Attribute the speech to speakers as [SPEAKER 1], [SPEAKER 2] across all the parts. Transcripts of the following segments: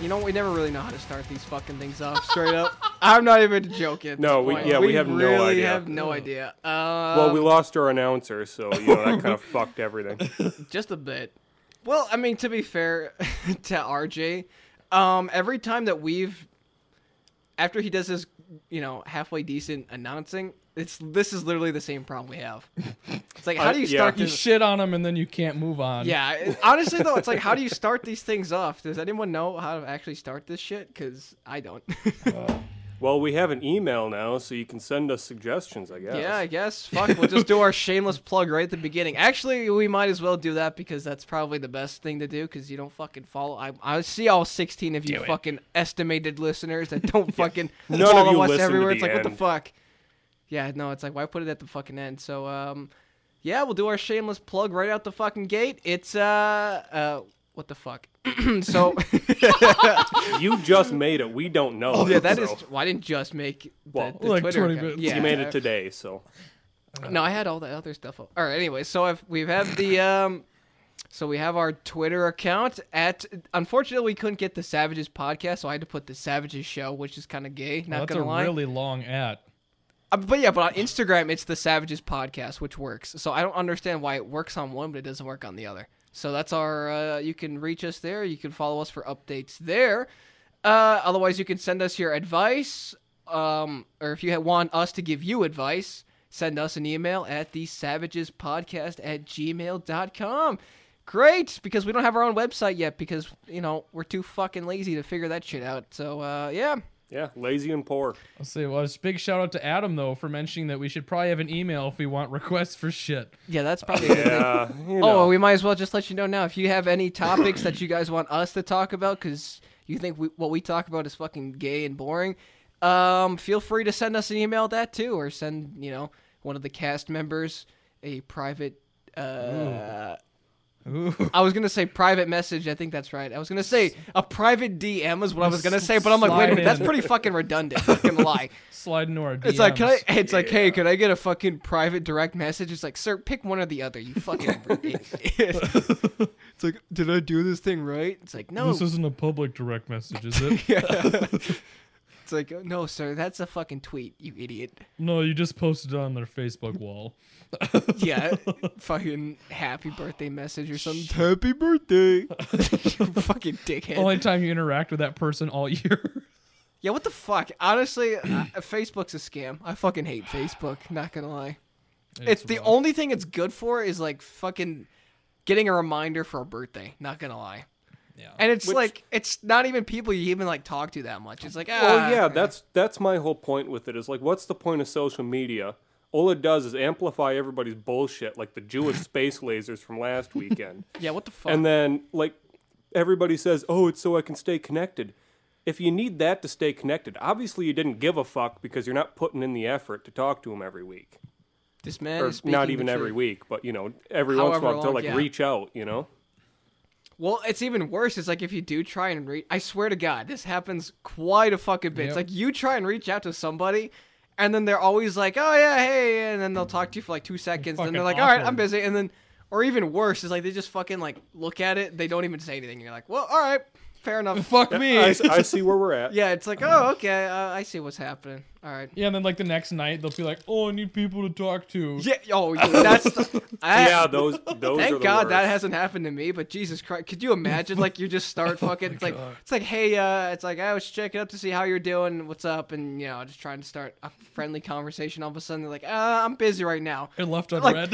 [SPEAKER 1] You know, we never really know how to start these fucking things off. Straight up, I'm not even joking. at
[SPEAKER 2] No,
[SPEAKER 1] this
[SPEAKER 2] we-
[SPEAKER 1] point.
[SPEAKER 2] yeah, we have no
[SPEAKER 1] really
[SPEAKER 2] idea.
[SPEAKER 1] have no idea. Uh,
[SPEAKER 2] Well, we lost our announcer, so you know that kind of fucked everything.
[SPEAKER 1] just a bit. Well, I mean, to be fair to RJ, um, every time that we've, after he does his, you know, halfway decent announcing, it's this is literally the same problem we have. It's like, how
[SPEAKER 2] Uh,
[SPEAKER 1] do you
[SPEAKER 2] yeah.
[SPEAKER 1] start
[SPEAKER 2] You
[SPEAKER 3] You
[SPEAKER 1] this?
[SPEAKER 3] shit on them and then you can't move on.
[SPEAKER 1] Yeah, it- honestly though, it's like, how do you start these things off? Does anyone know how to actually start this shit? Because I don't.
[SPEAKER 2] Well, we have an email now, so you can send us suggestions, I guess.
[SPEAKER 1] Yeah, I guess. Fuck, we'll just do our shameless plug right at the beginning. Actually, we might as well do that because that's probably the best thing to do because you don't fucking follow. I, I see all 16 of you
[SPEAKER 3] Do it.
[SPEAKER 1] fucking estimated listeners that don't fucking
[SPEAKER 2] None of
[SPEAKER 1] follow
[SPEAKER 2] you
[SPEAKER 1] us
[SPEAKER 2] listen to
[SPEAKER 1] everywhere.
[SPEAKER 2] the
[SPEAKER 1] It's like, what the
[SPEAKER 2] end.
[SPEAKER 1] fuck? Yeah, no, it's like, why put it at the fucking end? So, um, yeah, we'll do our shameless plug right out the fucking gate. It's, uh, uh, what the fuck? so,
[SPEAKER 2] You just made it. We don't know.
[SPEAKER 1] Oh, yeah, that is.
[SPEAKER 2] so.
[SPEAKER 1] Well, I didn't just make the,
[SPEAKER 2] Well,
[SPEAKER 1] the
[SPEAKER 3] like
[SPEAKER 1] Twitter
[SPEAKER 3] 20
[SPEAKER 1] account.
[SPEAKER 3] minutes.
[SPEAKER 1] Yeah,
[SPEAKER 2] You made it
[SPEAKER 1] uh,
[SPEAKER 2] today, so
[SPEAKER 1] No, I had all that other stuff. Up. All right. Anyway, so I've, we've had the um, so we have our Twitter account at. Unfortunately, we couldn't get the Savages podcast, so I had to put the Savages show, which is kind of gay.
[SPEAKER 3] Well,
[SPEAKER 1] Not
[SPEAKER 3] that's
[SPEAKER 1] gonna
[SPEAKER 3] a
[SPEAKER 1] lie.
[SPEAKER 3] really long at.
[SPEAKER 1] Uh, but yeah, but on Instagram, it's the Savages podcast, which works. So I don't understand why it works on one, but it doesn't work on the other. So that's our. Uh, you can reach us there. You can follow us for updates there. Uh, otherwise, you can send us your advice, um, or if you ha- want us to give you advice, send us an email at the Savages Podcast at gmail.com. Great, because we don't have our own website yet because, you know, we're too fucking lazy to figure that shit out. So, uh, yeah.
[SPEAKER 2] yeah, lazy and poor.
[SPEAKER 3] I'll say, well, it's a big shout out to Adam though for mentioning that we should probably have an email if we want requests for shit.
[SPEAKER 1] Yeah, that's probably a good thing.
[SPEAKER 2] Yeah, Uh, you
[SPEAKER 1] Oh,
[SPEAKER 2] know.
[SPEAKER 1] well, we might as well just let you know now if you have any topics that you guys want us to talk about because you think we, what we talk about is fucking gay and boring. Um, feel free to send us an email at that too, or send you know one of the cast members a private. Uh,
[SPEAKER 3] Ooh.
[SPEAKER 1] I was gonna say private message. I think that's right. I was gonna say a private DM is what I was gonna say, but I'm like, wait a
[SPEAKER 3] Slide
[SPEAKER 1] minute, that's
[SPEAKER 3] in.
[SPEAKER 1] pretty fucking redundant. I'm not gonna lie.
[SPEAKER 3] Slide into our DMs.
[SPEAKER 1] It's like, can I? It's like, hey, could I get a fucking private direct message? It's like, sir, pick one or the other. You fucking. it's like, did I do this thing right? It's like, no.
[SPEAKER 3] This isn't a public direct message, is it?
[SPEAKER 1] it's like, no, sir, that's a fucking tweet. You idiot.
[SPEAKER 3] no, you just posted it on their Facebook wall.
[SPEAKER 1] Yeah, fucking happy birthday message or something. Happy birthday. you fucking dickhead.
[SPEAKER 3] Only time you interact with that person all year.
[SPEAKER 1] yeah, what the fuck? Honestly, uh, Facebook's a scam. I fucking hate Facebook. Not gonna lie. It's, the
[SPEAKER 3] rough.
[SPEAKER 1] only thing it's good for is like fucking getting a reminder for a birthday. Not gonna lie.
[SPEAKER 3] Yeah.
[SPEAKER 1] And it's
[SPEAKER 2] Which-
[SPEAKER 1] like it's not even people you even like talk to that much. It's like ah,
[SPEAKER 2] Well, yeah, that's that's my whole point with it. Is like, what's the point of social media? All it does is amplify everybody's bullshit, like the Jewish space lasers from last weekend.
[SPEAKER 1] yeah. What the fuck?
[SPEAKER 2] and then like everybody says, "Oh, it's so I can stay connected." If you need that to stay connected, obviously you didn't give a fuck because you're not putting in the effort to talk to him every week,
[SPEAKER 1] this man
[SPEAKER 2] or
[SPEAKER 1] is speaking
[SPEAKER 2] not
[SPEAKER 1] the
[SPEAKER 2] even every
[SPEAKER 1] truth.
[SPEAKER 2] week, but you know, every once in
[SPEAKER 1] However
[SPEAKER 2] a while to
[SPEAKER 1] long,
[SPEAKER 2] like
[SPEAKER 1] yeah.
[SPEAKER 2] reach out, you know.
[SPEAKER 1] Well, it's even worse. It's like if you do try and reach, I swear to God, this happens quite a fucking bit. It's
[SPEAKER 3] Yep.
[SPEAKER 1] like you try and reach out to somebody, and then they're always like, "Oh yeah, hey," and then they'll talk to you for like two seconds, and
[SPEAKER 3] fucking
[SPEAKER 1] they're like, "All right, I'm
[SPEAKER 3] awkward.
[SPEAKER 1] busy," and then, or even worse, is like they just fucking like look at it, they don't even say anything. You're like, "Well, all right, fair enough."
[SPEAKER 3] Fuck me.
[SPEAKER 2] I, I see where we're at.
[SPEAKER 1] yeah, it's like, "Oh, okay, uh, I see what's happening." All right.
[SPEAKER 3] Yeah, and then like the next night they'll be like, "Oh, I need people to talk to."
[SPEAKER 1] Yeah. Oh, yeah, that's. The, I-
[SPEAKER 2] Yeah, those those. are
[SPEAKER 1] Thank
[SPEAKER 2] the
[SPEAKER 1] God that
[SPEAKER 2] worst.
[SPEAKER 1] hasn't happened to me, but Jesus Christ, could you imagine? Like you just start
[SPEAKER 2] Oh
[SPEAKER 1] fucking it's like
[SPEAKER 3] God.
[SPEAKER 1] it's like hey, uh, it's like I was checking up to see how you're doing, what's up, and you know just trying to start a friendly conversation. All of a sudden they're like, uh, I'm busy right now,
[SPEAKER 3] It left
[SPEAKER 1] Like-
[SPEAKER 3] unread.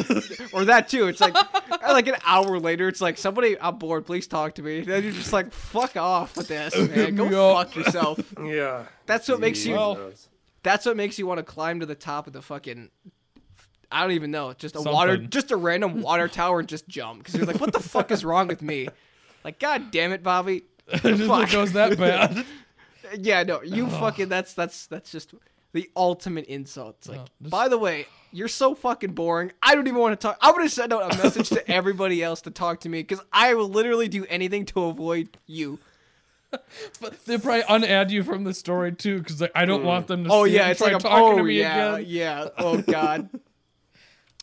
[SPEAKER 1] or that too. It's like uh, like an hour later, it's like somebody I'm bored, please talk to me. And then you're just like, fuck off with this, man. Go
[SPEAKER 3] Yeah.
[SPEAKER 1] fuck yourself.
[SPEAKER 2] Yeah,
[SPEAKER 1] That's what makes you.
[SPEAKER 3] Well-
[SPEAKER 2] Jesus.
[SPEAKER 1] That's what makes you want to climb to the top of the fucking. I don't even know. Just a
[SPEAKER 3] Something.
[SPEAKER 1] water, just a random water tower, and just jump because you're like, what the fuck is wrong with me? Like, god damn it, Bobby.
[SPEAKER 3] it just
[SPEAKER 1] Fuck.
[SPEAKER 3] goes that bad.
[SPEAKER 1] Yeah, no, you fucking. That's that's that's just the ultimate insult. It's like,
[SPEAKER 3] No, this-
[SPEAKER 1] by the way, you're so fucking boring. I don't even want to talk. I would have sent out a message to everybody else to talk to me because I will literally do anything to avoid you.
[SPEAKER 3] They probably unadd you from the story too, because like, I don't want them to.
[SPEAKER 1] Oh
[SPEAKER 3] see it
[SPEAKER 1] yeah,
[SPEAKER 3] and
[SPEAKER 1] it's
[SPEAKER 3] try
[SPEAKER 1] like a,
[SPEAKER 3] talking
[SPEAKER 1] oh
[SPEAKER 3] to me
[SPEAKER 1] yeah,
[SPEAKER 3] again.
[SPEAKER 1] yeah. Oh god.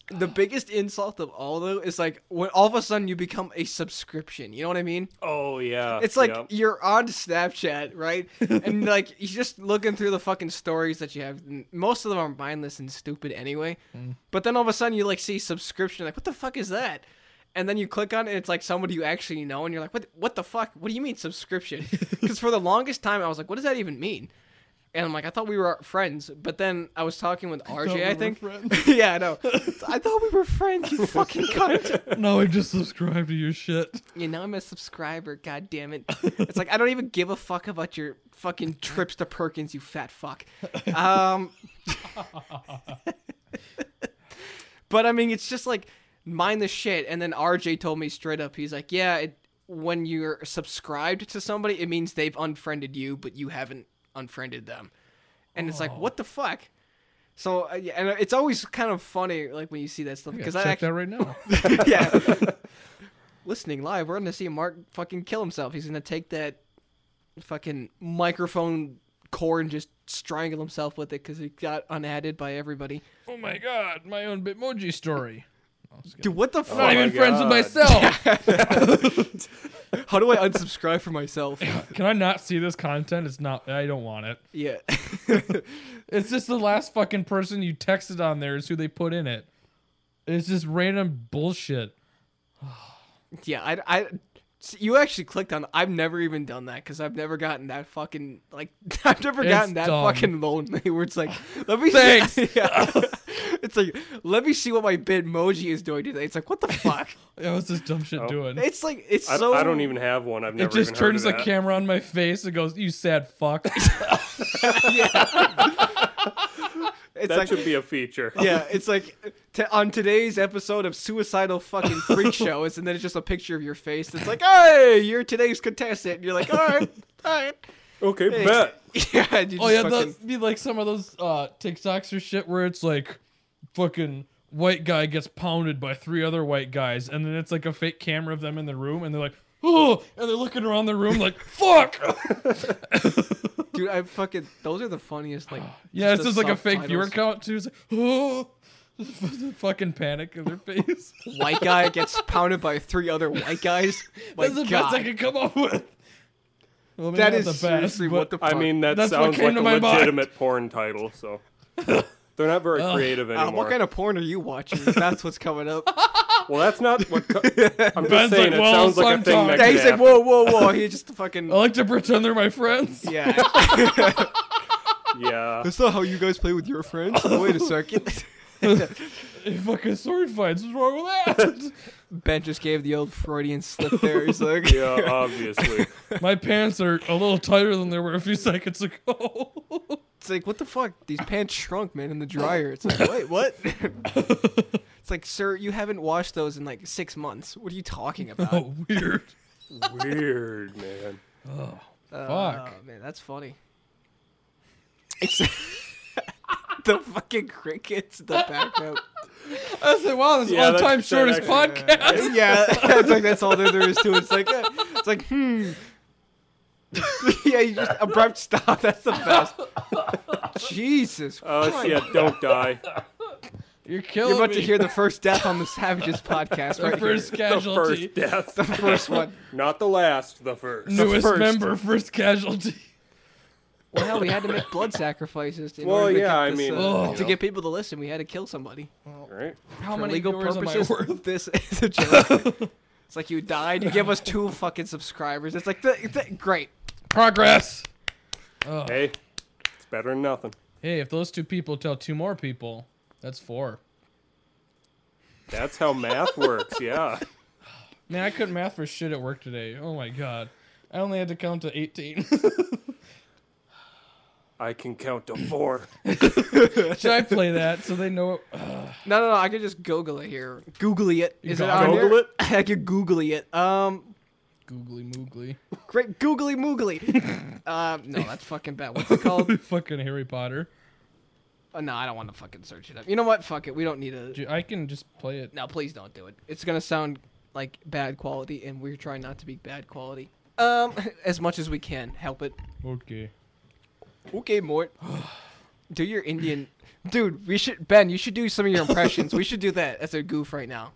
[SPEAKER 1] the biggest insult of all though is like when all of a sudden you become a subscription. You know what I mean?
[SPEAKER 2] Oh yeah.
[SPEAKER 1] It's like
[SPEAKER 2] yep.
[SPEAKER 1] you're on Snapchat, right? and like you're just looking through the fucking stories that you have. and Most of them are mindless and stupid anyway. But then all of a sudden you like see subscription, like what the fuck is that? And then you click on it, it's like somebody you actually know, and you're like, what? What the fuck? What do you mean subscription? Because for the longest time I was like, what does that even mean? And I'm like, I thought we were friends, but then I was talking with RJ,
[SPEAKER 3] we
[SPEAKER 1] I
[SPEAKER 3] were
[SPEAKER 1] think.
[SPEAKER 3] friends.
[SPEAKER 1] yeah, I know. I thought we were friends, you fucking cunt.
[SPEAKER 3] No, I just subscribed to your shit.
[SPEAKER 1] Yeah, now I'm a subscriber. God damn it! It's like I don't even give a fuck about your fucking trips to Perkins, you fat fuck. Um, but I mean, it's just like mind the shit. And then RJ told me straight up, he's like, "Yeah, it, when you're subscribed to somebody, it means they've unfriended you, but you haven't unfriended them." And it's like, what the fuck? So, uh, yeah, and it's always kind of funny, like when you see that stuff, because
[SPEAKER 3] Check
[SPEAKER 1] I actually,
[SPEAKER 3] that right now.
[SPEAKER 1] yeah. Listening live, we're gonna see Mark fucking kill himself. He's gonna take that fucking microphone cord and just strangle himself with it because he got unadded by everybody.
[SPEAKER 3] oh my god, my own Bitmoji story. No, I'm just kidding.
[SPEAKER 1] Dude, what the
[SPEAKER 3] I'm
[SPEAKER 1] fuck?
[SPEAKER 3] not
[SPEAKER 2] Oh my
[SPEAKER 3] even friends
[SPEAKER 2] God.
[SPEAKER 3] with myself.
[SPEAKER 1] How do I unsubscribe for myself?
[SPEAKER 3] Can I not see this content? It's not. I don't want it.
[SPEAKER 1] yeah.
[SPEAKER 3] It's just the last fucking person you texted on there is who they put in it. It's just random bullshit.
[SPEAKER 1] yeah, I. I see, you actually clicked on. I've never even done that because I've never gotten that fucking like. I've never
[SPEAKER 3] It's
[SPEAKER 1] gotten that
[SPEAKER 3] dumb.
[SPEAKER 1] fucking lonely. Where it's like, let me.
[SPEAKER 3] Thanks.
[SPEAKER 1] See, Yeah. It's like, let me see what my Bitmoji is doing today. It's like, what the fuck?
[SPEAKER 3] Yeah, what's this dumb shit doing?
[SPEAKER 1] It's like it's
[SPEAKER 2] I,
[SPEAKER 1] so.
[SPEAKER 2] I don't even have one. I've Oh. never.
[SPEAKER 3] It just
[SPEAKER 2] even heard of
[SPEAKER 3] turns the
[SPEAKER 2] that.
[SPEAKER 3] camera on my face and goes, "You sad fuck."
[SPEAKER 1] It's
[SPEAKER 2] That
[SPEAKER 1] like
[SPEAKER 2] should be a feature.
[SPEAKER 1] yeah, it's like t- on today's episode of Suicidal Fucking Freak Show, it's and then it's just a picture of your face. It's like, hey, you're today's contestant. And you're like, all right, all right.
[SPEAKER 2] Okay,
[SPEAKER 1] Hey.
[SPEAKER 2] bet.
[SPEAKER 1] Yeah, and you
[SPEAKER 3] oh
[SPEAKER 1] just
[SPEAKER 3] yeah,
[SPEAKER 1] fucking-
[SPEAKER 3] that'd be like some of those uh, TikToks or shit where it's like, fucking white guy gets pounded by three other white guys, and then it's like a fake camera of them in the room, and they're like, "Oh," and they're looking around the room like, "Fuck."
[SPEAKER 1] dude, I fucking. Those are the funniest. Like,
[SPEAKER 3] yeah, it's
[SPEAKER 1] the
[SPEAKER 3] just like a fake viewer
[SPEAKER 1] subtitles.
[SPEAKER 3] count too. It's like, "Oh." fucking panic in their face.
[SPEAKER 2] Oh
[SPEAKER 1] White guy gets pounded by three other white guys. My
[SPEAKER 3] That's the best I
[SPEAKER 1] God,
[SPEAKER 3] could come up with. Well, maybe
[SPEAKER 1] that
[SPEAKER 3] not
[SPEAKER 1] is
[SPEAKER 3] the best,
[SPEAKER 1] seriously
[SPEAKER 3] but-
[SPEAKER 1] what the. Fuck. Uh,
[SPEAKER 2] I mean, that
[SPEAKER 3] That's what
[SPEAKER 2] sounds
[SPEAKER 3] came
[SPEAKER 2] like
[SPEAKER 3] to
[SPEAKER 2] a
[SPEAKER 3] my mind.
[SPEAKER 2] legitimate porn title. So they're not very creative
[SPEAKER 1] Uh,
[SPEAKER 2] anymore.
[SPEAKER 1] what kind of porn are you watching? if That's what's coming up.
[SPEAKER 2] well, that's not what. Co- I'm just
[SPEAKER 3] Ben's
[SPEAKER 2] saying.
[SPEAKER 3] like,
[SPEAKER 2] it
[SPEAKER 3] well,
[SPEAKER 2] sounds like a thing
[SPEAKER 3] sometime.
[SPEAKER 2] that
[SPEAKER 1] yeah,
[SPEAKER 2] could
[SPEAKER 1] he's like,
[SPEAKER 2] happen.
[SPEAKER 1] whoa, whoa, whoa. He just fucking.
[SPEAKER 3] I like to pretend they're my friends.
[SPEAKER 1] Yeah.
[SPEAKER 2] Yeah.
[SPEAKER 1] That's not how you guys play with your friends. Wait a second.
[SPEAKER 3] Hey, fucking sword fights. What's wrong with
[SPEAKER 1] Ben just gave the old Freudian slip there. He's like,
[SPEAKER 2] Yeah, obviously.
[SPEAKER 3] that? My pants are a little tighter than they were a few seconds ago.
[SPEAKER 1] it's like, what the fuck? These pants shrunk, man, in the dryer. It's like, wait, what? it's like, sir, you haven't washed those in like six months. What are you talking about?
[SPEAKER 3] oh, weird.
[SPEAKER 2] Weird man.
[SPEAKER 1] Uh,
[SPEAKER 3] fuck.
[SPEAKER 1] man, that's funny. It's the fucking crickets in the background.
[SPEAKER 3] I said, wow, this is
[SPEAKER 2] Yeah, that's-
[SPEAKER 3] all-time
[SPEAKER 2] that
[SPEAKER 3] shortest
[SPEAKER 2] actually-
[SPEAKER 3] podcast.
[SPEAKER 1] yeah, it's like that's all there, there is to it. It's like, uh, it's like, hmm. yeah, you just abrupt stop. That's the best. Jesus
[SPEAKER 2] Oh
[SPEAKER 1] Christ.
[SPEAKER 2] shit! Don't die.
[SPEAKER 3] You're killing
[SPEAKER 1] You're about to
[SPEAKER 3] me.
[SPEAKER 1] hear the first death on the Savages podcast
[SPEAKER 3] the
[SPEAKER 1] right
[SPEAKER 3] first
[SPEAKER 1] here.
[SPEAKER 2] The
[SPEAKER 3] casualty.
[SPEAKER 2] first death,
[SPEAKER 1] The first one.
[SPEAKER 2] not the last. The first.
[SPEAKER 3] Newest
[SPEAKER 1] first.
[SPEAKER 3] member, first casualty.
[SPEAKER 1] Well, hell, we had to make blood sacrifices. In
[SPEAKER 2] Well,
[SPEAKER 1] order to
[SPEAKER 2] yeah,
[SPEAKER 1] get
[SPEAKER 2] I
[SPEAKER 1] this,
[SPEAKER 2] mean,
[SPEAKER 1] uh,
[SPEAKER 3] you
[SPEAKER 1] to
[SPEAKER 3] know.
[SPEAKER 1] get people to listen, we had to kill somebody.
[SPEAKER 2] Right.
[SPEAKER 3] oh. How
[SPEAKER 1] For
[SPEAKER 3] many
[SPEAKER 1] legal
[SPEAKER 3] viewers
[SPEAKER 1] purposes,
[SPEAKER 3] am I worth?
[SPEAKER 1] this is a joke. it's like you died. You give us two fucking subscribers. It's like, th- th- great.
[SPEAKER 3] Progress.
[SPEAKER 2] Hey, it's better than nothing.
[SPEAKER 3] Hey, if those two people tell two more people, that's four.
[SPEAKER 2] That's how math works. Yeah.
[SPEAKER 3] Man, I couldn't math for shit at work today. Oh my god. I only had to count to 18.
[SPEAKER 2] I can count to four.
[SPEAKER 3] Should I play that so they know it?
[SPEAKER 1] No, no, no. I could just Google it here. Googly it. Is it
[SPEAKER 3] Go-
[SPEAKER 1] on
[SPEAKER 2] Google
[SPEAKER 1] there?
[SPEAKER 2] it?
[SPEAKER 1] I could Googly it. Um,
[SPEAKER 3] Googly moogly.
[SPEAKER 1] great googly moogly. um, no, that's fucking bad. What's it called?
[SPEAKER 3] fucking Harry Potter.
[SPEAKER 1] Uh, no, I don't want to fucking search it up. You know what? Fuck it. We don't need a.
[SPEAKER 3] Dude, I can just play it.
[SPEAKER 1] No, please don't do it. It's gonna sound like bad quality, and we're trying not to be bad quality. Um, as much as we can, help it.
[SPEAKER 3] Okay.
[SPEAKER 1] Okay, Mort. do your Indian, dude. We should Ben. You should do some of your impressions. we should do that as a goof right now.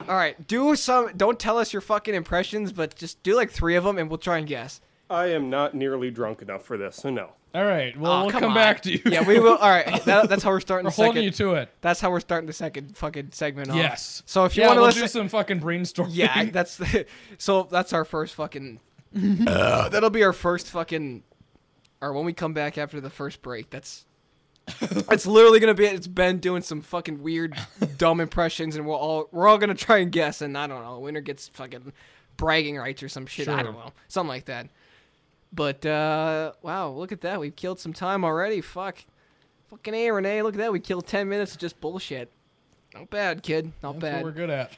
[SPEAKER 1] All right, do some. Don't tell us your fucking impressions, but just do like three of them, and we'll try and guess.
[SPEAKER 2] I am not nearly drunk enough for this, so no.
[SPEAKER 3] All right. Well,
[SPEAKER 1] Aw,
[SPEAKER 3] we'll
[SPEAKER 1] come
[SPEAKER 3] Ah, come,
[SPEAKER 1] on.
[SPEAKER 3] back to you.
[SPEAKER 1] Yeah, we will. All right, that, that's how we're starting
[SPEAKER 3] We're
[SPEAKER 1] the second.
[SPEAKER 3] holding you to it.
[SPEAKER 1] that's how we're starting the second fucking segment off.
[SPEAKER 3] Yes.
[SPEAKER 1] So if you
[SPEAKER 3] yeah,
[SPEAKER 1] want to
[SPEAKER 3] we'll
[SPEAKER 1] listen,
[SPEAKER 3] do some fucking brainstorming.
[SPEAKER 1] yeah, I- that's the, so that's our first fucking. that'll be our first fucking, or when we come back after the first break. That's. it's literally gonna be it. It's Ben doing some fucking weird, dumb impressions, and we're all we're all gonna try and guess. And I don't know, winner gets fucking bragging rights or some shit. I
[SPEAKER 3] Sure.
[SPEAKER 1] don't know, something like that. But uh wow, look at that. We've killed some time already. Fuck, fucking a Renee. Look at that. We killed ten minutes of just bullshit. Not bad, kid. Not
[SPEAKER 3] that's
[SPEAKER 1] bad
[SPEAKER 3] what we're good at.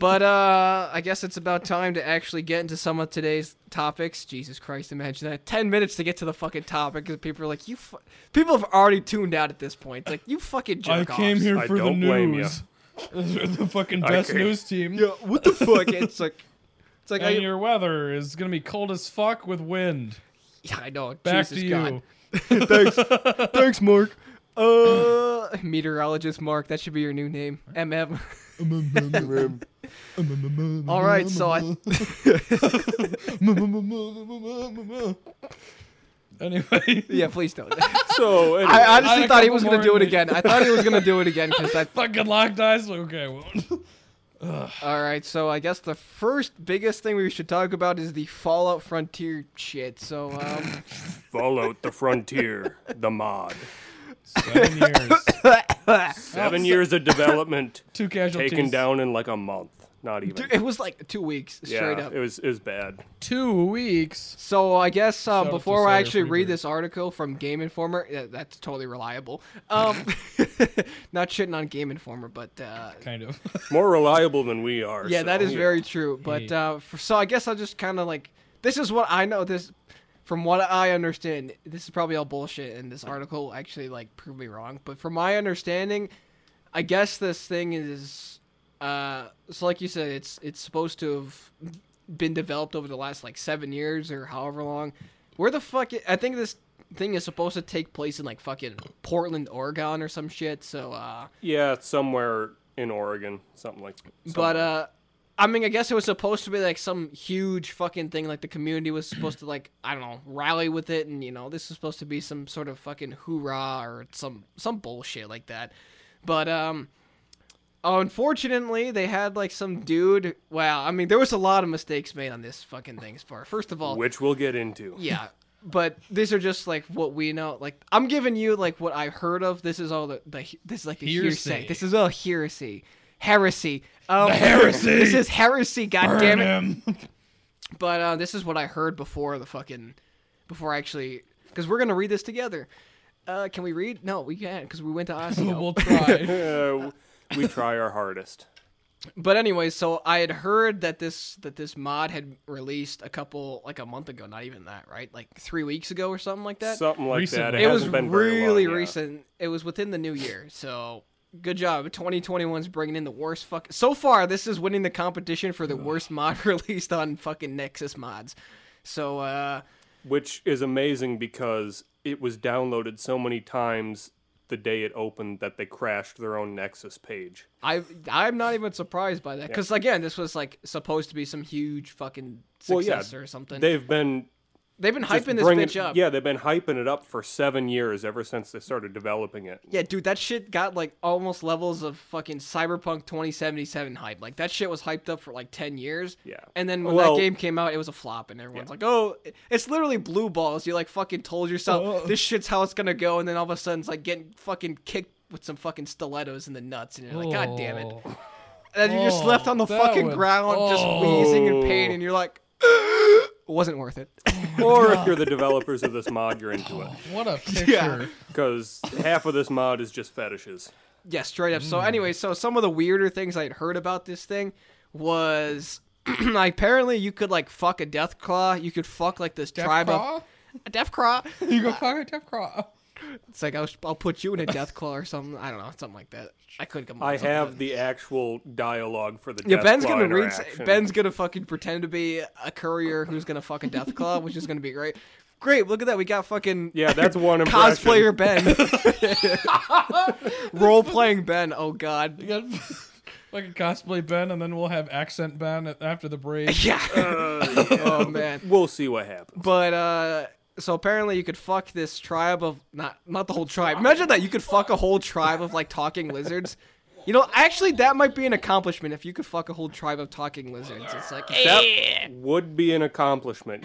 [SPEAKER 1] but uh, I guess it's about time to actually get into some of today's topics. Jesus Christ, imagine that. 10 minutes to get to the fucking topic because people are like, you fu-. people have already tuned out at this point. It's like, you fucking
[SPEAKER 3] I
[SPEAKER 1] jerk
[SPEAKER 3] came here
[SPEAKER 2] I
[SPEAKER 3] for the
[SPEAKER 2] don't blame ya.
[SPEAKER 3] news. We're the fucking
[SPEAKER 2] I
[SPEAKER 3] best
[SPEAKER 2] came-
[SPEAKER 3] news team.
[SPEAKER 1] what the fuck? It's like, it's like, I,
[SPEAKER 3] And your weather is gonna be cold as fuck with wind.
[SPEAKER 1] yeah, I know.
[SPEAKER 3] Back
[SPEAKER 1] Jesus
[SPEAKER 3] to you.
[SPEAKER 1] God. Thanks. Thanks, Mark. Uh, meteorologist Mark, that should be your new name. MM. All right, so I.
[SPEAKER 3] anyway,
[SPEAKER 1] Yeah, please don't.
[SPEAKER 2] So anyway,
[SPEAKER 1] I
[SPEAKER 3] I had
[SPEAKER 1] honestly
[SPEAKER 3] a
[SPEAKER 1] thought he
[SPEAKER 3] couple
[SPEAKER 1] was going to
[SPEAKER 3] more
[SPEAKER 1] do it
[SPEAKER 3] in me.
[SPEAKER 1] again. I thought he was going to do it again because I
[SPEAKER 3] fucking locked eyes. Like, okay, well,
[SPEAKER 1] All right, so I guess the first biggest thing we should talk about is the Fallout Frontier shit. So, um,
[SPEAKER 2] Fallout the Frontier, the mod.
[SPEAKER 3] seven years,
[SPEAKER 2] Seven years of development
[SPEAKER 3] two casualties,
[SPEAKER 2] taken down in like a month. Not even.
[SPEAKER 1] dude, it was like two weeks straight
[SPEAKER 2] yeah,
[SPEAKER 1] up.
[SPEAKER 2] It was it was bad.
[SPEAKER 3] two weeks.
[SPEAKER 1] So I guess
[SPEAKER 3] Shout
[SPEAKER 1] um,
[SPEAKER 3] out to
[SPEAKER 1] before I
[SPEAKER 3] Slayer
[SPEAKER 1] actually read
[SPEAKER 3] Freebird.
[SPEAKER 1] this article from Game Informer, yeah, that's totally reliable. Um, not shitting on Game Informer, but uh,
[SPEAKER 3] Kind of.
[SPEAKER 2] More reliable than we are.
[SPEAKER 1] yeah,
[SPEAKER 2] so,
[SPEAKER 1] that is
[SPEAKER 2] you
[SPEAKER 1] very true. But
[SPEAKER 3] Hey.
[SPEAKER 1] uh, for, so I guess I'll just kind of like this is what I know. This from what I understand, this is probably all bullshit, and this article actually like proved me wrong. But from my understanding, I guess this thing is uh, so like you said, it's it's supposed to have been developed over the last like seven years or however long. Where the fuck? i- I think this thing is supposed to take place in like fucking Portland, Oregon, or some shit. So. uh
[SPEAKER 2] Yeah, it's somewhere in Oregon, something like.
[SPEAKER 1] but
[SPEAKER 2] somewhere.
[SPEAKER 1] uh, I mean, I guess it was supposed to be like some huge fucking thing. Like the community was supposed to like I don't know rally with it, and you know this was supposed to be some sort of fucking hoorah or some some bullshit like that. But um, unfortunately, they had like some dude. Wow, I mean, there was a lot of mistakes made on this fucking thing's part. First of all,
[SPEAKER 2] which we'll get into.
[SPEAKER 1] yeah. But these are just like what we know. Like I'm giving you like what I heard of. This is all the, the this is like the hearsay.
[SPEAKER 3] Hearsay.
[SPEAKER 1] This is all hearsay, heresy. Um,
[SPEAKER 3] heresy!
[SPEAKER 1] This is heresy. God damn it!
[SPEAKER 3] him.
[SPEAKER 1] But uh, this is what I heard before the fucking before I actually because we're gonna read this together. Uh, can we read? No, we can't because we went to Osseo.
[SPEAKER 3] we'll try.
[SPEAKER 2] Uh, we try our hardest.
[SPEAKER 1] But anyway, so I had heard that this that this mod had released a couple like a month ago, not even that, right? Like three weeks ago or something like that.
[SPEAKER 2] Something like that.
[SPEAKER 3] Recently.
[SPEAKER 2] It,
[SPEAKER 1] it was
[SPEAKER 2] hasn't been very long,
[SPEAKER 1] really
[SPEAKER 2] yeah.
[SPEAKER 1] recent. It was within the new year. So good job. 2021's bringing in the worst fuck. So far, this is winning the competition for the worst mod released on fucking Nexus mods. So uh,
[SPEAKER 2] which is amazing because it was downloaded so many times the day it opened that they crashed their own Nexus page.
[SPEAKER 1] I I'm not even surprised by that because again, this was like supposed to be some huge fucking
[SPEAKER 2] Well, yeah,
[SPEAKER 1] success or something. They,
[SPEAKER 2] They've been
[SPEAKER 1] have been
[SPEAKER 2] just
[SPEAKER 1] hyping this
[SPEAKER 2] bringing-
[SPEAKER 1] bitch up.
[SPEAKER 2] Yeah, they've been hyping it up for seven years ever since they started developing it.
[SPEAKER 1] Yeah, dude, that shit got like almost levels of fucking Cyberpunk 2077 hype. Like that shit was hyped up for like 10 years.
[SPEAKER 2] Yeah.
[SPEAKER 1] And then when
[SPEAKER 2] Well-
[SPEAKER 1] that game came out, it was a flop, and everyone's like, "Oh, it's literally blue balls." You like fucking told yourself
[SPEAKER 3] Oh.
[SPEAKER 1] this shit's how it's gonna go, and then all of a sudden it's like getting fucking kicked with some fucking stilettos in the nuts, and you're like, "God damn it!"
[SPEAKER 3] Oh.
[SPEAKER 1] And then you're just left
[SPEAKER 3] Oh,
[SPEAKER 1] on the
[SPEAKER 3] that
[SPEAKER 1] fucking
[SPEAKER 3] would-
[SPEAKER 1] ground, just
[SPEAKER 3] Oh.
[SPEAKER 1] wheezing in pain, and you're like, "Wasn't worth it."
[SPEAKER 2] Or if you're the developers of this mod, you're into it.
[SPEAKER 3] Oh, What a picture.
[SPEAKER 2] Because half of this mod is just fetishes.
[SPEAKER 1] Yeah, straight up. So
[SPEAKER 2] Mm.
[SPEAKER 1] anyway, so some of the weirder things I'd heard about this thing was apparently you could like fuck a death claw, you could fuck like this
[SPEAKER 3] Death
[SPEAKER 1] tribe
[SPEAKER 3] Claw?
[SPEAKER 1] of a death claw.
[SPEAKER 3] You go fuck a Death Claw.
[SPEAKER 1] It's like I'll, I'll put you in a death claw or something. I don't know, something like that. I couldn't come. Up
[SPEAKER 2] I
[SPEAKER 1] with something
[SPEAKER 2] have
[SPEAKER 1] better.
[SPEAKER 2] the actual dialogue for the
[SPEAKER 1] Yeah,
[SPEAKER 2] Death
[SPEAKER 1] Ben's
[SPEAKER 2] Claw
[SPEAKER 1] gonna read.
[SPEAKER 2] interaction.
[SPEAKER 1] Ben's gonna fucking pretend to be a courier who's gonna fuck a death claw, which is gonna be great. great, look at that. We got fucking
[SPEAKER 2] Yeah, that's one impression.
[SPEAKER 1] cosplayer Ben. Role playing Ben. Oh god.
[SPEAKER 3] You got like a cosplay Ben, and then we'll have accent Ben at- after the break.
[SPEAKER 1] Yeah.
[SPEAKER 2] Uh,
[SPEAKER 1] oh man.
[SPEAKER 2] We'll see what happens.
[SPEAKER 1] But uh so apparently you could fuck this tribe of not not the whole tribe. Imagine that you could fuck a whole tribe of like talking lizards. You know, actually that might be an accomplishment if you could fuck a whole tribe of talking lizards. It's like
[SPEAKER 2] That would be an accomplishment.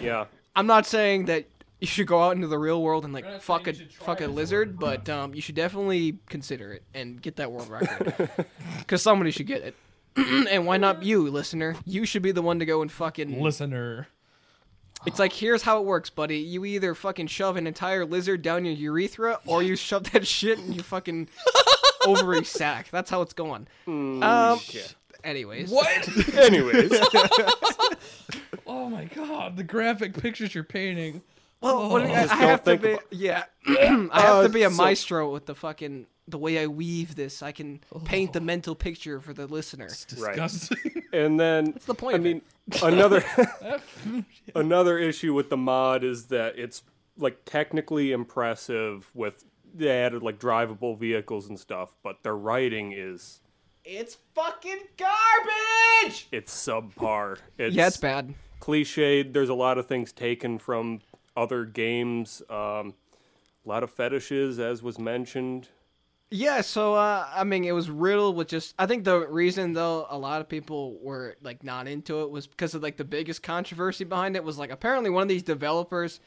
[SPEAKER 2] Yeah.
[SPEAKER 1] I'm not saying that you should go out into the real world and like
[SPEAKER 3] not
[SPEAKER 1] fuck a
[SPEAKER 3] saying you should try
[SPEAKER 1] fuck a
[SPEAKER 3] it.
[SPEAKER 1] lizard, but um you should definitely consider it and get that world record. Cuz somebody should get it. and why not you, listener? You should be the one to go and fucking
[SPEAKER 3] Listener.
[SPEAKER 1] It's like here's how it works, buddy. You either fucking shove an entire lizard down your urethra, or you shove that shit in your fucking ovary sac. That's how it's going. um.
[SPEAKER 2] shit.
[SPEAKER 1] Anyways,
[SPEAKER 3] What?
[SPEAKER 2] Anyways,
[SPEAKER 3] oh my god, the graphic pictures you're painting.
[SPEAKER 1] Well, what do you- I,
[SPEAKER 2] Just
[SPEAKER 1] I
[SPEAKER 2] don't
[SPEAKER 1] have to
[SPEAKER 2] think
[SPEAKER 1] be.
[SPEAKER 2] about-
[SPEAKER 1] Yeah, I have
[SPEAKER 2] Uh,
[SPEAKER 1] to be a
[SPEAKER 2] so-
[SPEAKER 1] maestro with the fucking the way I weave this. I can paint the mental picture for the listener.
[SPEAKER 2] Right.
[SPEAKER 3] Disgusting.
[SPEAKER 2] and then What's
[SPEAKER 1] the point
[SPEAKER 2] I
[SPEAKER 1] of it?
[SPEAKER 2] mean, another another issue with the mod is that it's like technically impressive with they added like drivable vehicles and stuff, but their writing is
[SPEAKER 1] It's fucking garbage.
[SPEAKER 2] it's subpar. It's,
[SPEAKER 1] Yeah, it's bad.
[SPEAKER 2] cliched. There's a lot of things taken from other games. Um, a lot of fetishes, as was mentioned.
[SPEAKER 1] Yeah, so uh, I mean, it was riddled with just. I think the reason though a lot of people were like not into it was because of like the biggest controversy behind it was like apparently one of these developers,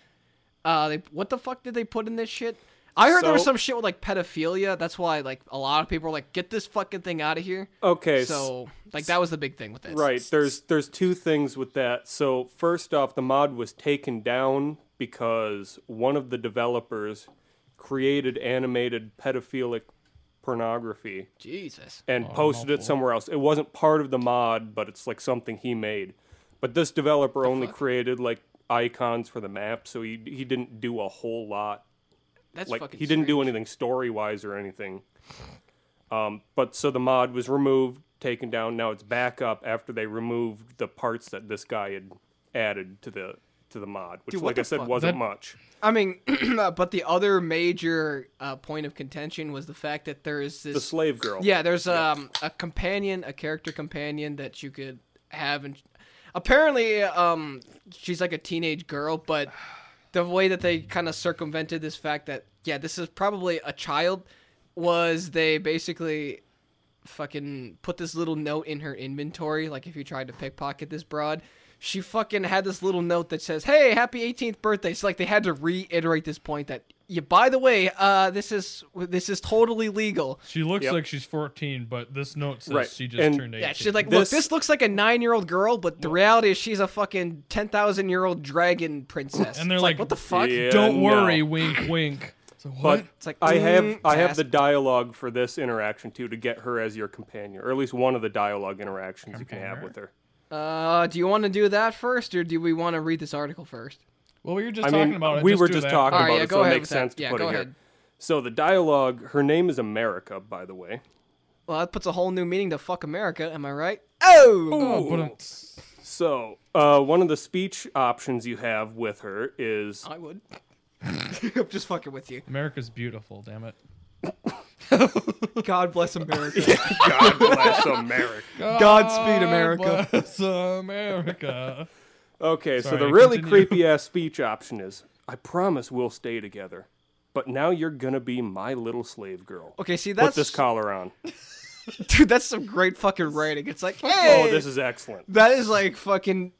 [SPEAKER 1] uh, they what the fuck did they put in this shit? I heard there was
[SPEAKER 2] So-
[SPEAKER 1] some shit with like pedophilia. That's why like a lot of people were like, get this fucking thing out of here.
[SPEAKER 2] Okay, s-
[SPEAKER 1] So like that was the big thing with it.
[SPEAKER 2] Right. There's there's two things with that. So first off, the mod was taken down because one of the developers created animated pedophilic pornography
[SPEAKER 1] Jesus.
[SPEAKER 2] and posted it somewhere else. It wasn't part of the mod, but it's like something he made. But this developer only created like icons for the map, so he he didn't do a whole lot
[SPEAKER 1] That's
[SPEAKER 2] like
[SPEAKER 1] fucking.
[SPEAKER 2] he didn't do anything story wise or anything. Um, but so the mod was removed, taken down. Now it's back up after they removed the parts that this guy had added to the to the mod, which,
[SPEAKER 1] Dude, what
[SPEAKER 2] like I
[SPEAKER 1] the
[SPEAKER 2] said,
[SPEAKER 1] fuck?
[SPEAKER 2] wasn't
[SPEAKER 3] That-
[SPEAKER 2] much.
[SPEAKER 1] I mean, but the other major uh, point of contention was the fact that there is this
[SPEAKER 2] The slave girl.
[SPEAKER 1] Yeah, there's um a companion, a character companion that you could have, and apparently um she's like a teenage girl, but the way that they kind of circumvented this fact that yeah, this is probably a child was they basically fucking put this little note in her inventory. Like if you tried to pickpocket this broad, she fucking had this little note that says, "Hey, happy 18th birthday." So like they had to reiterate this point that. Yeah, by the way, uh, this is this is totally legal.
[SPEAKER 3] She looks
[SPEAKER 2] Yep.
[SPEAKER 3] like she's 14, but this note says
[SPEAKER 2] Right,
[SPEAKER 3] she just
[SPEAKER 2] and-
[SPEAKER 3] turned 18.
[SPEAKER 1] Yeah, she's like,
[SPEAKER 2] This-
[SPEAKER 1] look, this looks like a nine-year-old girl, but the reality is she's a fucking ten thousand-year-old dragon princess. Uh,
[SPEAKER 3] And they're
[SPEAKER 1] It's
[SPEAKER 3] like,
[SPEAKER 1] what the fuck?
[SPEAKER 2] Yeah,
[SPEAKER 3] Don't
[SPEAKER 2] no.
[SPEAKER 3] worry, wink, wink. So what?
[SPEAKER 2] But
[SPEAKER 1] It's like,
[SPEAKER 2] I have
[SPEAKER 1] mm,
[SPEAKER 2] I have
[SPEAKER 1] task.
[SPEAKER 2] the dialogue for this interaction too to get her as your companion, or at least one of the dialogue interactions you can have
[SPEAKER 3] Companion.
[SPEAKER 2] with her.
[SPEAKER 1] Uh, do you want to do that first, or do we want to read this article first?
[SPEAKER 3] well, we were just
[SPEAKER 2] I
[SPEAKER 3] talking
[SPEAKER 2] mean,
[SPEAKER 3] about it.
[SPEAKER 2] we were
[SPEAKER 3] do
[SPEAKER 2] just
[SPEAKER 3] that.
[SPEAKER 2] talking
[SPEAKER 1] All right,
[SPEAKER 2] about
[SPEAKER 1] yeah,
[SPEAKER 2] it,
[SPEAKER 1] go
[SPEAKER 2] so it
[SPEAKER 1] ahead
[SPEAKER 2] makes
[SPEAKER 1] with that.
[SPEAKER 2] sense to
[SPEAKER 1] Yeah,
[SPEAKER 2] put
[SPEAKER 1] go
[SPEAKER 2] it
[SPEAKER 1] ahead.
[SPEAKER 2] here. So the dialogue, her name is America, by the way.
[SPEAKER 1] Well, that puts a whole new meaning to "fuck America." Am I right? Oh,
[SPEAKER 3] Oh, but um,
[SPEAKER 2] So, uh, one of the speech options you have with her is
[SPEAKER 1] I would. I'm just fucking with you.
[SPEAKER 3] America's beautiful, damn it.
[SPEAKER 1] God bless America.
[SPEAKER 2] God bless America.
[SPEAKER 1] Godspeed, America.
[SPEAKER 3] Oh, Bless America.
[SPEAKER 2] Okay, so the
[SPEAKER 3] Sorry,
[SPEAKER 2] really
[SPEAKER 3] continue.
[SPEAKER 2] creepy ass speech option is I promise we'll stay together, but now you're gonna be my little slave girl.
[SPEAKER 1] okay, see
[SPEAKER 2] Put
[SPEAKER 1] that's
[SPEAKER 2] this collar on.
[SPEAKER 1] dude. That's some great fucking writing. It's like, hey,
[SPEAKER 2] Oh, this is excellent.
[SPEAKER 1] That is like fucking,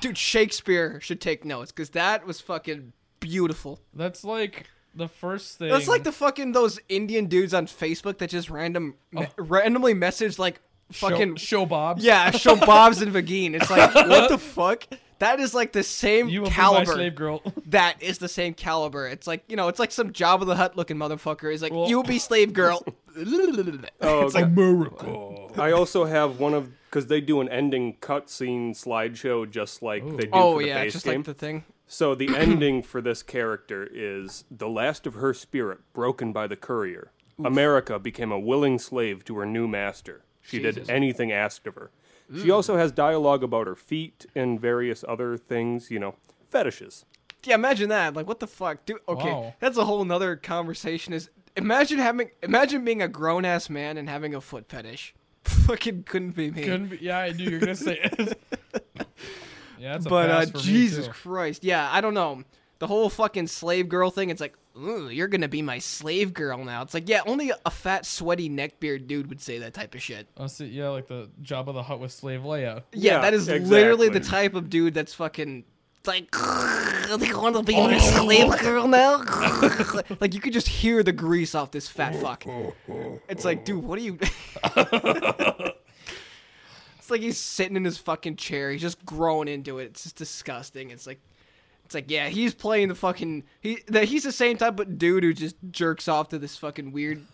[SPEAKER 1] dude. Shakespeare should take notes because that was fucking beautiful.
[SPEAKER 3] That's like the first thing.
[SPEAKER 1] That's like the fucking those Indian dudes on Facebook that just random me- randomly message like fucking
[SPEAKER 3] Oh. show, show Bob.
[SPEAKER 1] yeah, show Bob's and Vagine. It's like what the fuck? That is like the same
[SPEAKER 3] you will be my
[SPEAKER 1] caliber.
[SPEAKER 3] slave girl.
[SPEAKER 1] That is the same caliber. It's like you know, it's like some Job of the Hut looking motherfucker. He's like,
[SPEAKER 3] Well-
[SPEAKER 1] you be slave girl.
[SPEAKER 2] Oh,
[SPEAKER 1] it's
[SPEAKER 2] God.
[SPEAKER 1] like
[SPEAKER 3] America.
[SPEAKER 2] I also have one of because they do an ending cutscene slideshow just like they do
[SPEAKER 1] oh
[SPEAKER 2] for the
[SPEAKER 1] yeah,
[SPEAKER 2] base
[SPEAKER 1] just
[SPEAKER 2] game.
[SPEAKER 1] like the thing.
[SPEAKER 2] So the ending for this character is the last of her spirit broken by the courier. America became a willing slave to her new master. She
[SPEAKER 1] Jesus. Mm.
[SPEAKER 2] did anything asked of her. She also has dialogue about her feet and various other things, you know, fetishes.
[SPEAKER 1] Yeah, imagine that. Like, what the fuck, dude? Okay,
[SPEAKER 3] Wow.
[SPEAKER 1] that's a whole nother conversation. Is imagine having, imagine being a grown ass man and having a foot fetish. Fucking couldn't be me.
[SPEAKER 3] Couldn't be, yeah, I knew you were gonna say it. yeah, that's a
[SPEAKER 1] but uh,
[SPEAKER 3] pass for me,
[SPEAKER 1] Jesus
[SPEAKER 3] too.
[SPEAKER 1] Christ, yeah, I don't know. The whole fucking slave girl thing. It's like, ooh, you're gonna be my slave girl now. It's like, yeah, only a fat, sweaty neckbeard dude would say that type of shit.
[SPEAKER 3] Oh, see, yeah, like the job of the hut with slave Leia.
[SPEAKER 1] Yeah,
[SPEAKER 2] Yeah,
[SPEAKER 1] that is literally the
[SPEAKER 2] exactly.
[SPEAKER 1] type of dude that's fucking it's like they want to be
[SPEAKER 3] Oh.
[SPEAKER 1] my slave girl now. like you could just hear the grease off this fat
[SPEAKER 3] Oh,
[SPEAKER 1] fuck. It's like, dude, what are you? it's like he's sitting in his fucking chair. He's just growing into it. It's just disgusting. It's like. It's like, yeah, he's playing the fucking he. The, he's the same type of dude who just jerks off to this fucking weird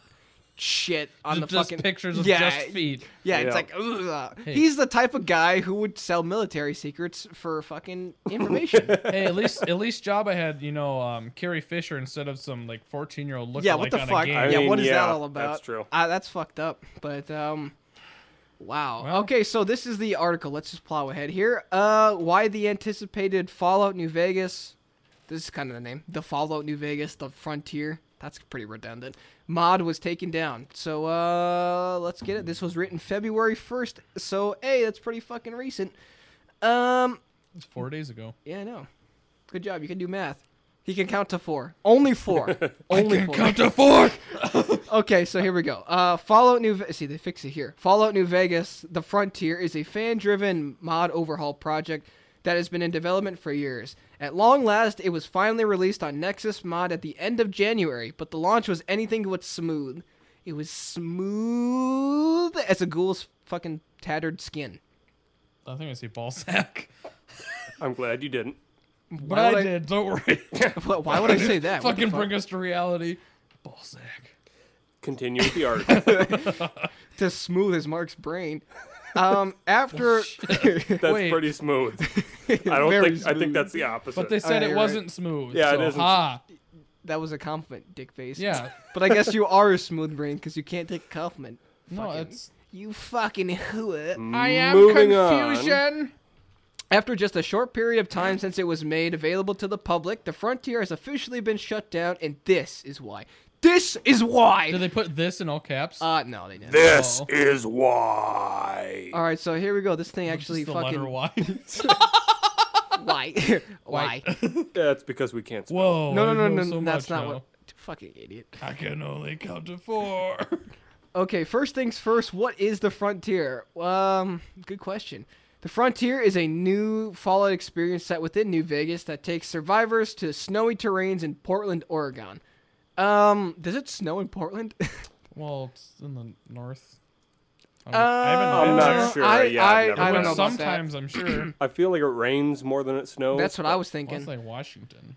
[SPEAKER 1] shit on
[SPEAKER 3] just
[SPEAKER 1] the fucking
[SPEAKER 3] pictures of
[SPEAKER 1] yeah,
[SPEAKER 3] just feet.
[SPEAKER 1] yeah, it's
[SPEAKER 2] Yeah.
[SPEAKER 1] like ugh. he's the type of guy who would sell military secrets for fucking information.
[SPEAKER 3] Hey, at least at least Jabba had you know um, Carrie Fisher instead of some like fourteen year old looking
[SPEAKER 1] yeah, what the
[SPEAKER 3] on
[SPEAKER 1] fuck?
[SPEAKER 3] a game.
[SPEAKER 2] I
[SPEAKER 1] yeah,
[SPEAKER 2] mean,
[SPEAKER 1] what is that
[SPEAKER 2] yeah,
[SPEAKER 1] all about?
[SPEAKER 2] that's true.
[SPEAKER 1] Ah, that's fucked up. But um, wow.
[SPEAKER 3] Well-
[SPEAKER 1] okay, so this is the article. Let's just plow ahead here. Uh, why the anticipated Fallout New Vegas? This is kind of the name. The Fallout New Vegas, the Frontier. That's pretty redundant. Mod was taken down. So uh, let's get it. This was written February first. So hey, that's pretty fucking recent. Um.
[SPEAKER 3] It's four days ago.
[SPEAKER 1] Yeah, I know. Good job. You can do math. He can count to four. Only four. Only four.
[SPEAKER 3] to four.
[SPEAKER 1] Okay, so here we go. Uh, Fallout New Ve- see they fix it here. Fallout New Vegas: The Frontier is a fan-driven mod overhaul project that has been in development for years. At long last, it was finally released on Nexus Mod at the end of January, but the launch was anything but smooth. It was smooth as a ghoul's fucking tattered skin.
[SPEAKER 3] I think I see ball sack.
[SPEAKER 2] I'm glad you didn't.
[SPEAKER 3] But
[SPEAKER 1] would
[SPEAKER 3] I,
[SPEAKER 1] I-
[SPEAKER 3] did. Don't worry.
[SPEAKER 1] Why would I say that? What the
[SPEAKER 3] Fucking
[SPEAKER 1] fuck?
[SPEAKER 3] bring us to reality. Ball sack.
[SPEAKER 2] Continue with the article.
[SPEAKER 1] to smooth as Mark's brain. Um,
[SPEAKER 3] Oh,
[SPEAKER 1] after
[SPEAKER 2] That's
[SPEAKER 3] Wait.
[SPEAKER 2] pretty smooth. I don't
[SPEAKER 1] Very
[SPEAKER 2] think. I think
[SPEAKER 1] smooth.
[SPEAKER 2] that's the opposite.
[SPEAKER 3] But they said
[SPEAKER 1] right,
[SPEAKER 3] it
[SPEAKER 1] right.
[SPEAKER 3] wasn't smooth.
[SPEAKER 2] Yeah, it
[SPEAKER 3] so,
[SPEAKER 2] isn't.
[SPEAKER 3] Ha.
[SPEAKER 1] that was a compliment, dick face.
[SPEAKER 3] Yeah.
[SPEAKER 1] but I guess you are a smooth brain because you can't take a compliment.
[SPEAKER 3] No,
[SPEAKER 1] Fucking-
[SPEAKER 3] it's.
[SPEAKER 1] You fucking hoot.
[SPEAKER 3] I am
[SPEAKER 2] Moving on.
[SPEAKER 3] confusion.
[SPEAKER 1] After just a short period of time since it was made available to the public, the Frontier has officially been shut down, and this is why. This is
[SPEAKER 3] Did
[SPEAKER 1] why.
[SPEAKER 3] they put this in all caps?
[SPEAKER 1] Uh, no, they didn't.
[SPEAKER 2] This
[SPEAKER 3] Oh.
[SPEAKER 2] is why.
[SPEAKER 1] All right, so here we go. This thing
[SPEAKER 3] Just
[SPEAKER 1] actually
[SPEAKER 3] the
[SPEAKER 1] fucking
[SPEAKER 3] letter
[SPEAKER 1] why
[SPEAKER 3] Y.
[SPEAKER 1] why why.
[SPEAKER 2] That's because we can't. Spell.
[SPEAKER 3] Whoa.
[SPEAKER 1] No,
[SPEAKER 3] I
[SPEAKER 1] no, no,
[SPEAKER 3] know
[SPEAKER 1] no.
[SPEAKER 3] so
[SPEAKER 1] that's
[SPEAKER 3] much
[SPEAKER 1] not
[SPEAKER 3] now.
[SPEAKER 1] what. Fucking idiot.
[SPEAKER 3] I can only count to four.
[SPEAKER 1] Okay, first things first, what is the Frontier? Um, good question. The Frontier is a new Fallout experience set within New Vegas that takes survivors to snowy terrains in Portland, Oregon. Um, does it snow in Portland?
[SPEAKER 3] well, it's in the north. I'm,
[SPEAKER 2] I'm not
[SPEAKER 1] Uh,
[SPEAKER 2] sure.
[SPEAKER 1] I,
[SPEAKER 2] Yeah,
[SPEAKER 1] I,
[SPEAKER 2] I've never
[SPEAKER 1] I don't
[SPEAKER 2] been.
[SPEAKER 1] know about that.
[SPEAKER 3] Sometimes I'm sure.
[SPEAKER 2] I feel like it rains more than it snows.
[SPEAKER 1] That's what I was
[SPEAKER 3] Well, it's
[SPEAKER 1] thinking.
[SPEAKER 3] like Washington.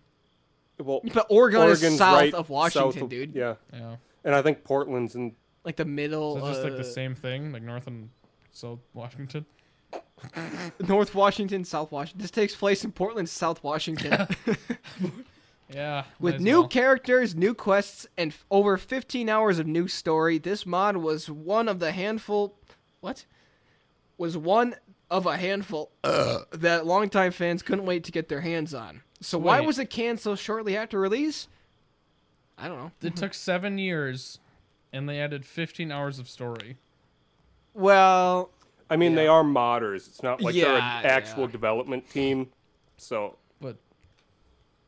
[SPEAKER 2] Well,
[SPEAKER 1] But Oregon is
[SPEAKER 2] Oregon's
[SPEAKER 1] south
[SPEAKER 2] right
[SPEAKER 1] of Washington,
[SPEAKER 2] south of-
[SPEAKER 1] dude.
[SPEAKER 2] Yeah,
[SPEAKER 3] Yeah.
[SPEAKER 2] and I think Portland's in.
[SPEAKER 1] Like the middle,
[SPEAKER 3] So it's just like
[SPEAKER 1] uh,
[SPEAKER 3] the same thing, like north and south Washington.
[SPEAKER 1] North Washington, South Washington. This takes place in Portland, South Washington.
[SPEAKER 3] Yeah. might
[SPEAKER 1] With
[SPEAKER 3] as
[SPEAKER 1] new
[SPEAKER 3] well.
[SPEAKER 1] characters, new quests, and f- over 15 hours of new story, this mod was one of the handful. What? Was one of a handful that longtime fans couldn't wait to get their hands on. So why
[SPEAKER 3] Wait.
[SPEAKER 1] was it canceled shortly after release? I don't know.
[SPEAKER 3] It took seven years, and they added 15 hours of story.
[SPEAKER 1] Well,
[SPEAKER 2] I mean, they are modders. It's not like they're an
[SPEAKER 1] Yeah,
[SPEAKER 2] actual
[SPEAKER 1] yeah.
[SPEAKER 2] development team. So
[SPEAKER 3] But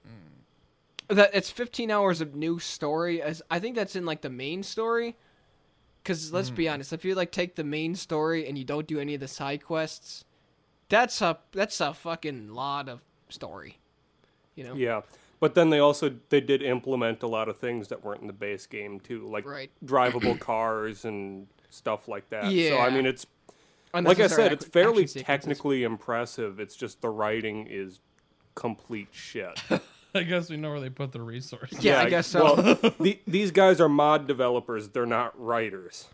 [SPEAKER 1] that it's 15 hours of new story. As I think that's in like the main story. Because let's
[SPEAKER 2] Hmm.
[SPEAKER 1] be honest, if you like take the main story and you don't do any of the side quests, that's a that's a fucking lot of story. You know.
[SPEAKER 2] yeah, but then they also they did implement a lot of things that weren't in the base game too, like
[SPEAKER 1] Right.
[SPEAKER 2] drivable cars and stuff like that. So I
[SPEAKER 1] Yeah.
[SPEAKER 2] mean, it's like I
[SPEAKER 1] Unnecessary
[SPEAKER 2] said, it's
[SPEAKER 1] ac-
[SPEAKER 2] fairly
[SPEAKER 1] action sequences.
[SPEAKER 2] technically impressive. It's just the writing is complete shit.
[SPEAKER 3] I guess we know where they put the resources.
[SPEAKER 1] Yeah, I guess so.
[SPEAKER 2] Well, the, these guys are mod developers. They're not writers.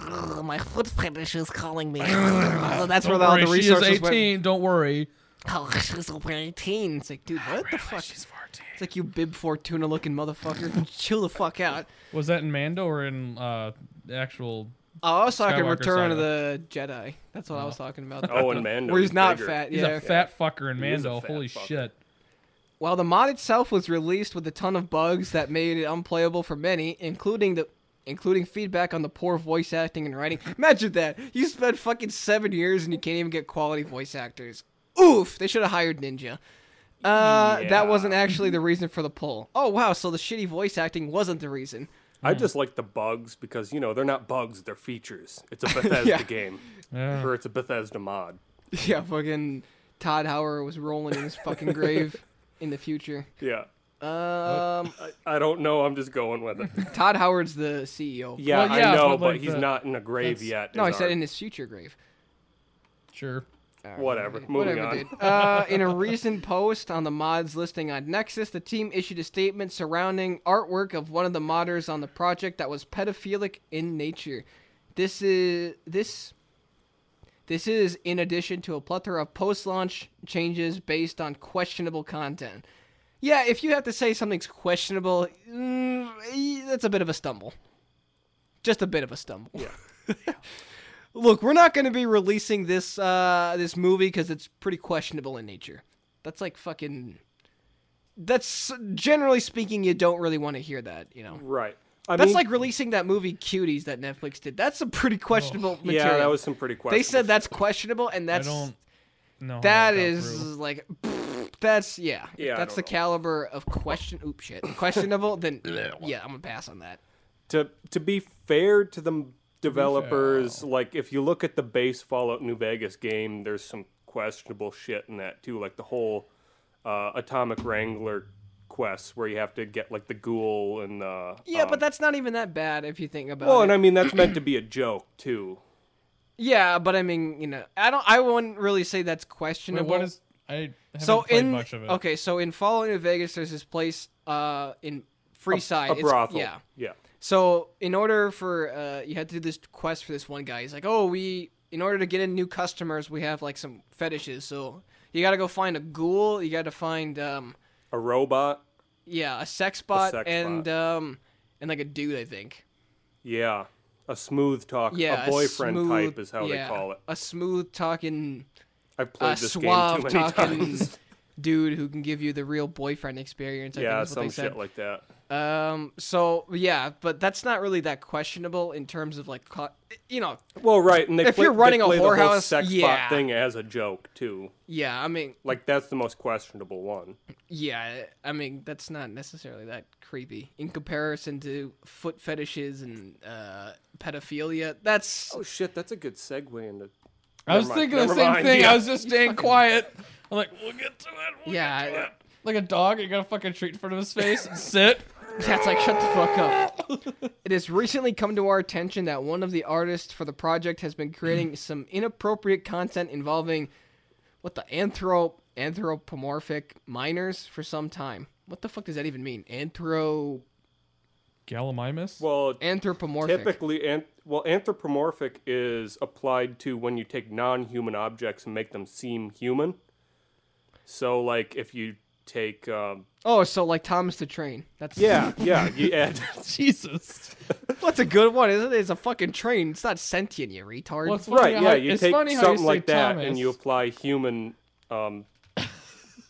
[SPEAKER 4] Ugh, Oh, my foot fetish is calling me.
[SPEAKER 1] Well, that's where
[SPEAKER 3] Don't
[SPEAKER 1] all
[SPEAKER 3] worry,
[SPEAKER 1] the resources
[SPEAKER 3] she is 18.
[SPEAKER 1] went.
[SPEAKER 3] Don't worry.
[SPEAKER 4] oh, she's over 18.
[SPEAKER 1] It's like, dude, what the fuck? It's
[SPEAKER 3] 14.
[SPEAKER 1] like you bib fortuna looking motherfucker. Chill the fuck out.
[SPEAKER 3] Was that in Mando or in uh, the actual?
[SPEAKER 1] Oh, I was talking
[SPEAKER 3] Skywalker
[SPEAKER 1] Return of
[SPEAKER 3] Saga.
[SPEAKER 1] the Jedi. That's what I was talking about.
[SPEAKER 2] Oh, and Mando.
[SPEAKER 1] Where he's not
[SPEAKER 2] bigger.
[SPEAKER 1] fat.
[SPEAKER 3] He's
[SPEAKER 1] yeah.
[SPEAKER 3] a fat fucker in
[SPEAKER 2] He is a
[SPEAKER 3] Mando.
[SPEAKER 2] fat
[SPEAKER 3] Holy
[SPEAKER 2] fucker.
[SPEAKER 3] shit!
[SPEAKER 1] While the mod itself was released with a ton of bugs that made it unplayable for many, including the including feedback on the poor voice acting and writing. Imagine that. You spent fucking 7 years and you can't even get quality voice actors. Oof, they should have hired Ninja. Uh,
[SPEAKER 2] Yeah.
[SPEAKER 1] that wasn't actually the reason for the pull. Oh wow, so the shitty voice acting wasn't the reason.
[SPEAKER 2] I just like the bugs because you know they're not bugs; they're features. It's a Bethesda
[SPEAKER 1] Yeah.
[SPEAKER 2] game,
[SPEAKER 3] Yeah.
[SPEAKER 2] or it's a Bethesda mod.
[SPEAKER 1] Yeah, fucking Todd Howard was rolling in his fucking grave in the future.
[SPEAKER 2] Yeah,
[SPEAKER 1] Um,
[SPEAKER 2] I, I don't know. I'm just going with it.
[SPEAKER 1] Todd Howard's the CEO.
[SPEAKER 2] Yeah,
[SPEAKER 3] Well, yeah,
[SPEAKER 2] I know,
[SPEAKER 3] but,
[SPEAKER 2] but,
[SPEAKER 3] like,
[SPEAKER 2] he's
[SPEAKER 3] the-
[SPEAKER 2] not in a grave
[SPEAKER 3] that's-
[SPEAKER 2] yet.
[SPEAKER 1] No, I
[SPEAKER 2] is
[SPEAKER 1] said
[SPEAKER 2] our-
[SPEAKER 1] in his future grave.
[SPEAKER 3] Sure.
[SPEAKER 1] Alright,
[SPEAKER 2] Whatever.
[SPEAKER 1] dude.
[SPEAKER 2] Moving on.
[SPEAKER 1] dude. Uh, in a recent post on the mods listing on Nexus, the team issued a statement surrounding artwork of one of the modders on the project that was pedophilic in nature. This is this. This is in addition to a plethora of post-launch changes based on questionable content. Yeah, if you have to say something's questionable, mm, eh, that's a bit of a stumble. Just a bit of a stumble. Yeah. Look, we're not going to be releasing this uh, this movie because it's pretty questionable in nature. That's like fucking. That's generally speaking, you don't really want to hear that, you know.
[SPEAKER 2] right. I
[SPEAKER 1] That's
[SPEAKER 2] mean,
[SPEAKER 1] like releasing that movie Cuties that Netflix did. That's some pretty questionable
[SPEAKER 2] Oh, yeah,
[SPEAKER 1] material.
[SPEAKER 2] that was some pretty questions.
[SPEAKER 1] they said that's questionable, and that's
[SPEAKER 3] I don't know. how
[SPEAKER 1] that
[SPEAKER 3] got
[SPEAKER 1] is
[SPEAKER 3] through.
[SPEAKER 1] like pfft, that's yeah,
[SPEAKER 2] Yeah, I
[SPEAKER 1] that's the
[SPEAKER 2] don't know.
[SPEAKER 1] caliber of question oop shit questionable then yeah i'm gonna pass on that
[SPEAKER 2] to to be fair to the m- developers, like if you look at the base Fallout New Vegas game, there's some questionable shit in that too, like the whole uh, Atomic Wrangler quests where you have to get like the ghoul and the
[SPEAKER 1] yeah
[SPEAKER 2] um,
[SPEAKER 1] but that's not even that bad if you think about
[SPEAKER 2] well,
[SPEAKER 1] it
[SPEAKER 2] and I mean that's meant to be a joke too.
[SPEAKER 1] yeah but i mean you know i don't i wouldn't really say that's
[SPEAKER 3] Wait,
[SPEAKER 1] questionable
[SPEAKER 3] what is? I haven't
[SPEAKER 1] so
[SPEAKER 3] played
[SPEAKER 1] in
[SPEAKER 3] much of it.
[SPEAKER 1] okay so in following new vegas there's this place uh in freeside
[SPEAKER 2] A
[SPEAKER 1] It's-
[SPEAKER 2] brothel.
[SPEAKER 1] yeah
[SPEAKER 2] yeah.
[SPEAKER 1] So in order for uh, you had to do this quest for this one guy. He's like, oh, we in order to get in new customers, we have like some fetishes. So you got to go find a ghoul. You got to find um,
[SPEAKER 2] A robot.
[SPEAKER 1] yeah, a sex bot
[SPEAKER 2] sex
[SPEAKER 1] and
[SPEAKER 2] bot.
[SPEAKER 1] um, and like a dude, I think.
[SPEAKER 2] Yeah. A smooth talk.
[SPEAKER 1] Yeah,
[SPEAKER 2] a boyfriend
[SPEAKER 1] smooth-
[SPEAKER 2] type is how
[SPEAKER 1] yeah,
[SPEAKER 2] they call it.
[SPEAKER 1] A smooth talking
[SPEAKER 2] I've played
[SPEAKER 1] uh,
[SPEAKER 2] this game too
[SPEAKER 1] suave
[SPEAKER 2] many
[SPEAKER 1] talking
[SPEAKER 2] times.
[SPEAKER 1] dude who can give you the real boyfriend experience. I
[SPEAKER 2] yeah,
[SPEAKER 1] think is what
[SPEAKER 2] some
[SPEAKER 1] they said.
[SPEAKER 2] shit like that.
[SPEAKER 1] um, so yeah, but that's not really that questionable in terms of like, co- you know,
[SPEAKER 2] Well, right, and they
[SPEAKER 1] If
[SPEAKER 2] play,
[SPEAKER 1] you're running
[SPEAKER 2] they
[SPEAKER 1] a
[SPEAKER 2] play the whole
[SPEAKER 1] whorehouse,
[SPEAKER 2] sex
[SPEAKER 1] yeah.
[SPEAKER 2] bot thing as a joke too.
[SPEAKER 1] yeah, I mean,
[SPEAKER 2] Like that's the most questionable one.
[SPEAKER 1] Yeah, I mean that's not necessarily that creepy in comparison to foot fetishes and uh, pedophilia. That's
[SPEAKER 2] Oh shit, that's a good segue into.
[SPEAKER 3] I was
[SPEAKER 2] Never mind,
[SPEAKER 3] thinking the
[SPEAKER 2] never
[SPEAKER 3] same
[SPEAKER 2] mind,
[SPEAKER 3] thing.
[SPEAKER 2] yeah.
[SPEAKER 3] I was just staying quiet. I'm like, we'll get to it. We'll
[SPEAKER 1] Yeah,
[SPEAKER 3] Get to
[SPEAKER 1] I-
[SPEAKER 3] it. Like a dog, you got a fucking treat in front of his face and sit.
[SPEAKER 1] that's like shut the fuck up. It has recently come to our attention that one of the artists for the project has been creating
[SPEAKER 2] Mm.
[SPEAKER 1] some inappropriate content involving what the anthro anthropomorphic minors for some time. What the fuck does that even mean? Anthro
[SPEAKER 3] Gallimimus?
[SPEAKER 2] Well,
[SPEAKER 1] anthropomorphic.
[SPEAKER 2] typically, an- well, anthropomorphic is applied to when you take non-human objects and make them seem human. So, like, if you take, um,
[SPEAKER 1] Oh, so like Thomas the Train. That's
[SPEAKER 2] yeah, yeah, you add.
[SPEAKER 3] Jesus.
[SPEAKER 1] That's a good one, isn't it? It's a fucking train. It's not sentient, you retard.
[SPEAKER 3] Well, it's funny
[SPEAKER 2] right,
[SPEAKER 3] how-
[SPEAKER 2] yeah, you
[SPEAKER 3] it's
[SPEAKER 2] take
[SPEAKER 3] funny how you
[SPEAKER 2] something
[SPEAKER 3] say
[SPEAKER 2] like that
[SPEAKER 3] Thomas.
[SPEAKER 2] and you apply human um,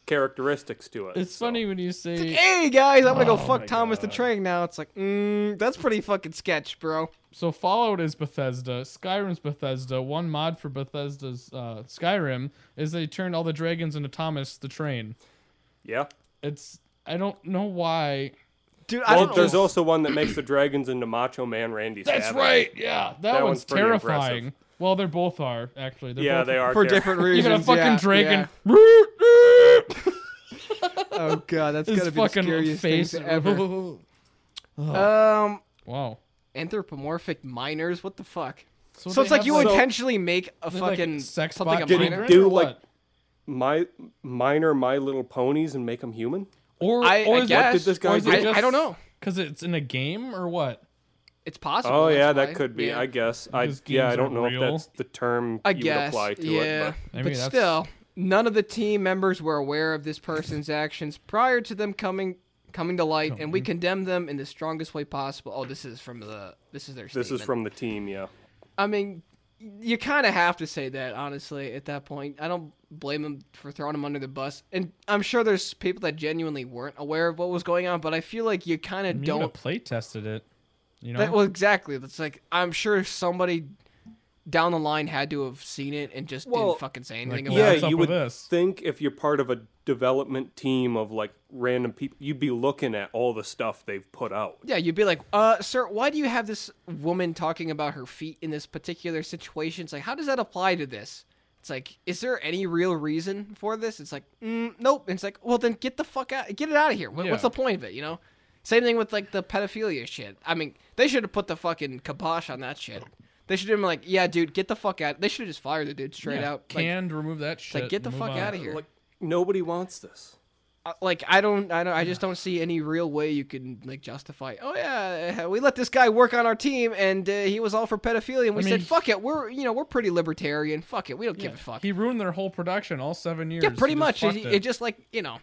[SPEAKER 2] characteristics to it.
[SPEAKER 3] It's
[SPEAKER 2] so.
[SPEAKER 3] funny when you say.
[SPEAKER 1] hey guys, I'm gonna go
[SPEAKER 2] Oh
[SPEAKER 1] fuck
[SPEAKER 3] my
[SPEAKER 1] Thomas the
[SPEAKER 3] God.
[SPEAKER 1] Train now. It's like, mm, that's pretty fucking sketch, bro.
[SPEAKER 3] So Fallout is Bethesda, Skyrim's Bethesda. One mod for Bethesda's uh, Skyrim is they turned all the dragons into Thomas the Train.
[SPEAKER 2] Yeah.
[SPEAKER 3] It's. I don't know why.
[SPEAKER 1] Dude, I
[SPEAKER 2] Well,
[SPEAKER 1] don't
[SPEAKER 2] there's
[SPEAKER 1] know.
[SPEAKER 2] also one that makes the dragons into Macho Man Randy.
[SPEAKER 3] That's
[SPEAKER 2] Savage.
[SPEAKER 3] right. Yeah, that,
[SPEAKER 2] That
[SPEAKER 3] one's,
[SPEAKER 2] one's pretty impressive.
[SPEAKER 3] terrifying. Well, they're both are actually. They're
[SPEAKER 2] Yeah,
[SPEAKER 3] both
[SPEAKER 2] they are
[SPEAKER 1] for
[SPEAKER 2] ter-
[SPEAKER 1] different reasons.
[SPEAKER 3] Even a fucking
[SPEAKER 1] yeah,
[SPEAKER 3] dragon.
[SPEAKER 1] yeah. Oh god, that's
[SPEAKER 3] His
[SPEAKER 1] gotta be the
[SPEAKER 3] fucking
[SPEAKER 1] scariest thing
[SPEAKER 3] face
[SPEAKER 1] to ever.
[SPEAKER 3] Ugh.
[SPEAKER 1] Um,
[SPEAKER 3] wow.
[SPEAKER 1] anthropomorphic miners. What the fuck? So,
[SPEAKER 3] they
[SPEAKER 1] it's like
[SPEAKER 3] have,
[SPEAKER 1] you
[SPEAKER 2] like-
[SPEAKER 1] intentionally make a
[SPEAKER 3] they, like,
[SPEAKER 1] fucking
[SPEAKER 3] sex
[SPEAKER 1] something a
[SPEAKER 3] bot
[SPEAKER 2] Did he
[SPEAKER 1] minor.
[SPEAKER 2] do,
[SPEAKER 3] or
[SPEAKER 2] like-
[SPEAKER 3] what?
[SPEAKER 2] My minor My Little Ponies and make them human.
[SPEAKER 3] or
[SPEAKER 1] I-
[SPEAKER 3] or
[SPEAKER 1] I
[SPEAKER 3] is it-
[SPEAKER 1] guess.
[SPEAKER 2] Did this guy
[SPEAKER 3] or is it
[SPEAKER 2] do?
[SPEAKER 1] I, I don't know.
[SPEAKER 3] Cause it's in a game or what?
[SPEAKER 1] It's possible.
[SPEAKER 2] Oh
[SPEAKER 1] that's
[SPEAKER 2] yeah,
[SPEAKER 1] why.
[SPEAKER 2] that could be.
[SPEAKER 1] Yeah.
[SPEAKER 2] I guess. I
[SPEAKER 3] Because
[SPEAKER 2] yeah.
[SPEAKER 3] games
[SPEAKER 2] I don't know
[SPEAKER 3] aren't
[SPEAKER 2] if that's
[SPEAKER 3] real.
[SPEAKER 2] the term
[SPEAKER 1] I
[SPEAKER 2] you
[SPEAKER 1] guess.
[SPEAKER 2] would apply to
[SPEAKER 1] yeah.
[SPEAKER 2] it.
[SPEAKER 3] I mean,
[SPEAKER 1] but
[SPEAKER 3] that's-
[SPEAKER 1] still, none of the team members were aware of this person's actions prior to them coming coming to light, and we condemn them in the strongest way possible. Oh, this is from the this is their
[SPEAKER 2] But this
[SPEAKER 1] statement.
[SPEAKER 2] is from the team. Yeah.
[SPEAKER 1] I mean, you kind of have to say that honestly at that point i don't blame him for throwing him under the bus and i'm sure there's people that genuinely weren't aware of what was going on but i feel like you kind of
[SPEAKER 3] Don't
[SPEAKER 1] don't
[SPEAKER 3] play tested it. You know,
[SPEAKER 1] that, well exactly that's like i'm sure somebody down the line had to have seen it and just
[SPEAKER 2] Well,
[SPEAKER 1] didn't fucking say anything about
[SPEAKER 3] Like,
[SPEAKER 2] yeah,
[SPEAKER 3] what's up
[SPEAKER 2] you
[SPEAKER 3] with
[SPEAKER 2] would
[SPEAKER 3] this?
[SPEAKER 2] think if you're part of a development team of like random people, you'd be looking at all the stuff they've put out.
[SPEAKER 1] Yeah, you'd be like, uh, sir, why do you have this woman talking about her feet in this particular situation? It's like, how does that apply to this? It's like, is there any real reason for this? It's like, mm, nope. And it's like, well, then get the fuck out, get it out of here. What, What's
[SPEAKER 3] Yeah.
[SPEAKER 1] the point of it? You know. Same thing with like the pedophilia shit. I mean, they should have put the fucking kibosh on that shit. They should have been like, yeah, dude, get the fuck out. They should have just fired the dude straight
[SPEAKER 3] Yeah,
[SPEAKER 1] out. Like,
[SPEAKER 3] Canned, remove that shit.
[SPEAKER 1] like, get the
[SPEAKER 3] move
[SPEAKER 1] fuck
[SPEAKER 3] on.
[SPEAKER 1] out of here.
[SPEAKER 2] Like nobody wants this.
[SPEAKER 1] Uh, like I don't, I don't, I just don't see any real way you can like justify. Oh yeah, uh, we let this guy work on our team, and uh, he was all for pedophilia, and we
[SPEAKER 3] I
[SPEAKER 1] said,
[SPEAKER 3] mean,
[SPEAKER 1] "Fuck it, we're you know we're pretty libertarian. Fuck it, we don't give a fuck."
[SPEAKER 3] He ruined their whole production, all seven years.
[SPEAKER 1] yeah, pretty
[SPEAKER 3] He just
[SPEAKER 1] much. It,
[SPEAKER 3] fucked
[SPEAKER 1] it just like you know,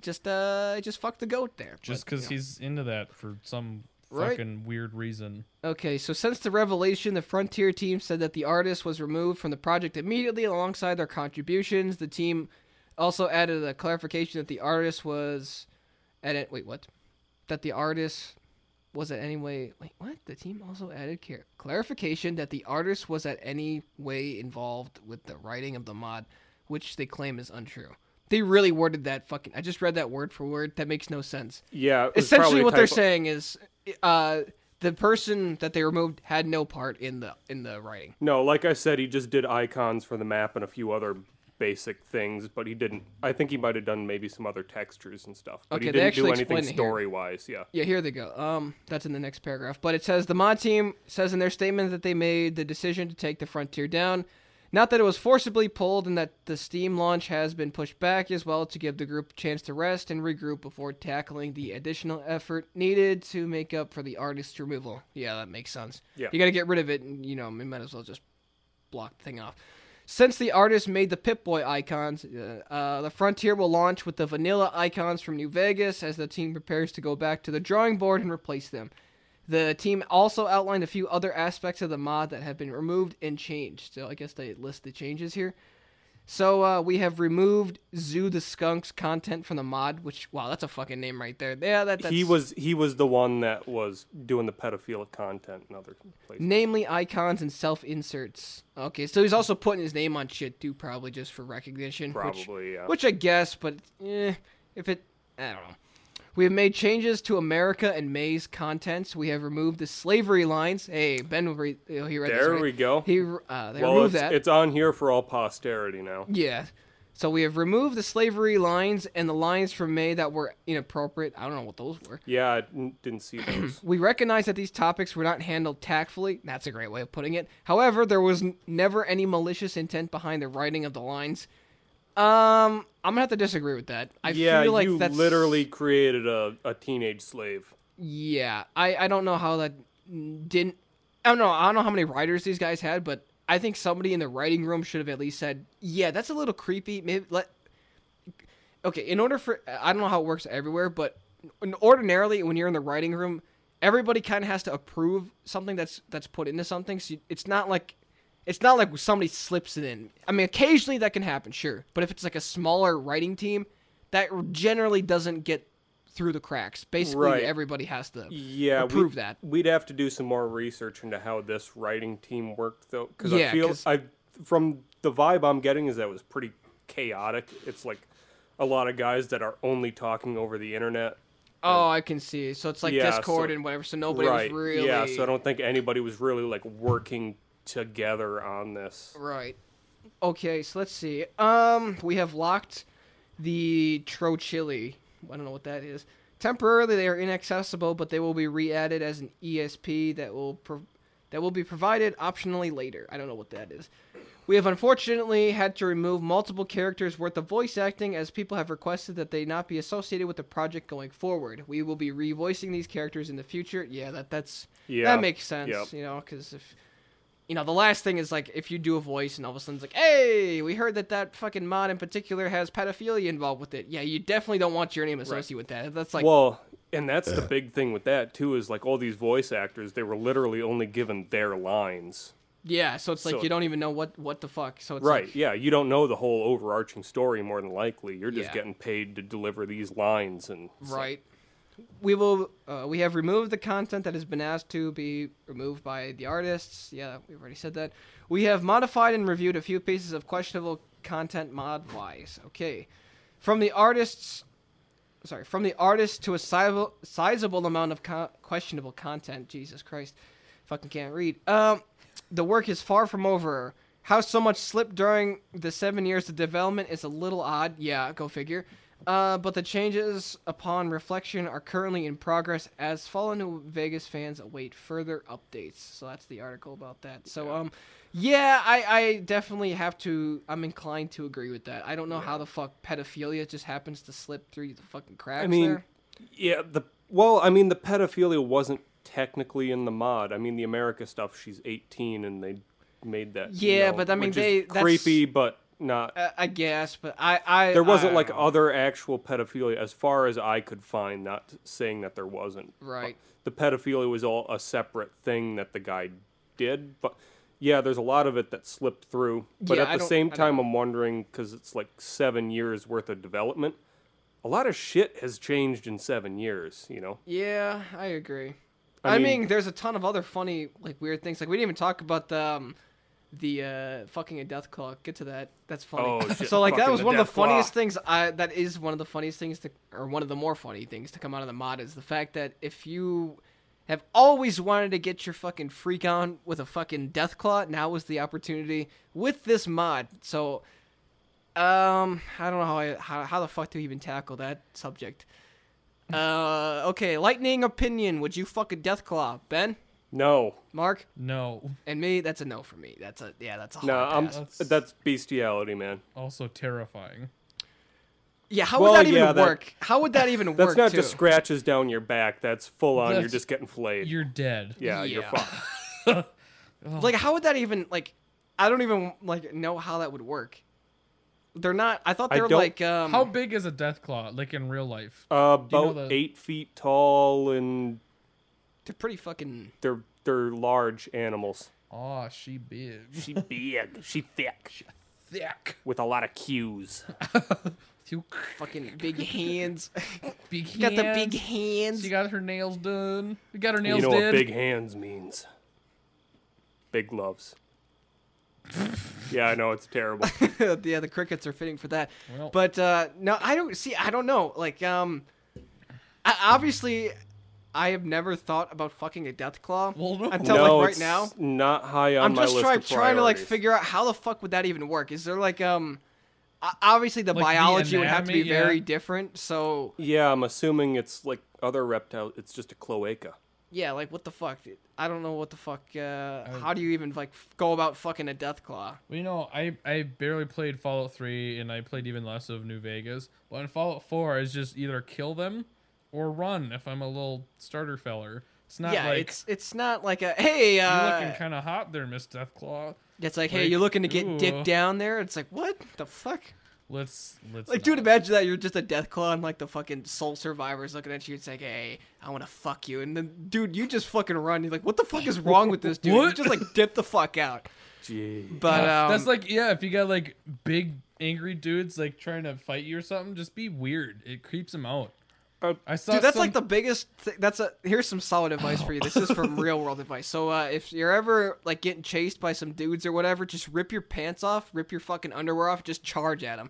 [SPEAKER 1] just uh, just fuck the goat there.
[SPEAKER 3] just
[SPEAKER 1] But, you
[SPEAKER 3] because
[SPEAKER 1] know.
[SPEAKER 3] he's into that for some
[SPEAKER 1] Right.
[SPEAKER 3] fucking weird reason.
[SPEAKER 1] Okay, so since the revelation, the Frontier team said that the artist was removed from the project immediately alongside their contributions. The team also added a clarification that the artist was at it. Wait, what? That the artist was at any way. Wait, what? The team also added care, clarification that the artist was at any way involved with the writing of the mod, which they claim is untrue. They really worded that fucking. I just read that word for word. That makes no sense
[SPEAKER 2] Yeah, it was probably
[SPEAKER 1] essentially
[SPEAKER 2] a
[SPEAKER 1] what they're
[SPEAKER 2] typo-
[SPEAKER 1] saying is uh, the person that they removed had no part in the in the writing
[SPEAKER 2] No, like I said, he just did icons for the map and a few other basic things, but he didn't. I think he might have done maybe some other textures and stuff, but he
[SPEAKER 1] Okay, they
[SPEAKER 2] didn't do
[SPEAKER 1] actually
[SPEAKER 2] anything
[SPEAKER 1] explain it here.
[SPEAKER 2] story wise. Yeah.
[SPEAKER 1] yeah here they go um that's in the next paragraph but it says the mod team says in their statement that they made the decision to take the frontier down not that it was forcibly pulled and that the steam launch has been pushed back as well to give the group a chance to rest and regroup before tackling the additional effort needed to make up for the artist's removal yeah that makes sense
[SPEAKER 2] Yeah.
[SPEAKER 1] you gotta get rid of it and you know we might as well just block the thing off Since the artist made the Pip Boy icons, uh, uh, the Frontier will launch with the vanilla icons from New Vegas as the team prepares to go back to the drawing board and replace them. The team also outlined a few other aspects of the mod that have been removed and changed. So I guess they list the changes here. So uh, we have removed Zoo the Skunk's content from the mod, which wow, that's a fucking name right there. Yeah, that that's,
[SPEAKER 2] He was he was the one that was doing the pedophilic content in other places.
[SPEAKER 1] Namely, icons and self inserts. Okay, so he's also putting his name on shit too, probably just for recognition. which-
[SPEAKER 2] Probably, yeah.
[SPEAKER 1] Which I guess, but eh, if it, I don't know. We have made changes to America and May's contents. We have removed the slavery lines. Hey, Ben, will read, oh, he read this.
[SPEAKER 2] There
[SPEAKER 1] right?
[SPEAKER 2] we go.
[SPEAKER 1] He uh, they
[SPEAKER 2] well,
[SPEAKER 1] removed
[SPEAKER 2] it's,
[SPEAKER 1] that.
[SPEAKER 2] it's on here for all posterity now.
[SPEAKER 1] Yeah. So we have removed the slavery lines and the lines from May that were inappropriate. I don't know what those were.
[SPEAKER 2] Yeah, I didn't didn't see those.
[SPEAKER 1] We recognize that these topics were not handled tactfully. That's a great way of putting it. However, there was n- never any malicious intent behind the writing of the lines. Um, I'm gonna have to disagree with that. I
[SPEAKER 2] yeah,
[SPEAKER 1] feel like
[SPEAKER 2] you
[SPEAKER 1] that's
[SPEAKER 2] literally created a, a teenage slave.
[SPEAKER 1] Yeah, I I don't know how that didn't. I don't know. I don't know how many writers these guys had, but I think somebody in the writing room should have at least said, "Yeah, that's a little creepy." Maybe let. Okay, in order for I don't know how it works everywhere, but n- ordinarily when you're in the writing room, everybody kind of has to approve something that's that's put into something. So you- it's not like it's not like somebody slips it in. I mean, occasionally that can happen, sure, but if it's like a smaller writing team, that generally doesn't get through the cracks. Basically,
[SPEAKER 2] Right.
[SPEAKER 1] everybody has to
[SPEAKER 2] Yeah, we- Oh.
[SPEAKER 1] approve that.
[SPEAKER 2] We'd have to do some more research into how this writing team worked, though, because
[SPEAKER 1] Yeah,
[SPEAKER 2] I feel
[SPEAKER 1] 'cause-
[SPEAKER 2] I from the vibe I'm getting is that it was pretty chaotic. It's like a lot of guys that are only talking over the internet.
[SPEAKER 1] Oh, I can see. So it's like
[SPEAKER 2] Yeah,
[SPEAKER 1] Discord
[SPEAKER 2] so-
[SPEAKER 1] and whatever. So nobody
[SPEAKER 2] right?
[SPEAKER 1] was really
[SPEAKER 2] Yeah, so I don't think anybody was really like working together on this.
[SPEAKER 1] right. Okay, so let's see. Um, we have locked the Tro Chili. I don't know what that is. Temporarily, they are inaccessible, but they will be re-added as an ESP that will pro- that will be provided optionally later. I don't know what that is. We have unfortunately had to remove multiple characters worth of voice acting as people have requested that they not be associated with the project going forward. We will be revoicing these characters in the future. Yeah, that that's
[SPEAKER 2] Yeah,
[SPEAKER 1] that makes sense.
[SPEAKER 2] yep.
[SPEAKER 1] You know, because if you know, the last thing is like if you do a voice and all of a sudden it's like, hey, we heard that that fucking mod in particular has pedophilia involved with it. Yeah, you definitely don't want your name associated with that. That's like,
[SPEAKER 2] Well, and that's the big thing with that too is like all these voice actors, they were literally only given their lines.
[SPEAKER 1] Yeah, so it's like
[SPEAKER 2] So-
[SPEAKER 1] you don't even know what what the fuck. So it's
[SPEAKER 2] Right.
[SPEAKER 1] like-
[SPEAKER 2] Yeah. You don't know the whole overarching story more than likely. You're just
[SPEAKER 1] Yeah.
[SPEAKER 2] getting paid to deliver these lines and it's like,
[SPEAKER 1] Right. We will. Uh, we have removed the content that has been asked to be removed by the artists. Yeah, we've already said that. We have modified and reviewed a few pieces of questionable content mod wise. Okay, from the artists. Sorry, from the artists to a sizable, sizable amount of co- questionable content. Jesus Christ, fucking can't read. Um, the work is far from over. How so much slipped during the seven years of development is a little odd. Yeah, go figure. Uh, but the changes upon reflection are currently in progress as Fallen New Vegas fans await further updates. So that's the article about that. So um, yeah, I, I definitely have to. I'm inclined to agree with that. I don't know how the fuck pedophilia just happens to slip through the fucking cracks.
[SPEAKER 2] I mean,
[SPEAKER 1] there.
[SPEAKER 2] yeah. The well, I mean, the pedophilia wasn't technically in the mod. I mean, the America stuff. She's 18, and they made that. you
[SPEAKER 1] Yeah,
[SPEAKER 2] know,
[SPEAKER 1] but I mean,
[SPEAKER 2] which is
[SPEAKER 1] they- that's-
[SPEAKER 2] creepy, but not.
[SPEAKER 1] I, I guess, but I I
[SPEAKER 2] There wasn't
[SPEAKER 1] I-
[SPEAKER 2] like other actual pedophilia, as far as I could find. Not saying that there wasn't.
[SPEAKER 1] right.
[SPEAKER 2] the pedophilia was all a separate thing that the guy did but yeah there's a lot of it that slipped through but
[SPEAKER 1] Yeah, I
[SPEAKER 2] at the
[SPEAKER 1] don't- I
[SPEAKER 2] same
[SPEAKER 1] don't-
[SPEAKER 2] time i'm wondering because it's like seven years worth of development a lot of shit has changed in seven years you know
[SPEAKER 1] Yeah, I agree. I,
[SPEAKER 2] I
[SPEAKER 1] mean,
[SPEAKER 2] mean-
[SPEAKER 1] there's a ton of other funny, like weird things. Like we didn't even talk about the um, the uh, fucking a death clock. Get to that. That's funny.
[SPEAKER 2] Oh, shit,
[SPEAKER 1] so like that
[SPEAKER 2] fucking
[SPEAKER 1] was
[SPEAKER 2] a
[SPEAKER 1] one of the
[SPEAKER 2] death clock.
[SPEAKER 1] funniest things. I that is one of the funniest things to, or one of the more funny things to come out of the mod is the fact that if you have always wanted to get your fucking freak on with a fucking death claw, now is the opportunity with this mod. So. Um, I don't know how, I, how how the fuck do we even tackle that subject. Uh, okay, lightning opinion. Would you fuck a death claw, Ben,
[SPEAKER 2] no
[SPEAKER 1] Mark,
[SPEAKER 3] No.
[SPEAKER 1] and me? That's a no for me. That's a Oh, yeah. That's a hard
[SPEAKER 2] no i'm
[SPEAKER 1] pass.
[SPEAKER 3] That's-
[SPEAKER 2] that's bestiality man
[SPEAKER 3] Also terrifying.
[SPEAKER 1] Yeah, how
[SPEAKER 2] Well,
[SPEAKER 1] would that even
[SPEAKER 2] yeah, that-
[SPEAKER 1] work? How would that even
[SPEAKER 2] that's
[SPEAKER 1] work?
[SPEAKER 2] not
[SPEAKER 1] too?
[SPEAKER 2] just scratches down your back that's full on you're
[SPEAKER 3] That's-
[SPEAKER 2] just getting flayed
[SPEAKER 3] You're dead.
[SPEAKER 2] yeah, you're
[SPEAKER 1] Yeah.
[SPEAKER 2] fucked
[SPEAKER 1] like how would that even like? I don't even like know how that would work. They're not. I thought
[SPEAKER 2] I
[SPEAKER 1] they were
[SPEAKER 2] don't-
[SPEAKER 1] like um.
[SPEAKER 3] How big is a death claw like in real life?
[SPEAKER 2] uh,
[SPEAKER 3] you know
[SPEAKER 2] about
[SPEAKER 3] the-
[SPEAKER 2] eight feet tall and
[SPEAKER 1] they're pretty fucking.
[SPEAKER 2] they're they're large animals
[SPEAKER 3] Aw, she big.
[SPEAKER 2] she big she thick
[SPEAKER 3] Thick.
[SPEAKER 2] with a lot of cues
[SPEAKER 3] Two
[SPEAKER 1] Fucking big hands.
[SPEAKER 3] big
[SPEAKER 1] Got the big
[SPEAKER 3] hands.
[SPEAKER 1] hands.
[SPEAKER 3] She got her nails done. We got her nails
[SPEAKER 2] You know
[SPEAKER 3] did.
[SPEAKER 2] what big hands means? Big gloves. yeah, I know it's terrible.
[SPEAKER 1] yeah, the crickets are fitting for that.
[SPEAKER 3] Well-
[SPEAKER 1] but uh, no, I don't see. I don't know. Like, um, I, obviously, I have never thought about fucking a death claw
[SPEAKER 3] Well, no.
[SPEAKER 1] until
[SPEAKER 2] no,
[SPEAKER 1] like right
[SPEAKER 2] it's
[SPEAKER 1] now.
[SPEAKER 2] not high on
[SPEAKER 1] I'm
[SPEAKER 2] my
[SPEAKER 1] just
[SPEAKER 2] list
[SPEAKER 1] try,
[SPEAKER 2] of
[SPEAKER 1] trying to like
[SPEAKER 2] priorities.
[SPEAKER 1] figure out how the fuck would that even work. Is there like um, o- obviously the
[SPEAKER 3] Like, the
[SPEAKER 1] biology would have to be
[SPEAKER 3] anatomy, yeah.
[SPEAKER 1] very different. So
[SPEAKER 2] Yeah, I'm assuming it's like other reptiles. It's just a cloaca.
[SPEAKER 1] yeah, like what the fuck? I don't know what the fuck. Uh, how do you even like f- go about fucking a death claw?
[SPEAKER 3] Well, you know, I, I barely played Fallout 3 and I played even less of New Vegas. But in Fallout 4, it's just either kill them or run if I'm a little starter feller. It's not
[SPEAKER 1] yeah,
[SPEAKER 3] like
[SPEAKER 1] it's it's not like a hey.
[SPEAKER 3] you're
[SPEAKER 1] Uh,
[SPEAKER 3] looking kind of hot there, Miss Deathclaw.
[SPEAKER 1] It's like, hey,
[SPEAKER 3] Like,
[SPEAKER 1] you're looking to get dick
[SPEAKER 3] ooh.
[SPEAKER 1] down there. It's like, what the fuck?
[SPEAKER 3] Let's let's
[SPEAKER 1] Like,
[SPEAKER 3] not.
[SPEAKER 1] dude, imagine that you're just a death claw and like the fucking soul survivor's looking at you. It's like, hey, I want to fuck you. And then, dude, you just fucking run. You're like, what the fuck is wrong with this dude? You
[SPEAKER 3] What?
[SPEAKER 1] just like dip the fuck out.
[SPEAKER 2] Gee.
[SPEAKER 1] But um,
[SPEAKER 3] That's like yeah, if you got like big angry dudes like trying to fight you or something, just be weird. It creeps them out.
[SPEAKER 2] Uh,
[SPEAKER 3] I saw
[SPEAKER 1] Dude, that's
[SPEAKER 3] some-
[SPEAKER 1] like the biggest. Th- that's a here's some solid advice for you. This is from real world advice. So uh, if you're ever like getting chased by some dudes or whatever, just rip your pants off, rip your fucking underwear off, just charge at them.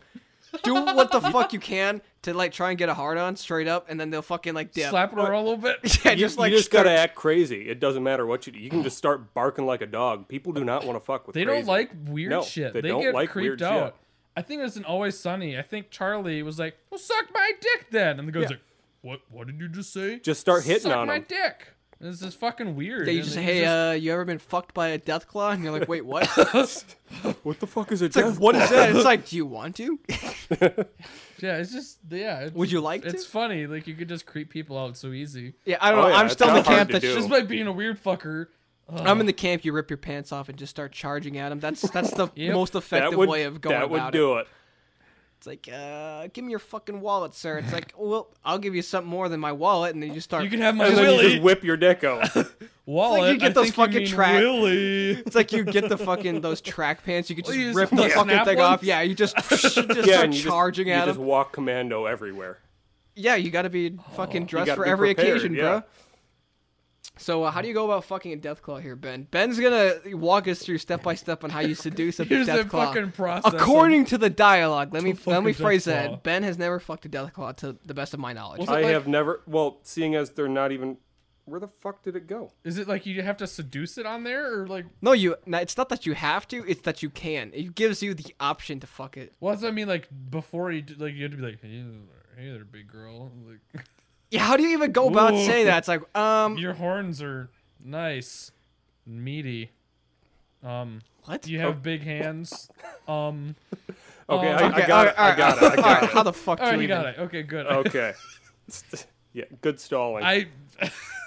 [SPEAKER 1] Do what the fuck you can to like try and get a hard on straight up, and then they'll fucking like dip.
[SPEAKER 3] slap her a little bit.
[SPEAKER 1] Yeah,
[SPEAKER 2] You
[SPEAKER 1] just
[SPEAKER 2] you
[SPEAKER 1] like
[SPEAKER 2] just gotta
[SPEAKER 1] start-
[SPEAKER 2] act crazy. It doesn't matter what you do. You can just start barking like a dog. People do not want to fuck with.
[SPEAKER 3] They
[SPEAKER 2] crazy.
[SPEAKER 3] don't like weird
[SPEAKER 2] No,
[SPEAKER 3] shit.
[SPEAKER 2] they
[SPEAKER 3] They,
[SPEAKER 2] don't
[SPEAKER 3] get
[SPEAKER 2] like weird
[SPEAKER 3] creeped
[SPEAKER 2] shit.
[SPEAKER 3] out. I think it was an Always Sunny. I think Charlie was like, "Well, suck my dick then," and the guy's
[SPEAKER 2] Yeah.
[SPEAKER 3] like, "What? What did you just say?"
[SPEAKER 2] Just start hitting
[SPEAKER 3] suck
[SPEAKER 2] on
[SPEAKER 3] my
[SPEAKER 2] 'em.
[SPEAKER 3] dick. This is fucking weird.
[SPEAKER 1] Yeah, you
[SPEAKER 3] and
[SPEAKER 1] just say,
[SPEAKER 3] then
[SPEAKER 1] hey, uh, you ever been fucked by a death claw? And you're like, wait, what? it's
[SPEAKER 2] What the fuck is a
[SPEAKER 1] like,
[SPEAKER 2] death
[SPEAKER 1] what is
[SPEAKER 2] claw?
[SPEAKER 1] that? It's like, do you want to?
[SPEAKER 3] yeah, it's just yeah. It's,
[SPEAKER 1] uh, Would you like to?
[SPEAKER 3] It's funny. Like you could just creep people out so easy.
[SPEAKER 1] Yeah, I don't
[SPEAKER 2] Oh,
[SPEAKER 1] know.
[SPEAKER 2] yeah,
[SPEAKER 1] I'm
[SPEAKER 2] it's
[SPEAKER 1] still in the
[SPEAKER 2] not hard
[SPEAKER 1] camp
[SPEAKER 2] to
[SPEAKER 1] that's
[SPEAKER 2] do.
[SPEAKER 1] just.
[SPEAKER 3] Just by being a weird fucker. Ugh.
[SPEAKER 2] Uh-huh.
[SPEAKER 1] I'm in the camp. You rip your pants off and just start charging at them. That's that's the
[SPEAKER 3] Yep.
[SPEAKER 1] most
[SPEAKER 2] That
[SPEAKER 1] effective
[SPEAKER 2] would
[SPEAKER 1] way of going
[SPEAKER 2] that would
[SPEAKER 1] about it.
[SPEAKER 2] do it.
[SPEAKER 1] It's like, uh, give me your fucking wallet, sir. It's like, well, I'll give you something more than my wallet, and then you just start.
[SPEAKER 3] You can have my
[SPEAKER 2] And then you
[SPEAKER 3] Willie.
[SPEAKER 2] just whip your dick out.
[SPEAKER 3] wallet.
[SPEAKER 1] you get
[SPEAKER 3] I
[SPEAKER 1] those
[SPEAKER 3] think
[SPEAKER 1] fucking
[SPEAKER 3] mean
[SPEAKER 1] track-
[SPEAKER 3] Willy.
[SPEAKER 1] It's like you get the fucking those track pants. You could just
[SPEAKER 3] you just
[SPEAKER 1] rip
[SPEAKER 3] put
[SPEAKER 1] the
[SPEAKER 3] the
[SPEAKER 1] fucking
[SPEAKER 3] snap
[SPEAKER 1] thing
[SPEAKER 3] ones?
[SPEAKER 1] off. Yeah, you just, you just
[SPEAKER 2] yeah,
[SPEAKER 1] start
[SPEAKER 2] and you just-
[SPEAKER 1] charging
[SPEAKER 2] you
[SPEAKER 1] at
[SPEAKER 2] just
[SPEAKER 1] him.
[SPEAKER 2] walk commando everywhere.
[SPEAKER 1] Yeah, you got to be fucking dressed
[SPEAKER 2] Oh, gotta
[SPEAKER 1] for
[SPEAKER 2] be
[SPEAKER 1] every
[SPEAKER 2] prepared,
[SPEAKER 1] occasion,
[SPEAKER 2] yeah.
[SPEAKER 1] bro. So uh, how do you go about fucking Deathclaw here, Ben? Ben's gonna walk us through step by step on how you seduce a
[SPEAKER 3] Here's the
[SPEAKER 1] Deathclaw.
[SPEAKER 3] fucking process. of-
[SPEAKER 1] According to the dialogue, let me
[SPEAKER 3] fuck
[SPEAKER 1] let me
[SPEAKER 3] a
[SPEAKER 1] phrase
[SPEAKER 3] Deathclaw.
[SPEAKER 1] that. Ben has never fucked a Deathclaw to the best of my knowledge.
[SPEAKER 3] Was it
[SPEAKER 2] I
[SPEAKER 3] like-
[SPEAKER 2] have never. Well, seeing as they're not even. Where the fuck did it go?
[SPEAKER 3] Is it like you have to seduce it on there, or like?
[SPEAKER 1] No, you. No, it's not that you have to. It's that you can. It gives you the option to fuck it.
[SPEAKER 3] What does that mean? Like before you, do, like you had to be like, hey, there- hey there, big girl. Like
[SPEAKER 1] Yeah, how do you even go about
[SPEAKER 3] Ooh.
[SPEAKER 1] saying that? It's like, um,
[SPEAKER 3] your horns are nice, and meaty. Um,
[SPEAKER 1] what?
[SPEAKER 3] you
[SPEAKER 2] Oh.
[SPEAKER 3] have big hands. Um,
[SPEAKER 2] Okay,
[SPEAKER 3] Um,
[SPEAKER 2] I, I got it. I got it. I got
[SPEAKER 1] Alright, how the fuck?
[SPEAKER 3] all
[SPEAKER 1] do
[SPEAKER 3] right, you
[SPEAKER 1] even-
[SPEAKER 3] got it. Okay, good.
[SPEAKER 2] it. Okay. Yeah, good stalling.
[SPEAKER 3] I.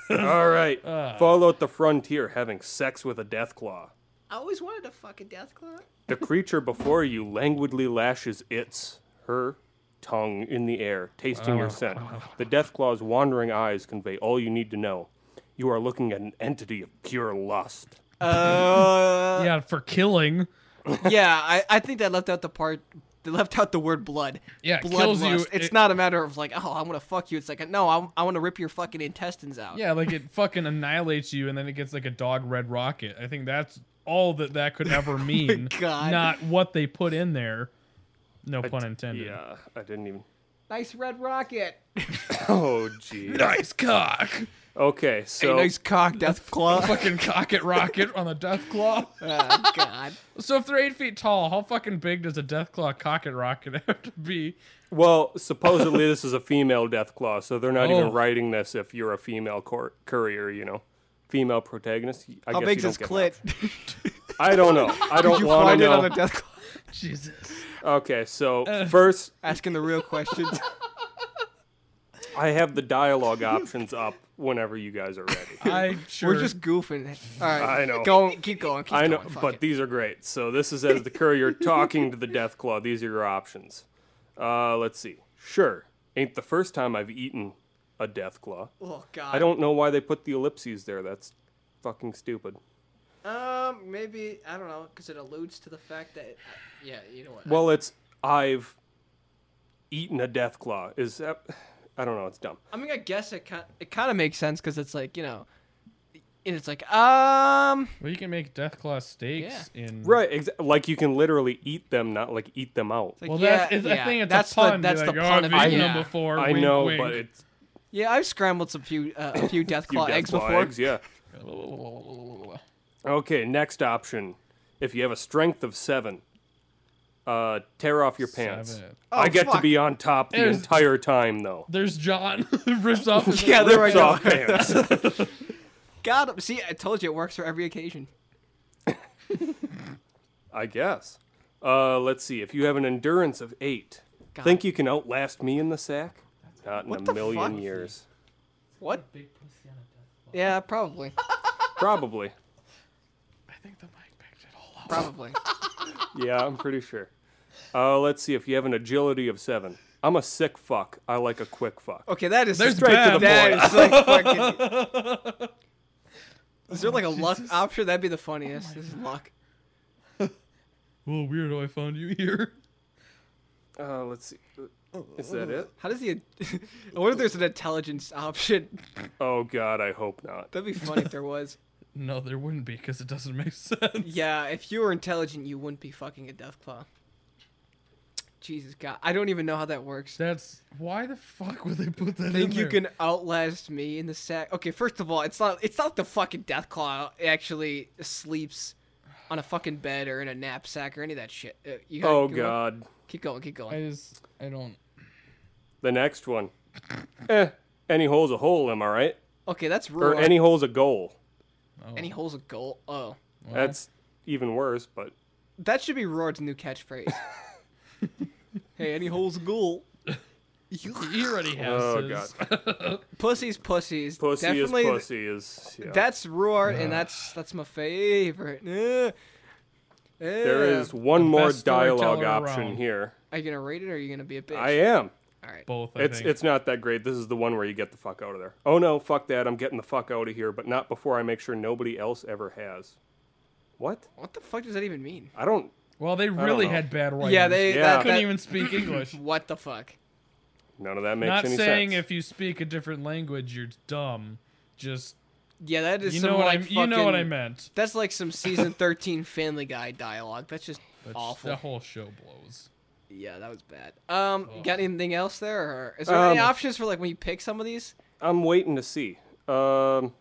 [SPEAKER 2] All right.
[SPEAKER 3] Uh.
[SPEAKER 2] Follow at the frontier having sex with a death claw.
[SPEAKER 1] I always wanted to fuck a Deathclaw.
[SPEAKER 2] The creature before you languidly lashes its, her, tongue in the air, tasting your scent. The death claw's wandering eyes convey all you need to know. You are looking at an entity of pure lust.
[SPEAKER 1] Uh,
[SPEAKER 3] yeah, for killing.
[SPEAKER 1] yeah. I, I think that left out the part. They left out the word blood.
[SPEAKER 3] Yeah, it kills
[SPEAKER 1] bloodlust.
[SPEAKER 3] you.
[SPEAKER 1] It's
[SPEAKER 3] It-
[SPEAKER 1] not a matter of like, oh, I want to fuck you. It's like, no, I, I want to rip your fucking intestines out.
[SPEAKER 3] Yeah, like it fucking annihilates you, and then it gets like a dog red rocket. I think that's all that that could ever mean.
[SPEAKER 1] Oh God.
[SPEAKER 3] Not what they put in there. No pun intended.
[SPEAKER 2] Yeah, I didn't even.
[SPEAKER 1] Nice red rocket.
[SPEAKER 2] Oh, jeez.
[SPEAKER 3] Nice cock.
[SPEAKER 2] Okay, so.
[SPEAKER 1] Hey, nice cock, Deathclaw.
[SPEAKER 3] fucking cock it rocket on a death claw.
[SPEAKER 1] oh, God.
[SPEAKER 3] So if they're eight feet tall, how fucking big does a death claw cock it rocket have to be?
[SPEAKER 2] Well, supposedly this is a female death claw, so they're not
[SPEAKER 3] Oh.
[SPEAKER 2] even writing this if you're a female cour- courier, you know. Female protagonist. I
[SPEAKER 1] How
[SPEAKER 2] guess
[SPEAKER 1] big's
[SPEAKER 2] you
[SPEAKER 1] his
[SPEAKER 2] don't get
[SPEAKER 1] clit?
[SPEAKER 2] an option. I don't know. I don't
[SPEAKER 1] you
[SPEAKER 2] want
[SPEAKER 1] find
[SPEAKER 2] to
[SPEAKER 1] it
[SPEAKER 2] know.
[SPEAKER 1] on Uh. a Deathclaw?
[SPEAKER 3] Jesus.
[SPEAKER 2] okay, so first
[SPEAKER 1] Asking the real questions.
[SPEAKER 2] I have the dialogue options up whenever you guys are ready.
[SPEAKER 3] I sure.
[SPEAKER 1] We're just goofing. All right,
[SPEAKER 2] I know.
[SPEAKER 1] Go, keep going. Keep
[SPEAKER 2] I know,
[SPEAKER 1] going, fuck
[SPEAKER 2] but
[SPEAKER 1] it.
[SPEAKER 2] these are great. So this is as the courier talking to the death claw. These are your options. Uh, let's see. Sure, ain't the first time I've eaten a death claw.
[SPEAKER 1] oh god.
[SPEAKER 2] I don't know why they put the ellipses there. That's fucking stupid.
[SPEAKER 1] Um, maybe I don't know because it alludes to the fact that. Yeah, you know what?
[SPEAKER 2] Well, it's I've eaten a death claw. Is that? I don't know. It's dumb.
[SPEAKER 1] I mean, I guess it kind it kind of makes sense because it's like you know, and it's like um.
[SPEAKER 3] well, you can make death claw steaks in.
[SPEAKER 2] Right. Ex- like you can literally eat them, not like eat them out.
[SPEAKER 1] it's like,
[SPEAKER 3] Well,
[SPEAKER 1] yeah,
[SPEAKER 3] that's, it's,
[SPEAKER 1] yeah,
[SPEAKER 3] I think it's
[SPEAKER 1] that's
[SPEAKER 3] a pun.
[SPEAKER 1] The, that's
[SPEAKER 3] like,
[SPEAKER 1] the
[SPEAKER 3] oh,
[SPEAKER 1] pun of
[SPEAKER 3] I've
[SPEAKER 1] it.
[SPEAKER 3] eaten
[SPEAKER 1] Yeah.
[SPEAKER 3] them before.
[SPEAKER 2] I
[SPEAKER 3] wink,
[SPEAKER 2] know,
[SPEAKER 3] wink.
[SPEAKER 2] but it's
[SPEAKER 1] yeah, I've scrambled some few uh, a few death
[SPEAKER 2] few
[SPEAKER 1] claw
[SPEAKER 2] death
[SPEAKER 1] eggs
[SPEAKER 2] claw
[SPEAKER 1] before.
[SPEAKER 2] eggs. Yeah. Okay, next option. If you have a strength of seven, uh, tear off your pants.
[SPEAKER 3] Seven.
[SPEAKER 2] I get to
[SPEAKER 1] Oh, fuck.
[SPEAKER 2] be on top the
[SPEAKER 3] There's-
[SPEAKER 2] entire time, though.
[SPEAKER 3] There's John rips off. His
[SPEAKER 1] Yeah, there I
[SPEAKER 2] Rips
[SPEAKER 1] go.
[SPEAKER 2] off pants.
[SPEAKER 1] God, see, I told you it works for every occasion.
[SPEAKER 2] I guess. Uh, let's see. If you have an endurance of eight,
[SPEAKER 1] God.
[SPEAKER 2] think you can outlast me in the sack? Not in
[SPEAKER 1] What
[SPEAKER 2] a
[SPEAKER 1] the
[SPEAKER 2] million
[SPEAKER 1] fuck?
[SPEAKER 2] years.
[SPEAKER 1] What? Yeah, probably,
[SPEAKER 2] Probably.
[SPEAKER 3] I think the mic picked it all up.
[SPEAKER 1] probably.
[SPEAKER 2] Yeah, I'm pretty sure. Uh, let's see. If you have an agility of seven, I'm a sick fuck. I like a quick fuck.
[SPEAKER 1] Okay, that is
[SPEAKER 3] There's
[SPEAKER 2] Straight to the
[SPEAKER 1] That
[SPEAKER 2] point.
[SPEAKER 1] is like fucking. Is there like a luck option? That'd be the funniest. this is luck.
[SPEAKER 3] Well, weirdo, I found you here.
[SPEAKER 2] Uh, let's see. Is that it?
[SPEAKER 1] How does he? I wonder if there's an intelligence option.
[SPEAKER 2] Oh God, I hope not.
[SPEAKER 1] That'd be funny if there was.
[SPEAKER 3] No, there wouldn't be because it doesn't make sense.
[SPEAKER 1] Yeah, if you were intelligent, you wouldn't be fucking a deathclaw. Jesus God, I don't even know how that works.
[SPEAKER 3] That's why the fuck would they put that?
[SPEAKER 1] Think
[SPEAKER 3] in
[SPEAKER 1] you
[SPEAKER 3] there?
[SPEAKER 1] can outlast me in the sack? Okay, first of all, it's not. It's not the fucking deathclaw actually sleeps on a fucking bed or in a knapsack or any of that shit. Uh, you gotta
[SPEAKER 2] Oh
[SPEAKER 1] keep going.
[SPEAKER 2] God.
[SPEAKER 1] Keep going. Keep going.
[SPEAKER 3] I just. I don't.
[SPEAKER 2] The next one. eh, any hole's a hole, am I right?
[SPEAKER 1] Okay, that's
[SPEAKER 2] Or
[SPEAKER 1] rude.
[SPEAKER 2] any hole's a goal.
[SPEAKER 3] Oh,
[SPEAKER 1] Any hole's a goal. Oh,
[SPEAKER 3] well,
[SPEAKER 2] That's even worse, but
[SPEAKER 1] that should be Roar's new catchphrase. hey, any hole's a goal.
[SPEAKER 3] He already has.
[SPEAKER 2] Oh,
[SPEAKER 3] his.
[SPEAKER 1] Pussy's pussies.
[SPEAKER 2] pussy
[SPEAKER 1] Definitely,
[SPEAKER 2] is pussy is. Yeah.
[SPEAKER 1] That's Roar, and that's that's my favorite. Uh,
[SPEAKER 2] there is one more
[SPEAKER 3] best storyteller
[SPEAKER 2] dialogue option
[SPEAKER 3] around.
[SPEAKER 2] here.
[SPEAKER 1] Are you gonna rate it, or are you gonna be a bitch?
[SPEAKER 2] I am.
[SPEAKER 1] All right.
[SPEAKER 3] Both. I
[SPEAKER 2] It's
[SPEAKER 3] think.
[SPEAKER 2] it's not that great. This is the one where you get the fuck out of there. Oh no, fuck that. I'm getting the fuck out of here, but not before I make sure nobody else ever has. What?
[SPEAKER 1] What the fuck does that even mean?
[SPEAKER 2] I don't.
[SPEAKER 3] well, they really
[SPEAKER 2] know.
[SPEAKER 3] had bad writing.
[SPEAKER 1] Yeah, they
[SPEAKER 2] Yeah.
[SPEAKER 1] That,
[SPEAKER 2] Couldn't
[SPEAKER 3] couldn't
[SPEAKER 1] that-
[SPEAKER 3] even speak English.
[SPEAKER 1] What the fuck?
[SPEAKER 2] None of that makes
[SPEAKER 3] Not
[SPEAKER 2] any
[SPEAKER 3] saying
[SPEAKER 2] sense.
[SPEAKER 3] if you speak a different language you're dumb. Just
[SPEAKER 1] Yeah, that is
[SPEAKER 3] you
[SPEAKER 1] some
[SPEAKER 3] know what I
[SPEAKER 1] like
[SPEAKER 3] you know what I
[SPEAKER 1] fucking-
[SPEAKER 3] meant.
[SPEAKER 1] That's like some season thirteen Family Guy dialogue. That's just
[SPEAKER 3] That's,
[SPEAKER 1] awful.
[SPEAKER 3] That whole show blows.
[SPEAKER 1] Yeah, that was bad. Um,
[SPEAKER 3] Oh.
[SPEAKER 1] got anything else there? Or is there any
[SPEAKER 2] Um,
[SPEAKER 1] options for like when you pick some of these?
[SPEAKER 2] I'm waiting to see. Um,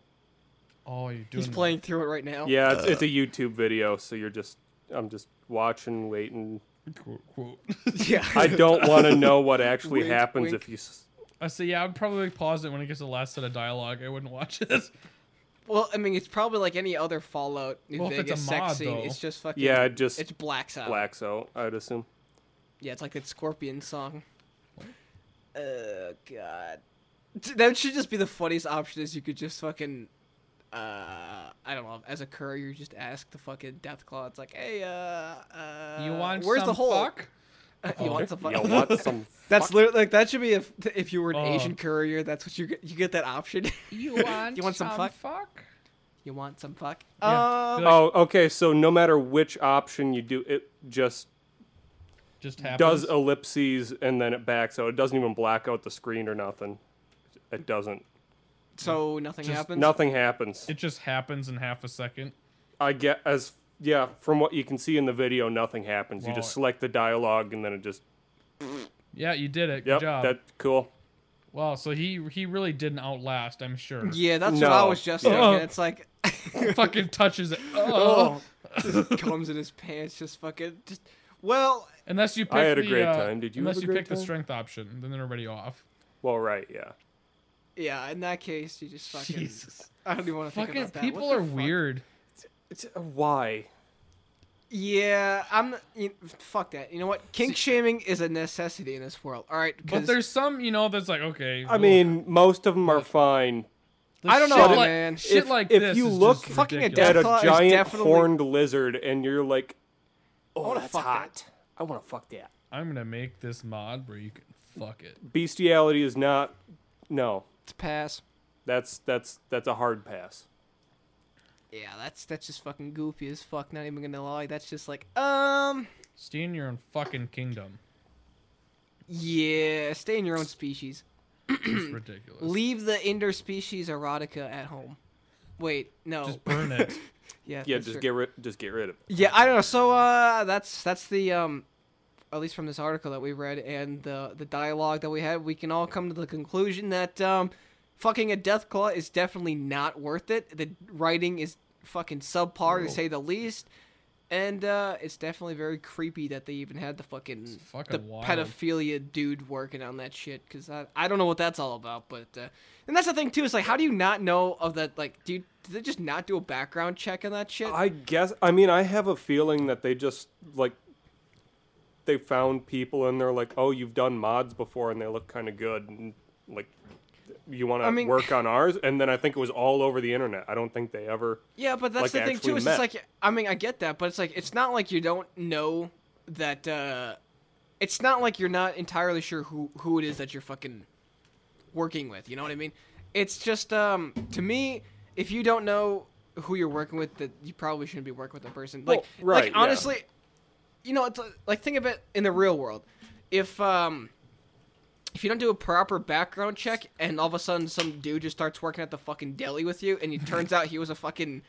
[SPEAKER 3] Oh, you're doing.
[SPEAKER 1] He's playing through it right now.
[SPEAKER 2] yeah, it's, it's a YouTube video, so you're just. I'm just watching, waiting.
[SPEAKER 3] Quote, quote.
[SPEAKER 1] yeah.
[SPEAKER 2] I don't want to know what actually
[SPEAKER 1] Wink,
[SPEAKER 2] happens
[SPEAKER 1] wink.
[SPEAKER 2] if you. s-
[SPEAKER 3] I say, yeah, I'd probably pause it when it gets to the last set of dialogue. I wouldn't watch it.
[SPEAKER 1] Uh, well, I mean, it's probably like any other Fallout New
[SPEAKER 3] Well, if it's
[SPEAKER 1] Vegas
[SPEAKER 3] a
[SPEAKER 1] sex
[SPEAKER 3] mod,
[SPEAKER 1] scene.
[SPEAKER 3] though.
[SPEAKER 1] It's just fucking.
[SPEAKER 2] Yeah, it just
[SPEAKER 1] It's blacks out.
[SPEAKER 2] blacks out. I'd assume.
[SPEAKER 1] Yeah, it's like that Scorpion song. Oh God, that should just be the funniest option. Is you could just fucking, uh, I don't know. As a courier, you just ask the fucking Deathclaw. It's like, hey, uh, uh,
[SPEAKER 3] you want
[SPEAKER 1] where's
[SPEAKER 3] some
[SPEAKER 1] the hole?
[SPEAKER 3] fuck?
[SPEAKER 1] you want some fuck?
[SPEAKER 2] You want some?
[SPEAKER 1] That's literally like that should be if if you were an
[SPEAKER 3] Oh.
[SPEAKER 1] Asian courier, that's what you get. You get that option.
[SPEAKER 3] You want?
[SPEAKER 1] You want some some fuck?
[SPEAKER 3] fuck?
[SPEAKER 1] you want some fuck?
[SPEAKER 3] Yeah.
[SPEAKER 1] Um,
[SPEAKER 3] Be like,
[SPEAKER 2] Oh, okay. So no matter which option you do, it just
[SPEAKER 3] Just happens.
[SPEAKER 2] does ellipses and then it backs out. It doesn't even black out the screen or nothing. It doesn't.
[SPEAKER 1] so nothing
[SPEAKER 3] Just
[SPEAKER 1] happens.
[SPEAKER 2] Nothing happens.
[SPEAKER 3] it just happens in half a second.
[SPEAKER 2] I get as yeah, from what you can see in the video, nothing happens. you
[SPEAKER 3] Wow.
[SPEAKER 2] just select the dialogue and then it just
[SPEAKER 3] Yeah, you did it.
[SPEAKER 2] yep,
[SPEAKER 3] Good job.
[SPEAKER 2] that cool.
[SPEAKER 3] Wow, so he he really didn't outlast, I'm sure.
[SPEAKER 1] Yeah, that's what I
[SPEAKER 2] No.
[SPEAKER 1] was just thinking.
[SPEAKER 3] Uh.
[SPEAKER 1] It's like.
[SPEAKER 3] Fucking touches it.
[SPEAKER 1] Oh,
[SPEAKER 3] Oh.
[SPEAKER 1] just comes in his pants, just fucking. Just, well,
[SPEAKER 3] Unless you pick
[SPEAKER 2] I had a
[SPEAKER 3] the,
[SPEAKER 2] great
[SPEAKER 3] uh,
[SPEAKER 2] time. Did you
[SPEAKER 3] Unless
[SPEAKER 2] have a
[SPEAKER 3] you
[SPEAKER 2] great
[SPEAKER 3] pick the
[SPEAKER 2] time?
[SPEAKER 3] strength option, then they're already off.
[SPEAKER 2] Well, right, yeah.
[SPEAKER 1] yeah. In that case, you just fucking.
[SPEAKER 3] Jesus.
[SPEAKER 1] I don't even want to think
[SPEAKER 3] Fucking
[SPEAKER 1] about that. What
[SPEAKER 3] people
[SPEAKER 1] the
[SPEAKER 3] are
[SPEAKER 1] fuck?
[SPEAKER 3] weird.
[SPEAKER 2] It's uh, why
[SPEAKER 1] Yeah, I'm. not- You, fuck that. You know what? Kink shaming is a necessity in this world. All right,
[SPEAKER 3] But
[SPEAKER 1] because
[SPEAKER 3] there's some, you know, that's like okay.
[SPEAKER 2] I mean most of them are fine.
[SPEAKER 3] there's
[SPEAKER 1] I don't
[SPEAKER 3] shit
[SPEAKER 1] know,
[SPEAKER 3] like,
[SPEAKER 1] man.
[SPEAKER 3] Shit
[SPEAKER 2] If-
[SPEAKER 3] like
[SPEAKER 2] if
[SPEAKER 3] this
[SPEAKER 2] you
[SPEAKER 3] is
[SPEAKER 2] look
[SPEAKER 3] just
[SPEAKER 1] fucking uh, at
[SPEAKER 2] At
[SPEAKER 3] ridiculous.
[SPEAKER 2] a
[SPEAKER 1] Deathclaw is
[SPEAKER 2] giant
[SPEAKER 1] definitely-
[SPEAKER 2] horned lizard, and you're like, oh,
[SPEAKER 1] wanna
[SPEAKER 2] that's
[SPEAKER 1] fuck
[SPEAKER 2] hot.
[SPEAKER 1] that.
[SPEAKER 2] I want to fuck that.
[SPEAKER 3] I'm gonna make this mod where you can fuck it.
[SPEAKER 2] Bestiality is not. No,
[SPEAKER 1] it's pass.
[SPEAKER 2] that's that's that's a hard pass.
[SPEAKER 1] Yeah, that's that's just fucking goofy as fuck. Not even gonna lie. That's just like, um,
[SPEAKER 3] Stay in your own fucking kingdom.
[SPEAKER 1] yeah. Stay in your own species.
[SPEAKER 3] It's ridiculous.
[SPEAKER 1] Hmm. Leave the interspecies erotica at home. Wait, no.
[SPEAKER 3] Just burn it.
[SPEAKER 1] yeah,
[SPEAKER 2] Yeah,
[SPEAKER 1] that's
[SPEAKER 2] just
[SPEAKER 1] true.
[SPEAKER 2] get rid, just get rid of it.
[SPEAKER 1] Yeah, I don't know. So uh, that's that's the um, at least from this article that we read and the the dialogue that we had, we can all come to the conclusion that um, fucking a death claw is definitely not worth it. The writing is fucking subpar to say the least, and uh, it's definitely very creepy that they even had the fucking,
[SPEAKER 3] fucking
[SPEAKER 1] the
[SPEAKER 3] wild.
[SPEAKER 1] pedophilia dude working on that shit. Because I I don't know what that's all about, but uh, and that's the thing too. It's like how do you not know of that? Like, do you, did they just not do a background check on that shit?
[SPEAKER 2] I guess. I mean, I have a feeling that they just like they found people and they're like, oh, you've done mods before and they look kind of good, and like you want to
[SPEAKER 1] I mean-
[SPEAKER 2] work on ours. And then I think it was all over the internet. I don't think they ever.
[SPEAKER 1] Yeah, but that's
[SPEAKER 2] like,
[SPEAKER 1] the thing
[SPEAKER 2] actually
[SPEAKER 1] too. It's just
[SPEAKER 2] met.
[SPEAKER 1] like I mean, I get that, but it's like it's not like you don't know that. uh It's not like you're not entirely sure who who it is that you're fucking working with. You know what I mean? It's just um to me, if you don't know who you're working with, that you probably shouldn't be working with the person. Like,
[SPEAKER 2] Well, right,
[SPEAKER 1] like
[SPEAKER 2] yeah.
[SPEAKER 1] honestly, you know, it's like, like think of it in the real world. If um if you don't do a proper background check and all of a sudden some dude just starts working at the fucking deli with you and it turns out he was a fucking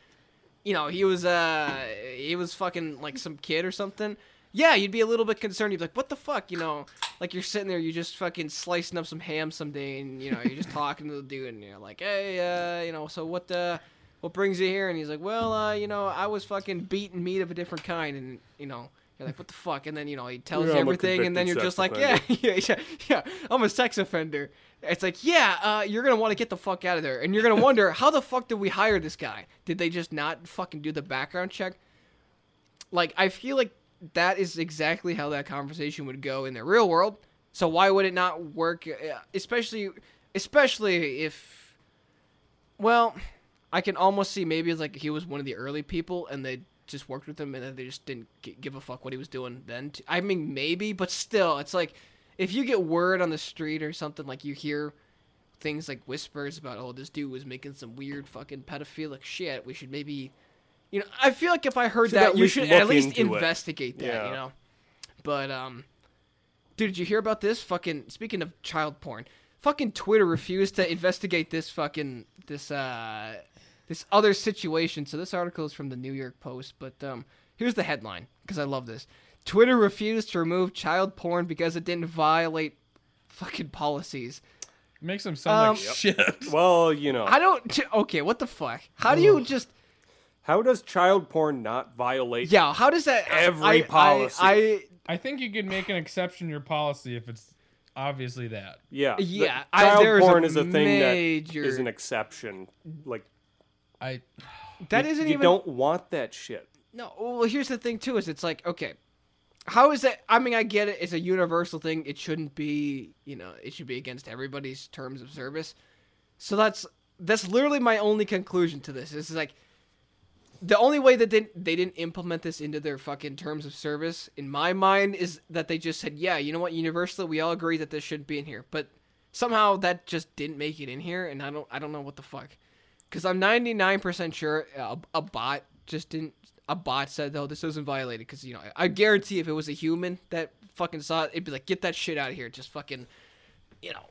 [SPEAKER 1] you know, he was uh he was fucking like some kid or something. Yeah, you'd be a little bit concerned. You'd be like, "What the fuck?" You know, like you're sitting there, you just fucking slicing up some ham someday, and you know, you're just talking to the dude, and you're like, "Hey, uh, you know, so what uh what brings you here?" And he's like, "Well, uh, you know, I was fucking beating meat of a different kind," and you know, you're like, "What the fuck?" And then you know, he tells
[SPEAKER 2] Yeah,
[SPEAKER 1] you
[SPEAKER 2] I'm a
[SPEAKER 1] everything, and then
[SPEAKER 2] convicted
[SPEAKER 1] you're
[SPEAKER 2] sex
[SPEAKER 1] just like,
[SPEAKER 2] offender.
[SPEAKER 1] "Yeah, yeah, yeah, yeah, I'm a sex offender. It's like, yeah, uh, you're gonna want to get the fuck out of there, and you're gonna wonder how the fuck did we hire this guy? Did they just not fucking do the background check? Like, I feel like that is exactly how that conversation would go in the real world. So why would it not work? uh, Especially, especially if, well, I can almost see maybe it's like he was one of the early people, and they just worked with him, and then they just didn't g- give a fuck what he was doing then. t- I mean, maybe, but still, it's like if you get word on the street or something like you hear things like whispers about oh this dude was making some weird fucking pedophilic shit, we should maybe you know, I feel like if I heard
[SPEAKER 2] Should
[SPEAKER 1] that
[SPEAKER 2] at
[SPEAKER 1] you
[SPEAKER 2] least
[SPEAKER 1] should
[SPEAKER 2] look
[SPEAKER 1] at least
[SPEAKER 2] into it.
[SPEAKER 1] investigate that,
[SPEAKER 2] Yeah.
[SPEAKER 1] you know. But um dude, did you hear about this fucking speaking of child porn? Fucking Twitter refused to investigate this fucking this uh this other situation. So this article is from the New York Post, but um, here's the headline because I love this. Twitter refused to remove child porn because it didn't violate fucking policies.
[SPEAKER 3] Makes them sound
[SPEAKER 1] Um,
[SPEAKER 3] like shit.
[SPEAKER 2] Well, you know,
[SPEAKER 1] I don't. t- Okay, what the fuck? How do you just?
[SPEAKER 2] how does child porn not violate?
[SPEAKER 1] Yeah, how does that?
[SPEAKER 2] Every
[SPEAKER 1] I- I-
[SPEAKER 2] policy.
[SPEAKER 1] I,
[SPEAKER 3] I think you could make an exception to your policy if it's obviously that.
[SPEAKER 2] yeah, the-
[SPEAKER 1] Yeah, I-
[SPEAKER 2] Child
[SPEAKER 1] there's a
[SPEAKER 2] porn is a thing that is
[SPEAKER 1] major-
[SPEAKER 2] an exception. Like
[SPEAKER 3] I
[SPEAKER 1] that
[SPEAKER 2] you,
[SPEAKER 1] isn't
[SPEAKER 2] you
[SPEAKER 1] even.
[SPEAKER 2] don't want that shit.
[SPEAKER 1] No, well, here's the thing too: is it's like okay, how is that? I mean, I get it; it's a universal thing. It shouldn't be, you know, it should be against everybody's terms of service. So that's that's literally my only conclusion to this. This is like the only way that they they didn't implement this into their fucking terms of service, in my mind, is that they just said, yeah, you know what, universally, we all agree that this shouldn't be in here, but somehow that just didn't make it in here, and I don't I don't know what the fuck because I'm 99% sure a, a bot just didn't. A bot said, "No, this doesn't violate it," because you know I, I guarantee if it was a human that fucking saw it, it'd be like, "Get that shit out of here!" Just fucking, you know,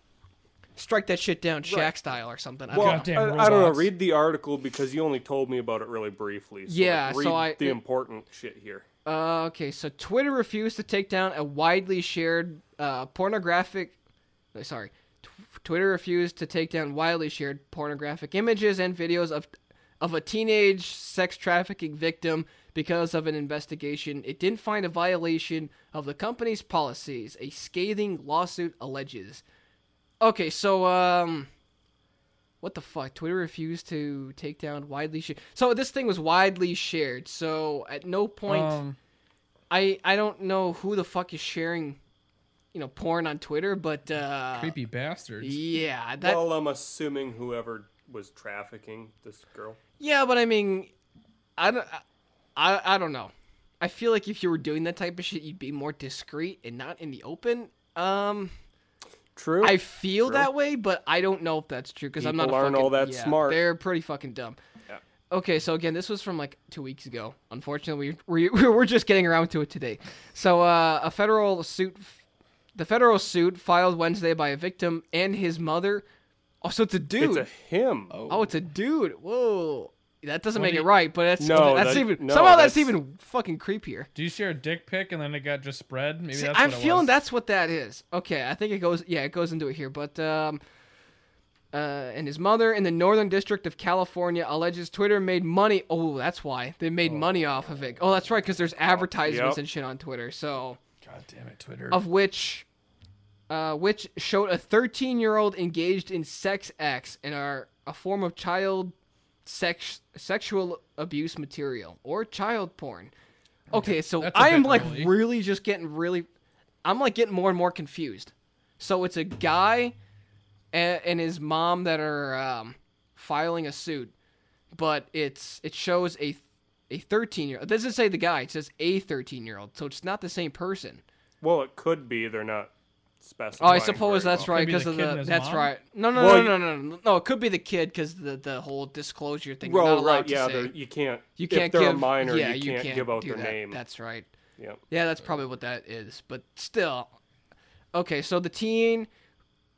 [SPEAKER 1] strike that shit down, Shaq style or something. I don't
[SPEAKER 2] Well,
[SPEAKER 1] know.
[SPEAKER 3] Goddamn
[SPEAKER 2] I, I don't know.
[SPEAKER 3] robots.
[SPEAKER 2] Read the article because you only told me about it really briefly. So
[SPEAKER 1] Yeah,
[SPEAKER 2] like,
[SPEAKER 1] so
[SPEAKER 2] read
[SPEAKER 1] I-
[SPEAKER 2] the
[SPEAKER 1] it-
[SPEAKER 2] important shit here.
[SPEAKER 1] Uh, okay, so Twitter refused to take down a widely shared uh, pornographic. no, Sorry, Tw Twitter refused to take down widely shared pornographic images and videos of of a teenage sex trafficking victim because of an investigation. It didn't find a violation of the company's policies. A scathing lawsuit alleges. Okay, so um. What the fuck? Twitter refused to take down widely shared. So this thing was widely shared. So at no point
[SPEAKER 3] um,
[SPEAKER 1] I I don't know who the fuck is sharing, you know, porn on Twitter, but uh,
[SPEAKER 3] creepy bastards.
[SPEAKER 1] Yeah, that.
[SPEAKER 2] well, I'm assuming whoever was trafficking this girl.
[SPEAKER 1] yeah, but I mean, I don't. I I don't know. I feel like if you were doing that type of shit, you'd be more discreet and not in the open. Um,
[SPEAKER 2] True.
[SPEAKER 1] I feel
[SPEAKER 2] True.
[SPEAKER 1] that way, but I don't know if that's true because I'm not.
[SPEAKER 2] People
[SPEAKER 1] a
[SPEAKER 2] aren't
[SPEAKER 1] fucking-
[SPEAKER 2] all that
[SPEAKER 1] yeah,
[SPEAKER 2] smart.
[SPEAKER 1] They're pretty fucking dumb.
[SPEAKER 2] Yeah.
[SPEAKER 1] Okay, so again, this was from like two weeks ago. Unfortunately, we, we we're just getting around to it today. So uh, a federal suit, the federal suit filed Wednesday by a victim and his mother. Oh, so it's a dude.
[SPEAKER 2] it's a him.
[SPEAKER 1] oh, it's a dude. Whoa, that doesn't
[SPEAKER 3] What
[SPEAKER 1] make
[SPEAKER 3] do
[SPEAKER 1] it
[SPEAKER 3] you-
[SPEAKER 1] right, but that's
[SPEAKER 2] No,
[SPEAKER 1] that's
[SPEAKER 2] that-
[SPEAKER 1] even
[SPEAKER 2] no,
[SPEAKER 1] somehow that's,
[SPEAKER 2] that's-
[SPEAKER 1] even fucking creepier.
[SPEAKER 3] Do you share a dick pic and then it got just spread? Maybe
[SPEAKER 1] See,
[SPEAKER 3] that's
[SPEAKER 1] I'm
[SPEAKER 3] what it
[SPEAKER 1] feeling
[SPEAKER 3] was.
[SPEAKER 1] that's what that is. Okay, I think it goes. Yeah, it goes into it here. But um, uh, and his mother in the Northern District of California alleges Twitter made money. Oh, that's why they made money off of it. Oh, that's right, because there's advertisements
[SPEAKER 2] Yep.
[SPEAKER 1] and shit on Twitter. So
[SPEAKER 3] God damn it, Twitter.
[SPEAKER 1] of which, uh, which showed a 13-year-old engaged in sex acts and are a form of child sex sexual abuse material or child porn. Okay, so
[SPEAKER 3] that's a
[SPEAKER 1] I am
[SPEAKER 3] bit
[SPEAKER 1] like
[SPEAKER 3] early.
[SPEAKER 1] really just getting really, I'm like getting more and more confused. So it's a guy and, and his mom that are um, filing a suit, but it's it shows a a 13 year. It doesn't say the guy. It says a 13 year old. So it's not the same person.
[SPEAKER 2] Well, it could be. They're not
[SPEAKER 1] Oh,
[SPEAKER 2] specifying.
[SPEAKER 1] I suppose
[SPEAKER 2] very
[SPEAKER 1] that's
[SPEAKER 2] well.
[SPEAKER 1] right
[SPEAKER 3] Could be
[SPEAKER 1] because
[SPEAKER 3] the
[SPEAKER 1] of
[SPEAKER 3] kid
[SPEAKER 1] the.
[SPEAKER 3] and his
[SPEAKER 1] That's
[SPEAKER 3] mom?
[SPEAKER 1] right. No, no,
[SPEAKER 2] Well,
[SPEAKER 1] no, no, no, no, no. It could be the kid because the the whole disclosure thing. Well,
[SPEAKER 2] Well,
[SPEAKER 1] not
[SPEAKER 2] right.
[SPEAKER 1] right,
[SPEAKER 2] Yeah,
[SPEAKER 1] to
[SPEAKER 2] they're-
[SPEAKER 1] say.
[SPEAKER 2] you can't.
[SPEAKER 1] You can't
[SPEAKER 2] if they're
[SPEAKER 1] give
[SPEAKER 2] a minor,
[SPEAKER 1] Yeah,
[SPEAKER 2] you, can't give out
[SPEAKER 1] do
[SPEAKER 2] their
[SPEAKER 1] that.
[SPEAKER 2] name.
[SPEAKER 1] That's right.
[SPEAKER 2] Yeah.
[SPEAKER 1] Yeah, that's probably what that is. But still, okay. So the teen,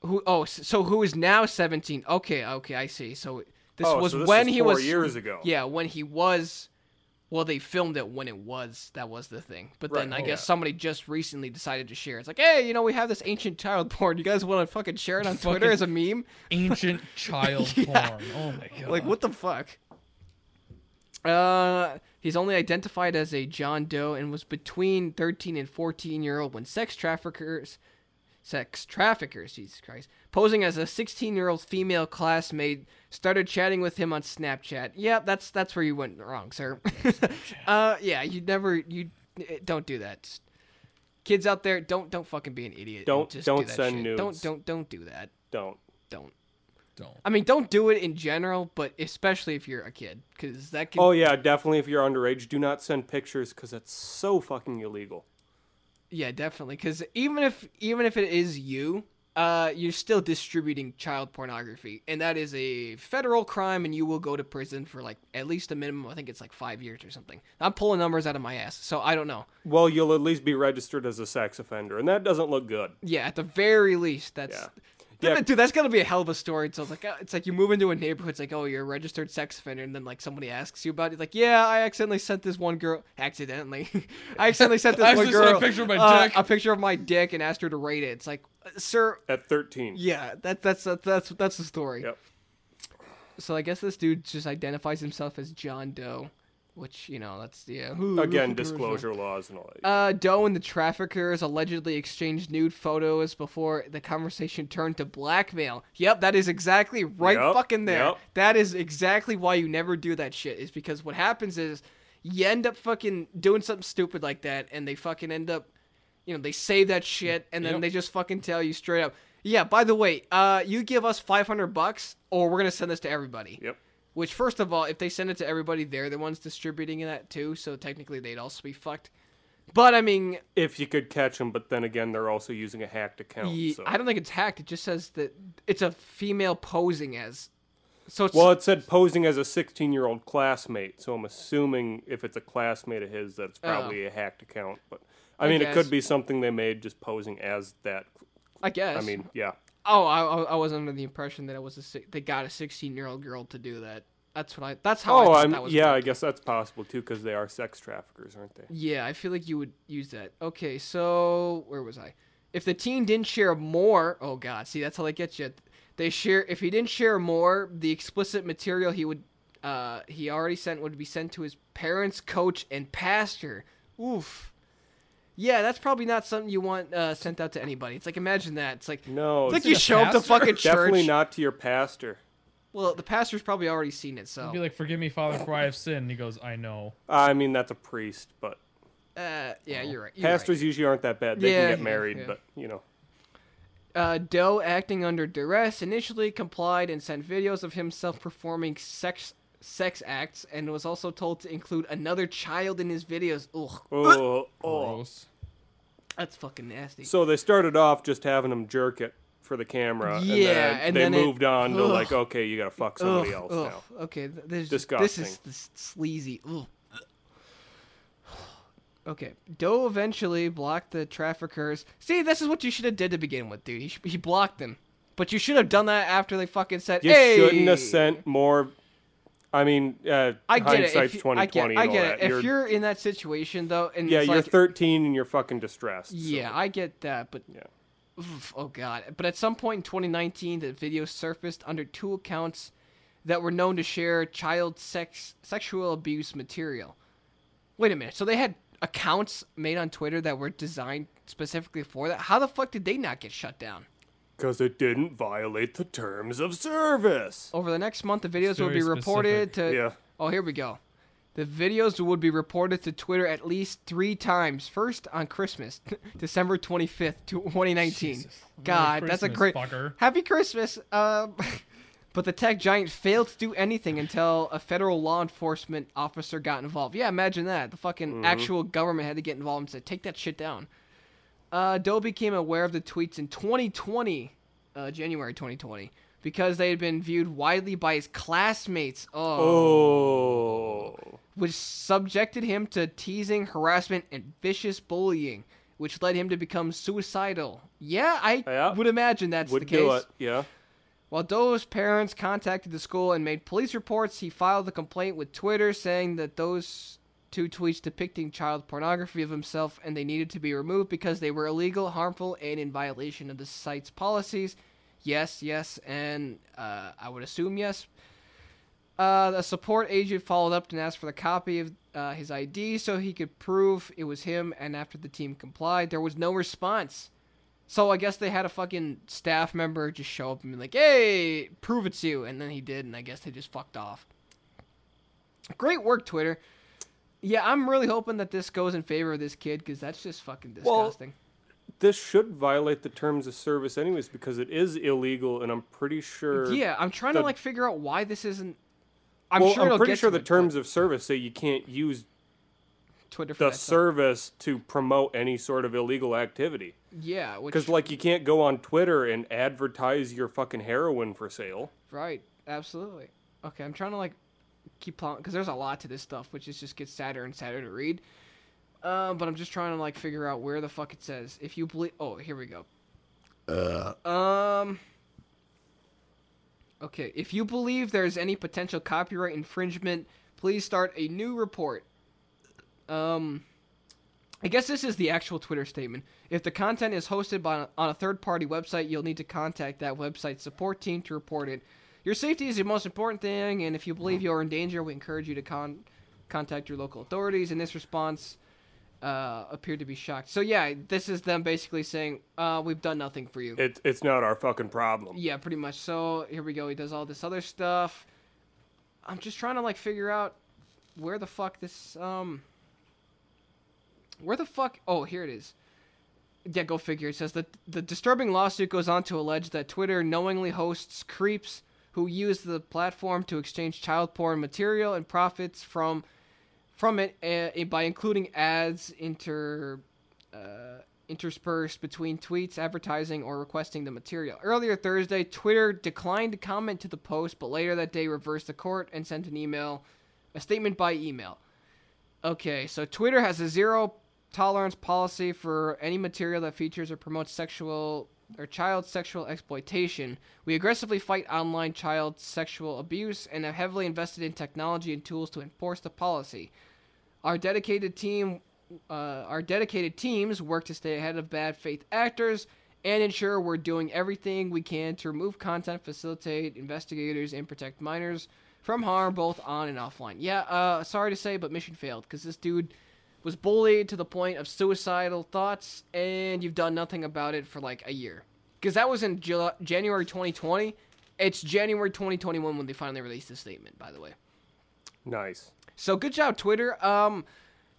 [SPEAKER 1] who oh, s- so who is now seventeen? Okay, okay, I see. So this
[SPEAKER 2] Oh,
[SPEAKER 1] was
[SPEAKER 2] so this
[SPEAKER 1] when
[SPEAKER 2] is
[SPEAKER 1] he
[SPEAKER 2] four
[SPEAKER 1] was
[SPEAKER 2] years ago.
[SPEAKER 1] Yeah, when he was. Well, they filmed it when it was. That was the thing. But then
[SPEAKER 2] Right,
[SPEAKER 1] I
[SPEAKER 2] oh,
[SPEAKER 1] guess somebody just recently decided to share. It's like, hey, you know, we have this ancient child porn. You guys want to fucking share it on Twitter
[SPEAKER 3] Fucking-
[SPEAKER 1] as a meme?
[SPEAKER 3] Ancient child porn. Oh my god.
[SPEAKER 1] Like, what the fuck? Uh, he's only identified as a John Doe and was between 13 and 14 year old when sex traffickers, sex traffickers, Jesus Christ, posing as a 16 year old female classmate, started chatting with him on Snapchat. Yeah, that's that's where you went wrong, sir. uh, yeah, you never you eh, don't do that. Kids out there, don't don't fucking be an idiot. and
[SPEAKER 2] Don't-
[SPEAKER 1] just
[SPEAKER 2] don't
[SPEAKER 1] do that
[SPEAKER 2] send
[SPEAKER 1] shit.
[SPEAKER 2] nudes.
[SPEAKER 1] Don't don't don't do that.
[SPEAKER 2] Don't.
[SPEAKER 1] Don't.
[SPEAKER 3] Don't.
[SPEAKER 1] I mean, don't do it in general, but especially if you're a kid, because that can.
[SPEAKER 2] Oh yeah, definitely. If you're underage, do not send pictures because that's so fucking illegal.
[SPEAKER 1] Yeah, definitely. Because even if even if it is you, uh, you're still distributing child pornography, and that is a federal crime, and you will go to prison for like at least a minimum. I think it's like five years or something. I'm pulling numbers out of my ass, so I don't know.
[SPEAKER 2] Well, you'll at least be registered as a sex offender, and that doesn't look good.
[SPEAKER 1] Yeah, at the very least, that's.
[SPEAKER 2] Yeah.
[SPEAKER 1] Then,
[SPEAKER 2] Yeah.
[SPEAKER 1] Dude, that's gonna be a hell of a story. So it's like, uh, it's like you move into a neighborhood. It's like, oh, you're a registered sex offender, and then like somebody asks you about it. Like, yeah, I accidentally sent this one girl. Accidentally, I accidentally sent this
[SPEAKER 3] I
[SPEAKER 1] one
[SPEAKER 3] accidentally
[SPEAKER 1] girl
[SPEAKER 3] sent a picture of my
[SPEAKER 1] uh,
[SPEAKER 3] dick."
[SPEAKER 1] a picture of my dick, and asked her to rate it. It's like, uh, sir,
[SPEAKER 2] At 13.
[SPEAKER 1] yeah, that that's that, that's that's the story.
[SPEAKER 2] Yep.
[SPEAKER 1] So I guess this dude just identifies himself as John Doe, which you know that's yeah.
[SPEAKER 2] Again, disclosure laws and all that.
[SPEAKER 1] Uh, Doe and the traffickers allegedly exchanged nude photos before the conversation turned to blackmail. Yep, that is exactly right
[SPEAKER 2] Yep,
[SPEAKER 1] fucking there.
[SPEAKER 2] yep.
[SPEAKER 1] That is exactly why you never do that shit, is because what happens is you end up fucking doing something stupid like that, and they fucking end up, you know, they save that shit, and then
[SPEAKER 3] Yep.
[SPEAKER 1] they just fucking tell you straight up, yeah, by the way, uh, you give us 500 bucks, or we're gonna send this to everybody.
[SPEAKER 2] yep.
[SPEAKER 1] Which, first of all, if they send it to everybody, they're the ones distributing that too, so technically they'd also be fucked. But I mean,
[SPEAKER 2] If you could catch them, but then again, they're also using a hacked account.
[SPEAKER 1] ye-
[SPEAKER 2] so.
[SPEAKER 1] I don't think it's hacked. It just says that it's a female posing as. So it's
[SPEAKER 2] Well, it said posing as a 16 year old classmate, so I'm assuming if it's a classmate of his, that's probably a hacked account. But I, mean,
[SPEAKER 1] Oh.
[SPEAKER 2] it
[SPEAKER 1] guess.
[SPEAKER 2] could be something they made just posing as that.
[SPEAKER 1] I guess.
[SPEAKER 2] I mean, yeah.
[SPEAKER 1] oh, I, I I was under the impression that it was a si- they got a sixteen year old girl to do that. That's what I. That's how. I
[SPEAKER 2] Oh,
[SPEAKER 1] thought
[SPEAKER 2] I'm,
[SPEAKER 1] that was
[SPEAKER 2] yeah, I
[SPEAKER 1] working.
[SPEAKER 2] guess that's possible too, because they are sex traffickers, aren't they?
[SPEAKER 1] Yeah, I feel like you would use that. Okay, so where was I? If the teen didn't share more, oh god, see that's how they get you. They share if he didn't share more, the explicit material he would uh, he already sent would be sent to his parents, coach, and pastor. Oof. Yeah, that's probably not something you want uh, sent out to anybody. It's like imagine that. It's like
[SPEAKER 2] No,
[SPEAKER 1] it's like
[SPEAKER 2] it's
[SPEAKER 1] you
[SPEAKER 3] a
[SPEAKER 1] show up to
[SPEAKER 3] pastor?
[SPEAKER 1] fucking church.
[SPEAKER 2] definitely not to your pastor.
[SPEAKER 1] Well, the pastor's probably already seen it, so
[SPEAKER 3] I'd be like, "Forgive me, Father, for I have sinned." And he goes, "I know."
[SPEAKER 2] I mean, that's a priest, but
[SPEAKER 1] uh, yeah, you're right. You're right.
[SPEAKER 2] pastors usually aren't that bad. They
[SPEAKER 1] Yeah,
[SPEAKER 2] can get
[SPEAKER 1] yeah,
[SPEAKER 2] married,
[SPEAKER 1] yeah.
[SPEAKER 2] but you know,
[SPEAKER 1] Uh, Doe, acting under duress, initially complied and sent videos of himself performing sex sex acts, and was also told to include another child in his videos. Ugh,
[SPEAKER 2] oh, oh.
[SPEAKER 3] Gross.
[SPEAKER 1] that's fucking nasty.
[SPEAKER 2] So they started off just having them jerk it for the camera, and
[SPEAKER 1] Yeah,
[SPEAKER 2] then
[SPEAKER 1] and
[SPEAKER 2] they
[SPEAKER 1] then it-
[SPEAKER 2] moved on to
[SPEAKER 1] ugh.
[SPEAKER 2] like, okay, you gotta fuck somebody
[SPEAKER 1] Ugh,
[SPEAKER 2] else
[SPEAKER 1] ugh.
[SPEAKER 2] now.
[SPEAKER 1] Okay, th- this, this
[SPEAKER 2] Disgusting.
[SPEAKER 1] is this sleazy. Ugh. Okay, Doe eventually blocked the traffickers. See, this is what you should have did to begin with, dude. He, sh- he blocked them, but you should have done that after they fucking said,
[SPEAKER 2] You
[SPEAKER 1] "Hey."
[SPEAKER 2] shouldn't have sent more. I mean, uh,
[SPEAKER 1] I get it. If
[SPEAKER 2] hindsight's
[SPEAKER 1] you, I
[SPEAKER 2] twenty
[SPEAKER 1] get,
[SPEAKER 2] twenty.
[SPEAKER 1] I get it.
[SPEAKER 2] That.
[SPEAKER 1] If
[SPEAKER 2] You're,
[SPEAKER 1] you're, in that situation though, and
[SPEAKER 2] yeah,
[SPEAKER 1] it's
[SPEAKER 2] you're
[SPEAKER 1] like,
[SPEAKER 2] thirteen and you're fucking distressed. so-
[SPEAKER 1] yeah, I get that, but
[SPEAKER 2] Yeah.
[SPEAKER 1] oof, oh god. But at some point in 2019, the video surfaced under two accounts that were known to share child sex sexual abuse material. Wait a minute. So they had accounts made on Twitter that were designed specifically for that. How the fuck did they not get shut down?
[SPEAKER 2] Because it didn't violate the terms of service.
[SPEAKER 1] Over the next month, the videos will
[SPEAKER 3] very
[SPEAKER 1] be reported to.
[SPEAKER 2] Yeah.
[SPEAKER 1] Oh, here we go. The videos would be reported to Twitter at least three times. First on Christmas, December 25th, to 2019.
[SPEAKER 3] Jesus. Merry
[SPEAKER 1] God, that's a
[SPEAKER 3] Christmas,
[SPEAKER 1] great.
[SPEAKER 3] fucker.
[SPEAKER 1] Happy Christmas. Um, but the tech giant failed to do anything until a federal law enforcement officer got involved. Yeah, imagine that. The fucking actual government had to get involved and said, take that shit down. Uh, Doe became aware of the tweets in 2020, uh, January 2020, because they had been viewed widely by his classmates. Oh,
[SPEAKER 2] Oh.
[SPEAKER 1] which subjected him to teasing, harassment, and vicious bullying, which led him to become suicidal. Yeah, I
[SPEAKER 2] Yeah.
[SPEAKER 1] would imagine that's the
[SPEAKER 2] Would
[SPEAKER 1] case.
[SPEAKER 2] do it. Yeah.
[SPEAKER 1] While Doe's parents contacted the school and made police reports, he filed a complaint with Twitter saying that those two tweets depicting child pornography of himself and they needed to be removed because they were illegal, harmful, and in violation of the site's policies. Yes, yes, and uh, I would assume yes. Uh, the support agent followed up and asked for the copy of uh, his ID so he could prove it was him. And after the team complied, there was no response. So I guess they had a fucking staff member just show up and be like, "Hey, prove it's you," and then he did, and I guess they just fucked off. Great work, Twitter. Yeah, I'm really hoping that this goes in favor of this kid because that's just fucking
[SPEAKER 2] Well,
[SPEAKER 1] disgusting.
[SPEAKER 2] This should violate the terms of service, anyways, because it is illegal, and I'm pretty sure.
[SPEAKER 1] yeah, I'm trying to
[SPEAKER 2] er, the-
[SPEAKER 1] like figure out why this isn't. I'm
[SPEAKER 2] well,
[SPEAKER 1] sure.
[SPEAKER 2] I'm
[SPEAKER 1] it'll
[SPEAKER 2] pretty
[SPEAKER 1] get
[SPEAKER 2] sure
[SPEAKER 1] to
[SPEAKER 2] the
[SPEAKER 1] it, but-
[SPEAKER 2] terms of service say you can't use
[SPEAKER 1] Twitter for
[SPEAKER 2] the
[SPEAKER 1] that stuff.
[SPEAKER 2] service to promote any sort of illegal activity.
[SPEAKER 1] Yeah, which
[SPEAKER 2] Because like you can't go on Twitter and advertise your fucking heroin for sale.
[SPEAKER 1] right, absolutely. Okay, I'm trying to like keep plowing because there's a lot to this stuff, which is just gets sadder and sadder to read. Um, but I'm just trying to like figure out where the fuck it says. If you believe, oh, here we go. Um. Okay, if you believe there is any potential copyright infringement, please start a new report. Um. I guess this is the actual Twitter statement. If the content is hosted by, on a third party website, you'll need to contact that website's support team to report it. Your safety is the most important thing, and if you believe you're in danger, we encourage you to con- contact your local authorities. In this response, uh, appeared to be shocked. So, yeah, this is them basically saying, uh, We've done nothing for you.
[SPEAKER 2] It's it's not our fucking problem.
[SPEAKER 1] Yeah, pretty much. So here we go. He does all this other stuff. I'm just trying to like figure out where the fuck this um where the fuck oh here it is. Yeah, go figure. It says that the disturbing lawsuit goes on to allege that Twitter knowingly hosts creeps who use the platform to exchange child porn material and profits from from it uh, by including ads inter uh, interspersed between tweets advertising or requesting the material. Earlier Thursday, Twitter declined to comment to the post, but later that day reversed the court and sent an email, a statement by email. Okay, so Twitter has a zero tolerance policy for any material that features or promotes sexual or child sexual exploitation. We aggressively fight online child sexual abuse and have heavily invested in technology and tools to enforce the policy. Our dedicated team, uh, our dedicated teams work to stay ahead of bad faith actors and ensure we're doing everything we can to remove content, facilitate investigators, and protect minors from harm, both on and offline. Yeah, uh, sorry to say, but mission failed because this dude was bullied to the point of suicidal thoughts, and you've done nothing about it for like a year. Because that was in Jul- January 2020. It's January 2021 when they finally released this statement, by the way.
[SPEAKER 2] Nice.
[SPEAKER 1] So good job, Twitter. Um,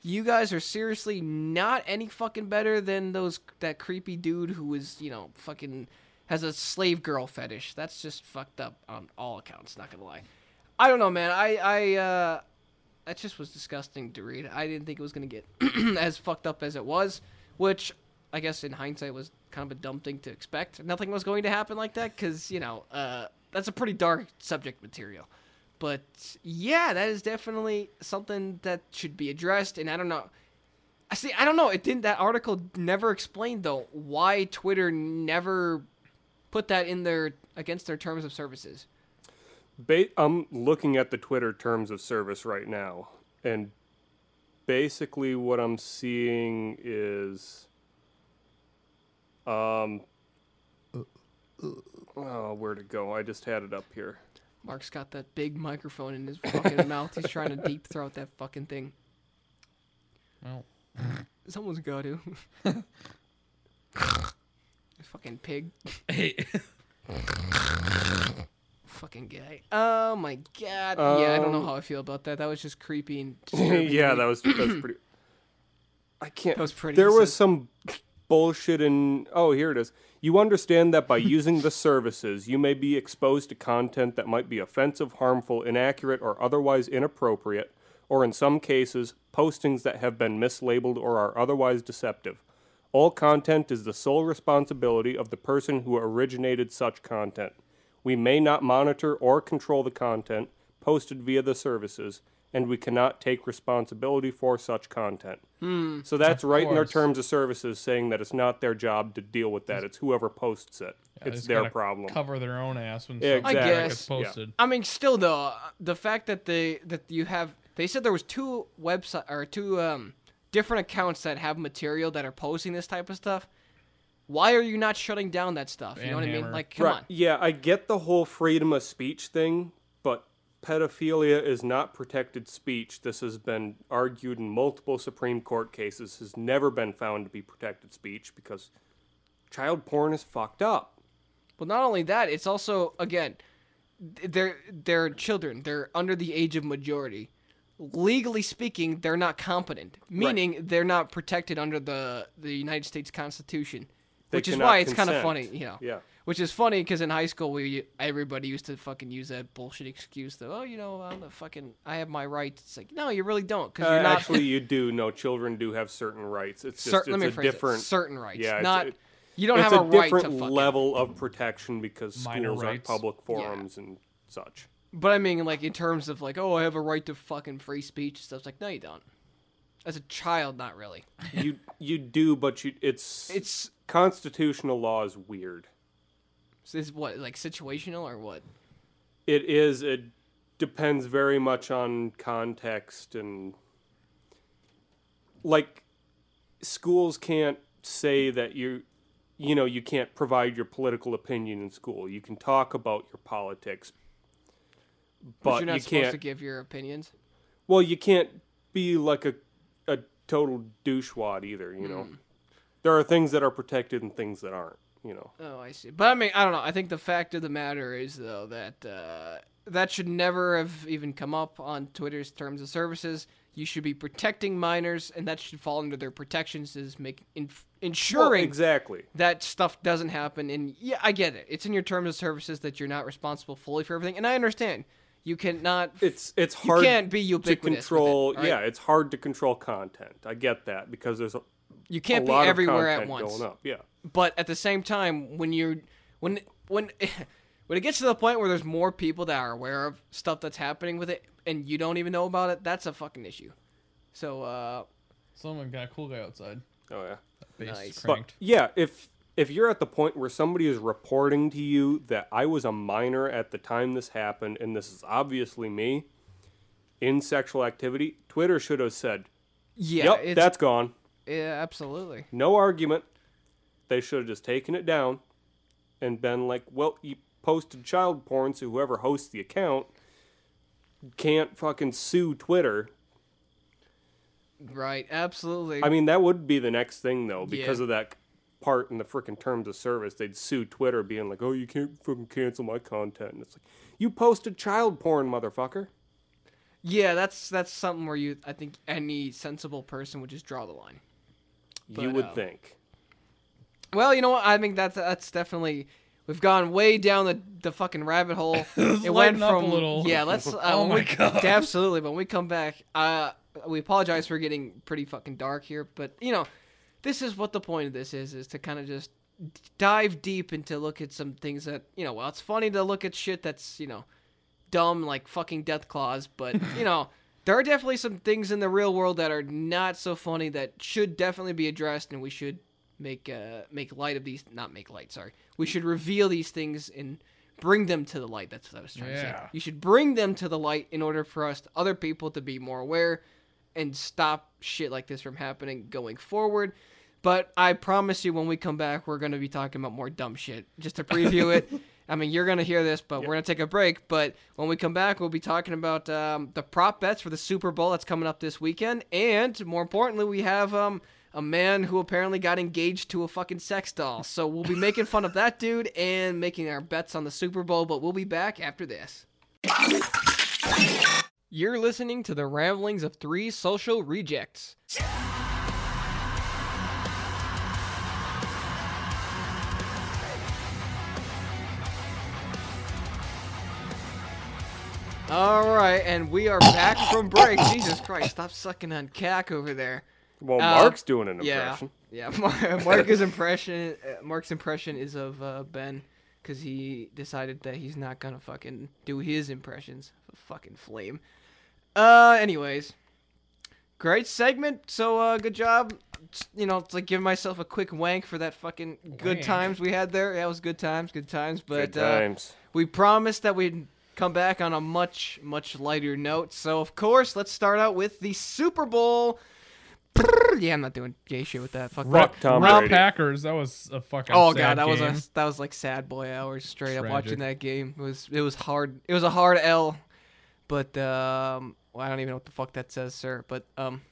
[SPEAKER 1] you guys are seriously not any fucking better than those that creepy dude who was, you know, fucking has a slave girl fetish. That's just fucked up on all accounts. Not gonna lie. I don't know, man. I I uh, that just was disgusting to read. I didn't think it was gonna get as fucked up as it was, which I guess in hindsight was kind of a dumb thing to expect. Nothing was going to happen like that because you know uh, that's a pretty dark subject material. But yeah, that is definitely something that should be addressed. And I don't know. I see. I don't know. It didn't. That article never explained though why Twitter never put that in their against their terms of services.
[SPEAKER 2] Ba- I'm looking at the Twitter terms of service right now, and basically what I'm seeing is, um, oh, where to go? I just had it up here.
[SPEAKER 1] Mark's got that big microphone in his fucking mouth. He's trying to deep throat that fucking thing.
[SPEAKER 3] Well.
[SPEAKER 1] Someone's got to. fucking pig.
[SPEAKER 3] Hey,
[SPEAKER 1] Fucking guy. Oh my god. yeah, I don't
[SPEAKER 3] Um,
[SPEAKER 1] know how I feel about that. That was just creepy and disturbing to
[SPEAKER 2] yeah,
[SPEAKER 1] me.
[SPEAKER 2] that was that was pretty. I can't.
[SPEAKER 1] That was pretty,
[SPEAKER 2] There
[SPEAKER 1] he
[SPEAKER 2] was
[SPEAKER 1] says.
[SPEAKER 2] some bullshit in. Oh, here it is. You understand that by using the services, you may be exposed to content that might be offensive, harmful, inaccurate, or otherwise inappropriate, or in some cases, postings that have been mislabeled or are otherwise deceptive. All content is the sole responsibility of the person who originated such content. We may not monitor or control the content posted via the services, and we cannot take responsibility for such content. So that's right in our
[SPEAKER 3] course.
[SPEAKER 2] terms of services saying that it's not their job to deal with that. It's whoever posts it.
[SPEAKER 3] they
[SPEAKER 2] it's
[SPEAKER 3] just
[SPEAKER 2] their
[SPEAKER 3] gotta
[SPEAKER 2] problem.
[SPEAKER 3] Cover their own ass when
[SPEAKER 2] Yeah,
[SPEAKER 3] something like
[SPEAKER 1] I
[SPEAKER 3] that
[SPEAKER 1] guess.
[SPEAKER 3] gets posted.
[SPEAKER 1] I mean, still though, the fact that they that you have they said there was two website or two um different accounts that have material that are posting this type of stuff. Why are you not shutting down that stuff? You know what I mean?
[SPEAKER 3] Banhammer.
[SPEAKER 1] Like, come
[SPEAKER 2] Right.
[SPEAKER 1] on.
[SPEAKER 2] Yeah, I get the whole freedom of speech thing, but pedophilia is not protected speech. This has been argued in multiple Supreme Court cases, has never been found to be protected speech because child porn is fucked up.
[SPEAKER 1] Well, not only that, it's also again, th- they're they're children. They're under the age of majority. Legally speaking, they're not competent, meaning they're not protected under the the United States Constitution.
[SPEAKER 2] They
[SPEAKER 1] which is
[SPEAKER 2] cannot
[SPEAKER 1] why it's kind of
[SPEAKER 2] consent.
[SPEAKER 1] funny, you know.
[SPEAKER 2] Yeah.
[SPEAKER 1] Which is funny because in high school we everybody used to fucking use that bullshit excuse that oh you know I'm the fucking I have my rights. It's like no, you really don't because
[SPEAKER 2] Uh,
[SPEAKER 1] you're not
[SPEAKER 2] Actually, you do. No, children do have certain rights. It's just
[SPEAKER 1] cer- let
[SPEAKER 2] it's
[SPEAKER 1] me rephrase
[SPEAKER 2] a different
[SPEAKER 1] it, certain rights.
[SPEAKER 2] yeah, it's-
[SPEAKER 1] not
[SPEAKER 2] it-
[SPEAKER 1] you don't
[SPEAKER 2] it's
[SPEAKER 1] have a, right to
[SPEAKER 2] different
[SPEAKER 1] fucking.
[SPEAKER 2] level of protection because
[SPEAKER 3] Minor
[SPEAKER 2] schools aren't
[SPEAKER 3] rights.
[SPEAKER 2] public forums and such.
[SPEAKER 1] But I mean like in terms of like oh I have a right to fucking free speech and stuff. It's like no you don't. As a child, not really.
[SPEAKER 2] You you do, but you it's
[SPEAKER 1] It's
[SPEAKER 2] constitutional law is weird.
[SPEAKER 1] is what like situational or what?
[SPEAKER 2] It is. It depends very much on context and like schools can't say that you you know you can't provide your political opinion in school. You can talk about your politics,
[SPEAKER 1] But,
[SPEAKER 2] but
[SPEAKER 1] you're not
[SPEAKER 2] you
[SPEAKER 1] supposed
[SPEAKER 2] can't
[SPEAKER 1] to give your opinions.
[SPEAKER 2] Well, you can't be like a a total douchewad either, you
[SPEAKER 1] Hmm.
[SPEAKER 2] know. There are things that are protected and things that aren't, you know.
[SPEAKER 1] Oh, I see. But I mean, I don't know. I think the fact of the matter is though that uh, that should never have even come up on Twitter's terms of services. You should be protecting minors, and that should fall under their protections is make in,
[SPEAKER 2] Well,
[SPEAKER 1] ensuring
[SPEAKER 2] exactly.
[SPEAKER 1] that stuff doesn't happen. And yeah, I get it. It's in your terms of services that you're not responsible fully for everything, and I understand. You cannot.
[SPEAKER 2] It's it's
[SPEAKER 1] you
[SPEAKER 2] hard
[SPEAKER 1] can't be
[SPEAKER 2] to
[SPEAKER 1] ubiquitous. with it,
[SPEAKER 2] control.
[SPEAKER 1] alright?
[SPEAKER 2] Yeah, it's hard to control content. I get that because there's a,
[SPEAKER 1] you
[SPEAKER 2] a
[SPEAKER 1] can't be
[SPEAKER 2] lot
[SPEAKER 1] everywhere
[SPEAKER 2] of
[SPEAKER 1] at
[SPEAKER 2] content
[SPEAKER 1] once.
[SPEAKER 2] going up. Yeah.
[SPEAKER 1] but at the same time when you're when when when it gets to the point where there's more people that are aware of stuff that's happening with it and you don't even know about it that's a fucking issue so uh
[SPEAKER 3] Someone got a cool guy outside.
[SPEAKER 2] Oh yeah.
[SPEAKER 3] Base
[SPEAKER 1] Nice.
[SPEAKER 3] is
[SPEAKER 2] But
[SPEAKER 3] cranked.
[SPEAKER 2] yeah, if if you're at the point where somebody is reporting to you that I was a minor at the time this happened and this is obviously me in sexual activity, Twitter should have said,
[SPEAKER 1] yeah
[SPEAKER 2] "Yep,
[SPEAKER 1] it's,
[SPEAKER 2] that's gone."
[SPEAKER 1] yeah absolutely
[SPEAKER 2] no argument. They should have just taken it down and been like, well, you posted child porn, so whoever hosts the account can't fucking sue Twitter.
[SPEAKER 1] right absolutely
[SPEAKER 2] I mean, that would be the next thing, though, because
[SPEAKER 1] Yeah.
[SPEAKER 2] of that part in the freaking terms of service. They'd sue Twitter, being like, oh, you can't fucking cancel my content. And it's like, you posted child porn, motherfucker.
[SPEAKER 1] yeah that's that's something where you i think any sensible person would just draw the line
[SPEAKER 2] you
[SPEAKER 1] But,
[SPEAKER 2] would
[SPEAKER 1] uh,
[SPEAKER 2] think.
[SPEAKER 1] well you know what i think that's that's definitely We've gone way down the, the fucking rabbit hole. it went
[SPEAKER 3] lighten up a
[SPEAKER 1] from
[SPEAKER 3] little.
[SPEAKER 1] yeah. Let's. Uh,
[SPEAKER 3] Oh
[SPEAKER 1] when
[SPEAKER 3] my
[SPEAKER 1] we-
[SPEAKER 3] God.
[SPEAKER 1] Absolutely. But when we come back, uh, we apologize for getting pretty fucking dark here. But you know, this is what the point of this is: is to kind of just d- dive deep into look at some things that you know. Well, it's funny to look at shit that's you know dumb, like fucking death claws. But you know, there are definitely some things in the real world that are not so funny that should definitely be addressed, and we should make uh make light of these. Not make light. Sorry. We should reveal these things and bring them to the light. That's what I was trying to say.
[SPEAKER 3] Yeah.
[SPEAKER 1] You should bring them to the light in order for us, other people, to be more aware and stop shit like this from happening going forward. But I promise you, when we come back, we're going to be talking about more dumb shit. Just to preview it, I mean, you're going to hear this, but we're going to take a break. But when we come back, we'll be talking about um, the prop bets for the Super Bowl that's coming up this weekend. And more importantly, we have um, a man who apparently got engaged to a fucking sex doll. So we'll be making fun of that dude and making our bets on the Super Bowl. But we'll be back after this. You're listening to the ramblings of three social rejects. All right, and we are back from break. Jesus Christ, stop sucking on cack over there.
[SPEAKER 2] Well,
[SPEAKER 1] uh,
[SPEAKER 2] Mark's doing an impression.
[SPEAKER 1] Yeah, yeah. Mar- Mark's impression, uh, Mark's impression is of uh, Ben, because he decided that he's not gonna fucking do his impressions. Fucking flame. Uh, anyways, great segment. So, uh, good job. S- You know, it's like giving myself a quick wank for that fucking good
[SPEAKER 3] Wank.
[SPEAKER 1] times we had there. Yeah, it was good times, good times. But
[SPEAKER 2] Good times.
[SPEAKER 1] Uh, we promised that we'd come back on a much, much lighter note. So, of course, let's start out with the Super Bowl. Yeah, I'm not doing gay shit with that. Fuck that.
[SPEAKER 2] Fuck Tom
[SPEAKER 3] Rob
[SPEAKER 2] Brady.
[SPEAKER 3] Packers, that was a fucking.
[SPEAKER 1] Oh
[SPEAKER 3] sad
[SPEAKER 1] god, that was
[SPEAKER 3] game.
[SPEAKER 1] a, that was like sad boy hours straight up watching that
[SPEAKER 3] Tragic.
[SPEAKER 1] game. It was it was hard. It was a hard L, but um, well, I don't even know what the fuck that says, sir. But um,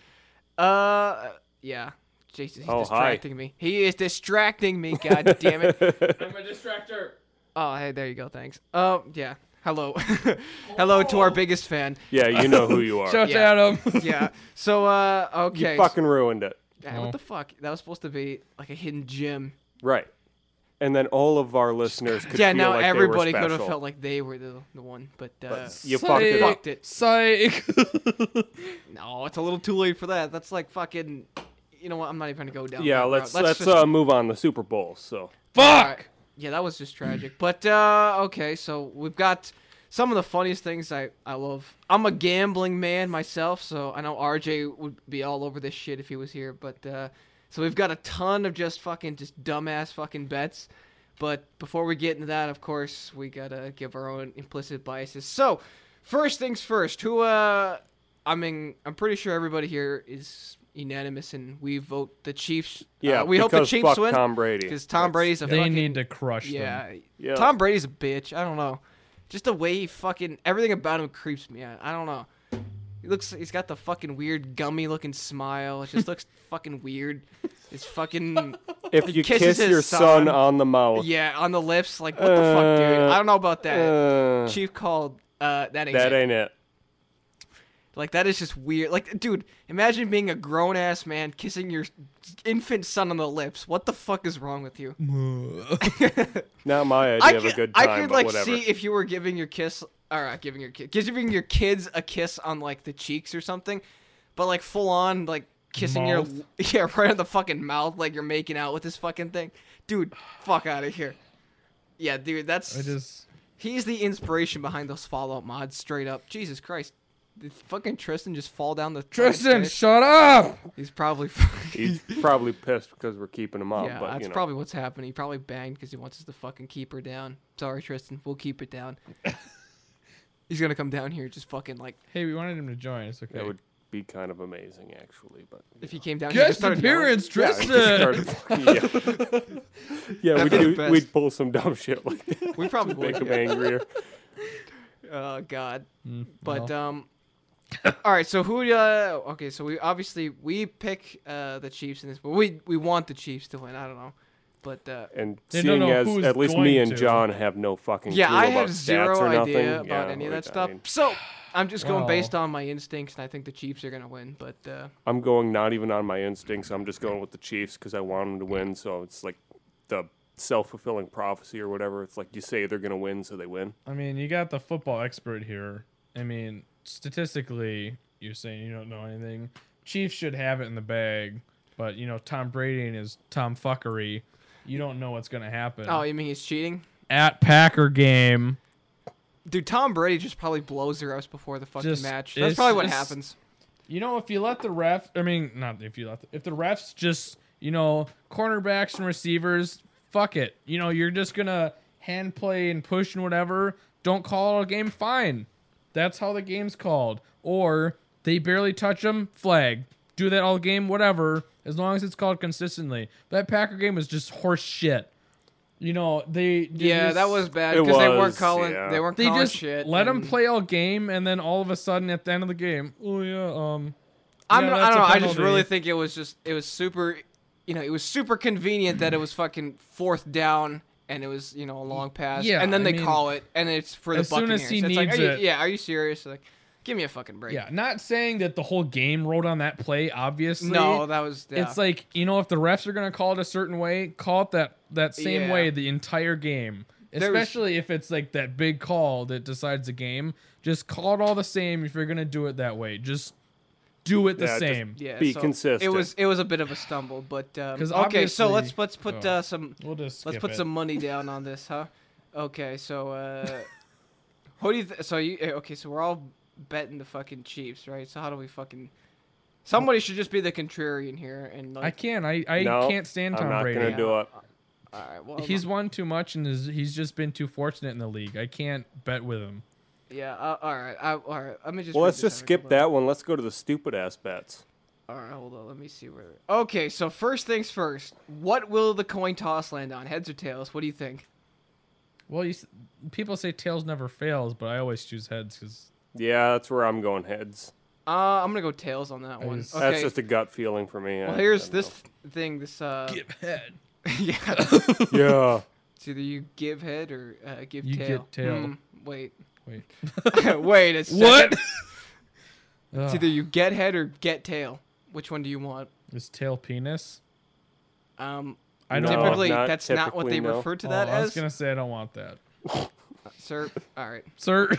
[SPEAKER 1] uh, yeah, Jesus, he's
[SPEAKER 2] Oh, hi.
[SPEAKER 1] distracting me. He is distracting me. God damn it.
[SPEAKER 3] I'm a distractor.
[SPEAKER 1] Oh, hey, there you go. Thanks. Oh, yeah. Hello, hello to
[SPEAKER 3] Oh.
[SPEAKER 1] our biggest fan.
[SPEAKER 2] yeah, you know who you are.
[SPEAKER 3] Shout out
[SPEAKER 1] Yeah.
[SPEAKER 3] to Adam.
[SPEAKER 1] Yeah. So uh, okay.
[SPEAKER 2] You fucking ruined it.
[SPEAKER 1] Yeah,
[SPEAKER 3] Oh.
[SPEAKER 1] What the fuck? That was supposed to be like a hidden gem.
[SPEAKER 2] Right. And then all of our listeners could
[SPEAKER 1] yeah,
[SPEAKER 2] feel
[SPEAKER 1] now
[SPEAKER 2] like
[SPEAKER 1] everybody
[SPEAKER 2] they were
[SPEAKER 1] could have
[SPEAKER 2] special.
[SPEAKER 1] felt like they were the, the one, but, uh,
[SPEAKER 2] But you fucked it up.
[SPEAKER 1] fucked it.
[SPEAKER 3] Psych.
[SPEAKER 1] no, it's a little too late for that. That's like fucking. You know what? I'm not even gonna go down.
[SPEAKER 2] Yeah,
[SPEAKER 1] that
[SPEAKER 2] let's
[SPEAKER 1] route.
[SPEAKER 2] let's,
[SPEAKER 1] just- Uh,
[SPEAKER 2] uh, move on to Super Bowl. So
[SPEAKER 1] Alright.
[SPEAKER 3] Fuck.
[SPEAKER 1] Yeah, that was just tragic. But uh, okay, so we've got some of the funniest things I, I love. I'm a gambling man myself, so I know RJ would be all over this shit if he was here. But uh, so we've got a ton of just fucking just dumbass fucking bets. But before we get into that, of course, we gotta give our own implicit biases. So first things first. Who? Uh, I mean, I'm pretty sure everybody here is unanimous, and we vote the Chiefs.
[SPEAKER 2] yeah,
[SPEAKER 1] Uh, we hope the
[SPEAKER 2] because
[SPEAKER 1] Chiefs
[SPEAKER 2] fuck
[SPEAKER 1] win
[SPEAKER 2] Tom Brady
[SPEAKER 1] because Tom
[SPEAKER 2] That's-
[SPEAKER 1] Brady's a
[SPEAKER 3] They
[SPEAKER 1] fucking,
[SPEAKER 3] need to crush them.
[SPEAKER 1] yeah.
[SPEAKER 2] Yeah.
[SPEAKER 1] Tom Brady's a bitch. I don't know. Just the way he fucking everything about him creeps me out. I don't know. He looks. He's got the fucking weird gummy looking smile. It just looks fucking weird. It's fucking
[SPEAKER 2] If you
[SPEAKER 1] kisses
[SPEAKER 2] kiss
[SPEAKER 1] his
[SPEAKER 2] your son,
[SPEAKER 1] son.
[SPEAKER 2] on the mouth,
[SPEAKER 1] yeah on the lips. Like what the fuck, dude?
[SPEAKER 2] Uh,
[SPEAKER 1] I don't know about that.
[SPEAKER 2] uh,
[SPEAKER 1] Chief called. Uh, that ain't.
[SPEAKER 2] that
[SPEAKER 1] it.
[SPEAKER 2] ain't it.
[SPEAKER 1] Like that is just weird. Like, dude, imagine being a grown ass man kissing your infant son on the lips. What the fuck is wrong with you?
[SPEAKER 2] Not my idea
[SPEAKER 1] I
[SPEAKER 2] of a
[SPEAKER 1] could-
[SPEAKER 2] good time,
[SPEAKER 1] I could
[SPEAKER 2] but
[SPEAKER 1] like
[SPEAKER 2] whatever.
[SPEAKER 1] see if you were giving your kiss, or not giving your kid, giving your kids a kiss on like the cheeks or something, but like full on like kissing
[SPEAKER 3] Mouth.
[SPEAKER 1] your yeah right on the fucking mouth, like you're making out with this fucking thing, dude. Fuck out of here. Yeah, dude, that's
[SPEAKER 3] I just.
[SPEAKER 1] he's the inspiration behind those Fallout mods, straight up. Jesus Christ. Did fucking Tristan just fall down the
[SPEAKER 3] Tristan,
[SPEAKER 1] stairs?
[SPEAKER 3] shut up.
[SPEAKER 1] He's probably
[SPEAKER 2] He's probably pissed because we're keeping him up.
[SPEAKER 1] yeah,
[SPEAKER 2] Um, but
[SPEAKER 1] that's
[SPEAKER 2] you know,
[SPEAKER 1] probably what's happening. He probably banged because he wants us to fucking keep her down. Sorry, Tristan, we'll keep it down. He's gonna come down here and just fucking like
[SPEAKER 3] Hey, we wanted him to join. It's okay.
[SPEAKER 2] that would be kind of amazing, actually. But
[SPEAKER 1] if he came down here and just
[SPEAKER 3] Guest
[SPEAKER 1] started yelling-
[SPEAKER 3] appearance,
[SPEAKER 2] yeah,
[SPEAKER 3] Tristan.
[SPEAKER 2] we just started- yeah, yeah,
[SPEAKER 1] That'd
[SPEAKER 2] we'd,
[SPEAKER 1] be the
[SPEAKER 2] do,
[SPEAKER 1] best.
[SPEAKER 2] we'd pull some dumb shit like that,
[SPEAKER 1] we probably
[SPEAKER 2] make
[SPEAKER 1] would,
[SPEAKER 2] him
[SPEAKER 1] yeah.
[SPEAKER 2] angrier.
[SPEAKER 1] Oh god.
[SPEAKER 3] Mm,
[SPEAKER 1] But
[SPEAKER 3] well.
[SPEAKER 1] um, all right. So who? Uh, okay. So we obviously we pick uh the Chiefs in this, but we we want the Chiefs to win. I don't know, but uh,
[SPEAKER 2] And
[SPEAKER 3] They don't
[SPEAKER 2] seeing
[SPEAKER 3] know
[SPEAKER 2] as
[SPEAKER 3] who's
[SPEAKER 2] at least
[SPEAKER 3] going
[SPEAKER 2] me and
[SPEAKER 3] to.
[SPEAKER 2] John have no fucking
[SPEAKER 1] yeah,
[SPEAKER 2] clue
[SPEAKER 1] I
[SPEAKER 2] about
[SPEAKER 1] have zero
[SPEAKER 2] stats or nothing,
[SPEAKER 1] idea
[SPEAKER 2] yeah,
[SPEAKER 1] about any of
[SPEAKER 2] like,
[SPEAKER 1] that stuff.
[SPEAKER 2] I mean,
[SPEAKER 1] so I'm just going
[SPEAKER 3] Well.
[SPEAKER 1] based on my instincts, and I think the Chiefs are gonna win. But uh,
[SPEAKER 2] I'm going not even on my instincts. I'm just going with the Chiefs because I want them to win. So it's like the self fulfilling prophecy or whatever. It's like you say they're gonna win, so they win.
[SPEAKER 3] I mean, you got the football expert here. I mean, statistically, you're saying you don't know anything. Chiefs should have it in the bag, but you know Tom Brady and his Tom fuckery. You don't know what's gonna happen.
[SPEAKER 1] oh, you mean he's cheating?
[SPEAKER 3] At Packer game,
[SPEAKER 1] Dude, Tom Brady just probably blows her ass before the fucking
[SPEAKER 3] Just-
[SPEAKER 1] match.
[SPEAKER 3] it's-
[SPEAKER 1] That's probably what
[SPEAKER 3] it's-
[SPEAKER 1] happens.
[SPEAKER 3] you know if you let the ref. I mean, not if you let. The, if the refs just you know cornerbacks and receivers, fuck it. You know you're just gonna hand play and push and whatever. Don't call a game. Fine. That's how the game's called. Or they barely touch them, flag. Do that all game, whatever, as long as it's called consistently. That Packer game was just horse shit. You know, they, they
[SPEAKER 1] Yeah,
[SPEAKER 3] just-
[SPEAKER 1] that was bad
[SPEAKER 2] It
[SPEAKER 1] because they weren't
[SPEAKER 2] was,
[SPEAKER 1] calling.
[SPEAKER 2] yeah.
[SPEAKER 1] They weren't
[SPEAKER 3] they
[SPEAKER 1] calling
[SPEAKER 3] just
[SPEAKER 1] shit.
[SPEAKER 3] let them
[SPEAKER 1] and-
[SPEAKER 3] play all game and then all of a sudden at the end of the game, oh yeah, um
[SPEAKER 1] I'm,
[SPEAKER 3] yeah,
[SPEAKER 1] not- I
[SPEAKER 3] that's
[SPEAKER 1] don't
[SPEAKER 3] a
[SPEAKER 1] know. I just
[SPEAKER 3] penalty."
[SPEAKER 1] really think it was just it was super, you know, it was super convenient that it was fucking fourth down and it was you know a long pass.
[SPEAKER 3] Yeah,
[SPEAKER 1] and then
[SPEAKER 3] I
[SPEAKER 1] they
[SPEAKER 3] mean,
[SPEAKER 1] call it and it's for the
[SPEAKER 3] as soon
[SPEAKER 1] Buccaneers.
[SPEAKER 3] as he
[SPEAKER 1] it's like,
[SPEAKER 3] needs
[SPEAKER 1] are you,
[SPEAKER 3] it-
[SPEAKER 1] yeah, are you serious? Like, give me a fucking break.
[SPEAKER 3] Yeah, not saying that the whole game rolled on that play, obviously.
[SPEAKER 1] No, that was. Yeah.
[SPEAKER 3] It's like, you know, if the refs are gonna call it a certain way, call it that that same
[SPEAKER 1] Yeah.
[SPEAKER 3] way the entire game.
[SPEAKER 1] There was-
[SPEAKER 3] Especially if it's like that big call that decides the game. Just call it all the same if you're gonna do it that way. Just do it the
[SPEAKER 2] Yeah, just-
[SPEAKER 3] same.
[SPEAKER 1] yeah,
[SPEAKER 2] be
[SPEAKER 1] so It
[SPEAKER 2] consistent.
[SPEAKER 1] was it was a bit of a stumble, but um,
[SPEAKER 3] 'Cause
[SPEAKER 1] okay. So
[SPEAKER 3] obviously-
[SPEAKER 1] let's let's put
[SPEAKER 3] oh.
[SPEAKER 1] uh, some
[SPEAKER 3] We'll just
[SPEAKER 1] Let's
[SPEAKER 3] skip
[SPEAKER 1] put
[SPEAKER 3] it.
[SPEAKER 1] some money down on this, huh? Okay, so uh, who do you? Th- so you eh, okay? So we're all betting the fucking Chiefs, right? So how do we fucking? Somebody should just be the contrarian here, and
[SPEAKER 3] I
[SPEAKER 1] like,
[SPEAKER 3] can't. I, I
[SPEAKER 2] No,
[SPEAKER 3] can't stand
[SPEAKER 2] I'm
[SPEAKER 3] Tom
[SPEAKER 2] not
[SPEAKER 3] Brady.
[SPEAKER 2] gonna do it.
[SPEAKER 1] all right, well,
[SPEAKER 3] He's won too much and is, he's just been too fortunate in the league. I can't bet with him.
[SPEAKER 1] yeah, uh, all right, I, all right. Let me just.
[SPEAKER 2] Well,
[SPEAKER 1] read
[SPEAKER 2] let's
[SPEAKER 1] this
[SPEAKER 2] just
[SPEAKER 1] article.
[SPEAKER 2] skip that one. Let's go to the stupid ass bets.
[SPEAKER 1] All right, hold on. Let me see where. Okay, so first things first. What will the coin toss land on? Heads or tails? What do you think?
[SPEAKER 3] Well, you, s- people say tails never fails, but I always choose heads because
[SPEAKER 2] Yeah, that's where I'm going heads.
[SPEAKER 1] Uh, I'm gonna go tails on that one.
[SPEAKER 3] just-
[SPEAKER 1] Okay.
[SPEAKER 2] That's just a gut feeling for me.
[SPEAKER 1] well, here's this thing. This uh,
[SPEAKER 3] head.
[SPEAKER 1] yeah.
[SPEAKER 2] yeah.
[SPEAKER 1] It's either you give head or uh, give
[SPEAKER 3] You
[SPEAKER 1] tail.
[SPEAKER 3] give tail.
[SPEAKER 1] Hmm, wait.
[SPEAKER 3] Wait,
[SPEAKER 1] wait a second.
[SPEAKER 3] what?
[SPEAKER 1] It's
[SPEAKER 3] Ugh,
[SPEAKER 1] either you get head or get tail. Which one do you want?
[SPEAKER 3] Is tail penis?
[SPEAKER 1] Um,
[SPEAKER 3] I don't.
[SPEAKER 2] No,
[SPEAKER 3] want-
[SPEAKER 1] typically,
[SPEAKER 2] not
[SPEAKER 1] that's not what they
[SPEAKER 2] typically, no.
[SPEAKER 1] refer to
[SPEAKER 3] Oh,
[SPEAKER 1] that
[SPEAKER 3] I was
[SPEAKER 1] as.
[SPEAKER 3] gonna say I don't want that,
[SPEAKER 1] Sir, all right,
[SPEAKER 3] sir.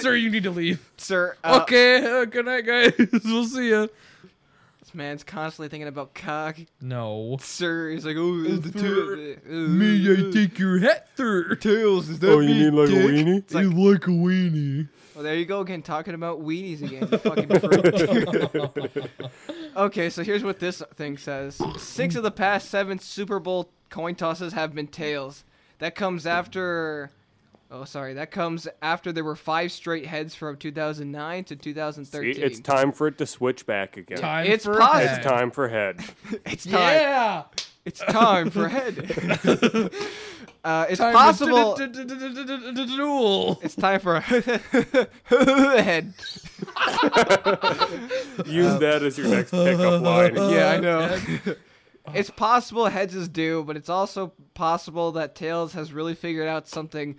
[SPEAKER 3] sir, you need to leave.
[SPEAKER 1] sir. Uh,
[SPEAKER 3] okay. Uh, good night, guys. we'll see you.
[SPEAKER 1] This man's constantly thinking about cock.
[SPEAKER 3] No.
[SPEAKER 1] Sir, he's like, oh,
[SPEAKER 3] Oh,
[SPEAKER 1] the two.
[SPEAKER 3] Me, I take your hat, sir.
[SPEAKER 1] tails. Is that
[SPEAKER 2] Oh, you need like a weenie?
[SPEAKER 1] It's like-
[SPEAKER 3] like a weenie.
[SPEAKER 1] Well, there you go again, talking about weenies again. You fucking freak. okay, so here's what this thing says: Six of the past seven Super Bowl coin tosses have been tails. That comes after. Oh, sorry. That comes after there were five straight heads from 2009 to
[SPEAKER 2] See,
[SPEAKER 1] 2013.
[SPEAKER 2] it's time for it to switch back again.
[SPEAKER 3] Time
[SPEAKER 1] It's
[SPEAKER 3] for
[SPEAKER 1] positive.
[SPEAKER 3] head.
[SPEAKER 2] It's time for head.
[SPEAKER 1] It's time.
[SPEAKER 3] Yeah.
[SPEAKER 1] It's time for head. uh, it's
[SPEAKER 3] Time to
[SPEAKER 1] possible.
[SPEAKER 3] d- d- d- d- d- d- d- duel.
[SPEAKER 1] It's time for head.
[SPEAKER 2] Use
[SPEAKER 3] Uh,
[SPEAKER 2] that as your next pickup line.
[SPEAKER 1] Uh, Yeah, I know. it's possible heads is due, but it's also possible that tails has really figured out something.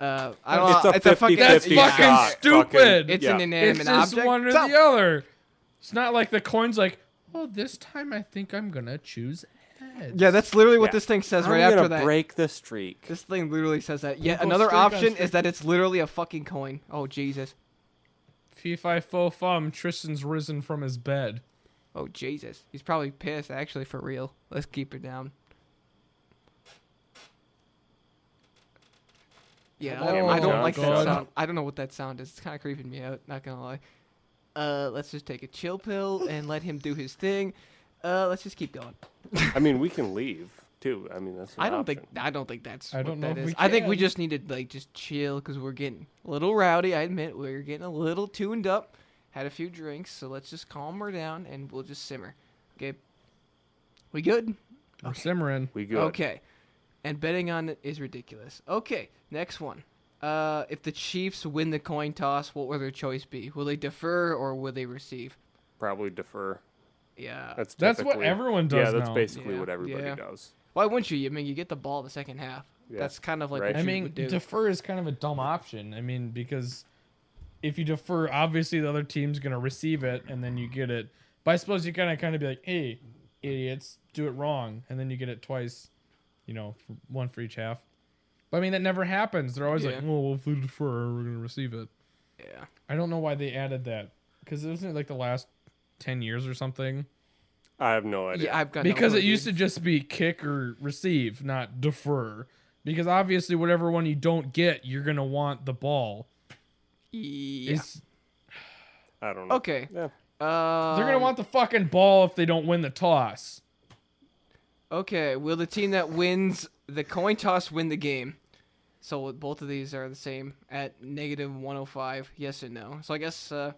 [SPEAKER 1] Uh, I don't
[SPEAKER 2] It's
[SPEAKER 1] know.
[SPEAKER 2] a
[SPEAKER 1] it's a fucking.
[SPEAKER 2] 50-50
[SPEAKER 3] That's
[SPEAKER 1] yeah.
[SPEAKER 3] fucking
[SPEAKER 2] shot.
[SPEAKER 3] stupid.
[SPEAKER 1] It's
[SPEAKER 2] yeah.
[SPEAKER 1] an
[SPEAKER 3] It's
[SPEAKER 1] inanimate
[SPEAKER 3] just
[SPEAKER 1] object.
[SPEAKER 3] one or
[SPEAKER 1] So-
[SPEAKER 3] the other. It's not like the coin's like, well, this time I think I'm gonna choose heads.
[SPEAKER 1] yeah, that's literally what
[SPEAKER 2] Yeah.
[SPEAKER 1] this thing says
[SPEAKER 2] I'm
[SPEAKER 1] right
[SPEAKER 2] gonna
[SPEAKER 1] after that.
[SPEAKER 2] break the streak.
[SPEAKER 1] This thing literally says that. Yet
[SPEAKER 3] go
[SPEAKER 1] another
[SPEAKER 3] straight on
[SPEAKER 1] option
[SPEAKER 3] straight.
[SPEAKER 1] is that it's literally a fucking coin. Oh Jesus.
[SPEAKER 3] Fee fi fo fum. Tristan's risen from his bed.
[SPEAKER 1] Oh Jesus. He's probably pissed actually for real. Let's keep it down. Yeah, I
[SPEAKER 2] Damn
[SPEAKER 1] don't,
[SPEAKER 2] it,
[SPEAKER 1] I don't
[SPEAKER 2] John.
[SPEAKER 1] like that
[SPEAKER 3] God.
[SPEAKER 1] sound. I don't know what that sound is. It's kind of creeping me out, not gonna lie. Uh, let's just take a chill pill and let him do his thing. Uh, let's just keep going.
[SPEAKER 2] I mean, we can leave too. I mean, that's. An
[SPEAKER 1] I don't
[SPEAKER 2] option.
[SPEAKER 1] think I don't think that's
[SPEAKER 3] I
[SPEAKER 1] what
[SPEAKER 3] don't know
[SPEAKER 1] that
[SPEAKER 3] if we
[SPEAKER 1] is. I think we
[SPEAKER 3] can.
[SPEAKER 1] just need to like just chill cuz we're getting a little rowdy. I admit we are getting a little tuned up, had a few drinks, so let's just calm her down and we'll just simmer. Okay. We good?
[SPEAKER 3] We're simmering.
[SPEAKER 2] we good.
[SPEAKER 1] Okay. And betting on it is ridiculous. Okay, next one. Uh, if the Chiefs win the coin toss, what will their choice be? Will they defer or will they receive?
[SPEAKER 2] Probably defer.
[SPEAKER 1] Yeah.
[SPEAKER 2] That's
[SPEAKER 3] That's what
[SPEAKER 2] typically-
[SPEAKER 3] everyone
[SPEAKER 2] Yeah,
[SPEAKER 3] does
[SPEAKER 2] that's
[SPEAKER 3] now.
[SPEAKER 2] basically
[SPEAKER 1] Yeah.
[SPEAKER 2] what everybody
[SPEAKER 1] Yeah.
[SPEAKER 2] does.
[SPEAKER 1] Why wouldn't you? I mean, you get the ball the second half.
[SPEAKER 2] Yeah.
[SPEAKER 1] That's kind of like
[SPEAKER 2] Right.
[SPEAKER 1] what
[SPEAKER 2] I
[SPEAKER 3] I
[SPEAKER 1] you
[SPEAKER 3] mean,
[SPEAKER 1] would do.
[SPEAKER 3] defer is kind of a dumb option. I mean, because if you defer, obviously the other team's gonna receive it and then you get it. But I suppose you kind of kind of be like, hey, idiots, do it wrong, and then you get it twice. You know, f- one for each half. But I mean, that never happens. They're always like,
[SPEAKER 1] Yeah.
[SPEAKER 3] well, if we defer, we're gonna receive it.
[SPEAKER 1] yeah.
[SPEAKER 3] I don't know why they added that because isn't it like the last ten years or something?
[SPEAKER 2] I have no idea.
[SPEAKER 1] Yeah, I've got no
[SPEAKER 3] because it
[SPEAKER 1] idea.
[SPEAKER 3] used to just be kick or receive, not defer. Because obviously, whatever one you don't get, you're gonna want the ball.
[SPEAKER 1] Yeah.
[SPEAKER 3] It's-
[SPEAKER 2] I don't know.
[SPEAKER 1] okay.
[SPEAKER 2] Yeah.
[SPEAKER 1] Uh,
[SPEAKER 3] they're gonna want the fucking ball if they don't win the toss.
[SPEAKER 1] Okay. Will the team that wins the coin toss win the game? So both of these are the same at negative 105. Yes and no. So I guess uh,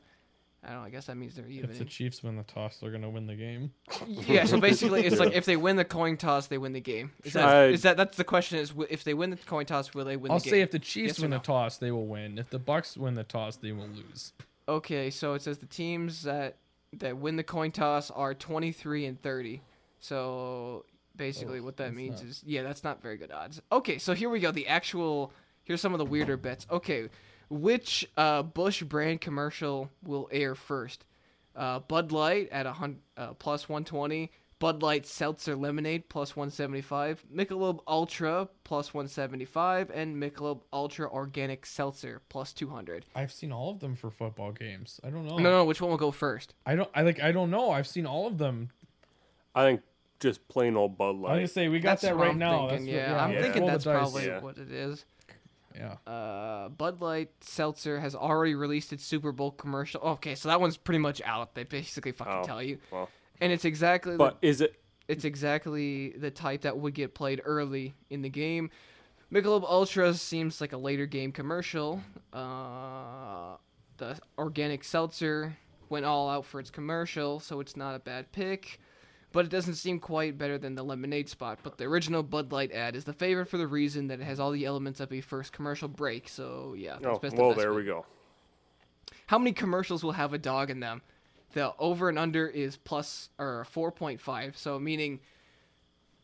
[SPEAKER 1] I don't. know, I guess that means they're even.
[SPEAKER 3] If the Chiefs win the toss, they're gonna win the game.
[SPEAKER 1] yeah. So basically, it's like if they win the coin toss, they win the game. Is that,
[SPEAKER 2] Sure.
[SPEAKER 1] is that that's the question? Is wi- if they win the coin toss, will they win
[SPEAKER 3] I'll
[SPEAKER 1] the game?
[SPEAKER 3] say if the
[SPEAKER 1] Yes
[SPEAKER 3] Chiefs
[SPEAKER 1] or
[SPEAKER 3] win
[SPEAKER 1] no?
[SPEAKER 3] the toss, they will win. If the Bucks win the toss, they will lose.
[SPEAKER 1] Okay, so it says the teams that that win the coin toss are 23 and 30. So basically,
[SPEAKER 3] Oh,
[SPEAKER 1] what that
[SPEAKER 3] that's
[SPEAKER 1] means
[SPEAKER 3] not-
[SPEAKER 1] is yeah, that's not very good odds. Okay, so here we go. The actual here's some of the weirder bets. Okay, which uh, Bush brand commercial will air first? Uh, Bud Light at a hun- uh, plus 120. Bud Light Seltzer Lemonade plus 175, Michelob Ultra plus 175, and Michelob Ultra Organic Seltzer plus 200.
[SPEAKER 3] I've seen all of them for football games. I don't know.
[SPEAKER 1] No, no, which one will go first?
[SPEAKER 3] I don't. I like. I don't know. I've seen all of them.
[SPEAKER 2] I think just plain old Bud Light.
[SPEAKER 3] I was gonna say we got that
[SPEAKER 1] what
[SPEAKER 3] right
[SPEAKER 1] I'm
[SPEAKER 3] now.
[SPEAKER 1] Thinking,
[SPEAKER 3] That's what-
[SPEAKER 1] yeah, I'm
[SPEAKER 2] yeah.
[SPEAKER 1] thinking
[SPEAKER 3] Roll the
[SPEAKER 1] that's
[SPEAKER 3] dice.
[SPEAKER 1] probably
[SPEAKER 2] Yeah.
[SPEAKER 1] what it is.
[SPEAKER 3] yeah.
[SPEAKER 1] Uh, Bud Light Seltzer has already released its Super Bowl commercial. Okay, so that one's pretty much out. They basically fucking
[SPEAKER 2] Oh,
[SPEAKER 1] tell you,
[SPEAKER 2] well.
[SPEAKER 1] and it's exactly
[SPEAKER 2] But is it?
[SPEAKER 1] the, it's exactly the type that would get played early in the game. Michelob Ultra seems like a later game commercial. Uh, the organic seltzer went all out for its commercial, so it's not a bad pick. But it doesn't seem quite better than the lemonade spot. But the original Bud Light ad is the favorite for the reason that it has all the elements of a first commercial break. So yeah, that's
[SPEAKER 2] Oh,
[SPEAKER 1] best
[SPEAKER 2] well,
[SPEAKER 1] investment.
[SPEAKER 2] there we go.
[SPEAKER 1] How many commercials will have a dog in them? The over and under is plus or 4.5. So meaning,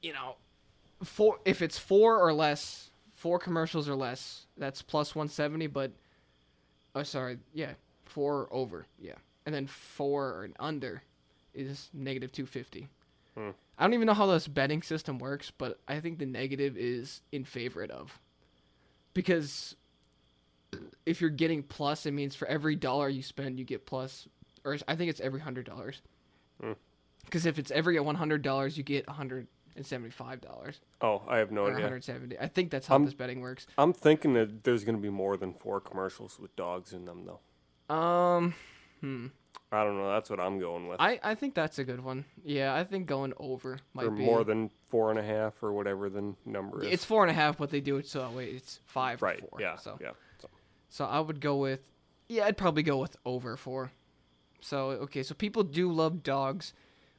[SPEAKER 1] you know, four if it's four or less, four commercials or less, that's plus 170. But oh, sorry, yeah, four or over, yeah, and then four and under is negative 250. I don't even know how this betting system works, but I think the negative is in favor of. Because if you're getting plus, it means for every dollar you spend, you get plus, or it's- I think it's every hundred dollars.
[SPEAKER 2] Hmm.
[SPEAKER 1] Because if it's every one hundred dollars, you get one hundred and seventy-five dollars
[SPEAKER 2] Oh, I have no
[SPEAKER 1] or one
[SPEAKER 2] idea.
[SPEAKER 1] hundred seventy. I think that's how
[SPEAKER 2] Um,
[SPEAKER 1] this betting works.
[SPEAKER 2] I'm thinking that there's going to be more than four commercials with dogs in them, though.
[SPEAKER 1] Um, hmm.
[SPEAKER 2] I don't know. That's what I'm going with.
[SPEAKER 1] I I think that's a good one. Yeah, I think going over might
[SPEAKER 2] or
[SPEAKER 1] be
[SPEAKER 2] more than four and a half or whatever the number is.
[SPEAKER 1] It's four and a half, but they do it so that way it's five.
[SPEAKER 2] right.
[SPEAKER 1] Four,
[SPEAKER 2] yeah.
[SPEAKER 1] So
[SPEAKER 2] Yeah. So,
[SPEAKER 1] So I would go with, yeah, I'd probably go with over four. So okay, so people do love dogs,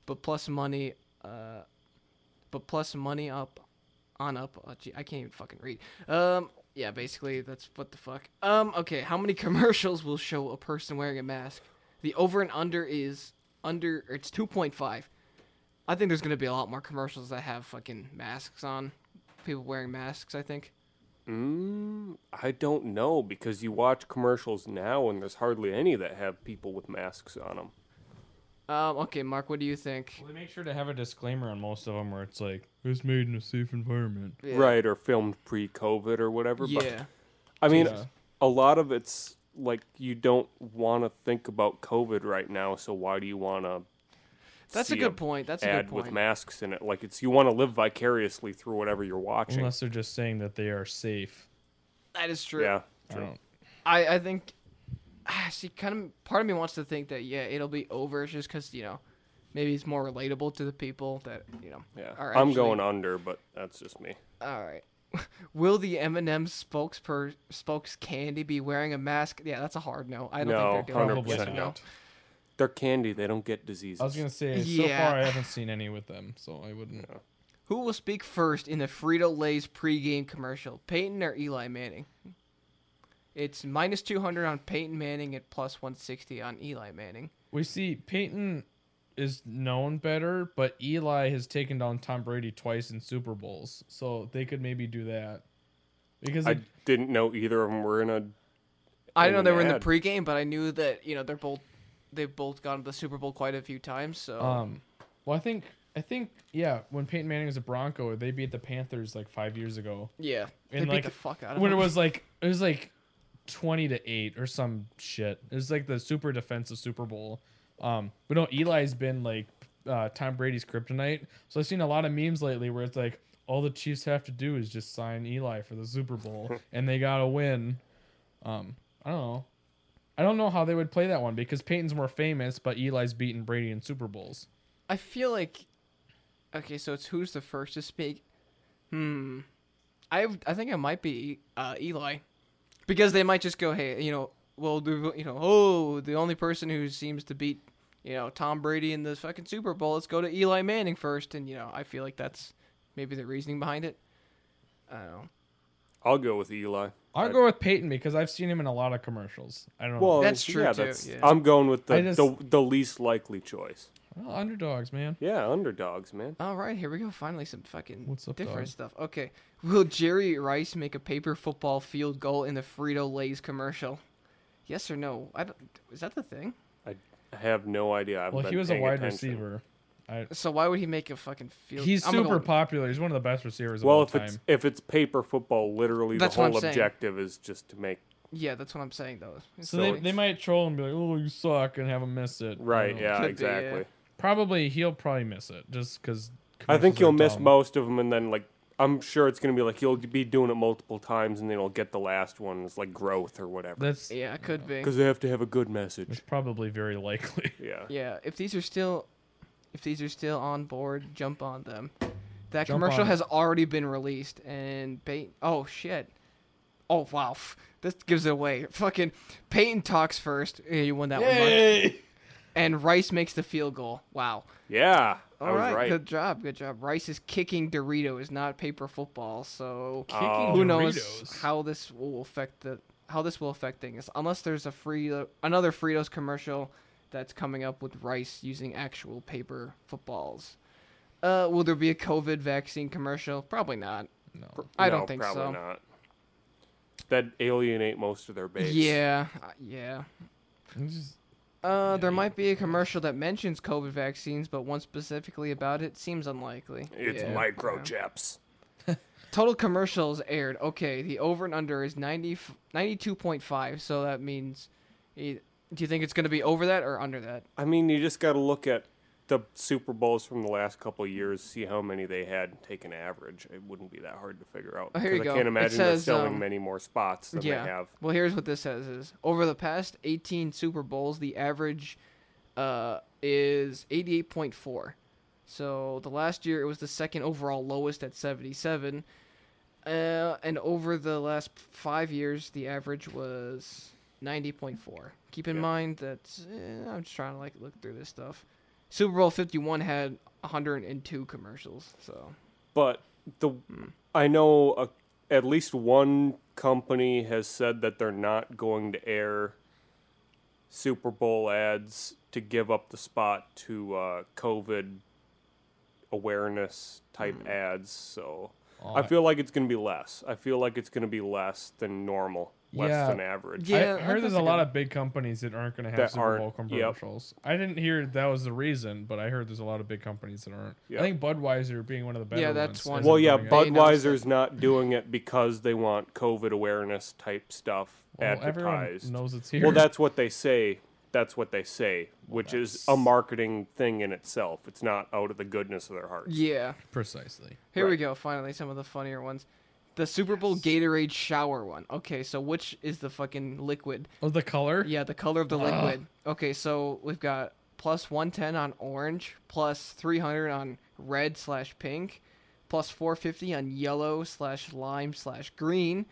[SPEAKER 1] but plus money, uh, but plus money up, on up. Oh, gee, I can't even fucking read. Um, yeah, basically that's what the fuck. Um, okay, how many commercials will show a person wearing a mask? The over and under is under. or It's two point five. I think there's gonna be a lot more commercials that have fucking masks on, people wearing masks. I think.
[SPEAKER 2] mm, I don't know because you watch commercials now and there's hardly any that have people with masks on them.
[SPEAKER 1] Um, okay, Mark, what do you think?
[SPEAKER 3] Well, they make sure to have a disclaimer on most of them where it's like, it's made in a safe environment.
[SPEAKER 1] Yeah.
[SPEAKER 2] Right. Or filmed pre COVID or whatever. But
[SPEAKER 1] Yeah.
[SPEAKER 2] I mean,
[SPEAKER 3] Yeah.
[SPEAKER 2] a lot of it's like you don't want to think about COVID right now, so why do you want to?
[SPEAKER 1] That's a good point. That's a good
[SPEAKER 2] Ad with
[SPEAKER 1] point.
[SPEAKER 2] masks in it, like it's you want to live vicariously through whatever you're watching.
[SPEAKER 3] Unless they're just saying that they are safe. Um,
[SPEAKER 1] that is true.
[SPEAKER 2] yeah,
[SPEAKER 3] I
[SPEAKER 2] true.
[SPEAKER 3] don't-
[SPEAKER 1] I, I think ah, see kind of part of me wants to think that yeah, it'll be over just cuz you know, maybe it's more relatable to the people that, you know.
[SPEAKER 2] Yeah,
[SPEAKER 1] are
[SPEAKER 2] I'm
[SPEAKER 1] actually-
[SPEAKER 2] going under, but that's just me.
[SPEAKER 1] All right. Will the M&M spokesper spokes candy be wearing a mask? Yeah, that's a hard no. I don't
[SPEAKER 2] No,
[SPEAKER 1] think they're doing
[SPEAKER 3] Probably
[SPEAKER 2] 100%
[SPEAKER 1] it.
[SPEAKER 2] no.
[SPEAKER 3] not.
[SPEAKER 2] They're candy; they don't get diseases.
[SPEAKER 3] I was gonna say,
[SPEAKER 1] Yeah.
[SPEAKER 3] so far I haven't seen any with them, so I wouldn't.
[SPEAKER 1] Who will speak first in the Frito-Lay's pregame commercial? Peyton or Eli Manning? It's minus 200 on Peyton Manning and plus 160 on Eli Manning.
[SPEAKER 3] We see Peyton is known better, but Eli has taken down Tom Brady twice in Super Bowls, so they could maybe do that. Because
[SPEAKER 2] I
[SPEAKER 3] like,
[SPEAKER 2] didn't know either of them were in a.
[SPEAKER 1] I know
[SPEAKER 2] in
[SPEAKER 1] they
[SPEAKER 2] an
[SPEAKER 1] were in the
[SPEAKER 2] ad.
[SPEAKER 1] pregame, but I knew that you know they're both they've both gone to the Super Bowl quite a few times. So
[SPEAKER 3] um, well, I think I think yeah, when Peyton Manning was a Bronco, they beat the Panthers like five years ago.
[SPEAKER 1] yeah, they
[SPEAKER 3] and,
[SPEAKER 1] beat
[SPEAKER 3] like,
[SPEAKER 1] the fuck out of
[SPEAKER 3] When it
[SPEAKER 1] them.
[SPEAKER 3] was like it was like twenty to eight or some shit. It was like the super defensive Super Bowl. Um, but no, Eli's been like uh, Tom Brady's kryptonite. So I've seen a lot of memes lately where it's like all the Chiefs have to do is just sign Eli for the Super Bowl and they got to win. Um, I don't know. I don't know how they would play that one because Peyton's more famous, but Eli's beaten Brady in Super Bowls.
[SPEAKER 1] I feel like okay, so it's who's the first to speak? Hmm, I I think it might be uh, Eli, because they might just go, hey, you know, well, do you know, oh, the only person who seems to beat you know Tom Brady in the fucking Super Bowl, let's go to Eli Manning first, and you know, I feel like that's maybe the reasoning behind it. I don't know.
[SPEAKER 2] I'll go with Eli.
[SPEAKER 3] I'll go with Peyton because I've seen him in a lot of commercials. I don't
[SPEAKER 2] Well,
[SPEAKER 1] That's true,
[SPEAKER 2] yeah,
[SPEAKER 1] too,
[SPEAKER 2] That's,
[SPEAKER 1] yeah.
[SPEAKER 2] I'm going with the,
[SPEAKER 3] I just-
[SPEAKER 2] the the least likely choice.
[SPEAKER 3] know. Well, underdogs, man.
[SPEAKER 2] Yeah, underdogs, man.
[SPEAKER 1] All right, here we go. Finally, some fucking
[SPEAKER 3] What's up,
[SPEAKER 1] different
[SPEAKER 3] dog?
[SPEAKER 1] stuff. Okay, will Jerry Rice make a paper football field goal in the Frito Lay's commercial? Yes or no? I don't, is that the thing?
[SPEAKER 2] I have no idea. I haven't
[SPEAKER 3] Well,
[SPEAKER 2] been
[SPEAKER 3] he was a
[SPEAKER 2] paying
[SPEAKER 3] wide
[SPEAKER 2] attention.
[SPEAKER 3] receiver. I,
[SPEAKER 1] So why would he make a fucking field?
[SPEAKER 3] he's
[SPEAKER 1] I'm
[SPEAKER 3] super
[SPEAKER 1] gonna go-
[SPEAKER 3] popular. He's one of the best receivers of
[SPEAKER 2] Well,
[SPEAKER 3] all
[SPEAKER 2] if
[SPEAKER 3] time.
[SPEAKER 2] it's if it's paper football, literally
[SPEAKER 1] That's
[SPEAKER 2] the
[SPEAKER 1] what I'm
[SPEAKER 2] whole
[SPEAKER 1] saying.
[SPEAKER 2] objective is just to make
[SPEAKER 1] Yeah, that's what I'm saying though. It's
[SPEAKER 3] so they,
[SPEAKER 1] like-
[SPEAKER 3] they might troll and be like, "Oh, you suck," and have him miss it. I
[SPEAKER 2] right.
[SPEAKER 3] don't know.
[SPEAKER 2] Yeah,
[SPEAKER 1] Could be,
[SPEAKER 2] exactly.
[SPEAKER 1] yeah.
[SPEAKER 3] Probably he'll probably miss it just because.
[SPEAKER 2] I think you'll miss most of them, and then like I'm sure it's gonna be like you'll be doing it multiple times, and then you'll get the last one. It's like growth or whatever.
[SPEAKER 3] That's
[SPEAKER 1] Yeah, it could be.
[SPEAKER 2] Because they have to have a good
[SPEAKER 3] that's
[SPEAKER 2] message.
[SPEAKER 3] probably very likely.
[SPEAKER 2] Yeah.
[SPEAKER 1] Yeah, if these are still, if these are still on board, jump on them. That
[SPEAKER 3] Jump
[SPEAKER 1] commercial
[SPEAKER 3] on it.
[SPEAKER 1] has already been released, and Peyton. Oh shit. Oh wow, F- this gives it away. Fucking Peyton talks first. Yeah, you won that one. Mark. and Rice makes the field goal. Wow.
[SPEAKER 2] Yeah. I
[SPEAKER 1] All
[SPEAKER 2] was
[SPEAKER 1] right,
[SPEAKER 2] right.
[SPEAKER 1] good job, good job. Rice is kicking Dorito is not paper football, so
[SPEAKER 2] Oh.
[SPEAKER 1] who knows
[SPEAKER 3] Doritos.
[SPEAKER 1] how this will affect the how this will affect things. Unless there's a free another Fritos commercial that's coming up with Rice using actual paper footballs. Uh, will there be a COVID vaccine commercial? Probably not.
[SPEAKER 3] No.
[SPEAKER 1] I
[SPEAKER 2] No,
[SPEAKER 1] don't think
[SPEAKER 2] probably
[SPEAKER 1] so.
[SPEAKER 2] Not. That alienate most of their base.
[SPEAKER 1] Yeah, uh, yeah.
[SPEAKER 3] It's just-
[SPEAKER 1] Uh, there might be a commercial that mentions COVID vaccines, but one specifically about it seems unlikely.
[SPEAKER 2] It's
[SPEAKER 1] Yeah.
[SPEAKER 2] microchips.
[SPEAKER 1] Total commercials aired. Okay, the over and under is 90, 92.5, so that means. e- Do you think it's going to be over that or under that?
[SPEAKER 2] I mean, you just got to look at the Super Bowls from the last couple of years, see how many they had taken average. It wouldn't be that hard to figure out.
[SPEAKER 1] Oh, here
[SPEAKER 2] 'cause
[SPEAKER 1] you go.
[SPEAKER 2] I can't
[SPEAKER 1] It
[SPEAKER 2] imagine
[SPEAKER 1] says,
[SPEAKER 2] they're selling
[SPEAKER 1] um,
[SPEAKER 2] many more spots than they have.
[SPEAKER 1] Well, here's what this says: is over the past 18 Super Bowls, the average uh, is 88.4. So the last year it was the second overall lowest at 77, uh, and over the last five years, the average was 90.4. Keep in
[SPEAKER 2] Yeah.
[SPEAKER 1] mind that eh, I'm just trying to like look through this stuff. Super Bowl 51 had 102 commercials. So
[SPEAKER 2] But the I know a, at least one company has said that they're not going to air Super Bowl ads to give up the spot to uh, COVID awareness type
[SPEAKER 3] Hmm.
[SPEAKER 2] ads. So I
[SPEAKER 3] Alright.
[SPEAKER 2] feel like it's going to be less. I feel like it's going to be less than normal, less
[SPEAKER 3] Yeah.
[SPEAKER 2] than average.
[SPEAKER 1] Yeah,
[SPEAKER 3] I
[SPEAKER 1] that
[SPEAKER 3] heard there's
[SPEAKER 1] does a
[SPEAKER 3] a lot
[SPEAKER 1] good-
[SPEAKER 3] of big companies that aren't going to have
[SPEAKER 2] That
[SPEAKER 3] Super
[SPEAKER 2] aren't,
[SPEAKER 3] Bowl
[SPEAKER 2] yep.
[SPEAKER 3] commercials. I didn't hear that was the reason, but I heard there's a lot of big companies that aren't.
[SPEAKER 2] Yep.
[SPEAKER 3] I think Budweiser being one of the better
[SPEAKER 1] Yeah, that's
[SPEAKER 3] ones
[SPEAKER 1] one.
[SPEAKER 2] Well,
[SPEAKER 3] isn't
[SPEAKER 2] yeah,
[SPEAKER 3] doing it.
[SPEAKER 1] Bud- announced it.
[SPEAKER 2] Budweiser's not doing it because they want COVID awareness type stuff
[SPEAKER 3] well, everyone
[SPEAKER 2] advertised.
[SPEAKER 3] knows it's here.
[SPEAKER 2] Well, that's what they say. That's what they say, which is a
[SPEAKER 3] that's-
[SPEAKER 2] marketing thing in itself. It's not out of the goodness of their hearts.
[SPEAKER 1] yeah.
[SPEAKER 3] precisely.
[SPEAKER 1] Here we
[SPEAKER 2] Right.
[SPEAKER 1] go. Finally, some of the funnier ones. The Super Bowl Gatorade shower one. Okay, so which is the fucking liquid?
[SPEAKER 3] Oh, the color.
[SPEAKER 1] Yeah, the color of the liquid. Okay, so we've got plus 110 on orange, plus 300 on red slash pink, plus 450 on yellow slash lime slash green,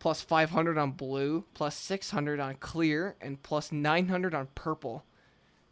[SPEAKER 1] plus 500 on blue, plus 600 on clear, and plus 900 on purple.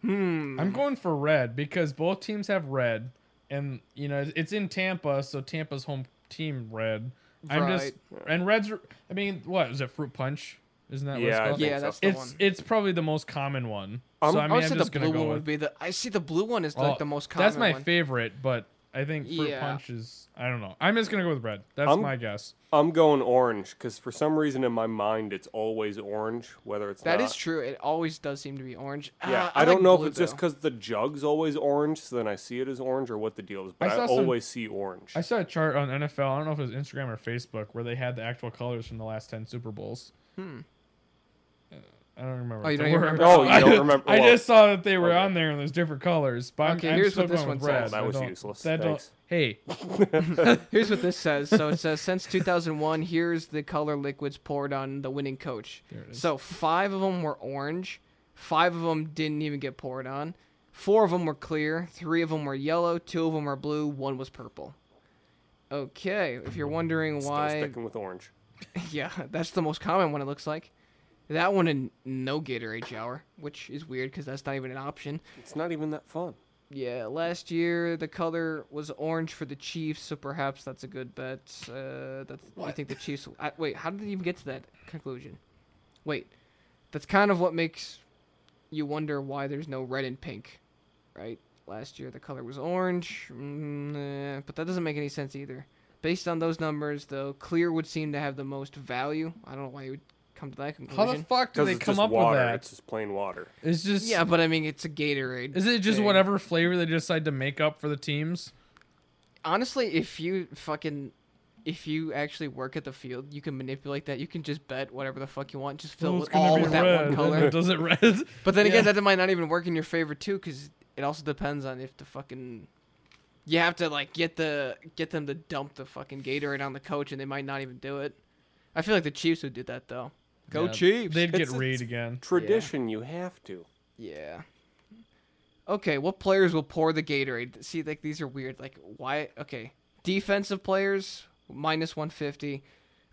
[SPEAKER 1] Mm-hmm.
[SPEAKER 3] I'm going for red because both teams have red, and you know it's in Tampa, so Tampa's home team red. I'm just and reds. Are, I mean, what is it? Fruit punch? Isn't that
[SPEAKER 2] Yeah, I
[SPEAKER 3] what it's called?
[SPEAKER 2] think
[SPEAKER 1] Yeah,
[SPEAKER 2] so.
[SPEAKER 1] that's the
[SPEAKER 3] It's
[SPEAKER 1] one.
[SPEAKER 3] it's probably the most common one.
[SPEAKER 2] I'm-
[SPEAKER 3] so I
[SPEAKER 1] I
[SPEAKER 3] mean,
[SPEAKER 1] would
[SPEAKER 3] I'm
[SPEAKER 1] say
[SPEAKER 3] just
[SPEAKER 1] the
[SPEAKER 3] gonna
[SPEAKER 1] blue
[SPEAKER 3] go
[SPEAKER 1] one
[SPEAKER 3] with
[SPEAKER 1] would be the. I see the blue one is
[SPEAKER 3] Oh,
[SPEAKER 1] like the most common.
[SPEAKER 3] That's my
[SPEAKER 1] one.
[SPEAKER 3] favorite, but I think fruit
[SPEAKER 1] Yeah.
[SPEAKER 3] punch is. I don't know. I'm just gonna go with red. That's
[SPEAKER 1] Um,
[SPEAKER 2] I'm-
[SPEAKER 3] my guess.
[SPEAKER 2] I'm going orange because for some reason in my mind it's always orange, whether it's
[SPEAKER 1] That
[SPEAKER 2] not.
[SPEAKER 1] is true. It always does seem to be orange.
[SPEAKER 2] Uh, Yeah,
[SPEAKER 3] uh,
[SPEAKER 1] Ah,
[SPEAKER 2] I,
[SPEAKER 1] like
[SPEAKER 2] don't know
[SPEAKER 1] blue,
[SPEAKER 2] if it's just
[SPEAKER 1] though.
[SPEAKER 2] because the jug's always orange, so then I see it as orange, or what the deal is. But
[SPEAKER 3] I
[SPEAKER 2] I,
[SPEAKER 3] saw some-
[SPEAKER 2] always see orange.
[SPEAKER 3] I saw a chart on NFL. I don't know if it was Instagram or Facebook where they had the actual colors from the last ten Super Bowls. Hmm. I don't remember.
[SPEAKER 1] Oh, you
[SPEAKER 3] if they
[SPEAKER 1] don't even
[SPEAKER 3] were-
[SPEAKER 1] remember?
[SPEAKER 2] oh,
[SPEAKER 3] I
[SPEAKER 2] you don't
[SPEAKER 3] just-
[SPEAKER 2] remember?
[SPEAKER 3] I
[SPEAKER 2] well,
[SPEAKER 3] just saw that they were
[SPEAKER 2] okay.
[SPEAKER 3] on there and there's different colors. But I'm,
[SPEAKER 1] Okay,
[SPEAKER 3] I'm
[SPEAKER 1] here's
[SPEAKER 3] still
[SPEAKER 1] what this
[SPEAKER 3] going with
[SPEAKER 1] one says.
[SPEAKER 3] red.
[SPEAKER 2] That
[SPEAKER 3] I
[SPEAKER 2] was
[SPEAKER 3] don't-
[SPEAKER 2] useless.
[SPEAKER 3] that don't-
[SPEAKER 2] Thanks.
[SPEAKER 3] hey,
[SPEAKER 1] Here's what this says. So it says since 2001, here's the color liquids poured on the winning coach.
[SPEAKER 3] There it is.
[SPEAKER 1] So five of them were orange, five of them didn't even get poured on, four of them were clear, three of them were yellow, two of them were blue, one was purple. Okay, if you're wondering
[SPEAKER 2] still
[SPEAKER 1] why,
[SPEAKER 2] sticking with orange.
[SPEAKER 1] yeah, that's the most common one. It looks like that one and no Gatorade shower, which is weird because that's not even an option.
[SPEAKER 2] It's not even that fun.
[SPEAKER 1] Yeah, last year the color was orange for the Chiefs, so perhaps that's a good bet. Uh, that's I think the Chiefs. I, wait, how did they even get to that conclusion? Wait, that's kind of what makes you wonder why there's no red and pink, right? Last year the color was orange, mm, eh, but that doesn't make any sense either. Based on those numbers, though, clear would seem to have the most value. I don't know why you would come to that conclusion.
[SPEAKER 3] how the fuck do
[SPEAKER 2] Because
[SPEAKER 3] they
[SPEAKER 2] it's
[SPEAKER 3] come
[SPEAKER 2] just
[SPEAKER 3] up
[SPEAKER 2] water.
[SPEAKER 3] with that?
[SPEAKER 2] It's just plain water.
[SPEAKER 3] It's just
[SPEAKER 1] yeah, but I mean it's a Gatorade.
[SPEAKER 3] Is it just
[SPEAKER 1] thing.
[SPEAKER 3] whatever flavor they decide to make up for the teams?
[SPEAKER 1] honestly, if you fucking, if you actually work at the field, you can manipulate that. You can just bet whatever the fuck you want. Just fill it with all with that one color.
[SPEAKER 3] Does it red?
[SPEAKER 1] But then again,
[SPEAKER 3] Yeah.
[SPEAKER 1] that might not even work in your favor too, because it also depends on if the fucking. You have to like get the get them to dump the fucking Gatorade on the coach, and they might not even do it. I feel like the Chiefs would do that though. Go
[SPEAKER 3] Yeah,
[SPEAKER 1] Chiefs!
[SPEAKER 3] They'd get
[SPEAKER 2] It's-
[SPEAKER 3] Reed
[SPEAKER 2] it's-
[SPEAKER 3] again.
[SPEAKER 2] Tradition, you have to.
[SPEAKER 1] Yeah. Okay, what players will pour the Gatorade? See, like these are weird. Like why? Okay, defensive players minus one fifty,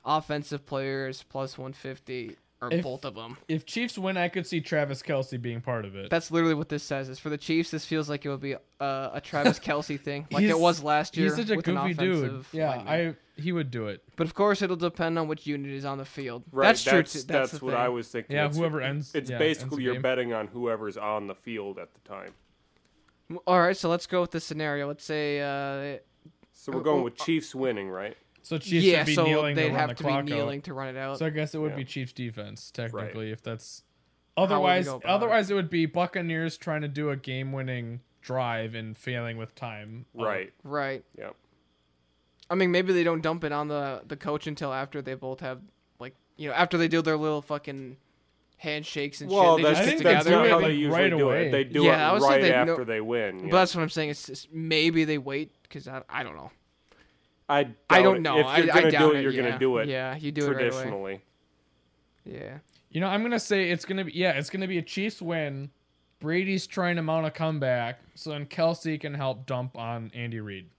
[SPEAKER 1] offensive players plus one fifty, or
[SPEAKER 3] If-
[SPEAKER 1] both of them.
[SPEAKER 3] If Chiefs win, I could see Travis Kelsey being part of it.
[SPEAKER 1] That's literally what this says. Is for the Chiefs, this feels like it would be uh, a Travis Kelsey thing, like it
[SPEAKER 3] He's-
[SPEAKER 1] was last year.
[SPEAKER 3] He's such a
[SPEAKER 1] with an
[SPEAKER 3] goofy dude.
[SPEAKER 1] offensive
[SPEAKER 3] Yeah,
[SPEAKER 1] lineman.
[SPEAKER 3] I he would do it.
[SPEAKER 1] But of course, it'll depend on which unit is on the field.
[SPEAKER 2] Right,
[SPEAKER 1] that's,
[SPEAKER 2] that's
[SPEAKER 1] true.
[SPEAKER 2] That's,
[SPEAKER 1] too. That's, the
[SPEAKER 2] what
[SPEAKER 1] thing.
[SPEAKER 2] I was thinking.
[SPEAKER 3] Yeah,
[SPEAKER 2] It's-
[SPEAKER 3] whoever ends-
[SPEAKER 2] It's
[SPEAKER 3] yeah, ends the
[SPEAKER 2] basically you're
[SPEAKER 3] game.
[SPEAKER 2] betting on whoever's on the field at the time.
[SPEAKER 1] All right, so let's go with the scenario. Let's say uh,
[SPEAKER 2] So we're
[SPEAKER 1] Uh,
[SPEAKER 2] going
[SPEAKER 1] well,
[SPEAKER 2] with
[SPEAKER 1] uh,
[SPEAKER 2] Chiefs winning, right?
[SPEAKER 3] So Chiefs
[SPEAKER 1] yeah,
[SPEAKER 3] would be
[SPEAKER 1] so
[SPEAKER 3] kneeling
[SPEAKER 1] they'd
[SPEAKER 3] to run
[SPEAKER 1] have
[SPEAKER 3] the
[SPEAKER 1] to be
[SPEAKER 3] clock out.
[SPEAKER 1] kneeling to run it out.
[SPEAKER 3] So I guess it would
[SPEAKER 2] Yeah.
[SPEAKER 3] be Chiefs defense technically if that's Otherwise,
[SPEAKER 1] go about
[SPEAKER 3] otherwise it would be Buccaneers trying to do a game-winning drive and failing with time. Uh,
[SPEAKER 2] Right.
[SPEAKER 1] Right.
[SPEAKER 2] Yeah.
[SPEAKER 1] I mean, maybe they don't dump it on the the coach until after they both have like you know after they do their little fucking handshakes and
[SPEAKER 2] Well,
[SPEAKER 1] shit. They
[SPEAKER 2] that's,
[SPEAKER 1] just
[SPEAKER 3] I
[SPEAKER 1] get
[SPEAKER 3] think
[SPEAKER 2] that's
[SPEAKER 1] together.
[SPEAKER 2] not
[SPEAKER 3] I
[SPEAKER 2] how
[SPEAKER 1] maybe.
[SPEAKER 2] they
[SPEAKER 3] think
[SPEAKER 2] usually
[SPEAKER 3] right
[SPEAKER 2] do
[SPEAKER 3] away.
[SPEAKER 2] it. They do
[SPEAKER 1] Yeah, I
[SPEAKER 2] it
[SPEAKER 1] was
[SPEAKER 2] right
[SPEAKER 1] thinking, no-
[SPEAKER 2] after they win.
[SPEAKER 1] But
[SPEAKER 2] yeah.
[SPEAKER 1] that's what I'm saying. It's just maybe they wait because I, I don't know.
[SPEAKER 2] I,
[SPEAKER 1] I
[SPEAKER 2] doubt
[SPEAKER 1] don't
[SPEAKER 2] it.
[SPEAKER 1] know.
[SPEAKER 2] If
[SPEAKER 1] I,
[SPEAKER 2] you're
[SPEAKER 1] I
[SPEAKER 2] gonna
[SPEAKER 1] doubt
[SPEAKER 2] do it, you're
[SPEAKER 1] yeah.
[SPEAKER 2] gonna do it
[SPEAKER 1] Yeah, you do it right away.
[SPEAKER 2] traditionally.
[SPEAKER 1] Yeah.
[SPEAKER 3] You know, I'm gonna say it's gonna be yeah, it's gonna be a Chiefs win. Brady's trying to mount a comeback, so then Kelsey can help dump on Andy Reid.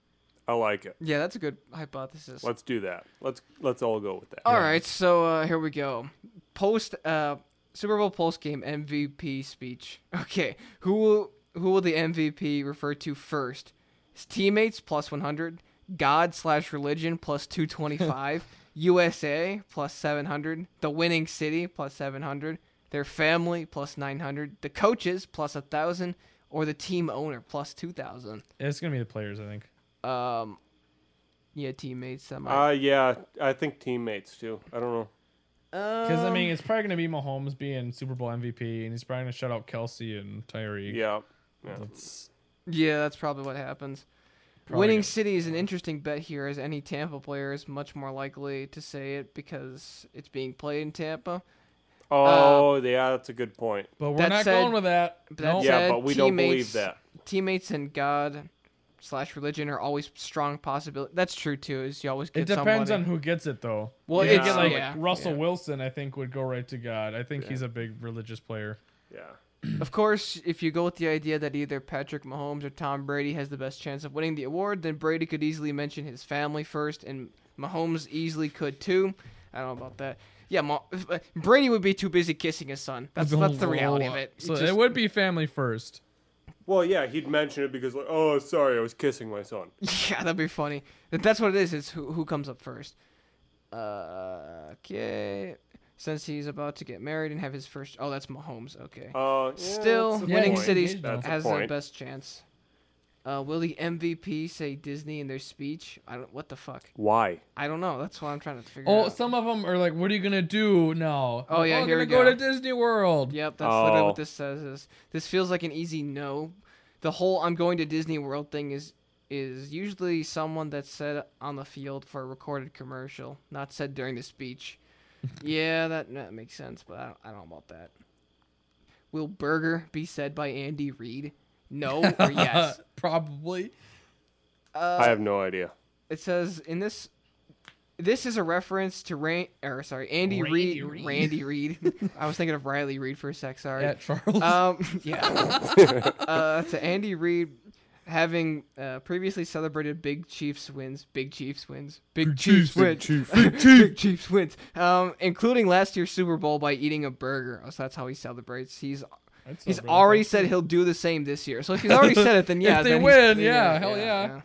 [SPEAKER 2] I like it.
[SPEAKER 1] Yeah, that's a good hypothesis.
[SPEAKER 2] Let's do that. Let's let's all go with that.
[SPEAKER 1] All right, so uh, here we go. Post uh, Super Bowl post game MVP speech. Okay, who will who will the MVP refer to first? His teammates plus one hundred, God slash religion plus two twenty five, USA plus seven hundred, the winning city plus seven hundred, their family plus nine hundred, the coaches plus a thousand, or the team owner plus two thousand.
[SPEAKER 3] It's gonna be the players, I think.
[SPEAKER 1] Um, yeah, teammates. That might.
[SPEAKER 2] Uh, yeah, I think teammates too. I don't know.
[SPEAKER 3] Because
[SPEAKER 1] Uh.
[SPEAKER 3] I mean, it's probably gonna be Mahomes being Super Bowl MVP, and he's probably gonna shut out Kelsey and Tyree.
[SPEAKER 2] Yeah. yeah.
[SPEAKER 3] That's
[SPEAKER 1] Yeah, that's probably what happens.
[SPEAKER 3] Probably
[SPEAKER 1] Winning
[SPEAKER 3] good.
[SPEAKER 1] City is an interesting bet here, as any Tampa player is much more likely to say it because it's being played in Tampa. Uh,
[SPEAKER 2] Oh, yeah, that's a good point.
[SPEAKER 3] but we're
[SPEAKER 1] That
[SPEAKER 3] not
[SPEAKER 1] said-
[SPEAKER 3] going with that.
[SPEAKER 1] but that
[SPEAKER 3] Nope.
[SPEAKER 1] said-
[SPEAKER 2] Yeah, but we don't
[SPEAKER 1] teammates-
[SPEAKER 2] believe that.
[SPEAKER 1] Teammates and God slash religion are always strong possibility. That's true too. Is you always get
[SPEAKER 3] it depends
[SPEAKER 1] somebody-
[SPEAKER 3] on who gets it though.
[SPEAKER 1] Well,
[SPEAKER 3] You
[SPEAKER 2] it's-
[SPEAKER 3] get, like
[SPEAKER 1] yeah,
[SPEAKER 3] Russell
[SPEAKER 1] yeah.
[SPEAKER 3] Wilson, I think would go right to God. I think he's a big religious player.
[SPEAKER 2] Yeah.
[SPEAKER 1] Of course, if you go with the idea that either Patrick Mahomes or Tom Brady has the best chance of winning the award, then Brady could easily mention his family first, and Mahomes easily could too. I don't know about that. Yeah, Ma- if, uh, Brady would be too busy kissing his son. That's that's the reality of it.
[SPEAKER 3] So
[SPEAKER 1] It's
[SPEAKER 3] it
[SPEAKER 1] just-
[SPEAKER 3] would be family first.
[SPEAKER 2] Well, yeah, he'd mention it because like, oh, sorry, I was kissing my son.
[SPEAKER 1] yeah, that'd be funny. That- That's what it is. It's who who comes up first. Uh, okay. Since he's about to get married and have his first. Oh, that's Mahomes. Okay.
[SPEAKER 2] Uh, yeah,
[SPEAKER 1] Still,
[SPEAKER 2] that's a
[SPEAKER 1] winning
[SPEAKER 2] point.
[SPEAKER 1] cities
[SPEAKER 2] That's a
[SPEAKER 1] has the
[SPEAKER 2] point.
[SPEAKER 1] best chance. Uh, will the MVP say Disney in their speech? I don't. What the fuck?
[SPEAKER 2] Why?
[SPEAKER 1] I don't know. That's what I'm trying to figure
[SPEAKER 3] Oh,
[SPEAKER 1] out.
[SPEAKER 3] some of them are like, "What are you gonna do now?"
[SPEAKER 1] Oh, yeah,
[SPEAKER 3] I'm
[SPEAKER 1] here
[SPEAKER 3] gonna
[SPEAKER 1] we
[SPEAKER 3] go.
[SPEAKER 1] go.
[SPEAKER 3] to Disney World.
[SPEAKER 1] Yep, that's literally
[SPEAKER 2] Oh.
[SPEAKER 1] what this says. Is this feels like an easy no? The whole "I'm going to Disney World" thing is is usually someone that's said on the field for a recorded commercial, not said during the speech. yeah, that, that makes sense, but I don't, I don't know about that. Will "Burger" be said by Andy Reid? No or yes?
[SPEAKER 3] probably.
[SPEAKER 1] Uh,
[SPEAKER 2] I have no idea.
[SPEAKER 1] it says in this this is a reference to Ran- or sorry Andy
[SPEAKER 3] Randy
[SPEAKER 1] Reid
[SPEAKER 3] Reid.
[SPEAKER 1] Randy Reid I was thinking of Riley Reid for a sec sorry
[SPEAKER 3] Yeah, Charles.
[SPEAKER 1] um yeah uh, to Andy Reid having uh, previously celebrated Big Chiefs wins Big Chiefs wins Big, Chiefs, wins Big, Chiefs wins um including last year's Super Bowl by eating a burger Oh, so that's how he celebrates
[SPEAKER 3] Oh,
[SPEAKER 1] he's
[SPEAKER 3] I'd
[SPEAKER 1] he's
[SPEAKER 3] celebrate
[SPEAKER 1] already
[SPEAKER 3] that.
[SPEAKER 1] said he'll do the same this year so if he's already said it then
[SPEAKER 3] If
[SPEAKER 1] yeah
[SPEAKER 3] they
[SPEAKER 1] then he's-
[SPEAKER 3] win, yeah, hell yeah.
[SPEAKER 1] yeah.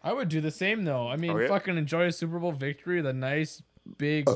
[SPEAKER 3] I would do the same though. I mean,
[SPEAKER 2] Oh, yeah.
[SPEAKER 3] fucking enjoy a Super Bowl victory, the nice big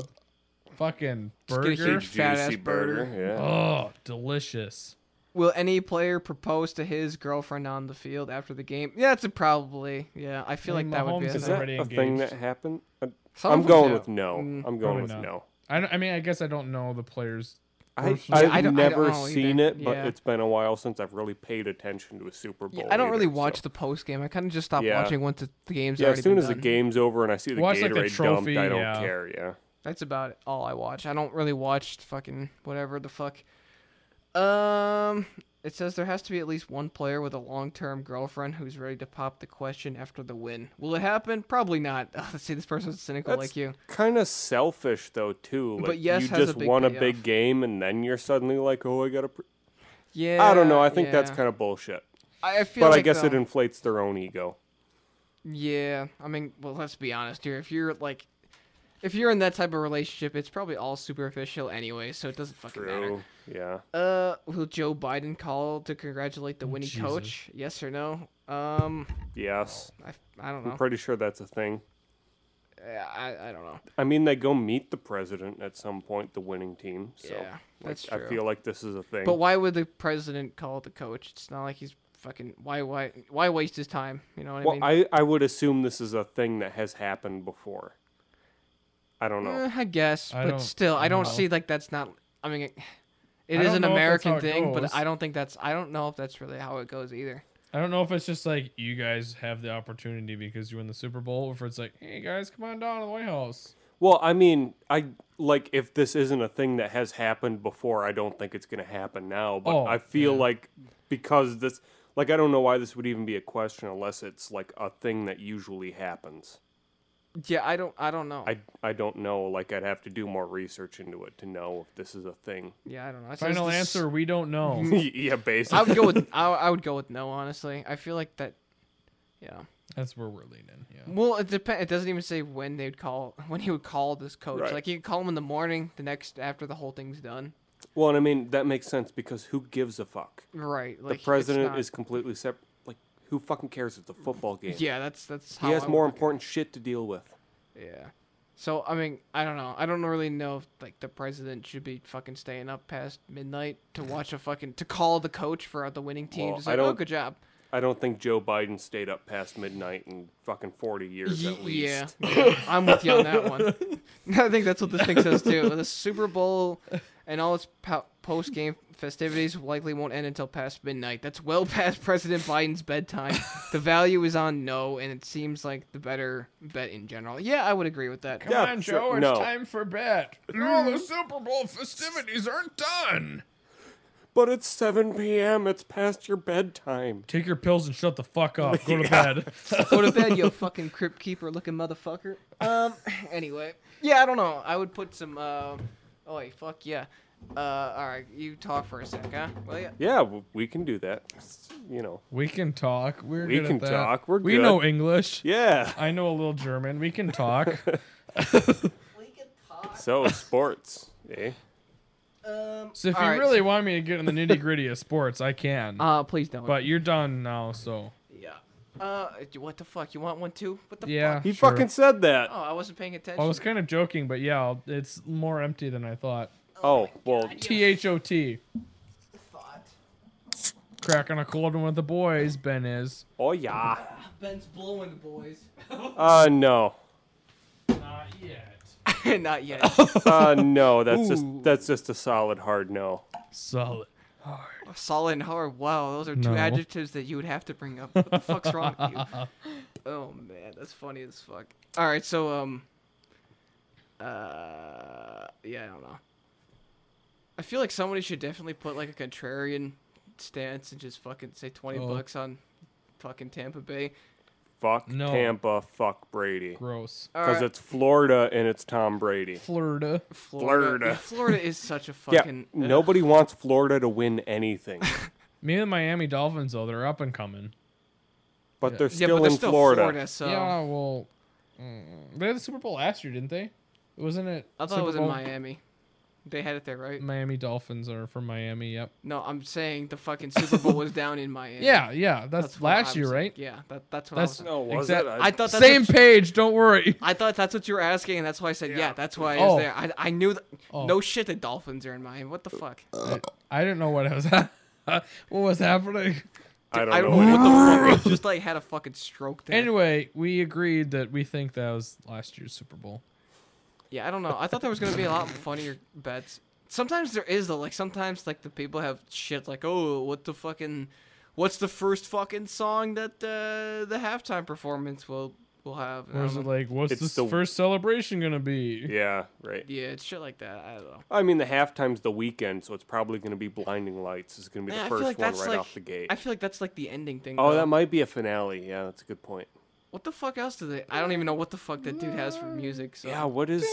[SPEAKER 3] fucking
[SPEAKER 1] Just get a
[SPEAKER 3] burger.
[SPEAKER 1] huge- Fat ass
[SPEAKER 2] Juicy burger. Yeah.
[SPEAKER 3] Oh, delicious.
[SPEAKER 1] Will any player propose to his girlfriend on the field after the game? Yeah, it's a probably. Yeah, I feel
[SPEAKER 3] I
[SPEAKER 1] like
[SPEAKER 3] mean,
[SPEAKER 1] that would be
[SPEAKER 3] Mahomes
[SPEAKER 1] a
[SPEAKER 3] is
[SPEAKER 2] Is
[SPEAKER 1] thing.
[SPEAKER 2] that
[SPEAKER 3] already
[SPEAKER 2] a thing
[SPEAKER 3] engaged.
[SPEAKER 2] that happened? I-
[SPEAKER 1] Some
[SPEAKER 2] I'm
[SPEAKER 1] of them
[SPEAKER 2] going
[SPEAKER 1] do.
[SPEAKER 2] with no.
[SPEAKER 1] Mm,
[SPEAKER 2] I'm going
[SPEAKER 3] probably
[SPEAKER 2] with
[SPEAKER 3] not.
[SPEAKER 2] no.
[SPEAKER 3] I, don't- I mean, I guess I don't know the players.
[SPEAKER 2] I,
[SPEAKER 1] I
[SPEAKER 2] I've
[SPEAKER 3] Personally-
[SPEAKER 1] don't- I don't
[SPEAKER 2] never
[SPEAKER 1] know either.
[SPEAKER 2] seen it, but
[SPEAKER 1] Yeah.
[SPEAKER 2] it's been a while since I've really paid attention to a Super Bowl.
[SPEAKER 1] Yeah, I don't really
[SPEAKER 2] either, so-
[SPEAKER 1] watch the post game. I kind of just stopped
[SPEAKER 2] Yeah.
[SPEAKER 1] watching once the, the game's
[SPEAKER 2] Yeah,
[SPEAKER 1] already
[SPEAKER 2] as soon
[SPEAKER 1] been
[SPEAKER 2] as the
[SPEAKER 1] done.
[SPEAKER 2] game's over and I see the
[SPEAKER 3] Watch, like,
[SPEAKER 2] Gatorade
[SPEAKER 3] a trophy,
[SPEAKER 2] dumped, I don't
[SPEAKER 3] yeah.
[SPEAKER 2] care. Yeah.
[SPEAKER 1] That's about all I watch. I don't really watch fucking whatever the fuck. Um, it says there has to be at least one player with a long-term girlfriend who's ready to pop the question after the win. Will it happen? Probably not. Let's see, this person's cynical like you.
[SPEAKER 2] Kind of selfish though too. Like
[SPEAKER 1] But yes
[SPEAKER 2] you
[SPEAKER 1] has a
[SPEAKER 2] just
[SPEAKER 1] big
[SPEAKER 2] won a
[SPEAKER 1] payoff.
[SPEAKER 2] big game and then you're suddenly like, oh, I gotta. Pr-.
[SPEAKER 1] Yeah.
[SPEAKER 2] I don't know. I think that's
[SPEAKER 1] yeah.
[SPEAKER 2] kind of bullshit.
[SPEAKER 1] I I feel
[SPEAKER 2] But
[SPEAKER 1] like um,
[SPEAKER 2] I guess
[SPEAKER 1] though-
[SPEAKER 2] it inflates their own ego.
[SPEAKER 1] Yeah, I mean, well, let's be honest here. If you're like, if you're in that type of relationship, it's probably all superficial anyway, so it doesn't fucking matter.
[SPEAKER 2] True. Yeah.
[SPEAKER 1] Uh, will Joe Biden call to congratulate the winning
[SPEAKER 3] Jesus.
[SPEAKER 1] coach? Yes or no? Um,
[SPEAKER 2] Yes.
[SPEAKER 1] I, I don't
[SPEAKER 2] I'm
[SPEAKER 1] know.
[SPEAKER 2] pretty sure that's a thing.
[SPEAKER 1] I, I don't know.
[SPEAKER 2] I mean, they go meet the president at some point, the winning team. So
[SPEAKER 1] Yeah, that's
[SPEAKER 2] like,
[SPEAKER 1] true.
[SPEAKER 2] I feel like this is a thing.
[SPEAKER 1] But why would the president call the coach? It's not like he's fucking. Why why why waste his time? You know what
[SPEAKER 2] well,
[SPEAKER 1] I mean?
[SPEAKER 2] I, I would assume this is a thing that has happened before. I don't know.
[SPEAKER 1] Eh, I guess,
[SPEAKER 3] I
[SPEAKER 1] but
[SPEAKER 3] don't
[SPEAKER 1] still, I don't
[SPEAKER 3] know.
[SPEAKER 1] see like that's not. I mean, It
[SPEAKER 3] I
[SPEAKER 1] is
[SPEAKER 3] don't
[SPEAKER 1] an
[SPEAKER 3] know if that's how
[SPEAKER 1] American
[SPEAKER 3] it
[SPEAKER 1] thing,
[SPEAKER 3] goes.
[SPEAKER 1] but I don't think that's I don't know if that's really how it goes either.
[SPEAKER 3] I don't know if it's just like you guys have the opportunity because you win the Super Bowl, or if it's like, hey guys, come on down to the White House.
[SPEAKER 2] Well, I mean, I like if this isn't a thing that has happened before, I don't think it's going to happen now. But
[SPEAKER 3] Oh,
[SPEAKER 2] I feel like because this, like, I don't know why this would even be a question unless it's like a thing that usually happens.
[SPEAKER 1] Yeah, I don't I don't know.
[SPEAKER 2] I I don't know. Like, I'd have to do more research into it to know if this is a thing.
[SPEAKER 1] yeah, I don't know. It's just
[SPEAKER 3] Final
[SPEAKER 1] this-
[SPEAKER 3] answer: We don't know.
[SPEAKER 2] yeah,
[SPEAKER 1] I
[SPEAKER 2] basically.
[SPEAKER 1] would go with I, I would go with no. Honestly, I feel like that. Yeah.
[SPEAKER 3] That's where we're leaning. Yeah.
[SPEAKER 1] Well, it depends. It doesn't even say when they'd call when he would call this coach.
[SPEAKER 2] Right.
[SPEAKER 1] Like you could call him in the morning, the next after the whole thing's done.
[SPEAKER 2] well, and I mean that makes sense because who gives a fuck?
[SPEAKER 1] Right.
[SPEAKER 2] The
[SPEAKER 1] Like it's
[SPEAKER 2] president
[SPEAKER 1] not-
[SPEAKER 2] is completely separate. Like, who fucking cares? It's a football game.
[SPEAKER 1] Yeah, that's that's how
[SPEAKER 2] he has
[SPEAKER 1] I
[SPEAKER 2] more
[SPEAKER 1] would-
[SPEAKER 2] important shit to deal with.
[SPEAKER 1] Yeah. So I mean, I don't know. I don't really know if like the president should be fucking staying up past midnight to watch a fucking to call the coach for the winning team.
[SPEAKER 2] Well,
[SPEAKER 1] Just
[SPEAKER 2] I
[SPEAKER 1] like, oh,
[SPEAKER 2] don't-
[SPEAKER 1] good job.
[SPEAKER 2] I don't think Joe Biden stayed up past midnight in fucking 40 years
[SPEAKER 1] Ye-
[SPEAKER 2] at least.
[SPEAKER 1] Yeah, I'm with you on that one. I think that's what this thing says too. The Super Bowl and all its po- post-game festivities likely won't end until past midnight. That's well past President Biden's bedtime. The value is on no, and it seems like the better bet in general. Yeah, I would agree with that.
[SPEAKER 3] Come
[SPEAKER 2] Yeah,
[SPEAKER 3] on,
[SPEAKER 2] sure,
[SPEAKER 3] Joe. It's
[SPEAKER 2] no.
[SPEAKER 3] time for bed. No, the Super Bowl festivities aren't done.
[SPEAKER 2] But it's 7 p.m. It's past your bedtime.
[SPEAKER 3] Take your pills and shut the fuck up. Go to bed.
[SPEAKER 1] Go to bed, you fucking crypt keeper looking motherfucker. Um, anyway, yeah, I don't know. I would put some. Uh, oh, fuck yeah. Uh, all right, you talk for a sec, huh? Well, yeah.
[SPEAKER 2] Yeah, w- we can do that. It's, You know.
[SPEAKER 3] we can talk. We're
[SPEAKER 2] We
[SPEAKER 3] good
[SPEAKER 2] can
[SPEAKER 3] at that.
[SPEAKER 2] talk. We're
[SPEAKER 3] we
[SPEAKER 2] good.
[SPEAKER 3] know English.
[SPEAKER 2] Yeah.
[SPEAKER 3] I know a little German. We can talk.
[SPEAKER 2] So, sports, eh?
[SPEAKER 3] So if
[SPEAKER 1] All
[SPEAKER 3] you
[SPEAKER 1] right.
[SPEAKER 3] really want me to get in the nitty gritty of sports, I can.
[SPEAKER 1] Uh, please don't.
[SPEAKER 3] but you're done now, so
[SPEAKER 1] Yeah. Uh, d- what the fuck? You want one too? What the
[SPEAKER 3] yeah.
[SPEAKER 1] fuck?
[SPEAKER 2] He
[SPEAKER 3] sure.
[SPEAKER 2] fucking said that.
[SPEAKER 1] Oh, I wasn't paying attention.
[SPEAKER 3] I was kind of joking, but yeah, I'll- it's more empty than I thought.
[SPEAKER 2] Oh, well,
[SPEAKER 3] T H O T.
[SPEAKER 1] Thought.
[SPEAKER 3] Cracking a cold one with the boys. Ben is.
[SPEAKER 2] oh yeah.
[SPEAKER 1] Ben's blowing, boys.
[SPEAKER 2] Uh, no.
[SPEAKER 3] Not yet.
[SPEAKER 1] Not yet.
[SPEAKER 2] Uh, no, that's just
[SPEAKER 1] Ooh.
[SPEAKER 2] that's just a solid hard no.
[SPEAKER 3] Solid.
[SPEAKER 1] Solid and hard. Wow, those are two
[SPEAKER 3] No.
[SPEAKER 1] adjectives that you would have to bring up. What the fuck's wrong with you? Oh man, that's funny as fuck. All right, so um, uh, yeah, I don't know. I feel like somebody should definitely put like a contrarian stance and just fucking say twenty
[SPEAKER 3] Oh.
[SPEAKER 1] bucks on fucking Tampa Bay.
[SPEAKER 2] Fuck
[SPEAKER 3] No.
[SPEAKER 2] Tampa, fuck Brady.
[SPEAKER 3] Gross.
[SPEAKER 1] All
[SPEAKER 2] Because
[SPEAKER 1] right.
[SPEAKER 2] it's Florida and it's Tom Brady.
[SPEAKER 3] Florida.
[SPEAKER 1] Florida. Yeah,
[SPEAKER 2] Florida.
[SPEAKER 1] Florida is such a
[SPEAKER 2] Yeah,
[SPEAKER 1] fucking. uh, ugh.
[SPEAKER 2] nobody wants Florida to win anything.
[SPEAKER 3] Me and the Miami Dolphins though, they're up and coming.
[SPEAKER 2] But
[SPEAKER 3] Yeah.
[SPEAKER 2] they're
[SPEAKER 1] Yeah,
[SPEAKER 2] still
[SPEAKER 1] but they're
[SPEAKER 2] in
[SPEAKER 1] still
[SPEAKER 2] Florida.
[SPEAKER 1] Florida, so
[SPEAKER 3] Yeah. Well, mm, they had the Super Bowl last year, didn't they? Wasn't it?
[SPEAKER 1] I thought
[SPEAKER 3] Super
[SPEAKER 1] it was in
[SPEAKER 3] Bowl- Mm.
[SPEAKER 1] Miami. They had it there, right?
[SPEAKER 3] Miami Dolphins are from Miami. Yep.
[SPEAKER 1] No, I'm saying the fucking Super Bowl was down in Miami.
[SPEAKER 3] Yeah. Yeah. That's,
[SPEAKER 1] what
[SPEAKER 3] last
[SPEAKER 1] I'm
[SPEAKER 3] year,
[SPEAKER 1] saying.
[SPEAKER 3] right?
[SPEAKER 1] Yeah, that, that's what
[SPEAKER 3] That's
[SPEAKER 1] I was.
[SPEAKER 2] No, was
[SPEAKER 3] Exact-
[SPEAKER 2] it? I-
[SPEAKER 1] I thought that's
[SPEAKER 3] Same
[SPEAKER 1] what you-
[SPEAKER 3] page. Don't worry.
[SPEAKER 1] I thought that's what you were asking, and that's why I said yeah. that's why I
[SPEAKER 3] Oh.
[SPEAKER 1] was there. I, I knew. Th-
[SPEAKER 3] Oh.
[SPEAKER 1] No shit, the Dolphins are in Miami. What the fuck?
[SPEAKER 2] Uh,
[SPEAKER 3] I didn't know what was what was happening.
[SPEAKER 2] I don't
[SPEAKER 1] I
[SPEAKER 2] know.
[SPEAKER 1] don't know what
[SPEAKER 2] what
[SPEAKER 1] the fuck. I just like had a fucking stroke there.
[SPEAKER 3] Anyway, we agreed that we think that was last year's Super Bowl.
[SPEAKER 1] Yeah, I don't know. I thought there was gonna be a lot funnier bets. Sometimes there is though. Like sometimes like the people have shit like, oh, what the fucking, what's the first fucking song that uh, the halftime performance will will have? And I
[SPEAKER 3] Or is
[SPEAKER 1] don't
[SPEAKER 3] it
[SPEAKER 1] know.
[SPEAKER 3] like, what's
[SPEAKER 2] It's
[SPEAKER 3] this
[SPEAKER 2] the-
[SPEAKER 3] first celebration gonna be?
[SPEAKER 2] it- yeah, right.
[SPEAKER 1] yeah, it's shit like that. I don't know.
[SPEAKER 2] I mean, the halftime's the weekend, so it's probably going to be blinding lights. It's going to be
[SPEAKER 1] Yeah,
[SPEAKER 2] the
[SPEAKER 1] I feel
[SPEAKER 2] first
[SPEAKER 1] like
[SPEAKER 2] one
[SPEAKER 1] that's
[SPEAKER 2] right
[SPEAKER 1] like
[SPEAKER 2] off the gate.
[SPEAKER 1] I feel like that's like the ending thing.
[SPEAKER 2] oh,
[SPEAKER 1] though.
[SPEAKER 2] that might be a finale. Yeah, that's a good point.
[SPEAKER 1] What the fuck else do they? I don't even know what the fuck that dude has for music. So.
[SPEAKER 2] Yeah, what is?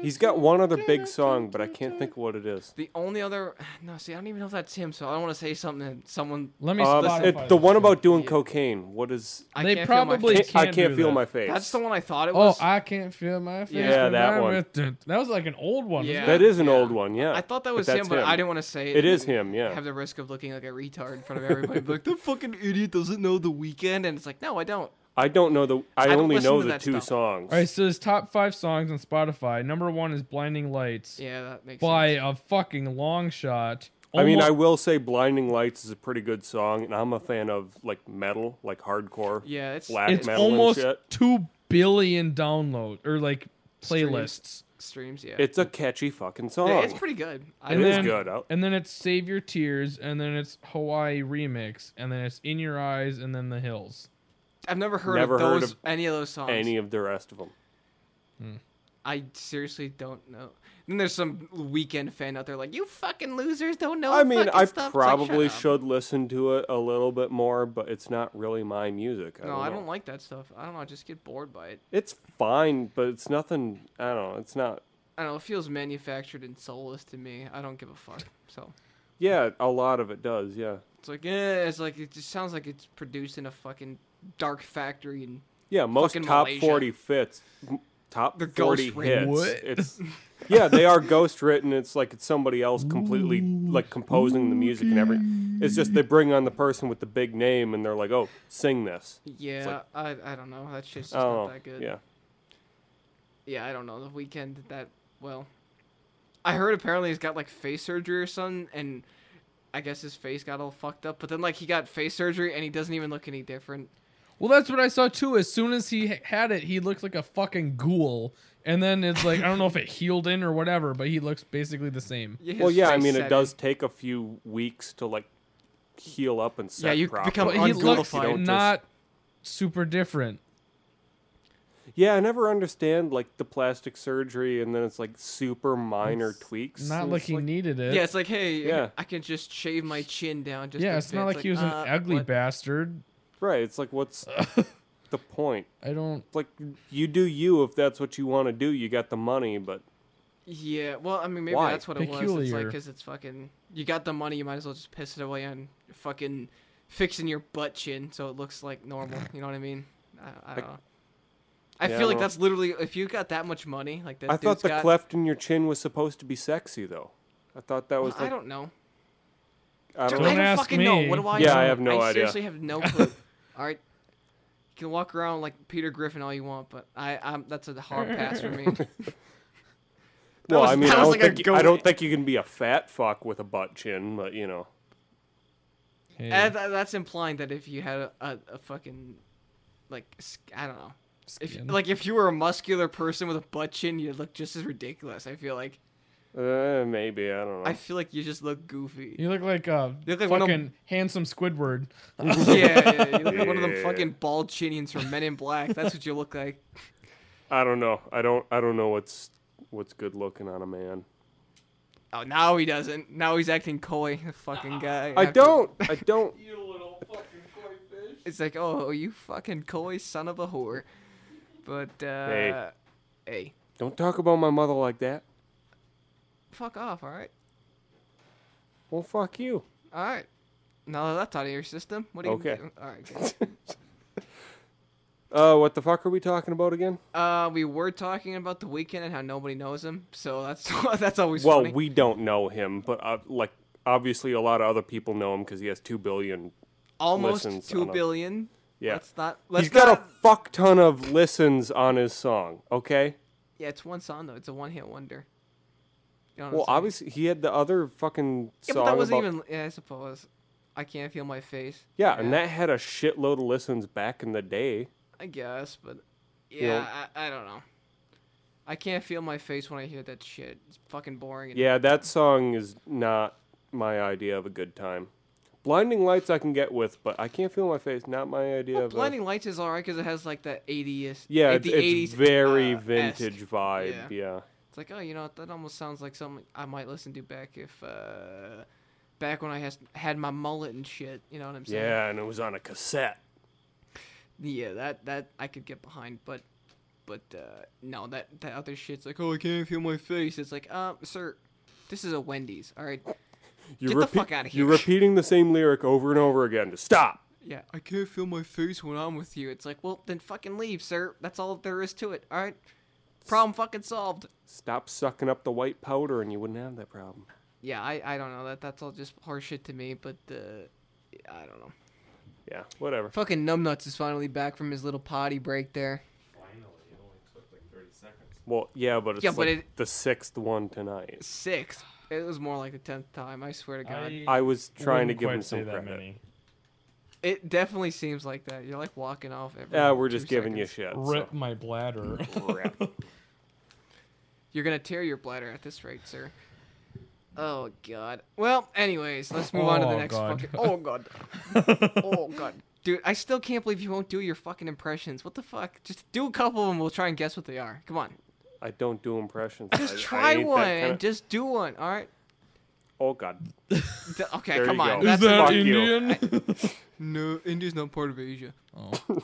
[SPEAKER 2] He's got one other big song, but I can't think of what it is.
[SPEAKER 1] The only other no, see, I don't even know if that's him, so I don't want to say something that someone.
[SPEAKER 3] Let me.
[SPEAKER 2] Um,
[SPEAKER 3] Spotify
[SPEAKER 2] it, the one
[SPEAKER 3] this
[SPEAKER 2] about doing
[SPEAKER 1] Yeah.
[SPEAKER 2] cocaine. What is?
[SPEAKER 1] I
[SPEAKER 3] They
[SPEAKER 1] can't feel my
[SPEAKER 3] probably-
[SPEAKER 1] face.
[SPEAKER 2] I
[SPEAKER 3] can't
[SPEAKER 2] can't,
[SPEAKER 3] do
[SPEAKER 2] feel
[SPEAKER 3] that.
[SPEAKER 2] my face.
[SPEAKER 1] That's the one I thought it
[SPEAKER 3] shit. Oh,
[SPEAKER 1] was.
[SPEAKER 3] I can't feel my face.
[SPEAKER 1] Yeah,
[SPEAKER 3] when
[SPEAKER 2] that
[SPEAKER 3] I'm
[SPEAKER 2] one.
[SPEAKER 3] with the- That was like an old one.
[SPEAKER 1] Yeah.
[SPEAKER 3] wasn't
[SPEAKER 2] That is an
[SPEAKER 1] Yeah.
[SPEAKER 2] old one. Yeah,
[SPEAKER 1] I thought that
[SPEAKER 2] But
[SPEAKER 1] was him,
[SPEAKER 2] that's
[SPEAKER 1] but I didn't want to say it.
[SPEAKER 2] It is
[SPEAKER 1] and
[SPEAKER 2] him. Yeah.
[SPEAKER 1] Have the risk of looking like a retard in front of everybody. be like, the fucking idiot doesn't know the weekend, and it's like, no, I don't.
[SPEAKER 2] I don't know the. I,
[SPEAKER 1] I don't
[SPEAKER 2] only
[SPEAKER 1] listen
[SPEAKER 2] know
[SPEAKER 1] to
[SPEAKER 2] the
[SPEAKER 1] that
[SPEAKER 2] two
[SPEAKER 1] stuff.
[SPEAKER 2] songs.
[SPEAKER 3] All right, so his top five songs on Spotify. Number one is "Blinding Lights"
[SPEAKER 1] Yeah, that makes
[SPEAKER 3] by
[SPEAKER 1] sense.
[SPEAKER 3] a fucking long shot.
[SPEAKER 2] I mean, I
[SPEAKER 3] Almo-
[SPEAKER 2] will say "Blinding Lights" is a pretty good song, and I'm a fan of like metal, like hardcore.
[SPEAKER 1] Yeah, it's
[SPEAKER 2] Black
[SPEAKER 3] it's
[SPEAKER 2] metal and
[SPEAKER 3] almost
[SPEAKER 2] shit.
[SPEAKER 3] two billion download or like
[SPEAKER 1] Streams.
[SPEAKER 3] playlists.
[SPEAKER 1] streams. Yeah,
[SPEAKER 2] It's a catchy fucking song.
[SPEAKER 1] Yeah, it's pretty good. I
[SPEAKER 2] It
[SPEAKER 3] And
[SPEAKER 2] is
[SPEAKER 1] was
[SPEAKER 3] then-
[SPEAKER 2] good. I'll-
[SPEAKER 3] And then it's Save Your Tears, and then it's Hawaii Remix, and then it's In Your Eyes, and then The Hills.
[SPEAKER 1] I've never heard
[SPEAKER 2] Never
[SPEAKER 1] of
[SPEAKER 2] heard
[SPEAKER 1] those
[SPEAKER 2] of
[SPEAKER 1] any of those songs.
[SPEAKER 2] Any of the rest of them.
[SPEAKER 1] I seriously don't know. Then there's some weekend fan out there like, you fucking losers don't know.
[SPEAKER 2] I mean,
[SPEAKER 1] fucking
[SPEAKER 2] I
[SPEAKER 1] stuff." It's like,
[SPEAKER 2] probably
[SPEAKER 1] "Shut up."
[SPEAKER 2] should listen to it a little bit more, but it's not really my music. I
[SPEAKER 1] No,
[SPEAKER 2] don't
[SPEAKER 1] I
[SPEAKER 2] know.
[SPEAKER 1] don't like that stuff. I don't know. I just get bored by it.
[SPEAKER 2] It's fine, but it's nothing. I don't know. It's not.
[SPEAKER 1] I don't know. It feels manufactured and soulless to me. I don't give a fuck. So
[SPEAKER 2] Yeah, a lot of it does. Yeah,
[SPEAKER 1] it's like, eh, it's like it just sounds like it's produced in a fucking dark factory and
[SPEAKER 2] yeah. Most
[SPEAKER 1] Fucking
[SPEAKER 2] top
[SPEAKER 1] Malaysia.
[SPEAKER 2] forty fits, m- top
[SPEAKER 1] They're
[SPEAKER 2] forty
[SPEAKER 1] ghostwritten.
[SPEAKER 2] hits.
[SPEAKER 3] What?
[SPEAKER 2] It's yeah, they are ghost written. It's like it's somebody else completely like composing the music and everything. It's just they bring on the person with the big name and they're like, oh, sing this.
[SPEAKER 1] yeah. I I don't know. That shit's just
[SPEAKER 2] Oh,
[SPEAKER 1] not that good.
[SPEAKER 2] yeah.
[SPEAKER 1] Yeah, I don't know. The weekend did that well. I heard apparently he's got like face surgery or something, and I guess his face got all fucked up. But then like he got face surgery and he doesn't even look any different.
[SPEAKER 3] Well, that's what I saw too. As soon as he h- had it, he looked like a fucking ghoul. And then it's like, I don't know if it healed in or whatever, but he looks basically the same.
[SPEAKER 1] Yeah,
[SPEAKER 2] well,
[SPEAKER 1] his
[SPEAKER 2] yeah. I
[SPEAKER 1] face
[SPEAKER 2] mean, it
[SPEAKER 1] said
[SPEAKER 2] does take a few weeks to like heal up and set.
[SPEAKER 1] you
[SPEAKER 2] properly.
[SPEAKER 1] become
[SPEAKER 3] But
[SPEAKER 1] On
[SPEAKER 3] he
[SPEAKER 1] Google
[SPEAKER 3] looks
[SPEAKER 1] Fi-
[SPEAKER 2] Don't just-
[SPEAKER 3] not super different.
[SPEAKER 2] Yeah, I never understand like the plastic surgery, and then it's like super minor tweaks.
[SPEAKER 3] Not
[SPEAKER 2] and
[SPEAKER 3] like
[SPEAKER 2] it's
[SPEAKER 3] he needed it.
[SPEAKER 1] Yeah, it's like hey,
[SPEAKER 2] Yeah.
[SPEAKER 1] I can just shave my chin down. Just
[SPEAKER 3] yeah,
[SPEAKER 1] a
[SPEAKER 3] it's
[SPEAKER 1] bit.
[SPEAKER 3] not like, he was
[SPEAKER 1] uh,
[SPEAKER 3] an ugly
[SPEAKER 1] what?
[SPEAKER 3] bastard.
[SPEAKER 2] right. It's like what's the point?
[SPEAKER 3] I don't.
[SPEAKER 2] It's like you do you if that's what you want to do. You got the money, but
[SPEAKER 1] Yeah, well, I mean, maybe
[SPEAKER 2] Why?
[SPEAKER 1] that's what it was. It's like
[SPEAKER 3] Peculiar.
[SPEAKER 1] because it's fucking. You got the money, you might as well just piss it away on fucking fixing your butt chin so it looks like normal. You know what I mean? I, I don't know. I
[SPEAKER 2] Yeah, I
[SPEAKER 1] feel like
[SPEAKER 2] don't-
[SPEAKER 1] that's literally if you got that much money, like that.
[SPEAKER 2] I thought
[SPEAKER 1] dude's
[SPEAKER 2] the
[SPEAKER 1] got,
[SPEAKER 2] cleft in your chin was supposed to be sexy, though. I thought that was
[SPEAKER 1] I
[SPEAKER 2] like
[SPEAKER 1] don't know.
[SPEAKER 2] I
[SPEAKER 1] Dude,
[SPEAKER 2] don't,
[SPEAKER 1] I
[SPEAKER 3] Don't
[SPEAKER 1] don't
[SPEAKER 3] ask
[SPEAKER 1] fucking know.
[SPEAKER 3] me.
[SPEAKER 1] What do I
[SPEAKER 2] Yeah,
[SPEAKER 1] know?
[SPEAKER 2] I have no idea.
[SPEAKER 1] seriously have no clue. all right, you can walk around like Peter Griffin all you want, but I, I'm that's a hard pass for me.
[SPEAKER 2] well,
[SPEAKER 1] was-
[SPEAKER 2] I mean,
[SPEAKER 1] that
[SPEAKER 2] I
[SPEAKER 1] was
[SPEAKER 2] don't
[SPEAKER 1] like a
[SPEAKER 2] think you- I
[SPEAKER 1] goat.
[SPEAKER 2] don't think you can be a fat fuck with a butt chin, but you know,
[SPEAKER 3] Hey,
[SPEAKER 1] And tha- that's implying that if you had a, a, a fucking like s- I don't know. If
[SPEAKER 3] skin.
[SPEAKER 1] like if you were a muscular person with a butt chin, you'd look just as ridiculous. I feel like
[SPEAKER 2] uh, maybe I don't know.
[SPEAKER 1] I feel like you just look goofy.
[SPEAKER 3] you look like a
[SPEAKER 1] You look like one of-
[SPEAKER 3] fucking handsome Squidward.
[SPEAKER 1] yeah, yeah, you look like one of them
[SPEAKER 2] Yeah.
[SPEAKER 1] fucking bald chinians from Men in Black. That's what you look like.
[SPEAKER 2] I don't know. I don't. I don't know what's what's good looking on a man.
[SPEAKER 1] Oh, now he doesn't. Now he's acting coy, the fucking guy.
[SPEAKER 2] I
[SPEAKER 1] after-
[SPEAKER 2] don't. I don't.
[SPEAKER 1] It's like, oh, you fucking coy son of a whore. But uh,
[SPEAKER 2] Hey.
[SPEAKER 1] hey,
[SPEAKER 2] Don't talk about my mother like that.
[SPEAKER 1] fuck off, all right,
[SPEAKER 2] Well, fuck you.
[SPEAKER 1] all right. Now that that's out of your system, what do you?
[SPEAKER 2] Okay.
[SPEAKER 1] do? All right. good.
[SPEAKER 2] Uh, what the fuck are we talking about again?
[SPEAKER 1] Uh, we were talking about the weekend and how nobody knows him, so that's that's always
[SPEAKER 2] Well,
[SPEAKER 1] funny.
[SPEAKER 2] we don't know him, but uh, like obviously a lot of other people know him because he has two billion. listens
[SPEAKER 1] Almost two
[SPEAKER 2] on a-
[SPEAKER 1] billion.
[SPEAKER 2] Yeah,
[SPEAKER 1] Let's not. Let's
[SPEAKER 2] he's got
[SPEAKER 1] not-
[SPEAKER 2] a fuck ton of listens on his song. Okay.
[SPEAKER 1] yeah, it's one song though. It's a one-hit wonder. You know what I'm
[SPEAKER 2] Well,
[SPEAKER 1] saying?
[SPEAKER 2] obviously he had the other fucking
[SPEAKER 1] Yeah,
[SPEAKER 2] song
[SPEAKER 1] but that wasn't
[SPEAKER 2] about-
[SPEAKER 1] even. Yeah, I suppose. I can't feel my face.
[SPEAKER 2] yeah, and that had a shitload of listens back in the day.
[SPEAKER 1] I guess, but yeah,
[SPEAKER 2] know-
[SPEAKER 1] I, I don't know. I can't feel my face when I hear that shit. It's fucking boring. And,
[SPEAKER 2] Yeah, that song is not my idea of a good time. Blinding Lights I can get with, but I can't feel my face. Not my idea
[SPEAKER 1] Well,
[SPEAKER 2] of. a-
[SPEAKER 1] Blinding Lights is alright because it has like that 80s.
[SPEAKER 2] Yeah,
[SPEAKER 1] eh,
[SPEAKER 2] it's,
[SPEAKER 1] the
[SPEAKER 2] it's
[SPEAKER 1] 80s,
[SPEAKER 2] very
[SPEAKER 1] uh,
[SPEAKER 2] vintage
[SPEAKER 1] esque.
[SPEAKER 2] vibe.
[SPEAKER 1] Yeah.
[SPEAKER 2] Yeah.
[SPEAKER 1] It's like, oh, you know, what, that almost sounds like something I might listen to back if, uh, back when I has, had my mullet and shit. You know what I'm
[SPEAKER 2] yeah,
[SPEAKER 1] saying?
[SPEAKER 2] and it was on a cassette.
[SPEAKER 1] Yeah, that that I could get behind, but, but uh, no, that that other shit's like, oh, I can't feel my face. It's like, um, sir, this is a Wendy's. All right.
[SPEAKER 2] You
[SPEAKER 1] Get the fuck outta
[SPEAKER 2] You're
[SPEAKER 1] here.
[SPEAKER 2] repeating the same lyric over and over again. Just stop.
[SPEAKER 1] Yeah, I can't feel my face when I'm with you. It's like, well, then fucking leave, sir. That's all there is to it. All right, problem fucking solved.
[SPEAKER 2] Stop sucking up the white powder, and you wouldn't have that problem.
[SPEAKER 1] Yeah, I, I don't know that. That's all just horseshit to me. But uh, I don't know.
[SPEAKER 2] Yeah, whatever.
[SPEAKER 1] Fucking numbnuts is finally back from his little potty break there.
[SPEAKER 2] Well, yeah, but it's
[SPEAKER 1] Yeah, but
[SPEAKER 2] like
[SPEAKER 1] it-
[SPEAKER 2] the sixth one tonight.
[SPEAKER 1] Sixth. It was more like the tenth time. I swear to God.
[SPEAKER 2] I was trying to
[SPEAKER 3] wouldn't
[SPEAKER 2] give
[SPEAKER 3] quite
[SPEAKER 2] him
[SPEAKER 3] say
[SPEAKER 2] some
[SPEAKER 3] that
[SPEAKER 2] credit.
[SPEAKER 3] many.
[SPEAKER 1] It definitely seems like that. You're like walking off every.
[SPEAKER 2] Yeah, we're
[SPEAKER 1] two
[SPEAKER 2] just giving
[SPEAKER 1] seconds.
[SPEAKER 2] you shit. so.
[SPEAKER 3] Rip my bladder.
[SPEAKER 2] Rip.
[SPEAKER 1] you You're gonna tear your bladder at this rate, sir. Oh god. Well, anyways, let's move on to the
[SPEAKER 3] Oh,
[SPEAKER 1] next
[SPEAKER 3] God.
[SPEAKER 1] fucking. Oh god. oh god. Dude, I still can't believe you won't do your fucking impressions. What the fuck? Just do a couple of them. We'll try and guess what they are. Come on.
[SPEAKER 2] I don't do impressions. I-
[SPEAKER 1] Just
[SPEAKER 2] I
[SPEAKER 1] try
[SPEAKER 2] ain't that
[SPEAKER 1] one.
[SPEAKER 2] kinda-
[SPEAKER 1] Just do one. All right.
[SPEAKER 2] Oh God.
[SPEAKER 1] D- okay,
[SPEAKER 2] There you
[SPEAKER 1] come on.
[SPEAKER 2] go.
[SPEAKER 3] Is
[SPEAKER 1] That's
[SPEAKER 3] that
[SPEAKER 2] fuck you.
[SPEAKER 3] Indian?
[SPEAKER 1] no, India's not part of Asia.
[SPEAKER 3] oh.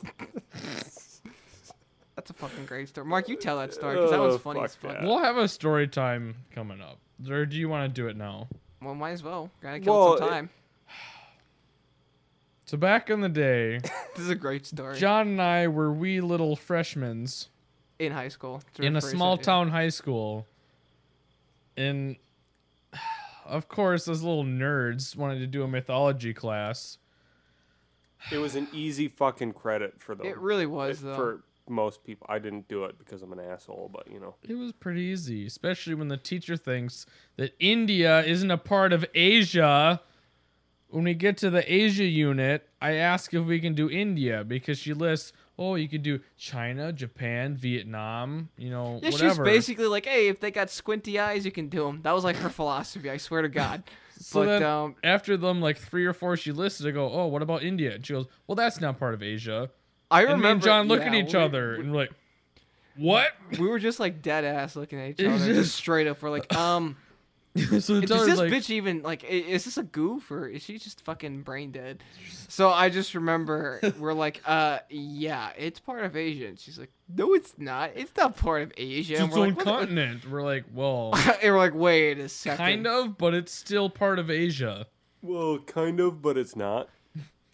[SPEAKER 1] That's a fucking great story. Mark, you tell that story because that
[SPEAKER 2] Oh,
[SPEAKER 1] was funny
[SPEAKER 2] fuck
[SPEAKER 1] as fuck.
[SPEAKER 2] that.
[SPEAKER 3] We'll have a story time coming up. Or do you want to do it now?
[SPEAKER 1] Well, might as well. Gotta kill
[SPEAKER 2] Well,
[SPEAKER 1] some
[SPEAKER 2] it-
[SPEAKER 1] time.
[SPEAKER 3] So back in the day,
[SPEAKER 1] This is a great story.
[SPEAKER 3] John and I were wee little freshmen's
[SPEAKER 1] in high school. to
[SPEAKER 3] in a
[SPEAKER 1] rephrase
[SPEAKER 3] small
[SPEAKER 1] it, yeah.
[SPEAKER 3] town high school. And of course, those little nerds wanted to do a mythology class.
[SPEAKER 2] It was an easy fucking credit for the
[SPEAKER 1] It really was though.
[SPEAKER 2] for most people. I didn't do it because I'm an asshole, but you know.
[SPEAKER 3] It was pretty easy, especially when the teacher thinks that India isn't a part of Asia. When we get to the Asia unit, I ask if we can do India because she lists, oh, you could do China, Japan, Vietnam, you know,
[SPEAKER 1] yeah, she was
[SPEAKER 3] whatever.
[SPEAKER 1] basically like, "Hey, if they got squinty eyes, you can do them." That was like her philosophy. I swear to God.
[SPEAKER 3] so
[SPEAKER 1] but
[SPEAKER 3] then
[SPEAKER 1] um,
[SPEAKER 3] after them, like three or four she listed, I go, oh, what about India? And she goes, well, that's not part of Asia.
[SPEAKER 1] I
[SPEAKER 3] And
[SPEAKER 1] remember
[SPEAKER 3] me and John look
[SPEAKER 1] yeah,
[SPEAKER 3] at each
[SPEAKER 1] we-
[SPEAKER 3] other and we're like, what?
[SPEAKER 1] We were just like dead ass looking at each
[SPEAKER 3] It
[SPEAKER 1] other,
[SPEAKER 3] was
[SPEAKER 1] just,
[SPEAKER 3] just-
[SPEAKER 1] straight up. We're like, "Um,
[SPEAKER 3] so the
[SPEAKER 1] does
[SPEAKER 3] teller's
[SPEAKER 1] this
[SPEAKER 3] like,
[SPEAKER 1] bitch even like? i- Is this a goof or is she just fucking brain dead?" So I just remember we're like, "Uh, yeah, it's part of Asia." And she's like, "No, it's not. It's not part of Asia."
[SPEAKER 3] it's
[SPEAKER 1] and
[SPEAKER 3] its
[SPEAKER 1] we're
[SPEAKER 3] own
[SPEAKER 1] like, "What the-"
[SPEAKER 3] continent. We're like, well,
[SPEAKER 1] and we're like, "Wait a second.
[SPEAKER 3] kind of, but it's still part of Asia.
[SPEAKER 2] Well, kind of, but it's not.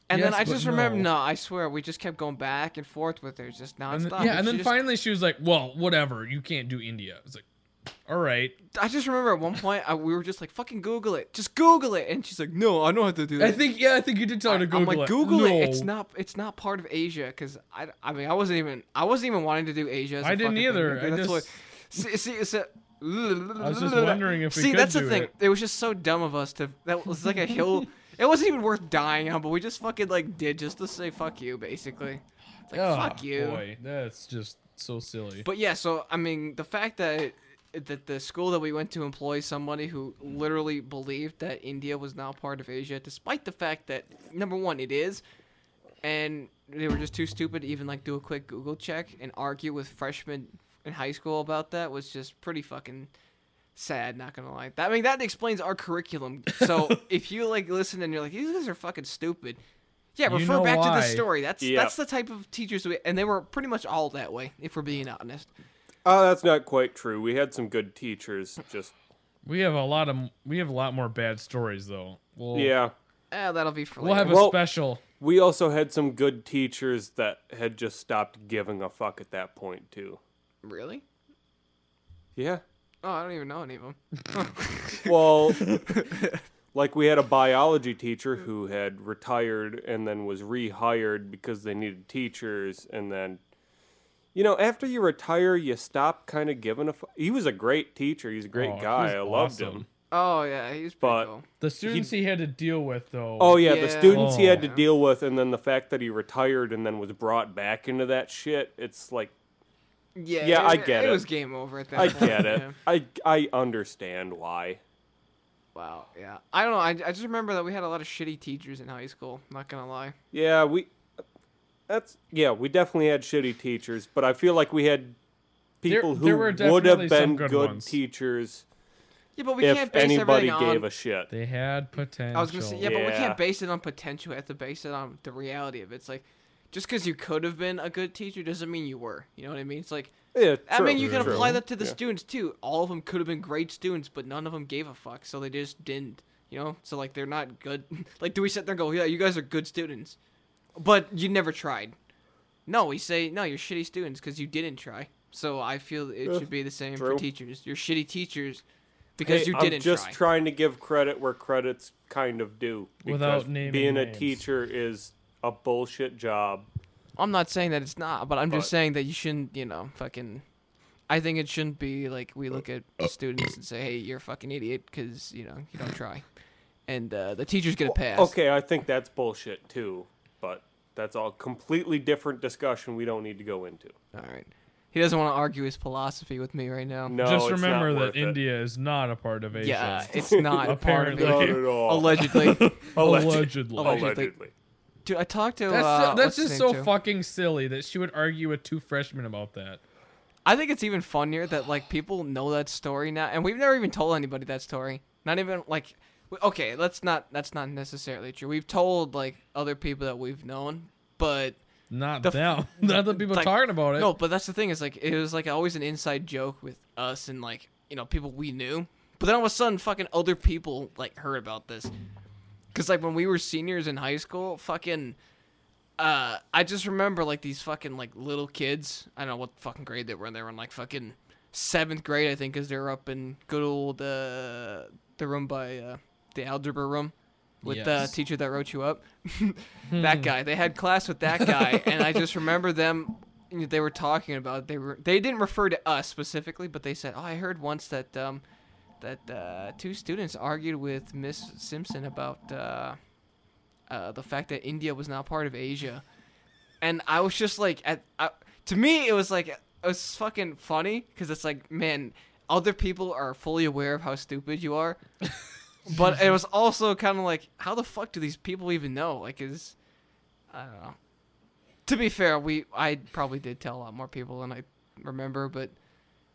[SPEAKER 1] And then
[SPEAKER 3] Yes,
[SPEAKER 1] I
[SPEAKER 3] but
[SPEAKER 1] just remember,
[SPEAKER 3] no.
[SPEAKER 1] no, I swear, we just kept going back and forth with her, just nonstop.
[SPEAKER 3] And then, yeah, and
[SPEAKER 1] she
[SPEAKER 3] then
[SPEAKER 1] just-
[SPEAKER 3] finally she was like, "Well, whatever, you can't do India." It's like, "All right."
[SPEAKER 1] I just remember at one point I, we were just like, "Fucking Google it, just Google it," and she's like, "No, I don't have to do that."
[SPEAKER 3] I think yeah, I think you did tell her to
[SPEAKER 1] I'm
[SPEAKER 3] Google
[SPEAKER 1] like,
[SPEAKER 3] it.
[SPEAKER 1] Google
[SPEAKER 3] No.
[SPEAKER 1] it. It's not. It's not part of Asia because I. I mean, I wasn't even. I wasn't even wanting to do Asia. As
[SPEAKER 3] I
[SPEAKER 1] a
[SPEAKER 3] didn't
[SPEAKER 1] fucking thing.
[SPEAKER 3] either.
[SPEAKER 1] Dude,
[SPEAKER 3] I
[SPEAKER 1] that's
[SPEAKER 3] just-
[SPEAKER 1] what- see, see, it's a-
[SPEAKER 3] was just wondering if we
[SPEAKER 1] see
[SPEAKER 3] could
[SPEAKER 1] that's
[SPEAKER 3] do
[SPEAKER 1] the thing.
[SPEAKER 3] it.
[SPEAKER 1] was just so dumb of us to. That was like a hill. it wasn't even worth dying on, but we just fucking like did just to say fuck you, basically. It's like
[SPEAKER 3] Oh,
[SPEAKER 1] fuck you.
[SPEAKER 3] Boy, that's just so silly.
[SPEAKER 1] But yeah, so I mean, the fact that it, that the school that we went to employs somebody who literally believed that India was now part of Asia, despite the fact that number one, it is, and they were just too stupid to even like do a quick Google check and argue with freshmen in high school about that was just pretty fucking sad. Not gonna lie, that, I mean that explains our curriculum. So if you like listen and you're like, these guys are fucking stupid. Yeah,
[SPEAKER 3] You
[SPEAKER 1] refer
[SPEAKER 3] know
[SPEAKER 1] back to
[SPEAKER 3] why.
[SPEAKER 1] this story. That's
[SPEAKER 2] Yeah.
[SPEAKER 1] that's the type of teachers we and they were pretty much all that way, if we're being honest.
[SPEAKER 2] Oh, that's not quite true. We had some good teachers. Just
[SPEAKER 3] we have a lot of we have a lot more bad stories though. We'll,
[SPEAKER 2] yeah.
[SPEAKER 1] Ah, that'll be for
[SPEAKER 3] We'll
[SPEAKER 1] later.
[SPEAKER 3] have a
[SPEAKER 2] Well-
[SPEAKER 3] special.
[SPEAKER 2] We also had some good teachers that had just stopped giving a fuck at that point too.
[SPEAKER 1] really?
[SPEAKER 2] Yeah.
[SPEAKER 1] Oh, I don't even know any of them.
[SPEAKER 2] Well, like we had a biology teacher who had retired and then was rehired because they needed teachers. And then, you know, after you retire, you stop kind of giving a. Fu- he was a great teacher. He's a great
[SPEAKER 3] Oh, he
[SPEAKER 2] guy.
[SPEAKER 3] was
[SPEAKER 2] I loved
[SPEAKER 3] awesome.
[SPEAKER 2] him.
[SPEAKER 1] Oh yeah, he's pretty
[SPEAKER 2] But-
[SPEAKER 1] cool.
[SPEAKER 3] The students he, had to deal with though.
[SPEAKER 2] Oh yeah,
[SPEAKER 1] Yeah.
[SPEAKER 2] the students he had to
[SPEAKER 1] Oh.
[SPEAKER 2] deal with, and then the fact that he retired and then was brought back into that shit. It's like
[SPEAKER 1] Yeah,
[SPEAKER 2] Yeah, I
[SPEAKER 1] it,
[SPEAKER 2] get
[SPEAKER 1] It
[SPEAKER 2] it.
[SPEAKER 1] was game over at that.
[SPEAKER 2] I
[SPEAKER 1] point,
[SPEAKER 2] get it.
[SPEAKER 1] yeah.
[SPEAKER 2] I I understand why.
[SPEAKER 1] Wow. Yeah. I don't know. I, I just remember that we had a lot of shitty teachers in high school. Not gonna lie.
[SPEAKER 2] Yeah, we. That's yeah. We definitely had shitty teachers, but I feel like we had people
[SPEAKER 3] there were
[SPEAKER 2] who would have
[SPEAKER 3] definitely some
[SPEAKER 2] been
[SPEAKER 3] good
[SPEAKER 2] good,
[SPEAKER 3] ones.
[SPEAKER 2] teachers
[SPEAKER 1] Yeah, but we
[SPEAKER 2] if
[SPEAKER 1] can't base
[SPEAKER 2] anybody
[SPEAKER 1] everything
[SPEAKER 2] gave
[SPEAKER 1] on.
[SPEAKER 2] a shit.
[SPEAKER 3] They had potential.
[SPEAKER 1] I was gonna say yeah, but we
[SPEAKER 2] Yeah.
[SPEAKER 1] can't base it on potential. We have to base it on the reality of it. It's like just because you could have been a good teacher doesn't mean you were. You know what I mean? It's like
[SPEAKER 2] Yeah,
[SPEAKER 1] I mean, you can
[SPEAKER 2] true.
[SPEAKER 1] apply that to the
[SPEAKER 2] Yeah.
[SPEAKER 1] students too. All of them could have been great students, but none of them gave a fuck, so they just didn't. You know, so like they're not good. like, do we sit there and go, "Yeah, you guys are good students," but you never tried? No, we say, "No, you're shitty students because you didn't try." So I feel it
[SPEAKER 2] Yeah,
[SPEAKER 1] should be the same for
[SPEAKER 2] true.
[SPEAKER 1] teachers. You're shitty teachers because
[SPEAKER 2] Hey,
[SPEAKER 1] you didn't
[SPEAKER 2] I'm just
[SPEAKER 1] try.
[SPEAKER 2] trying to give credit where credit's kind of due. because
[SPEAKER 3] Without naming
[SPEAKER 2] being
[SPEAKER 3] names.
[SPEAKER 2] a teacher is a bullshit job.
[SPEAKER 1] I'm not saying that it's not, but I'm just
[SPEAKER 2] But-
[SPEAKER 1] saying that you shouldn't, you know, fucking. I think it shouldn't be like we look at
[SPEAKER 2] Uh,
[SPEAKER 1] students and say, "Hey, you're a fucking idiot," because you know you don't try, and uh, the teacher's gonna pass.
[SPEAKER 2] Okay, I think that's bullshit too, but that's all completely different discussion we don't need to go into.
[SPEAKER 1] All right. He doesn't want to argue his philosophy with me right now.
[SPEAKER 2] No,
[SPEAKER 3] Just
[SPEAKER 2] it's not
[SPEAKER 3] remember
[SPEAKER 2] worth
[SPEAKER 3] that
[SPEAKER 2] it.
[SPEAKER 3] India is not a part of Asia.
[SPEAKER 1] Yeah, it's not a part of
[SPEAKER 3] Apparently.
[SPEAKER 2] Not
[SPEAKER 1] it.
[SPEAKER 2] at all.
[SPEAKER 1] Allegedly, Allegedly.
[SPEAKER 3] Allegedly.
[SPEAKER 2] Allegedly.
[SPEAKER 1] dude. I talked to.
[SPEAKER 3] That's,
[SPEAKER 1] uh,
[SPEAKER 3] so- that's
[SPEAKER 1] what's his
[SPEAKER 3] just
[SPEAKER 1] name
[SPEAKER 3] so
[SPEAKER 1] too?
[SPEAKER 3] fucking silly that she would argue with two freshmen about that.
[SPEAKER 1] I think it's even funnier that like people know that story now, and we've never even told anybody that story. Not even like, w- okay, that's not that's not necessarily true. We've told like other people that we've known, but
[SPEAKER 3] Not
[SPEAKER 1] The f-
[SPEAKER 3] them. not the people
[SPEAKER 1] like-
[SPEAKER 3] talking about it.
[SPEAKER 1] no. But that's the thing is like it was like always an inside joke with us and like you know people we knew. But then all of a sudden, fucking other people like heard about this, because like when we were seniors in high school, fucking. Uh, I just remember like these fucking like little kids. I don't know what fucking grade they were in. They were in like fucking seventh grade, I think, because they were up in good old uh, the room by uh, the algebra room with the
[SPEAKER 3] Yes.
[SPEAKER 1] teacher that wrote you up. that guy. They had class with that guy, and I just remember them. you know, They were talking about they were they didn't refer to us specifically, but they said, "Oh, I heard once that um that uh, two students argued with Miss Simpson about." Uh, uh, the fact that India was not part of Asia, and I was just like, at I, to me, it was like it was fucking funny because it's like, man, other people are fully aware of how stupid you are, but it was also kind of like, how the fuck do these people even know? Like, is I don't know. To be fair, we I probably did tell a lot more people than I remember, but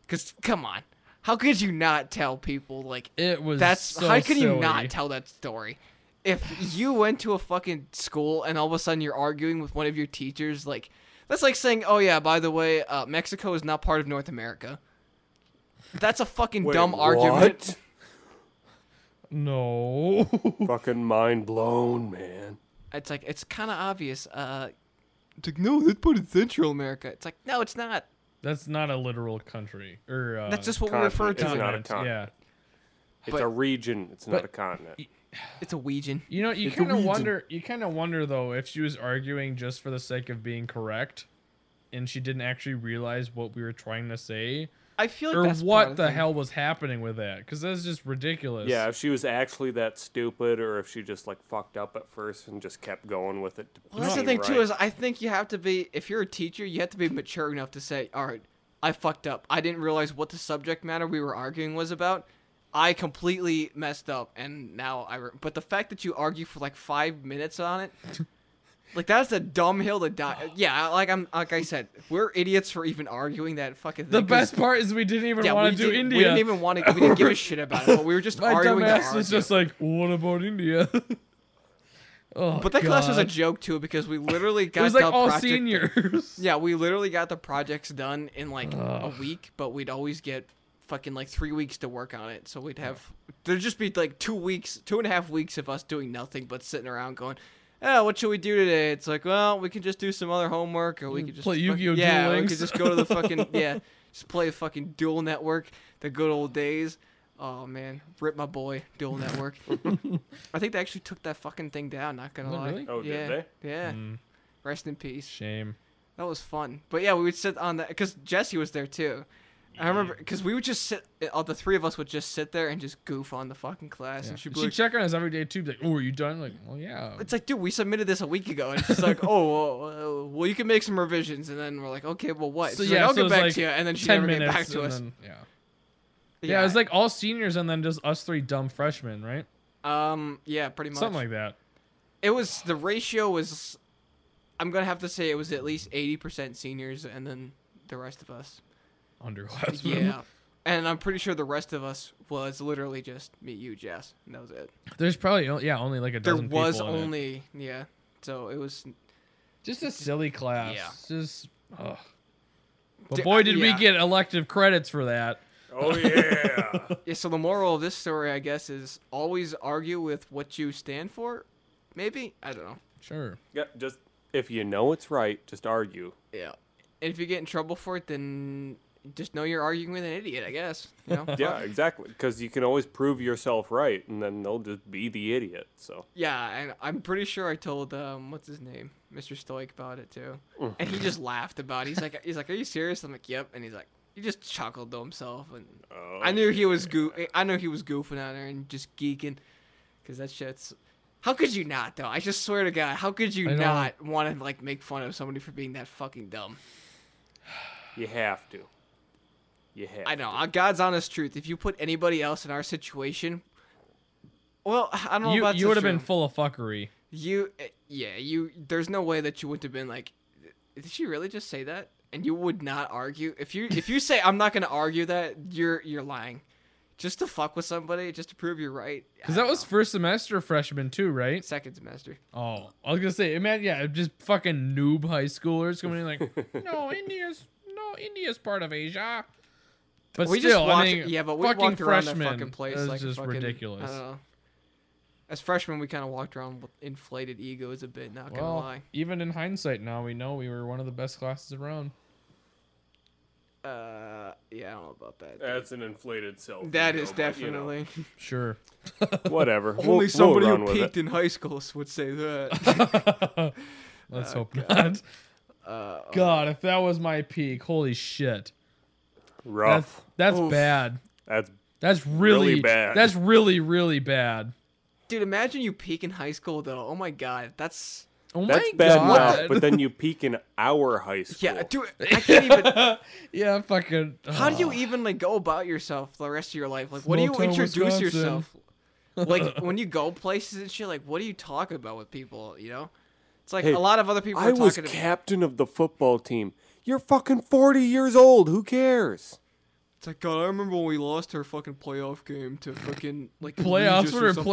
[SPEAKER 1] because come on, how could you not tell people like
[SPEAKER 3] It was
[SPEAKER 1] that's
[SPEAKER 3] so
[SPEAKER 1] how can you
[SPEAKER 3] silly.
[SPEAKER 1] not tell that story? If you went to a fucking school and all of a sudden you're arguing with one of your teachers, like that's like saying, "Oh yeah, by the way, uh, Mexico is not part of North America." That's a fucking
[SPEAKER 2] Wait,
[SPEAKER 1] dumb
[SPEAKER 2] what?
[SPEAKER 1] argument.
[SPEAKER 3] No.
[SPEAKER 2] Fucking mind blown, man.
[SPEAKER 1] It's like it's kind of obvious. Uh, it's like no, that's part of Central America. It's like no, it's not.
[SPEAKER 3] that's not a literal country. Or uh,
[SPEAKER 1] That's just what
[SPEAKER 2] continent.
[SPEAKER 1] we refer to.
[SPEAKER 2] It's
[SPEAKER 1] it.
[SPEAKER 2] not a
[SPEAKER 3] continent,
[SPEAKER 2] continent.
[SPEAKER 3] Yeah.
[SPEAKER 2] It's
[SPEAKER 1] But-
[SPEAKER 2] a region. It's not
[SPEAKER 3] but-
[SPEAKER 2] a continent.
[SPEAKER 1] It's a Ouijan.
[SPEAKER 3] You know, you
[SPEAKER 2] It's a
[SPEAKER 3] kind of
[SPEAKER 2] region.
[SPEAKER 3] wonder. You kind of wonder though if she was arguing just for the sake of being correct, and she didn't actually realize what we were trying to say,
[SPEAKER 1] I feel like
[SPEAKER 3] or
[SPEAKER 1] that's part
[SPEAKER 3] what
[SPEAKER 1] of
[SPEAKER 3] the
[SPEAKER 1] thing.
[SPEAKER 3] hell was happening with that, because that's just ridiculous.
[SPEAKER 2] Yeah, if she was actually that stupid, or if she just like fucked up at first and just kept going with it. to
[SPEAKER 1] Well, that's the
[SPEAKER 2] seem
[SPEAKER 1] thing
[SPEAKER 2] right.
[SPEAKER 1] too is I think you have to be if you're a teacher, you have to be mature enough to say, "All right, I fucked up. I didn't realize what the subject matter we were arguing was about. I completely messed up, and now I." Re-. But the fact that you argue for like five minutes on it, like that's a dumb hill to die. Yeah, like I'm like I said, we're idiots for even arguing that fucking. Thing
[SPEAKER 3] The
[SPEAKER 1] 'cause-
[SPEAKER 3] best part is we didn't even
[SPEAKER 1] Yeah, we
[SPEAKER 3] want to do
[SPEAKER 1] didn't,
[SPEAKER 3] India.
[SPEAKER 1] We didn't even want to. We didn't give a shit about it. But we were just
[SPEAKER 3] My
[SPEAKER 1] arguing. to
[SPEAKER 3] dumbass was
[SPEAKER 1] argue.
[SPEAKER 3] just like, "What about India?" oh,
[SPEAKER 1] But that class was a
[SPEAKER 3] God.
[SPEAKER 1] joke too because we literally got
[SPEAKER 3] It was like
[SPEAKER 1] the
[SPEAKER 3] all
[SPEAKER 1] project
[SPEAKER 3] seniors.
[SPEAKER 1] Yeah, we literally got the projects done in like a week, but we'd always get fucking like three weeks to work on it. So we'd have there'd just be like two weeks, two and a half weeks of us doing nothing but sitting around going, "Oh, what should we do today?" It's like, well, we can just do some other homework, or we could just
[SPEAKER 3] Mm, Play
[SPEAKER 1] fuck-
[SPEAKER 3] Yu-Gi-Oh! Duel
[SPEAKER 1] Yeah, we
[SPEAKER 3] Links.
[SPEAKER 1] could just go to the fucking yeah, just play fucking Dual Network, the good old days. Oh man, rip my boy, Dual Network. I think they actually took that fucking thing down. Not gonna
[SPEAKER 3] Oh,
[SPEAKER 1] lie.
[SPEAKER 3] really? Mm.
[SPEAKER 2] Oh, did
[SPEAKER 1] yeah,
[SPEAKER 2] they?
[SPEAKER 1] Yeah. Rest in peace.
[SPEAKER 3] Shame.
[SPEAKER 1] That was fun. But yeah, we would sit on that because Jesse was there too. I remember because we would just sit. All the three of us would just sit there and just goof on the fucking class,
[SPEAKER 3] Yeah.
[SPEAKER 1] and she'd
[SPEAKER 3] She'd
[SPEAKER 1] be like,
[SPEAKER 3] check on us every day too. Be like, "Oh, are you done?" Like, "Well, yeah."
[SPEAKER 1] "It's like, dude, we submitted this a week ago," and she's like, "Oh, well, uh, well, you can make some revisions." And then we're like, "Okay, well, what?" she's like, "I'll
[SPEAKER 3] so it
[SPEAKER 1] get
[SPEAKER 3] was
[SPEAKER 1] back
[SPEAKER 3] like
[SPEAKER 1] to you," and then she
[SPEAKER 3] 10
[SPEAKER 1] never get back
[SPEAKER 3] minutes
[SPEAKER 1] to
[SPEAKER 3] and
[SPEAKER 1] us.
[SPEAKER 3] then- yeah. yeah, it was like all seniors and then just us three dumb freshmen, right?
[SPEAKER 1] um, yeah, pretty much.
[SPEAKER 3] Something like that.
[SPEAKER 1] it was the ratio was. I'm gonna have to say it was at least eighty percent seniors, and then the rest of us.
[SPEAKER 3] Underclassmen.
[SPEAKER 1] Yeah. And I'm pretty sure the rest of us was literally just me, you, Jess, and that was it.
[SPEAKER 3] There's probably o- yeah only like a
[SPEAKER 1] There
[SPEAKER 3] dozen.
[SPEAKER 1] was
[SPEAKER 3] people in it.
[SPEAKER 1] only yeah, so it was
[SPEAKER 3] just a silly class.
[SPEAKER 1] Yeah.
[SPEAKER 3] Just. Ugh. But
[SPEAKER 1] D-
[SPEAKER 3] boy, did
[SPEAKER 1] yeah.
[SPEAKER 3] we get elective credits for that.
[SPEAKER 2] Oh yeah.
[SPEAKER 1] yeah. So the moral of this story, I guess, is always argue with what you stand for. Maybe I don't know.
[SPEAKER 3] Sure.
[SPEAKER 2] yeah. Just if you know it's right, just argue.
[SPEAKER 1] Yeah. And if you get in trouble for it, then just know you're arguing with an idiot. I guess. You know?
[SPEAKER 2] Yeah, exactly. Because you can always prove yourself right, and then they'll just be the idiot. So
[SPEAKER 1] Yeah, and I'm pretty sure I told um what's his name, Mr. Stoic, about it too,
[SPEAKER 3] Mm.
[SPEAKER 1] and he just laughed about. it. He's like, he's like, "Are you serious?" I'm like, "Yep," and he's like, he just chuckled to himself, and I knew he was goo-
[SPEAKER 3] Oh.
[SPEAKER 1] I knew he was goofing on her and just geeking, because that shit's. How could you not though? I just swear to God, how could you
[SPEAKER 3] I know.
[SPEAKER 1] not want to like make fun of somebody for being that fucking dumb?
[SPEAKER 2] You have to. You have.
[SPEAKER 1] I know. On God's honest truth, if you put anybody else in our situation, well, I don't know. if
[SPEAKER 3] You
[SPEAKER 1] Oh, that's
[SPEAKER 3] you
[SPEAKER 1] the
[SPEAKER 3] would have been
[SPEAKER 1] truth.
[SPEAKER 3] full of fuckery.
[SPEAKER 1] You, eh, yeah, you. There's no way that you wouldn't have been like, did she really just say that? And you would not argue if you if you say I'm not going to argue that you're you're lying, just to fuck with somebody, just to prove you're right.
[SPEAKER 3] Because
[SPEAKER 1] I
[SPEAKER 3] that
[SPEAKER 1] don't
[SPEAKER 3] was first semester freshman too, right?
[SPEAKER 1] know. second semester.
[SPEAKER 3] Oh, I was gonna say, man, yeah, just fucking noob high schoolers coming in like, no, India's no, India's part of Asia. But
[SPEAKER 1] we
[SPEAKER 3] still,
[SPEAKER 1] just walked,
[SPEAKER 3] I mean,
[SPEAKER 1] yeah, but we
[SPEAKER 3] fucking
[SPEAKER 1] walked around
[SPEAKER 3] freshmen,
[SPEAKER 1] that fucking place
[SPEAKER 3] that's
[SPEAKER 1] like
[SPEAKER 3] just
[SPEAKER 1] fucking,
[SPEAKER 3] ridiculous.
[SPEAKER 1] I don't know. As freshmen, we kind of walked around with inflated egos a bit. Not gonna
[SPEAKER 3] Well,
[SPEAKER 1] lie.
[SPEAKER 3] even in hindsight, now we know we were one of the best classes around.
[SPEAKER 1] Uh, yeah, I don't know about that.
[SPEAKER 2] That's an inflated self.
[SPEAKER 1] that is
[SPEAKER 2] ego, but, you know,
[SPEAKER 1] definitely
[SPEAKER 3] Sure.
[SPEAKER 2] whatever. We'll-
[SPEAKER 1] only somebody
[SPEAKER 2] we'll
[SPEAKER 1] who
[SPEAKER 2] run with
[SPEAKER 1] peaked
[SPEAKER 2] it.
[SPEAKER 1] in high school would say that.
[SPEAKER 3] Let's hope not.
[SPEAKER 1] uh,
[SPEAKER 3] God, if that was my peak, holy shit, that's
[SPEAKER 2] Rough.
[SPEAKER 3] that's
[SPEAKER 1] Oof.
[SPEAKER 3] bad.
[SPEAKER 2] That's
[SPEAKER 3] That's really,
[SPEAKER 2] Oh. Really bad.
[SPEAKER 3] That's really really bad.
[SPEAKER 1] dude, imagine you peak in high school though. Oh my god, that's
[SPEAKER 3] Oh
[SPEAKER 2] that's
[SPEAKER 3] my
[SPEAKER 2] bad
[SPEAKER 3] god.
[SPEAKER 2] enough. But then you peak in our high school.
[SPEAKER 1] yeah, dude. I can't even.
[SPEAKER 3] yeah, fucking.
[SPEAKER 1] How do you
[SPEAKER 3] oh.
[SPEAKER 1] even like go about yourself the rest of your life? Like, what
[SPEAKER 3] Small
[SPEAKER 1] do you
[SPEAKER 3] town
[SPEAKER 1] introduce
[SPEAKER 3] Wisconsin.
[SPEAKER 1] yourself? Like when you go places and shit, like what do you talk about with people? You know, it's like
[SPEAKER 2] Hey,
[SPEAKER 1] a lot of other people.
[SPEAKER 2] I
[SPEAKER 1] are
[SPEAKER 2] was
[SPEAKER 1] talking to me.
[SPEAKER 2] captain of the football team. You're fucking 40 years old. Who cares?
[SPEAKER 1] It's like God. I remember when we lost our fucking playoff game to fucking like
[SPEAKER 3] playoffs?
[SPEAKER 1] Regis
[SPEAKER 3] What
[SPEAKER 1] or
[SPEAKER 3] are
[SPEAKER 1] something.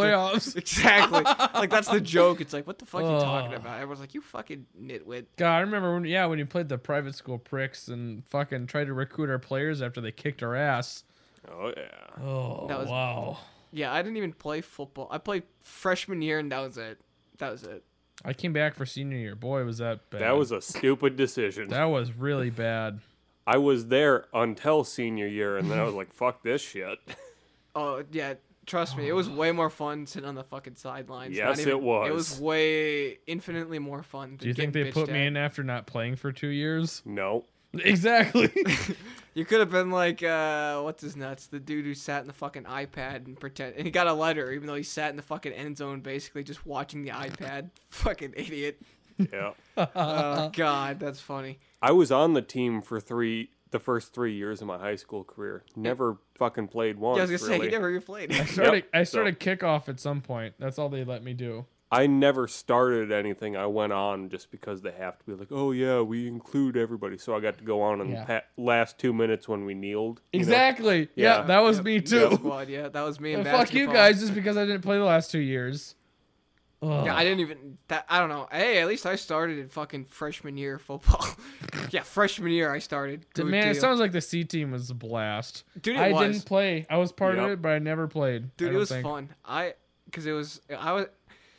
[SPEAKER 3] playoffs?
[SPEAKER 1] Exactly. like that's the joke. It's like what the fuck are you talking
[SPEAKER 3] Ugh.
[SPEAKER 1] about? Everyone's like you fucking nitwit.
[SPEAKER 3] God, I remember when yeah when you played the private school pricks and fucking tried to recruit our players after they kicked our ass.
[SPEAKER 2] Oh yeah.
[SPEAKER 3] Oh
[SPEAKER 1] That was-
[SPEAKER 3] wow,
[SPEAKER 1] Yeah, I didn't even play football. I played freshman year and that was it. That was it.
[SPEAKER 3] I came back for senior year. Boy, was that bad.
[SPEAKER 2] That was a stupid decision.
[SPEAKER 3] that was really bad.
[SPEAKER 2] I was there until senior year, and then I was like, "Fuck this shit."
[SPEAKER 1] Oh yeah, trust me, it was way more fun sitting on the fucking sidelines.
[SPEAKER 2] Oh. Yes,
[SPEAKER 1] Not even-
[SPEAKER 2] it was.
[SPEAKER 1] It was way infinitely more fun. Than
[SPEAKER 3] Do you think
[SPEAKER 1] getting
[SPEAKER 3] they put
[SPEAKER 1] bitched
[SPEAKER 3] me
[SPEAKER 1] at.
[SPEAKER 3] in after not playing for two years?
[SPEAKER 2] No,
[SPEAKER 3] Exactly.
[SPEAKER 1] You could have been like, uh, what's his nuts? The dude who sat in the fucking iPad and pretend, and he got a letter, even though he sat in the fucking end zone, basically just watching the iPad. fucking idiot.
[SPEAKER 2] yeah.
[SPEAKER 3] Uh,
[SPEAKER 1] Oh God, that's funny.
[SPEAKER 2] I was on the team for three, the first three years of my high school career. Never fucking played once.
[SPEAKER 1] Yeah, I was gonna say
[SPEAKER 2] really.
[SPEAKER 1] he never even played.
[SPEAKER 3] I started
[SPEAKER 2] Yep,
[SPEAKER 3] I
[SPEAKER 2] so-
[SPEAKER 3] started kickoff at some point. That's all they let me do.
[SPEAKER 2] I never started anything. I went on just because they have to be like, "Oh yeah, we include everybody." So I got to go on in
[SPEAKER 3] Yeah.
[SPEAKER 2] the pa- last two minutes when we kneeled. you know?
[SPEAKER 3] Exactly. yeah,
[SPEAKER 2] Yeah.
[SPEAKER 3] that was
[SPEAKER 1] Yep,
[SPEAKER 3] me
[SPEAKER 1] Yep,
[SPEAKER 3] too.
[SPEAKER 1] Squad, yeah, that was me. And
[SPEAKER 3] And fuck you
[SPEAKER 1] basketball.
[SPEAKER 3] guys just because I didn't play the last two years. Ugh.
[SPEAKER 1] Yeah, I didn't even. That I don't know. Hey, at least I started in fucking freshman year football. yeah, freshman year I started.
[SPEAKER 3] D-
[SPEAKER 1] Good
[SPEAKER 3] Man, it
[SPEAKER 1] deal.
[SPEAKER 3] sounds like the C team was a blast.
[SPEAKER 1] Dude, it
[SPEAKER 3] I
[SPEAKER 1] was.
[SPEAKER 3] didn't play. I was part of
[SPEAKER 2] Yep.
[SPEAKER 3] it, but I never played. I
[SPEAKER 1] Dude, it
[SPEAKER 3] don't
[SPEAKER 1] was
[SPEAKER 3] think.
[SPEAKER 1] fun. I because it was I was.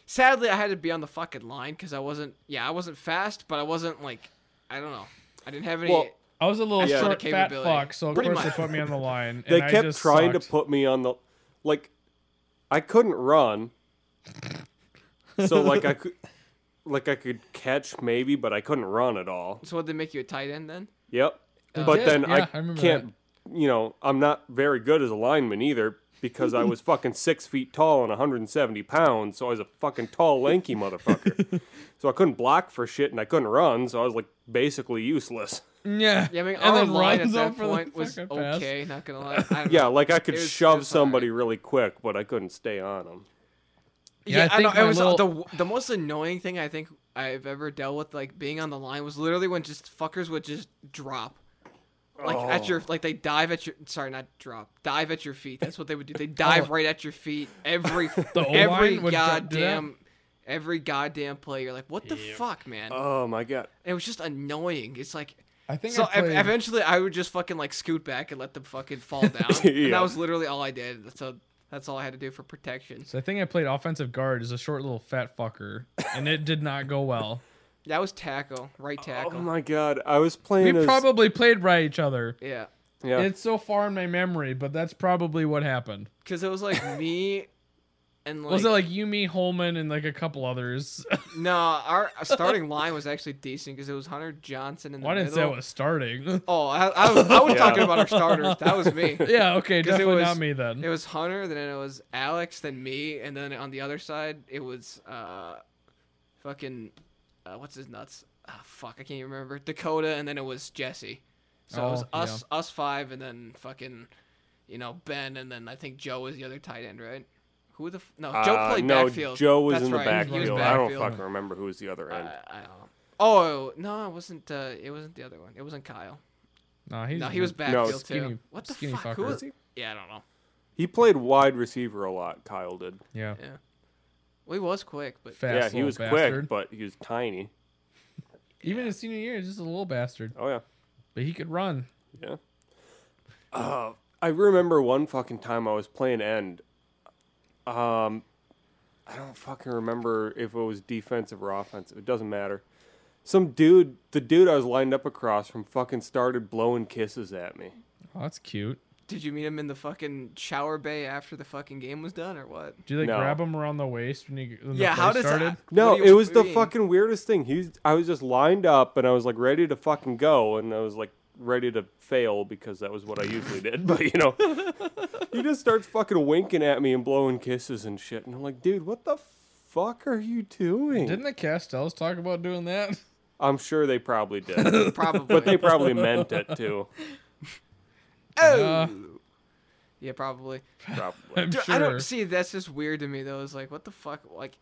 [SPEAKER 1] Sadly, I had to be on the fucking line because I wasn't. Yeah, I wasn't fast, but I wasn't like. I don't know. I didn't have any.
[SPEAKER 2] Well,
[SPEAKER 3] I was a little
[SPEAKER 1] Yeah.
[SPEAKER 3] short, fat
[SPEAKER 1] Capability.
[SPEAKER 3] fuck, so of
[SPEAKER 1] Pretty
[SPEAKER 3] course
[SPEAKER 1] much.
[SPEAKER 3] they put me on the line.
[SPEAKER 2] They
[SPEAKER 3] and I
[SPEAKER 2] kept
[SPEAKER 3] just
[SPEAKER 2] trying to
[SPEAKER 3] sucked.
[SPEAKER 2] put me on the, like, I couldn't run. So like I could, like I could catch maybe, but I couldn't run at all.
[SPEAKER 1] so what they make you a tight end then?
[SPEAKER 2] Yep.
[SPEAKER 3] They
[SPEAKER 1] Oh,
[SPEAKER 2] but
[SPEAKER 3] did,
[SPEAKER 2] then
[SPEAKER 3] yeah, I
[SPEAKER 2] I,
[SPEAKER 3] remember
[SPEAKER 2] can't, you know, I'm not very good as a lineman either because I was fucking six feet tall and 170 pounds. So I was a fucking tall, lanky motherfucker. so I couldn't block for shit and I couldn't run. So I was like basically useless.
[SPEAKER 3] Yeah.
[SPEAKER 1] Yeah, I mean,
[SPEAKER 3] and
[SPEAKER 1] our
[SPEAKER 3] then
[SPEAKER 1] line at
[SPEAKER 3] runs
[SPEAKER 1] that
[SPEAKER 3] up for the
[SPEAKER 1] point was
[SPEAKER 3] fucking pass.
[SPEAKER 1] okay. Not gonna lie. I don't
[SPEAKER 2] Yeah,
[SPEAKER 1] know.
[SPEAKER 2] like I
[SPEAKER 1] It
[SPEAKER 2] could
[SPEAKER 1] was- it
[SPEAKER 2] shove
[SPEAKER 1] was all right.
[SPEAKER 2] somebody really quick, but I couldn't stay on them.
[SPEAKER 3] Yeah,
[SPEAKER 1] Yeah,
[SPEAKER 3] I
[SPEAKER 1] I,
[SPEAKER 3] think
[SPEAKER 1] know.
[SPEAKER 3] my
[SPEAKER 1] It was
[SPEAKER 3] little-
[SPEAKER 1] the the most annoying thing I think I've ever dealt with, like being on the line, was literally when just fuckers would just drop, like at
[SPEAKER 2] Oh.
[SPEAKER 1] your like they dive at your sorry not drop dive at your feet. That's what they would do. They
[SPEAKER 3] Oh.
[SPEAKER 1] dive right at your feet every every
[SPEAKER 3] O-line would dri- do that?
[SPEAKER 1] goddamn every goddamn play. You're like, what the fuck, man?
[SPEAKER 2] Oh my god.
[SPEAKER 1] it was just annoying. It's like.
[SPEAKER 3] I think
[SPEAKER 1] So
[SPEAKER 3] I
[SPEAKER 1] ev-
[SPEAKER 3] played.
[SPEAKER 1] eventually, I would just fucking like scoot back and let them fucking fall down, and
[SPEAKER 2] Yeah.
[SPEAKER 1] that was literally all I did. So that's all I had to do for protection.
[SPEAKER 3] so I think I played offensive guard as a short little fat fucker, and it did not go well.
[SPEAKER 1] That was tackle, right
[SPEAKER 2] Oh
[SPEAKER 1] tackle.
[SPEAKER 2] my god. I was
[SPEAKER 3] We
[SPEAKER 2] playing as
[SPEAKER 3] probably played by each other.
[SPEAKER 1] Yeah,
[SPEAKER 2] yeah.
[SPEAKER 3] It's so far in my memory, but that's probably what happened.
[SPEAKER 1] because it was like me and like,
[SPEAKER 3] was it like you, me, Holman, and like a couple others?
[SPEAKER 1] no, our starting line was actually decent because it was Hunter Johnson in the
[SPEAKER 3] Well, I didn't say I
[SPEAKER 1] middle.
[SPEAKER 3] was starting.
[SPEAKER 1] Oh, I, I was, I was
[SPEAKER 2] Yeah.
[SPEAKER 1] talking about our starters. That was me.
[SPEAKER 3] yeah, okay,
[SPEAKER 1] 'Cause it
[SPEAKER 3] definitely
[SPEAKER 1] was-
[SPEAKER 3] not me then.
[SPEAKER 1] It was Hunter, then it was Alex, then me, and then on the other side it was uh, fucking, uh, what's his nuts? Ah, fuck, I can't even remember. Dakota, and then it was Jesse. So it was
[SPEAKER 3] Oh,
[SPEAKER 1] us, us five, and then fucking, you know, Ben, and then I think Joe was the other tight end, right? Who the f- no? Joe
[SPEAKER 2] Uh,
[SPEAKER 1] played
[SPEAKER 2] no,
[SPEAKER 1] backfield.
[SPEAKER 2] Joe was
[SPEAKER 1] That's
[SPEAKER 2] in the
[SPEAKER 1] right.
[SPEAKER 2] backfield.
[SPEAKER 1] He was
[SPEAKER 2] I don't
[SPEAKER 1] backfield. Uh,
[SPEAKER 2] fucking remember who was the other end.
[SPEAKER 1] I, I don't know. Oh no, it wasn't. Uh, it wasn't the other one. It wasn't Kyle.
[SPEAKER 3] Nah, he's
[SPEAKER 1] no, he was
[SPEAKER 3] good.
[SPEAKER 1] backfield too.
[SPEAKER 3] skinny-
[SPEAKER 1] what the
[SPEAKER 3] skinny
[SPEAKER 1] fuck? Who
[SPEAKER 3] fucker.
[SPEAKER 1] was he? Yeah, I don't know.
[SPEAKER 2] he played wide receiver a lot. Kyle did.
[SPEAKER 3] Yeah.
[SPEAKER 1] Yeah, well, he was quick, but
[SPEAKER 3] Fast
[SPEAKER 2] yeah, he
[SPEAKER 3] little
[SPEAKER 2] was
[SPEAKER 3] bastard.
[SPEAKER 2] quick, but he was tiny.
[SPEAKER 3] Even his senior year, he's just a little bastard.
[SPEAKER 2] Oh yeah,
[SPEAKER 3] But he could run.
[SPEAKER 2] yeah. Uh, I remember one fucking time I was playing end. Um, I don't fucking remember if it was defensive or offensive. It doesn't matter. Some dude, the dude I was lined up across from, fucking started blowing kisses at me.
[SPEAKER 3] Oh, that's cute.
[SPEAKER 1] did you meet him in the fucking shower bay after the fucking game was done, or what?
[SPEAKER 3] Do they
[SPEAKER 2] No.
[SPEAKER 3] grab him around the waist when you when
[SPEAKER 1] yeah,
[SPEAKER 3] the play
[SPEAKER 1] how does
[SPEAKER 3] started?
[SPEAKER 1] that?
[SPEAKER 2] No,
[SPEAKER 1] what do
[SPEAKER 2] it
[SPEAKER 1] you
[SPEAKER 2] was the
[SPEAKER 1] mean?
[SPEAKER 2] fucking weirdest thing. He's I was just lined up and I was like ready to fucking go and I was like ready to fail because that was what I usually did. But you know, he just starts fucking winking at me and blowing kisses and shit. And I'm like, dude, what the fuck are you doing?
[SPEAKER 3] Didn't the Castells talk about doing that?
[SPEAKER 2] I'm sure they probably did,
[SPEAKER 1] probably.
[SPEAKER 2] but they probably meant it too.
[SPEAKER 1] Oh.
[SPEAKER 3] Uh.
[SPEAKER 1] yeah, probably.
[SPEAKER 2] Probably.
[SPEAKER 3] I'm
[SPEAKER 1] Dude,
[SPEAKER 3] sure.
[SPEAKER 1] I don't see. That's just weird to me though. It's like, what the fuck? Like,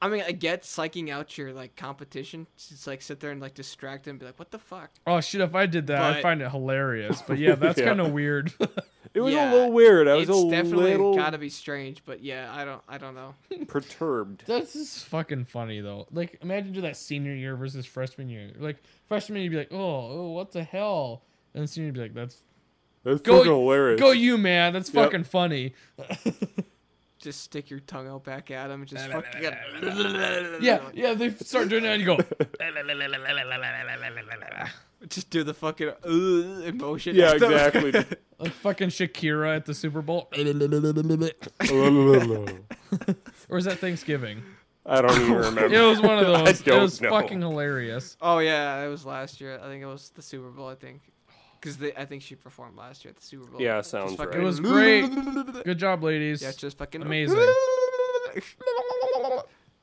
[SPEAKER 1] I mean, I get psyching out your like competition. Just like sit there and like distract them. Be like, what the fuck?
[SPEAKER 3] Oh shit! If I did that, I'd
[SPEAKER 1] But-
[SPEAKER 3] find it hilarious. But yeah, that's
[SPEAKER 2] Yeah.
[SPEAKER 3] kind of weird.
[SPEAKER 2] It was
[SPEAKER 1] Yeah,
[SPEAKER 2] a little weird. I was
[SPEAKER 1] it's
[SPEAKER 2] a
[SPEAKER 1] definitely
[SPEAKER 2] little
[SPEAKER 1] gotta be strange. But yeah, I don't. I don't know.
[SPEAKER 2] perturbed.
[SPEAKER 3] that's just fucking funny though. Like imagine do that senior year versus freshman year. Like freshman, you'd be like, oh, oh what the hell? And senior, you'd be like, that's
[SPEAKER 2] That's
[SPEAKER 3] Go-
[SPEAKER 2] fucking hilarious.
[SPEAKER 3] go you, man. That's
[SPEAKER 2] Yep.
[SPEAKER 3] fucking funny.
[SPEAKER 1] Just stick your tongue out back at them. Just fucking.
[SPEAKER 3] yeah, yeah. They start doing that, and you go,
[SPEAKER 1] Just do the fucking uh, emotion.
[SPEAKER 2] yeah, exactly.
[SPEAKER 3] like fucking Shakira at the Super Bowl, or is that Thanksgiving?
[SPEAKER 2] I don't even remember.
[SPEAKER 3] It was one of
[SPEAKER 2] I
[SPEAKER 3] those. It
[SPEAKER 2] don't
[SPEAKER 3] was
[SPEAKER 2] know.
[SPEAKER 3] fucking hilarious.
[SPEAKER 1] oh yeah, it was last year. I think it was the Super Bowl. I think. Because I think she performed last year at the Super Bowl.
[SPEAKER 2] Yeah,
[SPEAKER 1] Just
[SPEAKER 2] sounds
[SPEAKER 1] fucking-
[SPEAKER 2] right.
[SPEAKER 3] It was great. Good job, ladies.
[SPEAKER 1] Yeah, it's just fucking
[SPEAKER 3] Amazing.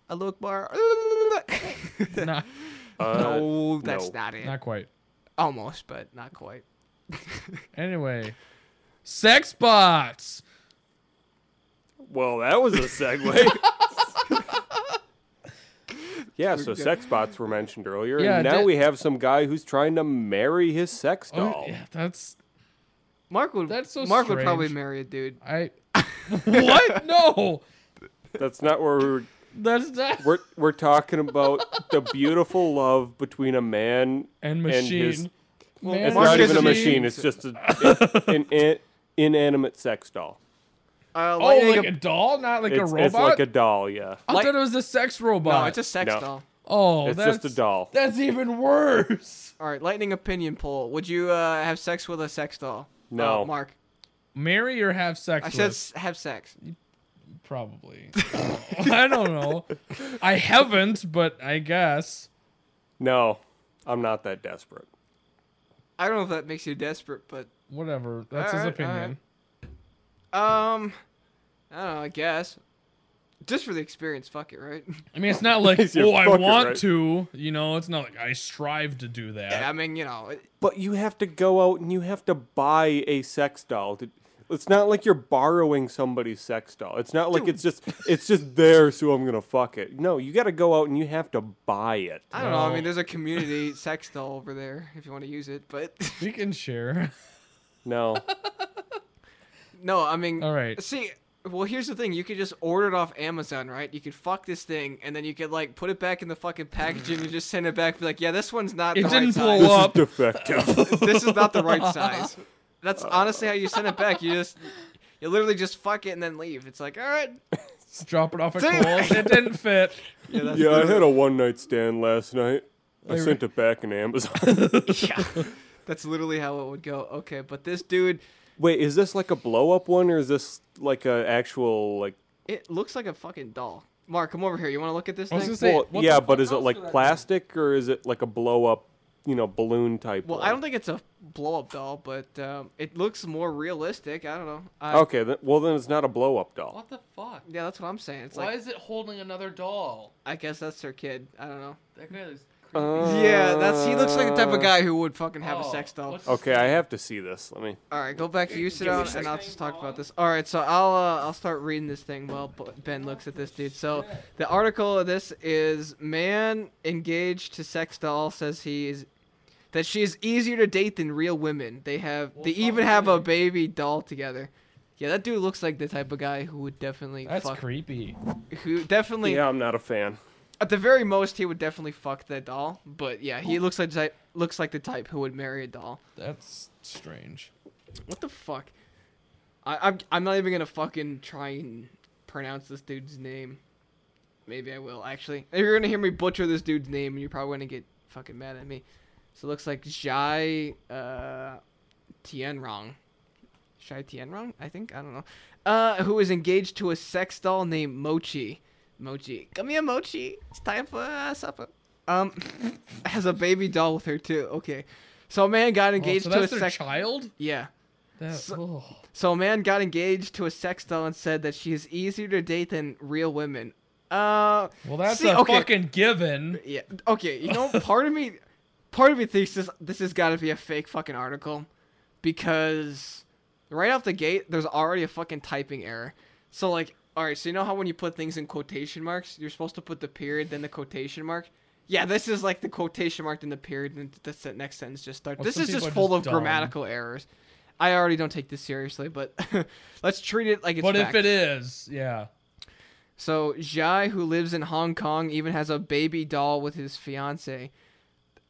[SPEAKER 1] A look bar.
[SPEAKER 3] Nah,
[SPEAKER 2] Uh,
[SPEAKER 1] no, that's
[SPEAKER 2] no.
[SPEAKER 1] not it.
[SPEAKER 3] not quite.
[SPEAKER 1] Almost, but not quite.
[SPEAKER 3] Anyway, sex bots.
[SPEAKER 2] Well, that was a segue. yeah, so sex bots were mentioned earlier,
[SPEAKER 3] Yeah,
[SPEAKER 2] and now
[SPEAKER 3] that- Oh,
[SPEAKER 2] we have some guy who's trying to marry his sex doll.
[SPEAKER 3] yeah, that's
[SPEAKER 1] Mark would.
[SPEAKER 3] That's so
[SPEAKER 1] Mark would probably
[SPEAKER 3] strange.
[SPEAKER 1] marry a dude.
[SPEAKER 3] I. what? No,
[SPEAKER 2] That's not where we're,
[SPEAKER 3] that's not.
[SPEAKER 2] we're we're talking about the beautiful love between a man.
[SPEAKER 3] and
[SPEAKER 2] and
[SPEAKER 3] machine.
[SPEAKER 2] his-
[SPEAKER 3] Man
[SPEAKER 2] It's
[SPEAKER 1] Mark
[SPEAKER 2] not
[SPEAKER 1] is
[SPEAKER 2] even a
[SPEAKER 1] a
[SPEAKER 2] machine. It's just a, it- an, in- inanimate sex doll.
[SPEAKER 1] Uh,
[SPEAKER 3] Oh,
[SPEAKER 1] Lightning
[SPEAKER 3] like a doll, not like
[SPEAKER 2] It's,
[SPEAKER 3] a
[SPEAKER 2] it's like
[SPEAKER 3] robot. Oh, I
[SPEAKER 2] a doll. Yeah,
[SPEAKER 1] like-
[SPEAKER 3] thought it was a sex robot.
[SPEAKER 1] no, it's a sex
[SPEAKER 2] No.
[SPEAKER 1] doll.
[SPEAKER 3] Oh,
[SPEAKER 2] it's
[SPEAKER 3] that's
[SPEAKER 2] just a doll.
[SPEAKER 3] That's even worse.
[SPEAKER 1] All right, lightning opinion poll. Would you uh, have sex with a sex doll?
[SPEAKER 2] No.
[SPEAKER 1] Uh, Mark.
[SPEAKER 3] Marry or have sex?
[SPEAKER 1] I
[SPEAKER 3] with?
[SPEAKER 1] said s- have sex.
[SPEAKER 3] probably. I don't know. I haven't, but I guess.
[SPEAKER 2] No, I'm not that desperate.
[SPEAKER 1] I don't know if that makes you desperate, but
[SPEAKER 3] Whatever. That's his
[SPEAKER 1] Alright,
[SPEAKER 3] opinion.
[SPEAKER 1] um, I don't know. I guess just for the experience, fuck it, right?
[SPEAKER 3] I mean, it's not like
[SPEAKER 2] He's your
[SPEAKER 3] oh, I
[SPEAKER 2] fucker,
[SPEAKER 3] want
[SPEAKER 2] right?"
[SPEAKER 3] to. You know, it's not like I strive to do that.
[SPEAKER 1] Yeah, I mean, you know, it-
[SPEAKER 2] But you have to go out and you have to buy a sex doll. To, it's not like you're borrowing somebody's sex doll. It's not like it's just it's just there, so I'm gonna fuck it. No, you got to go out and you have to buy it.
[SPEAKER 1] I don't know. I
[SPEAKER 3] No.
[SPEAKER 1] mean, there's a community sex doll over there if you want to use it. But
[SPEAKER 3] We can share.
[SPEAKER 2] No,
[SPEAKER 1] no, I mean,
[SPEAKER 3] All right.
[SPEAKER 1] See, well, here's the thing. You could just order it off Amazon, right? You could fuck this thing, and then you could like put it back in the fucking packaging and just send it back. Be like, yeah, this one's not.
[SPEAKER 3] It
[SPEAKER 1] the
[SPEAKER 3] didn't
[SPEAKER 1] right size.
[SPEAKER 3] blow
[SPEAKER 2] this is
[SPEAKER 3] Up.
[SPEAKER 2] defective.
[SPEAKER 1] this is not the right size. That's honestly how you send it back. You just, you literally just fuck it and then leave. It's like, all right,
[SPEAKER 3] Drop it off at
[SPEAKER 1] Dude.
[SPEAKER 3] Kohl's. It didn't fit.
[SPEAKER 1] yeah, that's
[SPEAKER 2] yeah, I
[SPEAKER 1] literally-
[SPEAKER 2] had a one night stand last night. I
[SPEAKER 3] re-
[SPEAKER 2] sent it back in Amazon.
[SPEAKER 1] yeah. That's literally how it would go. Okay, but this dude,
[SPEAKER 2] Wait, is this like a blow up one or is this like a actual like?
[SPEAKER 1] it looks like a fucking doll. Mark, come over here. You want to look at this
[SPEAKER 3] I was
[SPEAKER 1] thing?
[SPEAKER 3] gonna say-
[SPEAKER 2] well,
[SPEAKER 3] what the
[SPEAKER 2] yeah,
[SPEAKER 3] fuck
[SPEAKER 2] but is it
[SPEAKER 3] else
[SPEAKER 2] like
[SPEAKER 3] could I do?
[SPEAKER 2] plastic or is it like a blow up, you know, balloon type?
[SPEAKER 1] Well,
[SPEAKER 2] one?
[SPEAKER 1] I don't think it's a blow up doll, but um, it looks more realistic. I don't know. I,
[SPEAKER 2] Okay, th- well then it's not a blow up doll.
[SPEAKER 3] What the fuck?
[SPEAKER 1] Yeah, that's what I'm saying. It's like
[SPEAKER 3] is it holding another doll?
[SPEAKER 1] I guess that's her kid. I don't know.
[SPEAKER 3] That guy is Uh,
[SPEAKER 1] yeah, that's he looks like the type of guy who would fucking have a
[SPEAKER 3] Oh,
[SPEAKER 1] sex doll.
[SPEAKER 3] what's-
[SPEAKER 2] Uh, Okay, I have to see this. Let me.
[SPEAKER 1] All right, go back to you, sit
[SPEAKER 4] Give me a
[SPEAKER 1] down, and
[SPEAKER 4] second.
[SPEAKER 1] I'll just talk about this. All right, so I'll uh, I'll start reading this thing while B- Ben looks at this dude. So the article of this is man engaged to sex doll says he is that she is easier to date than real women. They have they even have a baby doll together. Yeah, that dude looks like the type of guy who would definitely
[SPEAKER 3] That's
[SPEAKER 1] fuck.
[SPEAKER 3] creepy.
[SPEAKER 1] Who definitely
[SPEAKER 2] Yeah, I'm not a fan.
[SPEAKER 1] at the very most he would definitely fuck that doll. But yeah, he looks like the type, looks like the type who would marry a doll.
[SPEAKER 3] That's strange.
[SPEAKER 1] What the fuck? I, I'm I'm not even gonna fucking try and pronounce this dude's name. Maybe I will actually. You're gonna hear me butcher this dude's name, and you're probably gonna get fucking mad at me. So it looks like Jai uh, Tianrong. Shai Tianrong, I think. I don't know. Uh, who is engaged to a sex doll named Mochi. Mochi, come here, Mochi. It's time for uh, supper. Um, has a baby doll with her too. Okay, so a man got
[SPEAKER 3] Oh,
[SPEAKER 1] engaged
[SPEAKER 3] so
[SPEAKER 1] to a
[SPEAKER 3] that's their
[SPEAKER 1] sex.
[SPEAKER 3] child.
[SPEAKER 1] yeah.
[SPEAKER 3] That,
[SPEAKER 1] So-
[SPEAKER 3] oh.
[SPEAKER 1] So a man got engaged to a sex doll and said that she is easier to date than real women. Uh,
[SPEAKER 3] Well, that's
[SPEAKER 1] See,
[SPEAKER 3] a
[SPEAKER 1] okay.
[SPEAKER 3] fucking given.
[SPEAKER 1] yeah. Okay, you know, part of me, part of me thinks this this has got to be a fake fucking article, because right off the gate there's already a fucking typing error. So like, all right, so you know how when you put things in quotation marks, you're supposed to put the period then the quotation mark. Yeah, this is like the quotation mark then the period and the se- next sentence just starts.
[SPEAKER 3] Well,
[SPEAKER 1] this
[SPEAKER 3] some
[SPEAKER 1] is just
[SPEAKER 3] people are
[SPEAKER 1] full
[SPEAKER 3] just
[SPEAKER 1] of
[SPEAKER 3] dumb.
[SPEAKER 1] grammatical errors. I already don't take this seriously, but let's treat it like it's.
[SPEAKER 3] But
[SPEAKER 1] fact.
[SPEAKER 3] if it is, yeah.
[SPEAKER 1] So Jai, who lives in Hong Kong, even has a baby doll with his fiance.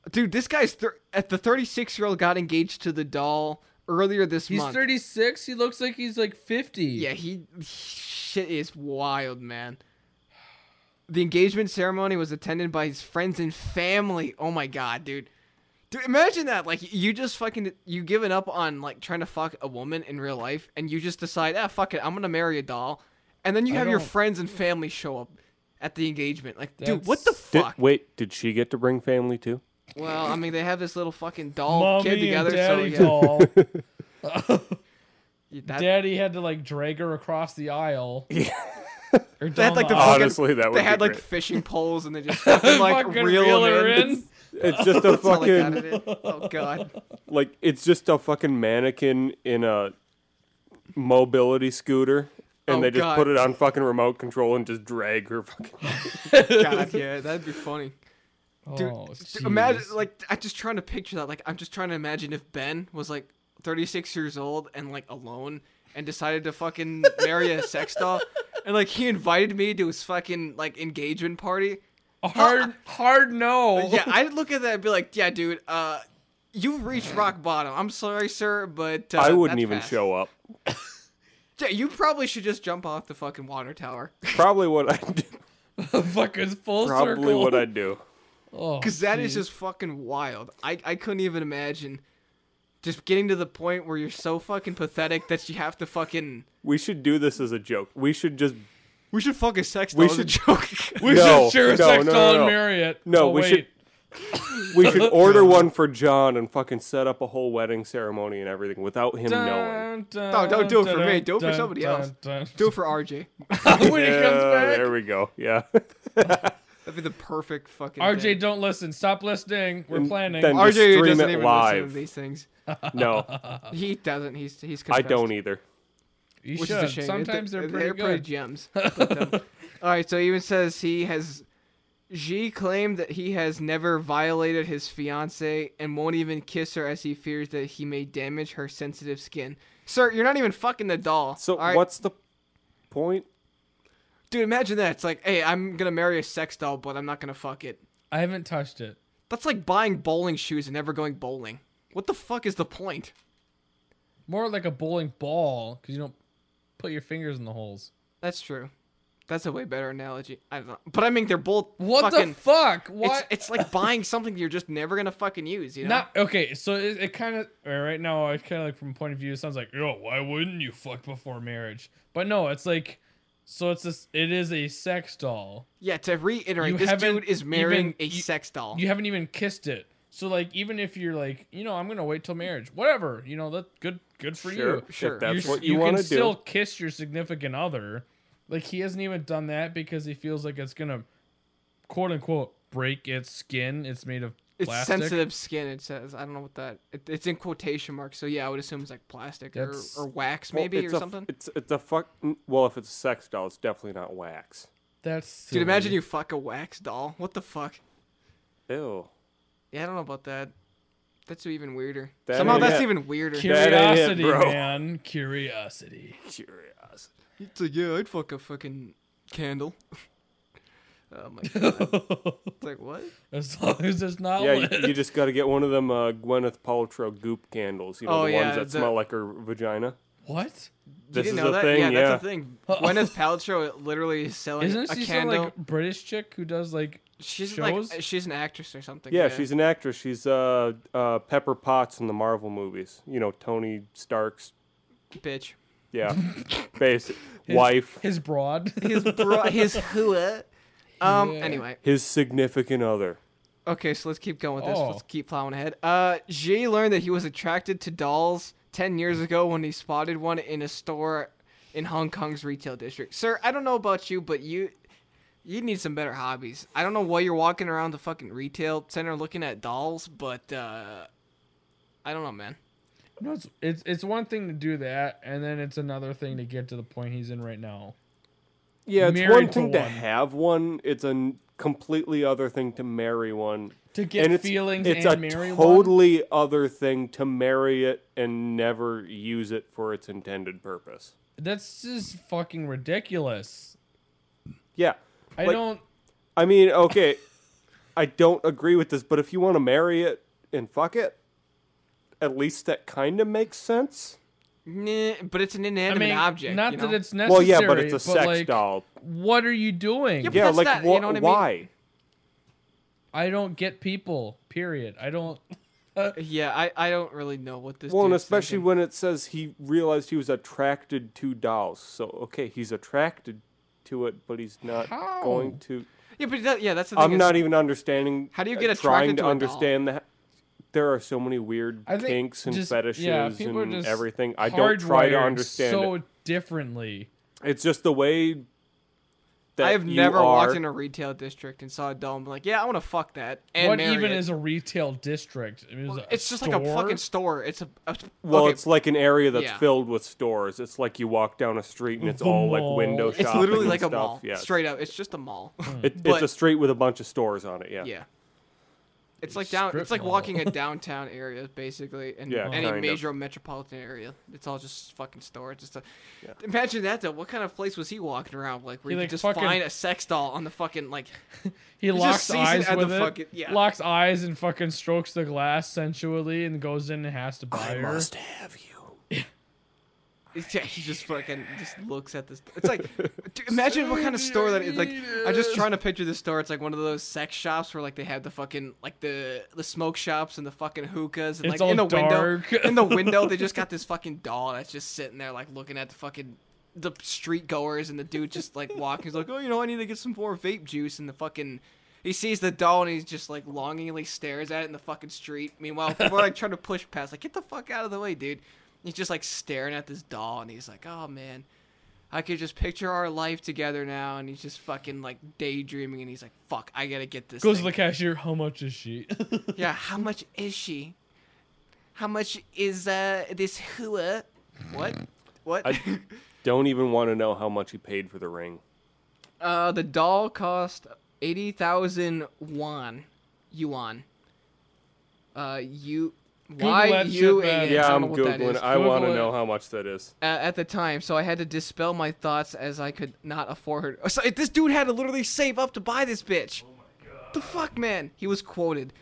[SPEAKER 1] Dude, this guy's thir- at the 36 year old got engaged to the doll earlier this
[SPEAKER 3] He's
[SPEAKER 1] month.
[SPEAKER 3] 36. He looks like he's like 50.
[SPEAKER 1] Yeah, he shit is wild, man. The engagement ceremony was attended by his friends and family. Oh my god, dude. Dude, imagine that. Like you just fucking you giving up on like trying to fuck a woman in real life and you just decide, "Ah, fuck it, I'm going to marry a doll." And then you
[SPEAKER 3] I
[SPEAKER 1] have your
[SPEAKER 3] don't-
[SPEAKER 1] friends and family show up at the engagement. Like, dude, what the
[SPEAKER 3] That's-
[SPEAKER 2] Did,
[SPEAKER 1] fuck?
[SPEAKER 2] wait, did she get to bring family too?
[SPEAKER 1] well, I mean, they have this little fucking doll
[SPEAKER 3] Mommy
[SPEAKER 1] kid together,
[SPEAKER 3] and
[SPEAKER 1] so
[SPEAKER 3] daddy
[SPEAKER 1] yeah.
[SPEAKER 3] doll.
[SPEAKER 1] you- that-
[SPEAKER 3] daddy had to like drag her across the aisle.
[SPEAKER 2] Yeah.
[SPEAKER 3] Or
[SPEAKER 1] They had,
[SPEAKER 3] down
[SPEAKER 1] like, the
[SPEAKER 3] aisle.
[SPEAKER 1] fucking-
[SPEAKER 2] Honestly, that would
[SPEAKER 1] they had
[SPEAKER 2] be
[SPEAKER 1] like fishing poles and they just fucking, like
[SPEAKER 3] Fucking
[SPEAKER 1] reel,
[SPEAKER 3] reel
[SPEAKER 1] them
[SPEAKER 3] her
[SPEAKER 1] in.
[SPEAKER 3] in.
[SPEAKER 2] great. It's just a
[SPEAKER 1] That's all I got
[SPEAKER 2] fucking
[SPEAKER 1] at it. Oh god.
[SPEAKER 2] like it's just a fucking mannequin in a mobility scooter, and
[SPEAKER 1] Oh,
[SPEAKER 2] they just
[SPEAKER 1] God.
[SPEAKER 2] put it on fucking remote control and just drag her fucking.
[SPEAKER 1] God, yeah, that'd be funny. Dude,
[SPEAKER 3] Oh,
[SPEAKER 1] d- imagine
[SPEAKER 3] jeez.
[SPEAKER 1] like I'm just trying to picture that. Like I'm just trying to imagine if Ben was like 36 years old and like alone and decided to fucking marry a sex doll, and like he invited me to his fucking like engagement party.
[SPEAKER 3] A hard, hard no.
[SPEAKER 1] Yeah, I'd look at that and be like, yeah, dude, uh, you've reached rock bottom. I'm sorry, sir, but uh,
[SPEAKER 2] I wouldn't
[SPEAKER 1] that's
[SPEAKER 2] even
[SPEAKER 1] past."
[SPEAKER 2] show up.
[SPEAKER 1] Yeah, you probably should just jump off the fucking water tower.
[SPEAKER 2] Probably what I do.
[SPEAKER 3] fucking full circle.
[SPEAKER 2] Probably what I do.
[SPEAKER 3] Oh,
[SPEAKER 1] Because that is
[SPEAKER 3] jeez.
[SPEAKER 1] just fucking wild. I, I couldn't even imagine just getting to the point where you're so fucking pathetic that you have to fucking.
[SPEAKER 2] We should do this as a joke. We should just
[SPEAKER 1] We should fuck a sex
[SPEAKER 2] We
[SPEAKER 1] doll. as a
[SPEAKER 2] should-
[SPEAKER 1] joke.
[SPEAKER 3] We
[SPEAKER 2] No,
[SPEAKER 3] should share a
[SPEAKER 2] no,
[SPEAKER 3] sex
[SPEAKER 2] no,
[SPEAKER 3] doll
[SPEAKER 2] no, no.
[SPEAKER 3] and marry it.
[SPEAKER 2] No,
[SPEAKER 3] Oh,
[SPEAKER 2] we
[SPEAKER 3] wait.
[SPEAKER 2] should- we should order one for John and fucking set up a whole wedding ceremony and everything without him knowing.
[SPEAKER 3] Dun, dun,
[SPEAKER 1] No, don't do it for
[SPEAKER 3] dun,
[SPEAKER 1] me. Do it for
[SPEAKER 3] dun,
[SPEAKER 1] somebody
[SPEAKER 3] dun,
[SPEAKER 1] else.
[SPEAKER 3] dun.
[SPEAKER 1] Do it for RJ.
[SPEAKER 3] when he
[SPEAKER 2] Yeah,
[SPEAKER 3] comes back.
[SPEAKER 2] there we go. Yeah.
[SPEAKER 1] That'd be the perfect fucking. thing.
[SPEAKER 3] RJ, don't listen. Stop listening. We're
[SPEAKER 2] And
[SPEAKER 3] planning.
[SPEAKER 2] then-
[SPEAKER 1] RJ
[SPEAKER 2] Just stream
[SPEAKER 1] doesn't
[SPEAKER 2] it
[SPEAKER 1] even listen
[SPEAKER 2] live.
[SPEAKER 1] to these things.
[SPEAKER 2] no,
[SPEAKER 1] He doesn't. He's he's.
[SPEAKER 2] I
[SPEAKER 1] Confessed,
[SPEAKER 2] don't either.
[SPEAKER 3] you
[SPEAKER 1] Which
[SPEAKER 3] should.
[SPEAKER 1] is a shame.
[SPEAKER 3] Sometimes they're, pretty good.
[SPEAKER 1] gems. But, um, all right. So he even says he has. Xi claimed that he has never violated his fiance and won't even kiss her as he fears that he may damage her sensitive skin. Sir, you're not even fucking the doll.
[SPEAKER 2] So
[SPEAKER 1] all right?
[SPEAKER 2] what's the point?
[SPEAKER 1] dude? Imagine that. It's like, hey, I'm gonna marry a sex doll, but I'm not gonna fuck it.
[SPEAKER 3] I haven't touched it.
[SPEAKER 1] That's like buying bowling shoes and never going bowling. What the fuck is the point?
[SPEAKER 3] More like a bowling ball because you don't put your fingers in the holes.
[SPEAKER 1] That's true. That's a way better analogy. I don't know, but I mean, they're both
[SPEAKER 3] What
[SPEAKER 1] fucking.
[SPEAKER 3] the fuck? What?
[SPEAKER 1] It's, it's like buying something you're just never gonna fucking use, you know?
[SPEAKER 3] Not okay. So it, it kind of right now. It's kind of like from a point of view, it sounds like yo, why wouldn't you fuck before marriage? But no, it's like so. It's this. It is a sex doll.
[SPEAKER 1] yeah, to reiterate,
[SPEAKER 3] You
[SPEAKER 1] this
[SPEAKER 3] haven't
[SPEAKER 1] dude is marrying
[SPEAKER 3] even-
[SPEAKER 1] a
[SPEAKER 3] you-
[SPEAKER 1] sex doll.
[SPEAKER 3] You haven't even kissed it. So like, even if you're like, you know, I'm gonna wait till marriage. Whatever. You know that good. Good for you.
[SPEAKER 2] If
[SPEAKER 1] Sure.
[SPEAKER 2] that's
[SPEAKER 3] s-
[SPEAKER 2] what you,
[SPEAKER 3] can
[SPEAKER 2] want to
[SPEAKER 3] still
[SPEAKER 2] do.
[SPEAKER 3] kiss your significant other. Like he hasn't even done that because he feels like it's gonna, quote unquote, break its skin. It's made of
[SPEAKER 1] It's
[SPEAKER 3] plastic.
[SPEAKER 1] sensitive skin. It says I don't know what that. It, it's in quotation marks. So yeah, I would assume it's like plastic or,
[SPEAKER 3] That's-
[SPEAKER 1] or wax
[SPEAKER 2] Well,
[SPEAKER 1] maybe
[SPEAKER 2] it's
[SPEAKER 1] or
[SPEAKER 2] a-
[SPEAKER 1] something.
[SPEAKER 2] It's it's a fuck. Well, if it's a sex doll, it's definitely not wax.
[SPEAKER 3] That's
[SPEAKER 1] Dude, imagine
[SPEAKER 3] silly.
[SPEAKER 1] you fuck a wax doll. What the fuck?
[SPEAKER 2] Ew.
[SPEAKER 1] Yeah, I don't know about that. That's even weirder.
[SPEAKER 2] That
[SPEAKER 1] Somehow
[SPEAKER 2] ain't
[SPEAKER 1] that's
[SPEAKER 2] it.
[SPEAKER 1] even weirder.
[SPEAKER 2] That ain't it,
[SPEAKER 3] curiosity,
[SPEAKER 2] bro.
[SPEAKER 3] man. Curiosity.
[SPEAKER 2] Curious.
[SPEAKER 1] It's like yeah, I'd fuck a fucking candle. oh my god. It's like what?
[SPEAKER 3] as long as it's not
[SPEAKER 2] Yeah, you,
[SPEAKER 3] lit.
[SPEAKER 2] you just got to get one of them uh, Gwyneth Paltrow goop candles. You know
[SPEAKER 1] Oh,
[SPEAKER 2] the
[SPEAKER 1] yeah,
[SPEAKER 2] ones that
[SPEAKER 1] the-
[SPEAKER 2] smell like her vagina.
[SPEAKER 3] what?
[SPEAKER 1] You
[SPEAKER 2] This
[SPEAKER 1] didn't
[SPEAKER 2] is
[SPEAKER 1] know
[SPEAKER 2] a
[SPEAKER 1] that?
[SPEAKER 2] thing.
[SPEAKER 1] yeah,
[SPEAKER 2] Yeah,
[SPEAKER 1] that's a thing. Gwyneth Paltrow literally is selling
[SPEAKER 3] Isn't
[SPEAKER 1] a
[SPEAKER 3] she some
[SPEAKER 1] candle.
[SPEAKER 3] like British chick who does like
[SPEAKER 1] she's
[SPEAKER 3] shows?
[SPEAKER 1] like uh, she's an actress or something.
[SPEAKER 2] Yeah, she's an actress. She's uh, uh, Pepper Potts in the Marvel movies. You know, Tony Stark's
[SPEAKER 1] bitch.
[SPEAKER 2] yeah, basic wife,
[SPEAKER 3] his broad?
[SPEAKER 1] His bro, his hua. Um.
[SPEAKER 3] Yeah.
[SPEAKER 1] Anyway.
[SPEAKER 2] his significant other.
[SPEAKER 1] Okay, so let's keep going with this.
[SPEAKER 3] Oh.
[SPEAKER 1] Let's keep plowing ahead. Uh, Jay learned that he was attracted to dolls 10 years ago when he spotted one in a store in Hong Kong's retail district. Sir, I don't know about you, but you you need some better hobbies. I don't know why you're walking around the fucking retail center looking at dolls, but uh I don't know, man.
[SPEAKER 3] no, it's, it's it's one thing to do that, and then it's another thing to get to the point he's in right now.
[SPEAKER 2] Yeah, it's
[SPEAKER 3] Married
[SPEAKER 2] one
[SPEAKER 3] to
[SPEAKER 2] thing to
[SPEAKER 3] one.
[SPEAKER 2] have one. It's a n- completely other thing to marry one.
[SPEAKER 3] To get
[SPEAKER 2] and it's,
[SPEAKER 3] feelings
[SPEAKER 2] it's
[SPEAKER 3] and
[SPEAKER 2] a
[SPEAKER 3] marry one.
[SPEAKER 2] totally other thing to marry it and never use it for its intended purpose.
[SPEAKER 3] That's just fucking ridiculous.
[SPEAKER 2] Yeah,
[SPEAKER 3] I
[SPEAKER 2] Like-
[SPEAKER 3] don't.
[SPEAKER 2] I mean, okay, I don't agree with this, but if you want to marry it and fuck it, at least that kind of makes sense.
[SPEAKER 1] Nah, but it's an
[SPEAKER 3] I
[SPEAKER 1] inanimate
[SPEAKER 3] mean,
[SPEAKER 1] object.
[SPEAKER 3] not
[SPEAKER 1] you know?
[SPEAKER 3] that it's
[SPEAKER 2] Well,
[SPEAKER 3] necessary.
[SPEAKER 2] yeah, but it's a sex
[SPEAKER 3] like,
[SPEAKER 2] doll.
[SPEAKER 3] What are you doing?
[SPEAKER 1] Yeah, but
[SPEAKER 2] Yeah,
[SPEAKER 1] that's
[SPEAKER 2] like
[SPEAKER 1] not-
[SPEAKER 2] wha-
[SPEAKER 1] you know what I mean?
[SPEAKER 2] why?
[SPEAKER 3] I don't get people. Period. I don't.
[SPEAKER 1] Yeah, I, I don't really know what this.
[SPEAKER 2] Well, and
[SPEAKER 1] dude's
[SPEAKER 2] especially
[SPEAKER 1] thinking.
[SPEAKER 2] when it says he realized he was attracted to dolls. So okay, he's attracted to it, but he's not
[SPEAKER 3] How?
[SPEAKER 2] going to.
[SPEAKER 1] yeah, but that, yeah, that's the thing.
[SPEAKER 2] I'm
[SPEAKER 1] is-
[SPEAKER 2] not even understanding. uh,
[SPEAKER 1] How do you get
[SPEAKER 2] trying
[SPEAKER 1] attracted to a
[SPEAKER 2] to
[SPEAKER 1] doll?
[SPEAKER 2] understand that? There are so many weird
[SPEAKER 3] I think
[SPEAKER 2] kinks and
[SPEAKER 3] just- yeah,
[SPEAKER 2] fetishes
[SPEAKER 3] people are
[SPEAKER 2] and
[SPEAKER 3] just
[SPEAKER 2] everything. I don't try to
[SPEAKER 3] hardwired
[SPEAKER 2] understand
[SPEAKER 3] so
[SPEAKER 2] it.
[SPEAKER 3] differently.
[SPEAKER 2] It's just the way that
[SPEAKER 1] I have
[SPEAKER 2] you
[SPEAKER 1] never
[SPEAKER 2] are.
[SPEAKER 1] walked in a retail district and saw a doll and be like, yeah, I want to fuck that. And
[SPEAKER 3] what
[SPEAKER 1] marry
[SPEAKER 3] even
[SPEAKER 1] it.
[SPEAKER 3] is a retail district? I mean, is
[SPEAKER 1] Well,
[SPEAKER 3] it a
[SPEAKER 1] It's just like a fucking
[SPEAKER 3] store?
[SPEAKER 1] store. It's a, a
[SPEAKER 2] Well,
[SPEAKER 1] okay,
[SPEAKER 2] it's like an area that's
[SPEAKER 1] Yeah.
[SPEAKER 2] filled with stores. It's like you walk down a street and it's
[SPEAKER 3] The
[SPEAKER 2] all
[SPEAKER 3] mall.
[SPEAKER 2] like window shopping.
[SPEAKER 1] it's literally
[SPEAKER 2] and
[SPEAKER 1] like
[SPEAKER 2] stuff.
[SPEAKER 1] a mall.
[SPEAKER 2] Yeah, it's-
[SPEAKER 1] Straight up, it's just a mall.
[SPEAKER 2] It,
[SPEAKER 1] But-
[SPEAKER 2] it's a street with a bunch of stores on it. Yeah.
[SPEAKER 1] yeah. It's like down.
[SPEAKER 3] strip
[SPEAKER 1] It's like
[SPEAKER 3] mall.
[SPEAKER 1] walking a downtown area, basically, and
[SPEAKER 2] Yeah,
[SPEAKER 1] any
[SPEAKER 2] kind of.
[SPEAKER 1] major metropolitan area. It's all just fucking stores. Just a, imagine that though. What kind of place was he walking around like where
[SPEAKER 3] He,
[SPEAKER 1] you
[SPEAKER 3] like,
[SPEAKER 1] could just
[SPEAKER 3] fucking-
[SPEAKER 1] find a sex doll on the fucking like?
[SPEAKER 3] He
[SPEAKER 1] just
[SPEAKER 3] locks
[SPEAKER 1] sees it
[SPEAKER 3] eyes
[SPEAKER 1] at the
[SPEAKER 3] with it.
[SPEAKER 1] fucking- yeah.
[SPEAKER 3] Locks eyes and fucking strokes the glass sensually and goes in and has to buy her.
[SPEAKER 2] have you.
[SPEAKER 1] It's just, he just fucking just looks at this. It's like, dude, imagine what kind of store that is. Like, I'm just trying to picture this store. It's like one of those sex shops where like they have the fucking like the the smoke shops and the fucking hookahs and
[SPEAKER 3] It's
[SPEAKER 1] like in the
[SPEAKER 3] all dark.
[SPEAKER 1] window. In the window, they just got this fucking doll that's just sitting there like looking at the fucking the street goers and the dude just like walking. He's like, oh, you know, I need to get some more vape juice and the fucking. He sees the doll and he's just like longingly stares at it in the fucking street. Meanwhile, people are like trying to push past, like get the fuck out of the way, dude. He's just like staring at this doll and he's like, oh man, I could just picture our life together now. And he's just fucking like daydreaming and he's like, fuck, I gotta get this.
[SPEAKER 3] Goes to
[SPEAKER 1] thing.
[SPEAKER 3] the cashier. How much is she?
[SPEAKER 1] yeah, how much is she? How much is uh this hua? What? What?
[SPEAKER 2] I- Don't even want to know how much he paid for the ring.
[SPEAKER 1] Uh, the doll cost eighty thousand won, yuan. Uh, you. Y
[SPEAKER 3] that shit,
[SPEAKER 1] U A
[SPEAKER 3] man.
[SPEAKER 1] N.
[SPEAKER 3] Yeah,
[SPEAKER 2] Yeah,
[SPEAKER 1] I don't
[SPEAKER 2] I'm
[SPEAKER 1] know what that
[SPEAKER 2] googling.
[SPEAKER 1] is.
[SPEAKER 2] it. I want
[SPEAKER 3] Google
[SPEAKER 2] to
[SPEAKER 3] it.
[SPEAKER 2] know how much that is.
[SPEAKER 1] uh, at the time, so I had to dispel my thoughts as I could not afford her. So it- this dude had to literally save up to buy this bitch.
[SPEAKER 3] Oh
[SPEAKER 1] The fuck, man. He was quoted.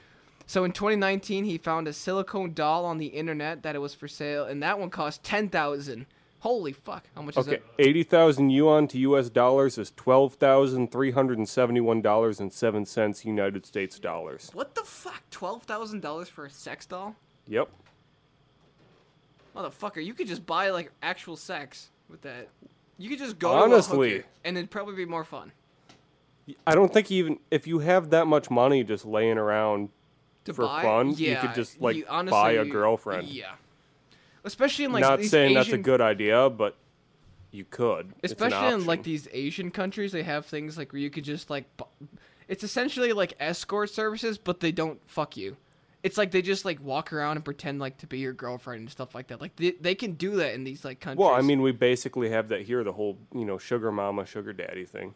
[SPEAKER 1] So in 2019, he found a silicone doll on the internet that it was for sale, and that one cost ten thousand. Holy fuck! How much is
[SPEAKER 2] Okay,
[SPEAKER 1] it?
[SPEAKER 2] eighty thousand yuan to U.S. dollars is twelve thousand three hundred and seventy-one dollars and seven cents United States dollars.
[SPEAKER 1] What the fuck? Twelve thousand dollars for a sex doll?
[SPEAKER 2] Yep.
[SPEAKER 1] Motherfucker, you could just buy like actual sex with that. You could just go
[SPEAKER 2] Honestly.
[SPEAKER 1] to a hooker, and it'd probably be more fun.
[SPEAKER 2] I don't think even if you have that much money just laying around
[SPEAKER 1] To
[SPEAKER 2] For
[SPEAKER 1] buy?
[SPEAKER 2] fun? You
[SPEAKER 1] yeah,
[SPEAKER 2] could just, like,
[SPEAKER 1] you- honestly,
[SPEAKER 2] buy a
[SPEAKER 1] you-
[SPEAKER 2] girlfriend.
[SPEAKER 1] Yeah, especially in like
[SPEAKER 2] Not
[SPEAKER 1] these
[SPEAKER 2] saying
[SPEAKER 1] Asian,
[SPEAKER 2] that's a good idea, but you could. It's an
[SPEAKER 1] Especially in like
[SPEAKER 2] option.
[SPEAKER 1] these Asian countries, they have things like where you could just like. Bu- It's essentially like escort services, but they don't fuck you. It's like they just like walk around and pretend like to be your girlfriend and stuff like that. Like they, they can do that in these like countries.
[SPEAKER 2] Well, I mean, we basically have that here—the whole, you know, sugar mama, sugar daddy thing.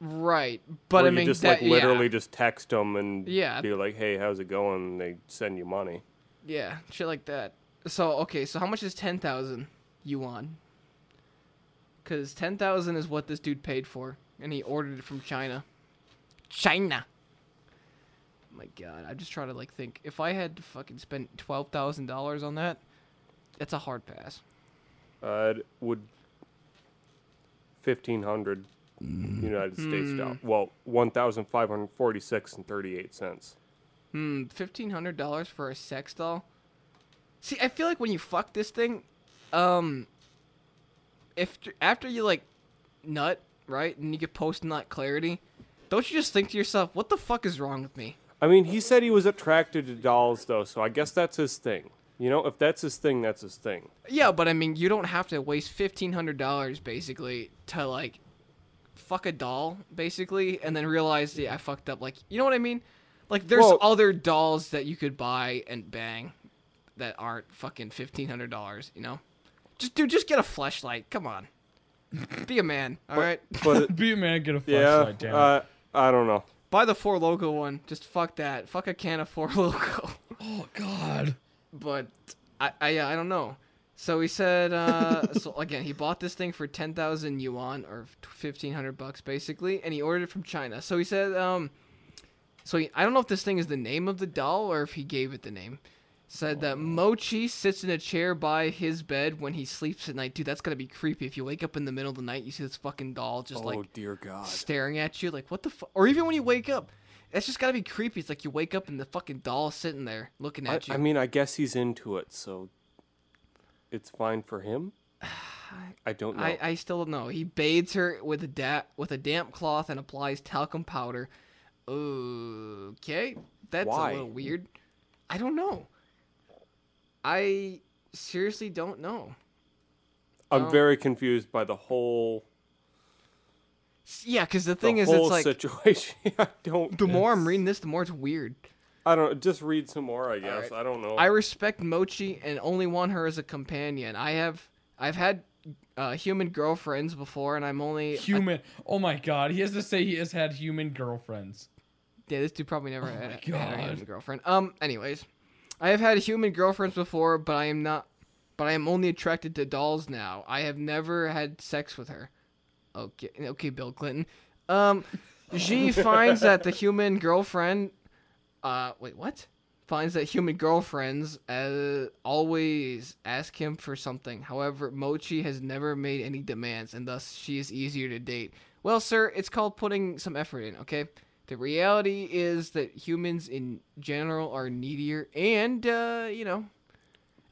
[SPEAKER 1] right? But
[SPEAKER 2] Where
[SPEAKER 1] I mean,
[SPEAKER 2] you just
[SPEAKER 1] that,
[SPEAKER 2] like literally
[SPEAKER 1] yeah.
[SPEAKER 2] just text them and
[SPEAKER 1] Yeah.
[SPEAKER 2] be like, "Hey, how's it going?" And they send you money.
[SPEAKER 1] Yeah, shit like that. So okay, so how much is ten thousand yuan? Because ten thousand is what this dude paid for, and he ordered it from China. Oh
[SPEAKER 4] China.
[SPEAKER 1] My God, I just try to like think. If I had to fucking spend twelve thousand dollars on that, that's a hard pass.
[SPEAKER 2] Uh, it would fifteen hundred United
[SPEAKER 1] Hmm.
[SPEAKER 2] States dollars. Well, one thousand five hundred forty-six and thirty-eight cents.
[SPEAKER 1] Hmm, fifteen hundred dollars for a sex doll. See, I feel like when you fuck this thing, um, if after you like nut right and you get post nut clarity, don't you just think to yourself, what the fuck is wrong with me?
[SPEAKER 2] I mean, he said he was attracted to dolls, though, so I guess that's his thing. You know, if that's his thing, that's his thing.
[SPEAKER 1] Yeah, but I mean, you don't have to waste fifteen hundred dollars basically to like fuck a doll basically, and then realize, yeah, I fucked up. Like, you know what I mean? Like, there's
[SPEAKER 2] Well-
[SPEAKER 1] other dolls that you could buy and bang that aren't fucking fifteen hundred dollars. You know? Just dude, just get a flashlight. Come on, be a man. All right,
[SPEAKER 2] But
[SPEAKER 3] Be a man, get a
[SPEAKER 2] yeah,
[SPEAKER 3] flashlight. Damn. it.
[SPEAKER 2] uh, I don't know.
[SPEAKER 1] buy the four loco one. Just fuck that. Fuck a can of four loco.
[SPEAKER 3] oh God.
[SPEAKER 1] but I, I yeah, I don't know. So he said, uh, so again, he bought this thing for ten thousand yuan or fifteen hundred bucks basically, and he ordered it from China. So he said, um, so he, I don't know if this thing is the name of the doll or if he gave it the name. Said that Mochi sits in a chair by his bed when he sleeps at night. Dude, that's gonna be creepy. If you wake up in the middle of the night, you see this fucking doll just like
[SPEAKER 2] dear Oh, God.
[SPEAKER 1] staring at you, like what the fuck? Or even when you wake up, that's just gotta be creepy. It's like you wake up and the fucking doll's sitting there looking
[SPEAKER 2] I,
[SPEAKER 1] at you.
[SPEAKER 2] I mean, I guess he's into it, so it's fine for him. I don't know.
[SPEAKER 1] I, I still don't know. He bathes her with a da- with a damp cloth and applies talcum powder. Okay, that's
[SPEAKER 2] Why?
[SPEAKER 1] a little weird. I don't know. I seriously don't know.
[SPEAKER 2] I'm very confused by the whole
[SPEAKER 1] S- Yeah, because the
[SPEAKER 2] the
[SPEAKER 1] thing is,
[SPEAKER 2] whole
[SPEAKER 1] it's like
[SPEAKER 2] situation. I don't.
[SPEAKER 1] the more I'm reading this, the more it's weird.
[SPEAKER 2] I don't. Just read some more. I guess. I don't know.
[SPEAKER 1] I respect Mochi and only want her as a companion. I have I've had uh, human girlfriends before, and I'm only
[SPEAKER 3] Human. Oh my God. He has to say he has had human girlfriends.
[SPEAKER 1] Yeah, this dude probably never had,
[SPEAKER 3] Oh my
[SPEAKER 1] had a
[SPEAKER 3] God.
[SPEAKER 1] human girlfriend. Um, anyways, I have had human girlfriends before, but I am not. But I am only attracted to dolls now. I have never had sex with her. Okay, okay, Bill Clinton. Um, she finds that the human girlfriend. Uh, wait, what? Finds that human girlfriends uh, always ask him for something. However, Mochi has never made any demands, and thus she is easier to date. Well, sir, it's called putting some effort in. Okay. The reality is that humans in general are needier, and uh, you know,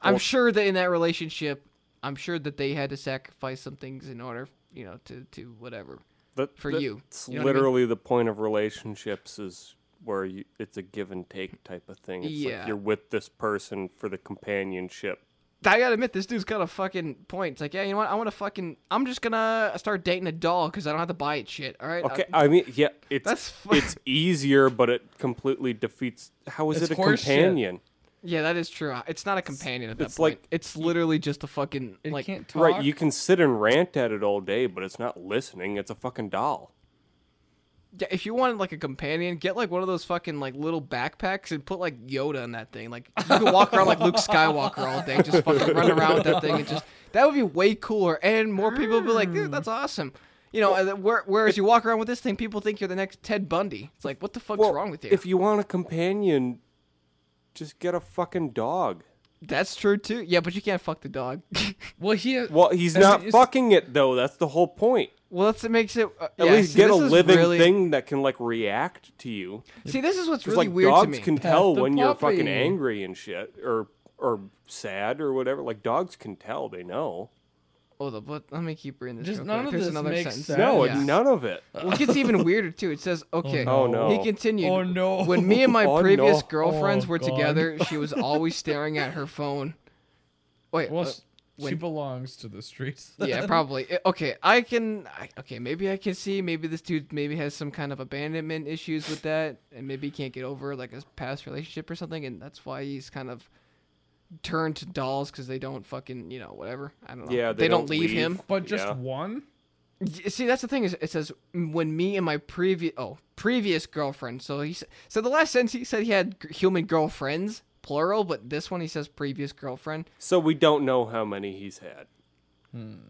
[SPEAKER 1] I'm sure that in that relationship, I'm sure that they had to sacrifice some things in order, you know, to to whatever.
[SPEAKER 2] That-
[SPEAKER 1] for
[SPEAKER 2] that-
[SPEAKER 1] you.
[SPEAKER 2] It's
[SPEAKER 1] You know what I mean?
[SPEAKER 2] literally the point of relationships is where you, it's a give and take type of thing. It's
[SPEAKER 1] Yeah.
[SPEAKER 2] like you're with this person for the companionship.
[SPEAKER 1] I gotta admit, this dude's got a fucking point. It's like, yeah, you know what? I want to fucking. I'm just gonna start dating a doll because I don't have to buy it shit. All right. Uh,
[SPEAKER 2] Okay, I mean, yeah, it's
[SPEAKER 1] Um, That's fu-
[SPEAKER 2] it's easier, but it completely defeats. How is
[SPEAKER 3] It's
[SPEAKER 2] it a
[SPEAKER 3] horseshit.
[SPEAKER 2] companion?
[SPEAKER 1] yeah, that is true. It's not a companion at that
[SPEAKER 2] it's
[SPEAKER 1] point.
[SPEAKER 2] like-
[SPEAKER 1] it's literally just a fucking
[SPEAKER 3] It
[SPEAKER 1] like.
[SPEAKER 3] can't talk.
[SPEAKER 2] Right, you can sit and rant at it all day, but it's not listening. It's a fucking doll.
[SPEAKER 1] Yeah, if you wanted like a companion, get like one of those fucking like little backpacks and put like Yoda in that thing. Like you could walk around like Luke Skywalker all day, just fucking run around with that thing and just that would be way cooler. And more people would be like, dude, that's awesome. You know, and then where, whereas you walk around with this thing, people think you're the next Ted Bundy. It's like, what the fuck's
[SPEAKER 2] Well,
[SPEAKER 1] wrong with you?
[SPEAKER 2] If you want a companion, just get a fucking dog.
[SPEAKER 1] That's true too. Yeah, but you can't fuck the dog.
[SPEAKER 3] Well, he.
[SPEAKER 2] Well, he's
[SPEAKER 3] As
[SPEAKER 2] not
[SPEAKER 3] it is-
[SPEAKER 2] fucking it though. That's the whole point.
[SPEAKER 1] well, that's it makes it. Uh,
[SPEAKER 2] At
[SPEAKER 1] yeah,
[SPEAKER 2] least
[SPEAKER 1] see,
[SPEAKER 2] get a
[SPEAKER 1] this is
[SPEAKER 2] living
[SPEAKER 1] really-
[SPEAKER 2] thing that can like react to you.
[SPEAKER 1] See, this is what's
[SPEAKER 2] 'Cause,
[SPEAKER 1] really
[SPEAKER 2] like
[SPEAKER 1] weird to
[SPEAKER 2] dogs
[SPEAKER 1] me.
[SPEAKER 2] can
[SPEAKER 3] Pet
[SPEAKER 2] tell
[SPEAKER 3] the
[SPEAKER 2] when you're fucking
[SPEAKER 3] puppy.
[SPEAKER 2] angry and shit, or or sad or whatever. Like dogs can tell. They know.
[SPEAKER 1] Hold up, let, let me keep reading this.
[SPEAKER 3] Just
[SPEAKER 1] real
[SPEAKER 3] none
[SPEAKER 1] quick.
[SPEAKER 3] of
[SPEAKER 1] There's
[SPEAKER 3] this
[SPEAKER 1] another
[SPEAKER 3] makes
[SPEAKER 1] sentence.
[SPEAKER 3] sense.
[SPEAKER 2] No,
[SPEAKER 1] Yeah.
[SPEAKER 2] none of it.
[SPEAKER 1] Well, it gets even weirder too. It says, "Okay,
[SPEAKER 2] Oh, no.
[SPEAKER 1] He continued.
[SPEAKER 3] Oh, no.
[SPEAKER 1] When me and my
[SPEAKER 2] Oh,
[SPEAKER 1] previous
[SPEAKER 2] no.
[SPEAKER 1] girlfriends
[SPEAKER 3] Oh,
[SPEAKER 1] were
[SPEAKER 3] God.
[SPEAKER 1] together, she was always staring at her phone. Wait,
[SPEAKER 3] Well,
[SPEAKER 1] uh,
[SPEAKER 3] s-
[SPEAKER 1] when
[SPEAKER 3] she belongs to the streets.
[SPEAKER 1] yeah, probably. I- Okay, I can. I, okay, maybe I can see. Maybe this dude maybe has some kind of abandonment issues with that, and maybe he can't get over like his past relationship or something, and that's why he's kind of turned to dolls because they don't fucking you know whatever. I don't know.
[SPEAKER 2] Yeah,
[SPEAKER 1] they, don't, leave, him.
[SPEAKER 3] but just
[SPEAKER 2] Yeah.
[SPEAKER 3] one.
[SPEAKER 1] Y- See, that's the thing is it says when me and my previous oh previous girlfriend. So he s- so the last sentence he said he had g- human girlfriends plural, but this one he says previous girlfriend.
[SPEAKER 2] So we don't know how many he's had.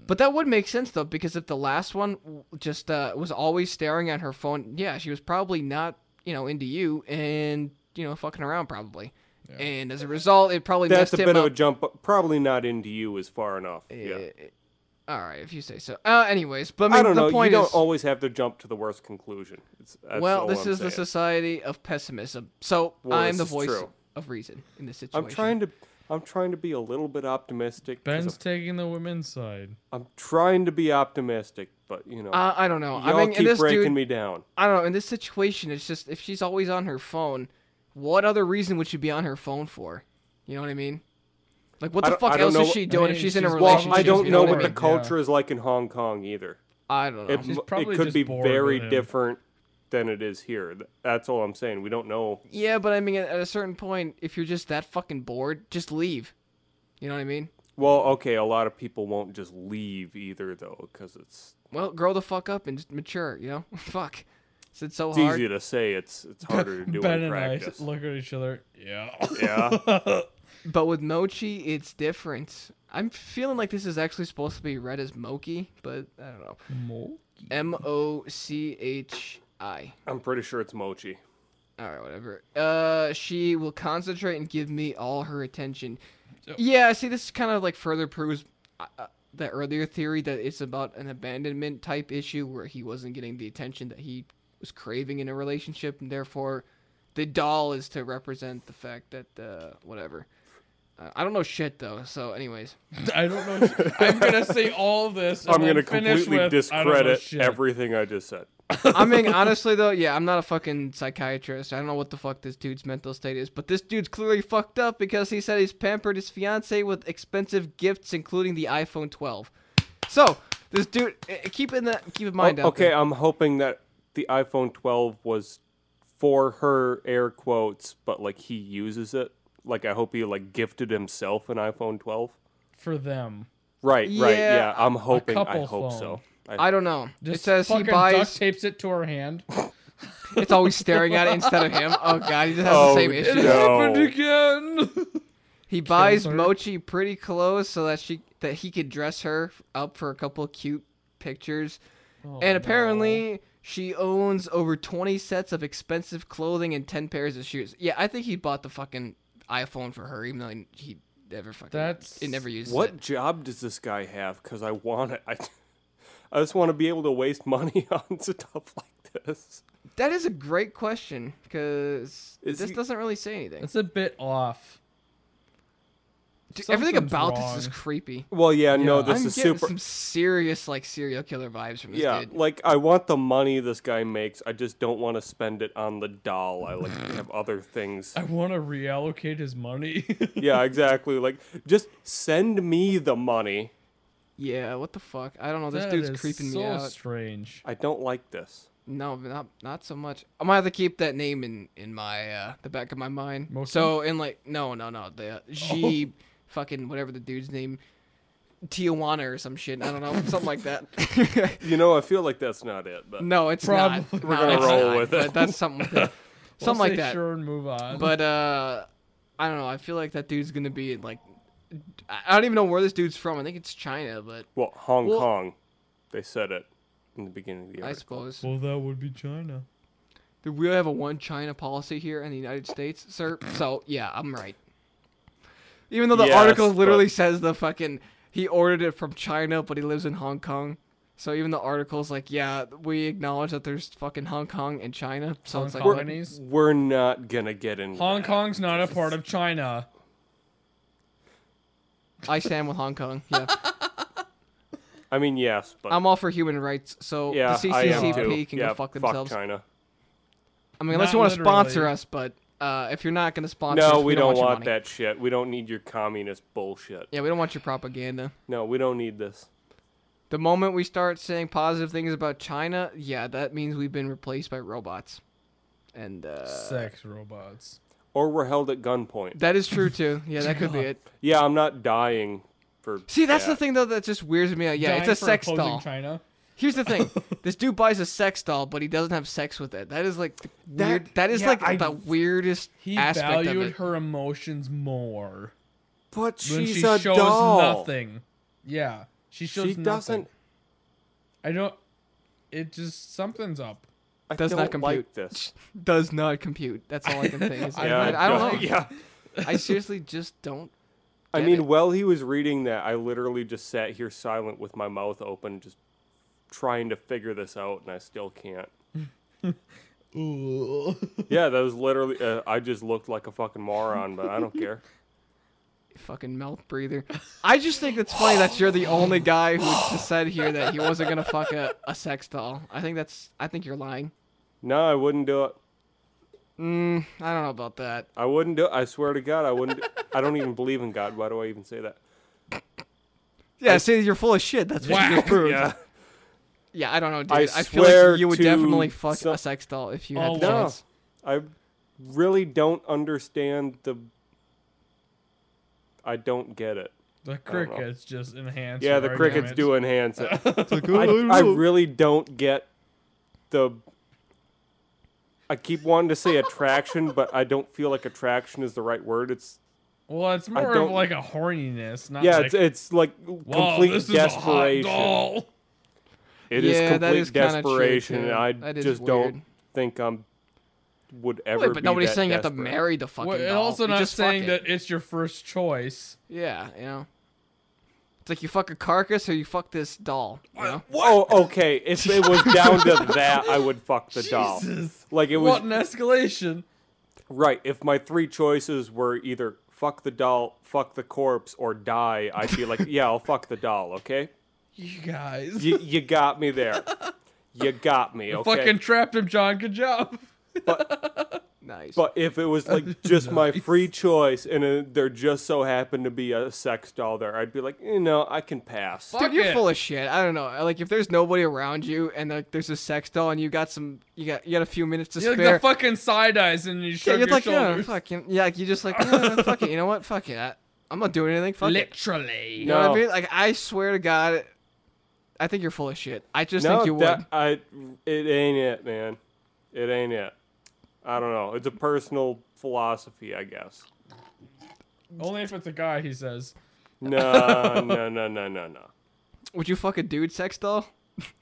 [SPEAKER 1] But that would make sense though, because if the last one w- just uh, was always staring at her phone, yeah, she was probably not, you know, into you and you know fucking around probably, and as a result, it probably
[SPEAKER 2] That's
[SPEAKER 1] messed
[SPEAKER 2] a bit
[SPEAKER 1] him
[SPEAKER 2] of a
[SPEAKER 1] up.
[SPEAKER 2] jump. but Probably not into you is far enough. Yeah.
[SPEAKER 1] All right, if you say so. Uh, anyways, but I, mean,
[SPEAKER 2] I don't
[SPEAKER 1] the
[SPEAKER 2] know. You
[SPEAKER 1] point
[SPEAKER 2] don't
[SPEAKER 1] is,
[SPEAKER 2] always have to jump to the worst conclusion. It's, that's
[SPEAKER 1] well,
[SPEAKER 2] all
[SPEAKER 1] this
[SPEAKER 2] I'm
[SPEAKER 1] is the
[SPEAKER 2] saying.
[SPEAKER 1] society of pessimism. So
[SPEAKER 2] Well,
[SPEAKER 1] I'm
[SPEAKER 2] this
[SPEAKER 1] the
[SPEAKER 2] is
[SPEAKER 1] voice
[SPEAKER 2] true.
[SPEAKER 1] of reason in this situation.
[SPEAKER 2] I'm trying to. I'm trying to be a little bit optimistic. 'cause
[SPEAKER 3] Ben's taking the women's side.
[SPEAKER 2] I'm, I'm trying to be optimistic, but you know,
[SPEAKER 1] Uh, I don't know.
[SPEAKER 2] y'all
[SPEAKER 1] I mean, in
[SPEAKER 2] keep
[SPEAKER 1] this
[SPEAKER 2] breaking
[SPEAKER 1] dude,
[SPEAKER 2] me down.
[SPEAKER 1] I don't know. In this situation, it's just if she's always on her phone, what other reason would she be on her phone for? You know what I mean? Like, what
[SPEAKER 2] I
[SPEAKER 1] the
[SPEAKER 2] don't- I
[SPEAKER 1] fuck
[SPEAKER 2] don't
[SPEAKER 1] else
[SPEAKER 2] know
[SPEAKER 1] is
[SPEAKER 2] what-
[SPEAKER 1] she
[SPEAKER 2] I
[SPEAKER 1] doing if
[SPEAKER 3] mean,
[SPEAKER 1] she's in a
[SPEAKER 3] she's
[SPEAKER 1] relationship?
[SPEAKER 2] Well, I don't
[SPEAKER 1] you
[SPEAKER 2] know
[SPEAKER 1] what
[SPEAKER 2] what
[SPEAKER 1] I
[SPEAKER 2] the
[SPEAKER 1] mean?
[SPEAKER 2] culture is like in Hong Kong either.
[SPEAKER 1] I don't know.
[SPEAKER 2] It,
[SPEAKER 3] She's
[SPEAKER 2] m-
[SPEAKER 3] probably
[SPEAKER 2] it could
[SPEAKER 3] just
[SPEAKER 2] be
[SPEAKER 3] bored
[SPEAKER 2] very
[SPEAKER 3] with him.
[SPEAKER 2] different than it is here. Th- That's all I'm saying. We don't know.
[SPEAKER 1] yeah, but I mean, at, at a certain point, if you're just that fucking bored, just leave. You know what I mean?
[SPEAKER 2] Well, okay, a lot of people won't just leave either though, because it's
[SPEAKER 1] Well, grow the fuck up and just mature. You know? fuck. It's, it's so
[SPEAKER 2] it's
[SPEAKER 1] hard.
[SPEAKER 2] easy to say. It's it's harder to do
[SPEAKER 3] ben
[SPEAKER 2] in
[SPEAKER 3] and
[SPEAKER 2] practice.
[SPEAKER 3] I look at each other. Yeah.
[SPEAKER 2] Yeah.
[SPEAKER 1] But with Mochi, it's different. I'm feeling like this is actually supposed to be read as Mochi, but I don't know. M O C H I.
[SPEAKER 2] I'm pretty sure it's mochi.
[SPEAKER 1] All right, whatever. Uh, she will concentrate and give me all her attention. Yeah, see, this kind of like further proves uh, uh, the earlier theory that it's about an abandonment type issue where he wasn't getting the attention that he was craving in a relationship, and therefore, the doll is to represent the fact that uh, whatever. Uh, I don't know shit though. So, anyways,
[SPEAKER 3] I don't know. I'm gonna say all this. And
[SPEAKER 2] I'm
[SPEAKER 3] then
[SPEAKER 2] gonna
[SPEAKER 3] finish
[SPEAKER 2] completely
[SPEAKER 3] with, I don't know
[SPEAKER 2] discredit
[SPEAKER 3] shit.
[SPEAKER 2] everything I just said.
[SPEAKER 1] I mean, honestly though, yeah, I'm not a fucking psychiatrist. I don't know what the fuck this dude's mental state is, but this dude's clearly fucked up because he said he's pampered his fiance with expensive gifts, including the iPhone 12. So this dude, eh, eh, keep in that, keep in mind.
[SPEAKER 2] Oh,
[SPEAKER 1] out
[SPEAKER 2] okay,
[SPEAKER 1] there.
[SPEAKER 2] I'm hoping that the iPhone 12 was for her air quotes, but like he uses it. Like I hope he like gifted himself an iPhone 12.
[SPEAKER 3] for them.
[SPEAKER 2] Right, right,
[SPEAKER 1] Yeah,
[SPEAKER 2] yeah. I'm hoping. I
[SPEAKER 3] couple
[SPEAKER 2] hope so.
[SPEAKER 3] phone.
[SPEAKER 2] I,
[SPEAKER 1] I don't know.
[SPEAKER 3] Just
[SPEAKER 1] it says he
[SPEAKER 3] fucking duct
[SPEAKER 1] buys.
[SPEAKER 3] tapes it to her hand.
[SPEAKER 1] It's always staring at it instead of him. Oh god, he just has
[SPEAKER 2] Oh,
[SPEAKER 1] the same
[SPEAKER 2] dude.
[SPEAKER 1] issue.
[SPEAKER 2] No.
[SPEAKER 3] again.
[SPEAKER 1] He buys
[SPEAKER 3] her.
[SPEAKER 1] Mochi pretty clothes so that she that he could dress her up for a couple cute pictures.
[SPEAKER 3] Oh,
[SPEAKER 1] and apparently she owns over 20 sets of expensive clothing and 10 pairs of shoes. Yeah, I think he bought the fucking iPhone for her even though he- he never fucking
[SPEAKER 3] That's-
[SPEAKER 1] it never uses
[SPEAKER 2] what
[SPEAKER 1] it.
[SPEAKER 2] job does this guy have? Because I want it. I, I just want to be able to waste money on stuff like this.
[SPEAKER 1] That is a great question cuz
[SPEAKER 2] Is
[SPEAKER 1] this
[SPEAKER 2] he-
[SPEAKER 1] doesn't really say anything.
[SPEAKER 3] it's a bit off.
[SPEAKER 1] Dude, everything
[SPEAKER 3] something's
[SPEAKER 1] about
[SPEAKER 3] wrong.
[SPEAKER 1] this is creepy.
[SPEAKER 2] Well, yeah, no,
[SPEAKER 3] Yeah.
[SPEAKER 2] this
[SPEAKER 1] I'm
[SPEAKER 2] is
[SPEAKER 1] getting
[SPEAKER 2] super.
[SPEAKER 1] some serious like serial killer vibes from this
[SPEAKER 2] Yeah,
[SPEAKER 1] dude.
[SPEAKER 2] like I want the money this guy makes. I just don't want to spend it on the doll. I like to have other things.
[SPEAKER 3] I want to reallocate his money.
[SPEAKER 2] Yeah, exactly. Like just send me the money.
[SPEAKER 1] Yeah, what the fuck? I don't know. This
[SPEAKER 3] That
[SPEAKER 1] dude's
[SPEAKER 3] is
[SPEAKER 1] creeping
[SPEAKER 3] so
[SPEAKER 1] me out.
[SPEAKER 3] strange.
[SPEAKER 2] I don't like this.
[SPEAKER 1] No, not not so much. I'm gonna have to keep that name in in my uh the back of my mind.
[SPEAKER 3] Mochi?
[SPEAKER 1] So in like no no no the uh, G
[SPEAKER 3] Oh.
[SPEAKER 1] fucking whatever the dude's name Tijuana or some shit. I don't know something like that.
[SPEAKER 2] You know, I feel like that's not it, but
[SPEAKER 1] no, it's
[SPEAKER 3] Probably.
[SPEAKER 1] not.
[SPEAKER 2] We're
[SPEAKER 1] No,
[SPEAKER 2] gonna
[SPEAKER 1] it's
[SPEAKER 2] roll
[SPEAKER 1] not,
[SPEAKER 2] with
[SPEAKER 1] but
[SPEAKER 2] it.
[SPEAKER 1] That's something with it. something
[SPEAKER 3] We'll
[SPEAKER 1] like
[SPEAKER 3] say
[SPEAKER 1] that.
[SPEAKER 3] Sure, and move on.
[SPEAKER 1] But uh, I don't know. I feel like that dude's gonna be like. I I don't even know where this dude's from. I think it's China, but
[SPEAKER 2] well, Hong
[SPEAKER 1] Well-
[SPEAKER 2] Kong. They said it in the beginning of the
[SPEAKER 1] I
[SPEAKER 2] article.
[SPEAKER 1] suppose.
[SPEAKER 3] well, that would be China.
[SPEAKER 1] Do we have a one China policy here in the United States, sir? So yeah, I'm right. Even though the
[SPEAKER 2] Yes,
[SPEAKER 1] article
[SPEAKER 2] but-
[SPEAKER 1] literally says the fucking he ordered it from China, but he lives in Hong Kong. So even the article's like, yeah, we acknowledge that there's fucking Hong Kong and China. So
[SPEAKER 3] Hong
[SPEAKER 1] it's like, what-
[SPEAKER 3] Chinese.
[SPEAKER 2] We're not gonna get in.
[SPEAKER 3] Hong Kong's not a part of China.
[SPEAKER 1] I stand with Hong Kong. Yeah,
[SPEAKER 2] I mean, yes, but
[SPEAKER 1] I'm all for human rights. So
[SPEAKER 2] yeah,
[SPEAKER 1] the
[SPEAKER 2] I am too.
[SPEAKER 1] CCCP can
[SPEAKER 2] yeah,
[SPEAKER 1] go fuck
[SPEAKER 2] fuck
[SPEAKER 1] themselves.
[SPEAKER 2] China.
[SPEAKER 1] I mean, unless
[SPEAKER 3] Not
[SPEAKER 1] you want to sponsor
[SPEAKER 3] literally.
[SPEAKER 1] us, but Uh, if you're not going to sponsor, us,
[SPEAKER 2] No, we, don't,
[SPEAKER 1] your
[SPEAKER 2] want
[SPEAKER 1] money.
[SPEAKER 2] that shit. We don't need your communist bullshit.
[SPEAKER 1] Yeah, we don't want your propaganda.
[SPEAKER 2] No, we don't need this.
[SPEAKER 1] The moment we start saying positive things about China, yeah, that means we've been replaced by robots. And uh,
[SPEAKER 3] Sex robots.
[SPEAKER 2] Or we're held at gunpoint.
[SPEAKER 1] that is true too. Yeah, that could be it.
[SPEAKER 2] Yeah, I'm not dying for.
[SPEAKER 1] See, that's
[SPEAKER 2] that.
[SPEAKER 1] the thing though that just weirds me out. Yeah,
[SPEAKER 3] Dying
[SPEAKER 1] it's a
[SPEAKER 3] for
[SPEAKER 1] sex
[SPEAKER 3] opposing
[SPEAKER 1] doll.
[SPEAKER 3] China.
[SPEAKER 1] Here's the thing: this dude buys a sex doll, but he doesn't have sex with it. That is like the
[SPEAKER 2] That-
[SPEAKER 1] weird. That is
[SPEAKER 2] yeah,
[SPEAKER 1] like
[SPEAKER 2] I-
[SPEAKER 1] the weirdest
[SPEAKER 3] He
[SPEAKER 1] aspect of
[SPEAKER 3] valued
[SPEAKER 1] it.
[SPEAKER 3] her emotions more
[SPEAKER 2] But
[SPEAKER 3] when
[SPEAKER 2] she's
[SPEAKER 3] she
[SPEAKER 2] a
[SPEAKER 3] shows
[SPEAKER 2] doll.
[SPEAKER 3] nothing. Yeah, she shows
[SPEAKER 2] She
[SPEAKER 3] nothing.
[SPEAKER 2] doesn't.
[SPEAKER 3] I don't. It just something's up.
[SPEAKER 2] I
[SPEAKER 1] Does
[SPEAKER 2] don't
[SPEAKER 1] not compute.
[SPEAKER 2] like this.
[SPEAKER 1] Does not compute. That's all I can think. Is like,
[SPEAKER 3] Yeah,
[SPEAKER 1] I, I don't know.
[SPEAKER 2] Yeah.
[SPEAKER 1] I seriously just don't.
[SPEAKER 2] I
[SPEAKER 1] Get
[SPEAKER 2] mean,
[SPEAKER 1] it.
[SPEAKER 2] while he was reading that, I literally just sat here silent with my mouth open, just trying to figure this out, and I still can't.
[SPEAKER 3] Ooh.
[SPEAKER 2] Yeah, that was literally. Uh, I just looked like a fucking moron, but I don't care.
[SPEAKER 1] Fucking mouth breather. I just think it's funny that you're the only guy who just said here that he wasn't gonna fuck a, a sex doll. I think that's. I think you're lying.
[SPEAKER 2] No, I wouldn't do it.
[SPEAKER 1] Mm, I don't know about that.
[SPEAKER 2] I wouldn't do. it. I swear to God, I wouldn't. do- I don't even believe in God. Why do I even say that?
[SPEAKER 1] Yeah, see, you're full of shit. That's what you
[SPEAKER 3] Whack.
[SPEAKER 1] just proved. Yeah.
[SPEAKER 2] Yeah.
[SPEAKER 1] I don't know, dude.
[SPEAKER 2] I
[SPEAKER 1] I, feel
[SPEAKER 2] swear
[SPEAKER 1] like you would
[SPEAKER 2] to
[SPEAKER 1] definitely fuck
[SPEAKER 2] some-
[SPEAKER 1] a sex doll if you had
[SPEAKER 3] Oh,
[SPEAKER 1] the
[SPEAKER 3] wow.
[SPEAKER 2] No.
[SPEAKER 1] chance.
[SPEAKER 2] I really don't understand the. I don't get it.
[SPEAKER 3] The crickets just enhance.
[SPEAKER 2] Yeah,
[SPEAKER 3] your
[SPEAKER 2] the crickets
[SPEAKER 3] argument.
[SPEAKER 2] do enhance it.
[SPEAKER 1] I,
[SPEAKER 2] I, I really don't get the. I keep wanting to say attraction, but I don't feel like attraction is the right word. It's
[SPEAKER 3] Well, it's more of
[SPEAKER 2] don't-
[SPEAKER 3] like a horniness, not
[SPEAKER 2] yeah,
[SPEAKER 3] like,
[SPEAKER 2] it's it's like
[SPEAKER 3] "Whoa,
[SPEAKER 2] complete
[SPEAKER 3] this is a hot
[SPEAKER 2] desperation.
[SPEAKER 3] doll."
[SPEAKER 2] It is
[SPEAKER 1] Yeah, that
[SPEAKER 2] complete
[SPEAKER 1] is kinda true,
[SPEAKER 2] desperation,
[SPEAKER 1] too.
[SPEAKER 2] and I
[SPEAKER 1] That is
[SPEAKER 2] just
[SPEAKER 1] weird.
[SPEAKER 2] don't think I'm would ever.
[SPEAKER 1] Wait, but
[SPEAKER 2] be
[SPEAKER 1] nobody's
[SPEAKER 2] that
[SPEAKER 1] saying you have to
[SPEAKER 2] desperate.
[SPEAKER 1] marry the fucking
[SPEAKER 3] Well, and
[SPEAKER 1] doll.
[SPEAKER 3] also
[SPEAKER 1] You
[SPEAKER 3] not
[SPEAKER 1] just fuck
[SPEAKER 3] saying
[SPEAKER 1] it.
[SPEAKER 3] that it's your first choice.
[SPEAKER 1] Yeah, you know. It's like you fuck a carcass or you fuck this doll. You know?
[SPEAKER 2] Oh, okay. If it was down to that, I would fuck the doll.
[SPEAKER 3] Jesus.
[SPEAKER 2] Like it was
[SPEAKER 3] What an escalation!
[SPEAKER 2] Right. If my three choices were either fuck the doll, fuck the corpse, or die, I'd be like, yeah, I'll fuck the doll, okay?
[SPEAKER 3] You guys,
[SPEAKER 2] You, you got me there. You got me, okay?
[SPEAKER 3] fucking trapped him, John. Good job.
[SPEAKER 1] Nice.
[SPEAKER 2] But if it was like just my
[SPEAKER 3] Nice.
[SPEAKER 2] free choice and uh, there just so happened to be a sex doll there, I'd be like, you know, I can pass.
[SPEAKER 1] Dude,
[SPEAKER 3] fuck
[SPEAKER 1] you're
[SPEAKER 3] it.
[SPEAKER 1] full of shit. I don't know. Like, if there's nobody around you and like there's a sex doll and you got some, you got you got a few minutes to
[SPEAKER 3] You're like
[SPEAKER 1] spare.
[SPEAKER 3] the fucking side eyes, and you
[SPEAKER 1] yeah,
[SPEAKER 3] shrug
[SPEAKER 1] you're
[SPEAKER 3] your
[SPEAKER 1] like, yeah,
[SPEAKER 3] shoulders.
[SPEAKER 1] fucking, yeah, like, you just like, "Yeah, fuck it. You know what? Fuck it. I, I'm not doing anything. Fuck it.
[SPEAKER 3] Literally.
[SPEAKER 1] You know what
[SPEAKER 2] No.
[SPEAKER 1] I mean? Like, I swear to God, I think you're full of shit. I just
[SPEAKER 2] no,
[SPEAKER 1] think you
[SPEAKER 2] that,
[SPEAKER 1] would.
[SPEAKER 2] I, it ain't it, man. It ain't it. I don't know. It's a personal philosophy, I guess.
[SPEAKER 3] Only if it's a guy, he says.
[SPEAKER 2] No, no, no, no, no, no.
[SPEAKER 1] Would you fuck a dude sex doll?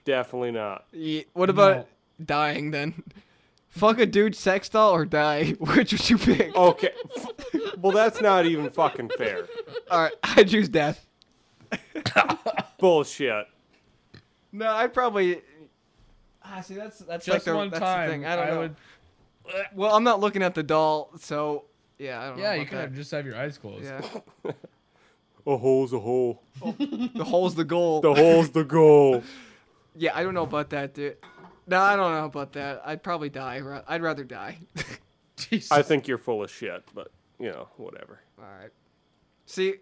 [SPEAKER 2] Definitely not.
[SPEAKER 1] Ye- What about dying then? Fuck a dude sex doll or die? Which would you pick?
[SPEAKER 3] Oh.
[SPEAKER 2] Okay. Well, that's not even fucking fair.
[SPEAKER 1] All right, I choose death.
[SPEAKER 2] Bullshit.
[SPEAKER 1] No, I'd probably. Ah, see, that's that's
[SPEAKER 3] Just
[SPEAKER 1] like the,
[SPEAKER 3] one
[SPEAKER 1] that's
[SPEAKER 3] time,
[SPEAKER 1] the thing. I don't
[SPEAKER 3] I
[SPEAKER 1] know. Uh,
[SPEAKER 3] would-
[SPEAKER 1] Well, I'm not looking at the doll, so yeah, I don't know.
[SPEAKER 3] Yeah, you
[SPEAKER 1] about
[SPEAKER 3] could have just have your eyes closed.
[SPEAKER 1] that. Yeah,
[SPEAKER 2] A hole's a hole.
[SPEAKER 1] the hole's the goal.
[SPEAKER 2] The hole's the goal.
[SPEAKER 1] Yeah, I don't know about that, dude. No, I don't know about that. I'd probably die. ra- I'd rather die.
[SPEAKER 3] Jesus.
[SPEAKER 2] I think you're full of shit, but you know, whatever.
[SPEAKER 1] All right. See,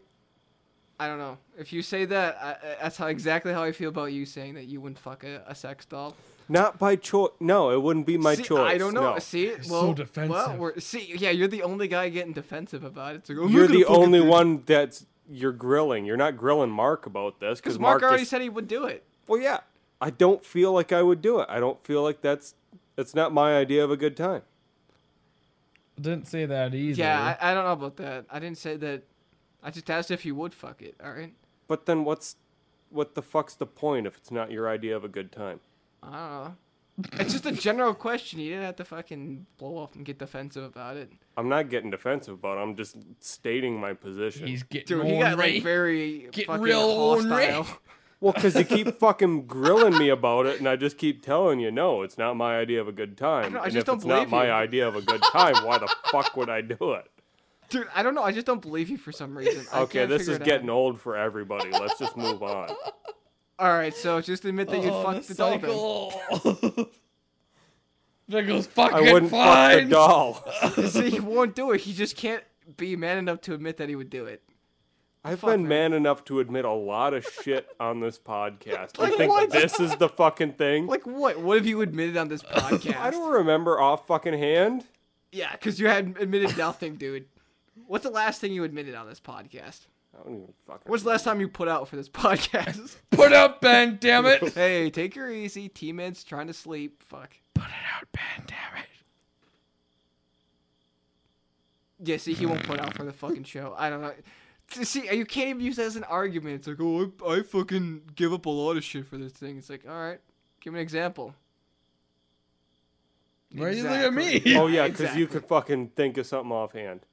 [SPEAKER 1] I don't know. If you say that, I, I- that's how exactly how I feel about you saying that you wouldn't fuck a, a sex doll.
[SPEAKER 2] Not by choice. No, it wouldn't be my
[SPEAKER 1] See,
[SPEAKER 2] choice.
[SPEAKER 1] I don't know.
[SPEAKER 2] no.
[SPEAKER 1] See, well,
[SPEAKER 3] so
[SPEAKER 1] well,
[SPEAKER 3] defensive.
[SPEAKER 1] we're, see, yeah, you're the only guy getting defensive about it. It's like, "I'm not
[SPEAKER 2] You're
[SPEAKER 1] gonna
[SPEAKER 2] the
[SPEAKER 1] fucking
[SPEAKER 2] only
[SPEAKER 1] do that."
[SPEAKER 2] one that's you're grilling. You're not grilling Mark about this
[SPEAKER 1] Because
[SPEAKER 2] because
[SPEAKER 1] Mark, already
[SPEAKER 2] just-
[SPEAKER 1] said he would do it.
[SPEAKER 2] Well, yeah. I don't feel like I would do it. I don't feel like that's that's not my idea of a good time.
[SPEAKER 3] Didn't say that either.
[SPEAKER 1] Yeah, I, I don't know about that. I didn't say that. I just asked if you would fuck it. All right.
[SPEAKER 2] But then what's what the fuck's the point if it's not your idea of a good time?
[SPEAKER 1] I don't know. It's just a general question. You didn't have to fucking blow up and get defensive about it.
[SPEAKER 2] I'm not getting defensive, but I'm just stating my position.
[SPEAKER 3] He's getting
[SPEAKER 1] Dude, he got like
[SPEAKER 3] ornery.
[SPEAKER 1] very
[SPEAKER 3] Get
[SPEAKER 1] fucking
[SPEAKER 3] real ornery.
[SPEAKER 1] hostile.
[SPEAKER 2] Well, because you keep fucking grilling me about it, and I just keep telling you, no, it's not my idea of a good time.
[SPEAKER 1] know, I
[SPEAKER 2] and
[SPEAKER 1] just
[SPEAKER 2] if
[SPEAKER 1] don't
[SPEAKER 2] it's not
[SPEAKER 1] believe
[SPEAKER 2] my
[SPEAKER 1] you.
[SPEAKER 2] idea of a good time, why the fuck would I do it?
[SPEAKER 1] Dude, I don't know. I just don't believe you for some reason. I
[SPEAKER 2] Okay,
[SPEAKER 1] can't
[SPEAKER 2] this
[SPEAKER 1] figure
[SPEAKER 2] is
[SPEAKER 1] it out.
[SPEAKER 2] getting old for everybody. Let's just move on.
[SPEAKER 1] All right, so just admit that you'd
[SPEAKER 3] Oh,
[SPEAKER 1] fuck the, dolphin.
[SPEAKER 3] cycle. That goes
[SPEAKER 2] I
[SPEAKER 3] fucking
[SPEAKER 2] wouldn't fuck the
[SPEAKER 3] fine.
[SPEAKER 2] doll.
[SPEAKER 1] See, he won't do it. He just can't be man enough to admit that he would do it.
[SPEAKER 2] I've
[SPEAKER 1] Fuck,
[SPEAKER 2] been
[SPEAKER 1] man.
[SPEAKER 2] man enough to admit a lot of shit on this podcast.
[SPEAKER 1] Like
[SPEAKER 2] you think
[SPEAKER 1] what?
[SPEAKER 2] this is the fucking thing?
[SPEAKER 1] Like what? What have you admitted on this podcast?
[SPEAKER 2] I don't remember off fucking hand.
[SPEAKER 1] Yeah, because you had admitted nothing, dude. What's the last thing you admitted on this podcast?
[SPEAKER 2] I don't even fucking.
[SPEAKER 1] What's the last time you put out for this podcast?
[SPEAKER 3] Put up, Ben. Damn it. Put
[SPEAKER 1] hey, take her easy. T-Man's trying to sleep. Fuck.
[SPEAKER 3] it out, Ben. Damn it.
[SPEAKER 1] Yeah, see, he won't put out for the fucking show. I don't know. See, See, you can't even use that as an argument. It's like, oh, I, I fucking give up a lot of shit for this thing. It's like, all right, give me an example.
[SPEAKER 3] Why are you looking at me?
[SPEAKER 1] Exactly.
[SPEAKER 2] Oh yeah, because you
[SPEAKER 1] Exactly.
[SPEAKER 2] could fucking think of something offhand.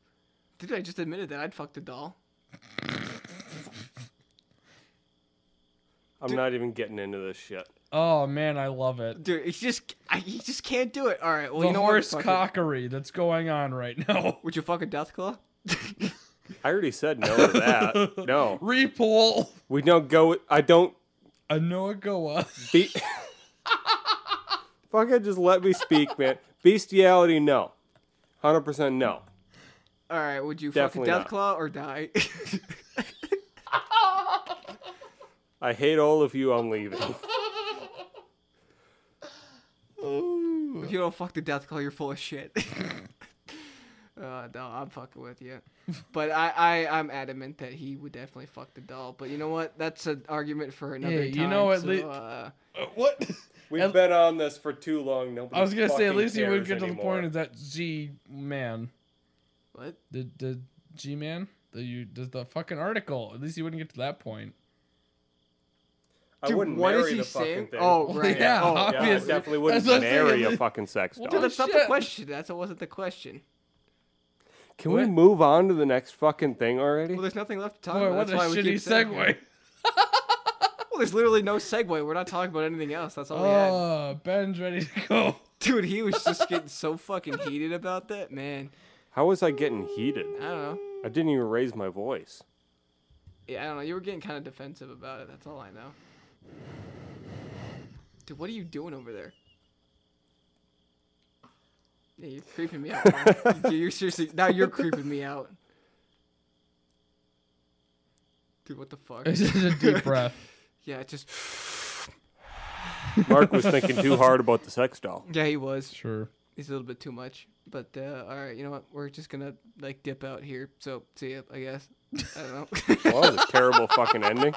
[SPEAKER 1] Dude, I just admitted that I'd fucked a doll.
[SPEAKER 2] I'm not even getting into this shit.
[SPEAKER 3] Oh man, I love it.
[SPEAKER 1] Dude, it's just, I, he just can't do it. All right, well,
[SPEAKER 3] the
[SPEAKER 1] you know
[SPEAKER 3] horse
[SPEAKER 1] what? Fuck it.
[SPEAKER 3] cockery that's going on right now.
[SPEAKER 1] Would you fuck a Deathclaw?
[SPEAKER 2] I already said no to that. No,
[SPEAKER 3] Repoll.
[SPEAKER 2] we don't go. I don't
[SPEAKER 3] A Noah Goa.
[SPEAKER 2] be. fucking just let me speak, man. Bestiality, no. Hundred percent, no.
[SPEAKER 1] All right, would you
[SPEAKER 2] Definitely
[SPEAKER 1] fuck a
[SPEAKER 2] not.
[SPEAKER 1] Deathclaw or die?
[SPEAKER 2] I hate all of you. I'm leaving.
[SPEAKER 1] if you don't fuck the Deathclaw, you're full of shit. uh, no, I'm fucking with you. But I, I, I'm adamant that he would definitely fuck the doll. But you know what? That's an argument for another
[SPEAKER 3] Hey,
[SPEAKER 1] time.
[SPEAKER 3] you know, at
[SPEAKER 1] so,
[SPEAKER 3] lea-
[SPEAKER 1] uh,
[SPEAKER 3] Uh, what?
[SPEAKER 2] We've
[SPEAKER 3] At-
[SPEAKER 2] been on this for too long. Nobody.
[SPEAKER 3] I was gonna say at
[SPEAKER 2] fucking
[SPEAKER 3] least he
[SPEAKER 2] cares
[SPEAKER 3] would get to the
[SPEAKER 2] anymore.
[SPEAKER 3] point of that G man.
[SPEAKER 1] what?
[SPEAKER 3] The the G man? The you the, the fucking article. At least he wouldn't get to that point.
[SPEAKER 2] I
[SPEAKER 1] Dude,
[SPEAKER 2] wouldn't
[SPEAKER 1] what is
[SPEAKER 2] marry
[SPEAKER 1] he
[SPEAKER 2] the
[SPEAKER 1] saying?
[SPEAKER 2] fucking thing.
[SPEAKER 1] Oh, right.
[SPEAKER 3] yeah,
[SPEAKER 1] oh,
[SPEAKER 2] yeah, I
[SPEAKER 3] obviously.
[SPEAKER 2] definitely wouldn't
[SPEAKER 3] That's what I'm saying,
[SPEAKER 2] marry
[SPEAKER 3] at
[SPEAKER 2] a
[SPEAKER 3] least-
[SPEAKER 2] fucking sex
[SPEAKER 1] Dude,
[SPEAKER 2] doll.
[SPEAKER 1] that's not the
[SPEAKER 3] shit.
[SPEAKER 1] question. That's what wasn't the question.
[SPEAKER 2] Can we
[SPEAKER 3] What?
[SPEAKER 2] move on to the next fucking thing already?
[SPEAKER 1] Well, there's nothing left to talk
[SPEAKER 3] Boy,
[SPEAKER 1] about.
[SPEAKER 3] what
[SPEAKER 1] That's
[SPEAKER 3] a
[SPEAKER 1] why we
[SPEAKER 3] shitty
[SPEAKER 1] keep saying it.
[SPEAKER 3] segue.
[SPEAKER 1] Well, there's literally no segue. We're not talking about anything else. That's all we had.
[SPEAKER 3] Oh, Ben's ready to go.
[SPEAKER 1] Dude, he was just getting so fucking heated about that, man.
[SPEAKER 2] How was I getting heated?
[SPEAKER 1] I don't know.
[SPEAKER 2] I didn't even raise my voice.
[SPEAKER 1] Yeah, I don't know. You were getting kind of defensive about it. That's all I know. Dude, what are you doing over there? Yeah, you're creeping me out. man. Dude, you're seriously now you're creeping me out. Dude, what the fuck?
[SPEAKER 3] This is a deep breath.
[SPEAKER 1] yeah, it just
[SPEAKER 2] Mark was thinking too hard about the sex doll.
[SPEAKER 1] yeah, he was.
[SPEAKER 3] Sure.
[SPEAKER 1] He's a little bit too much. But uh, all right, you know what? We're just gonna like dip out here. So see ya, I guess. I don't know.
[SPEAKER 2] Well, that was a terrible fucking ending.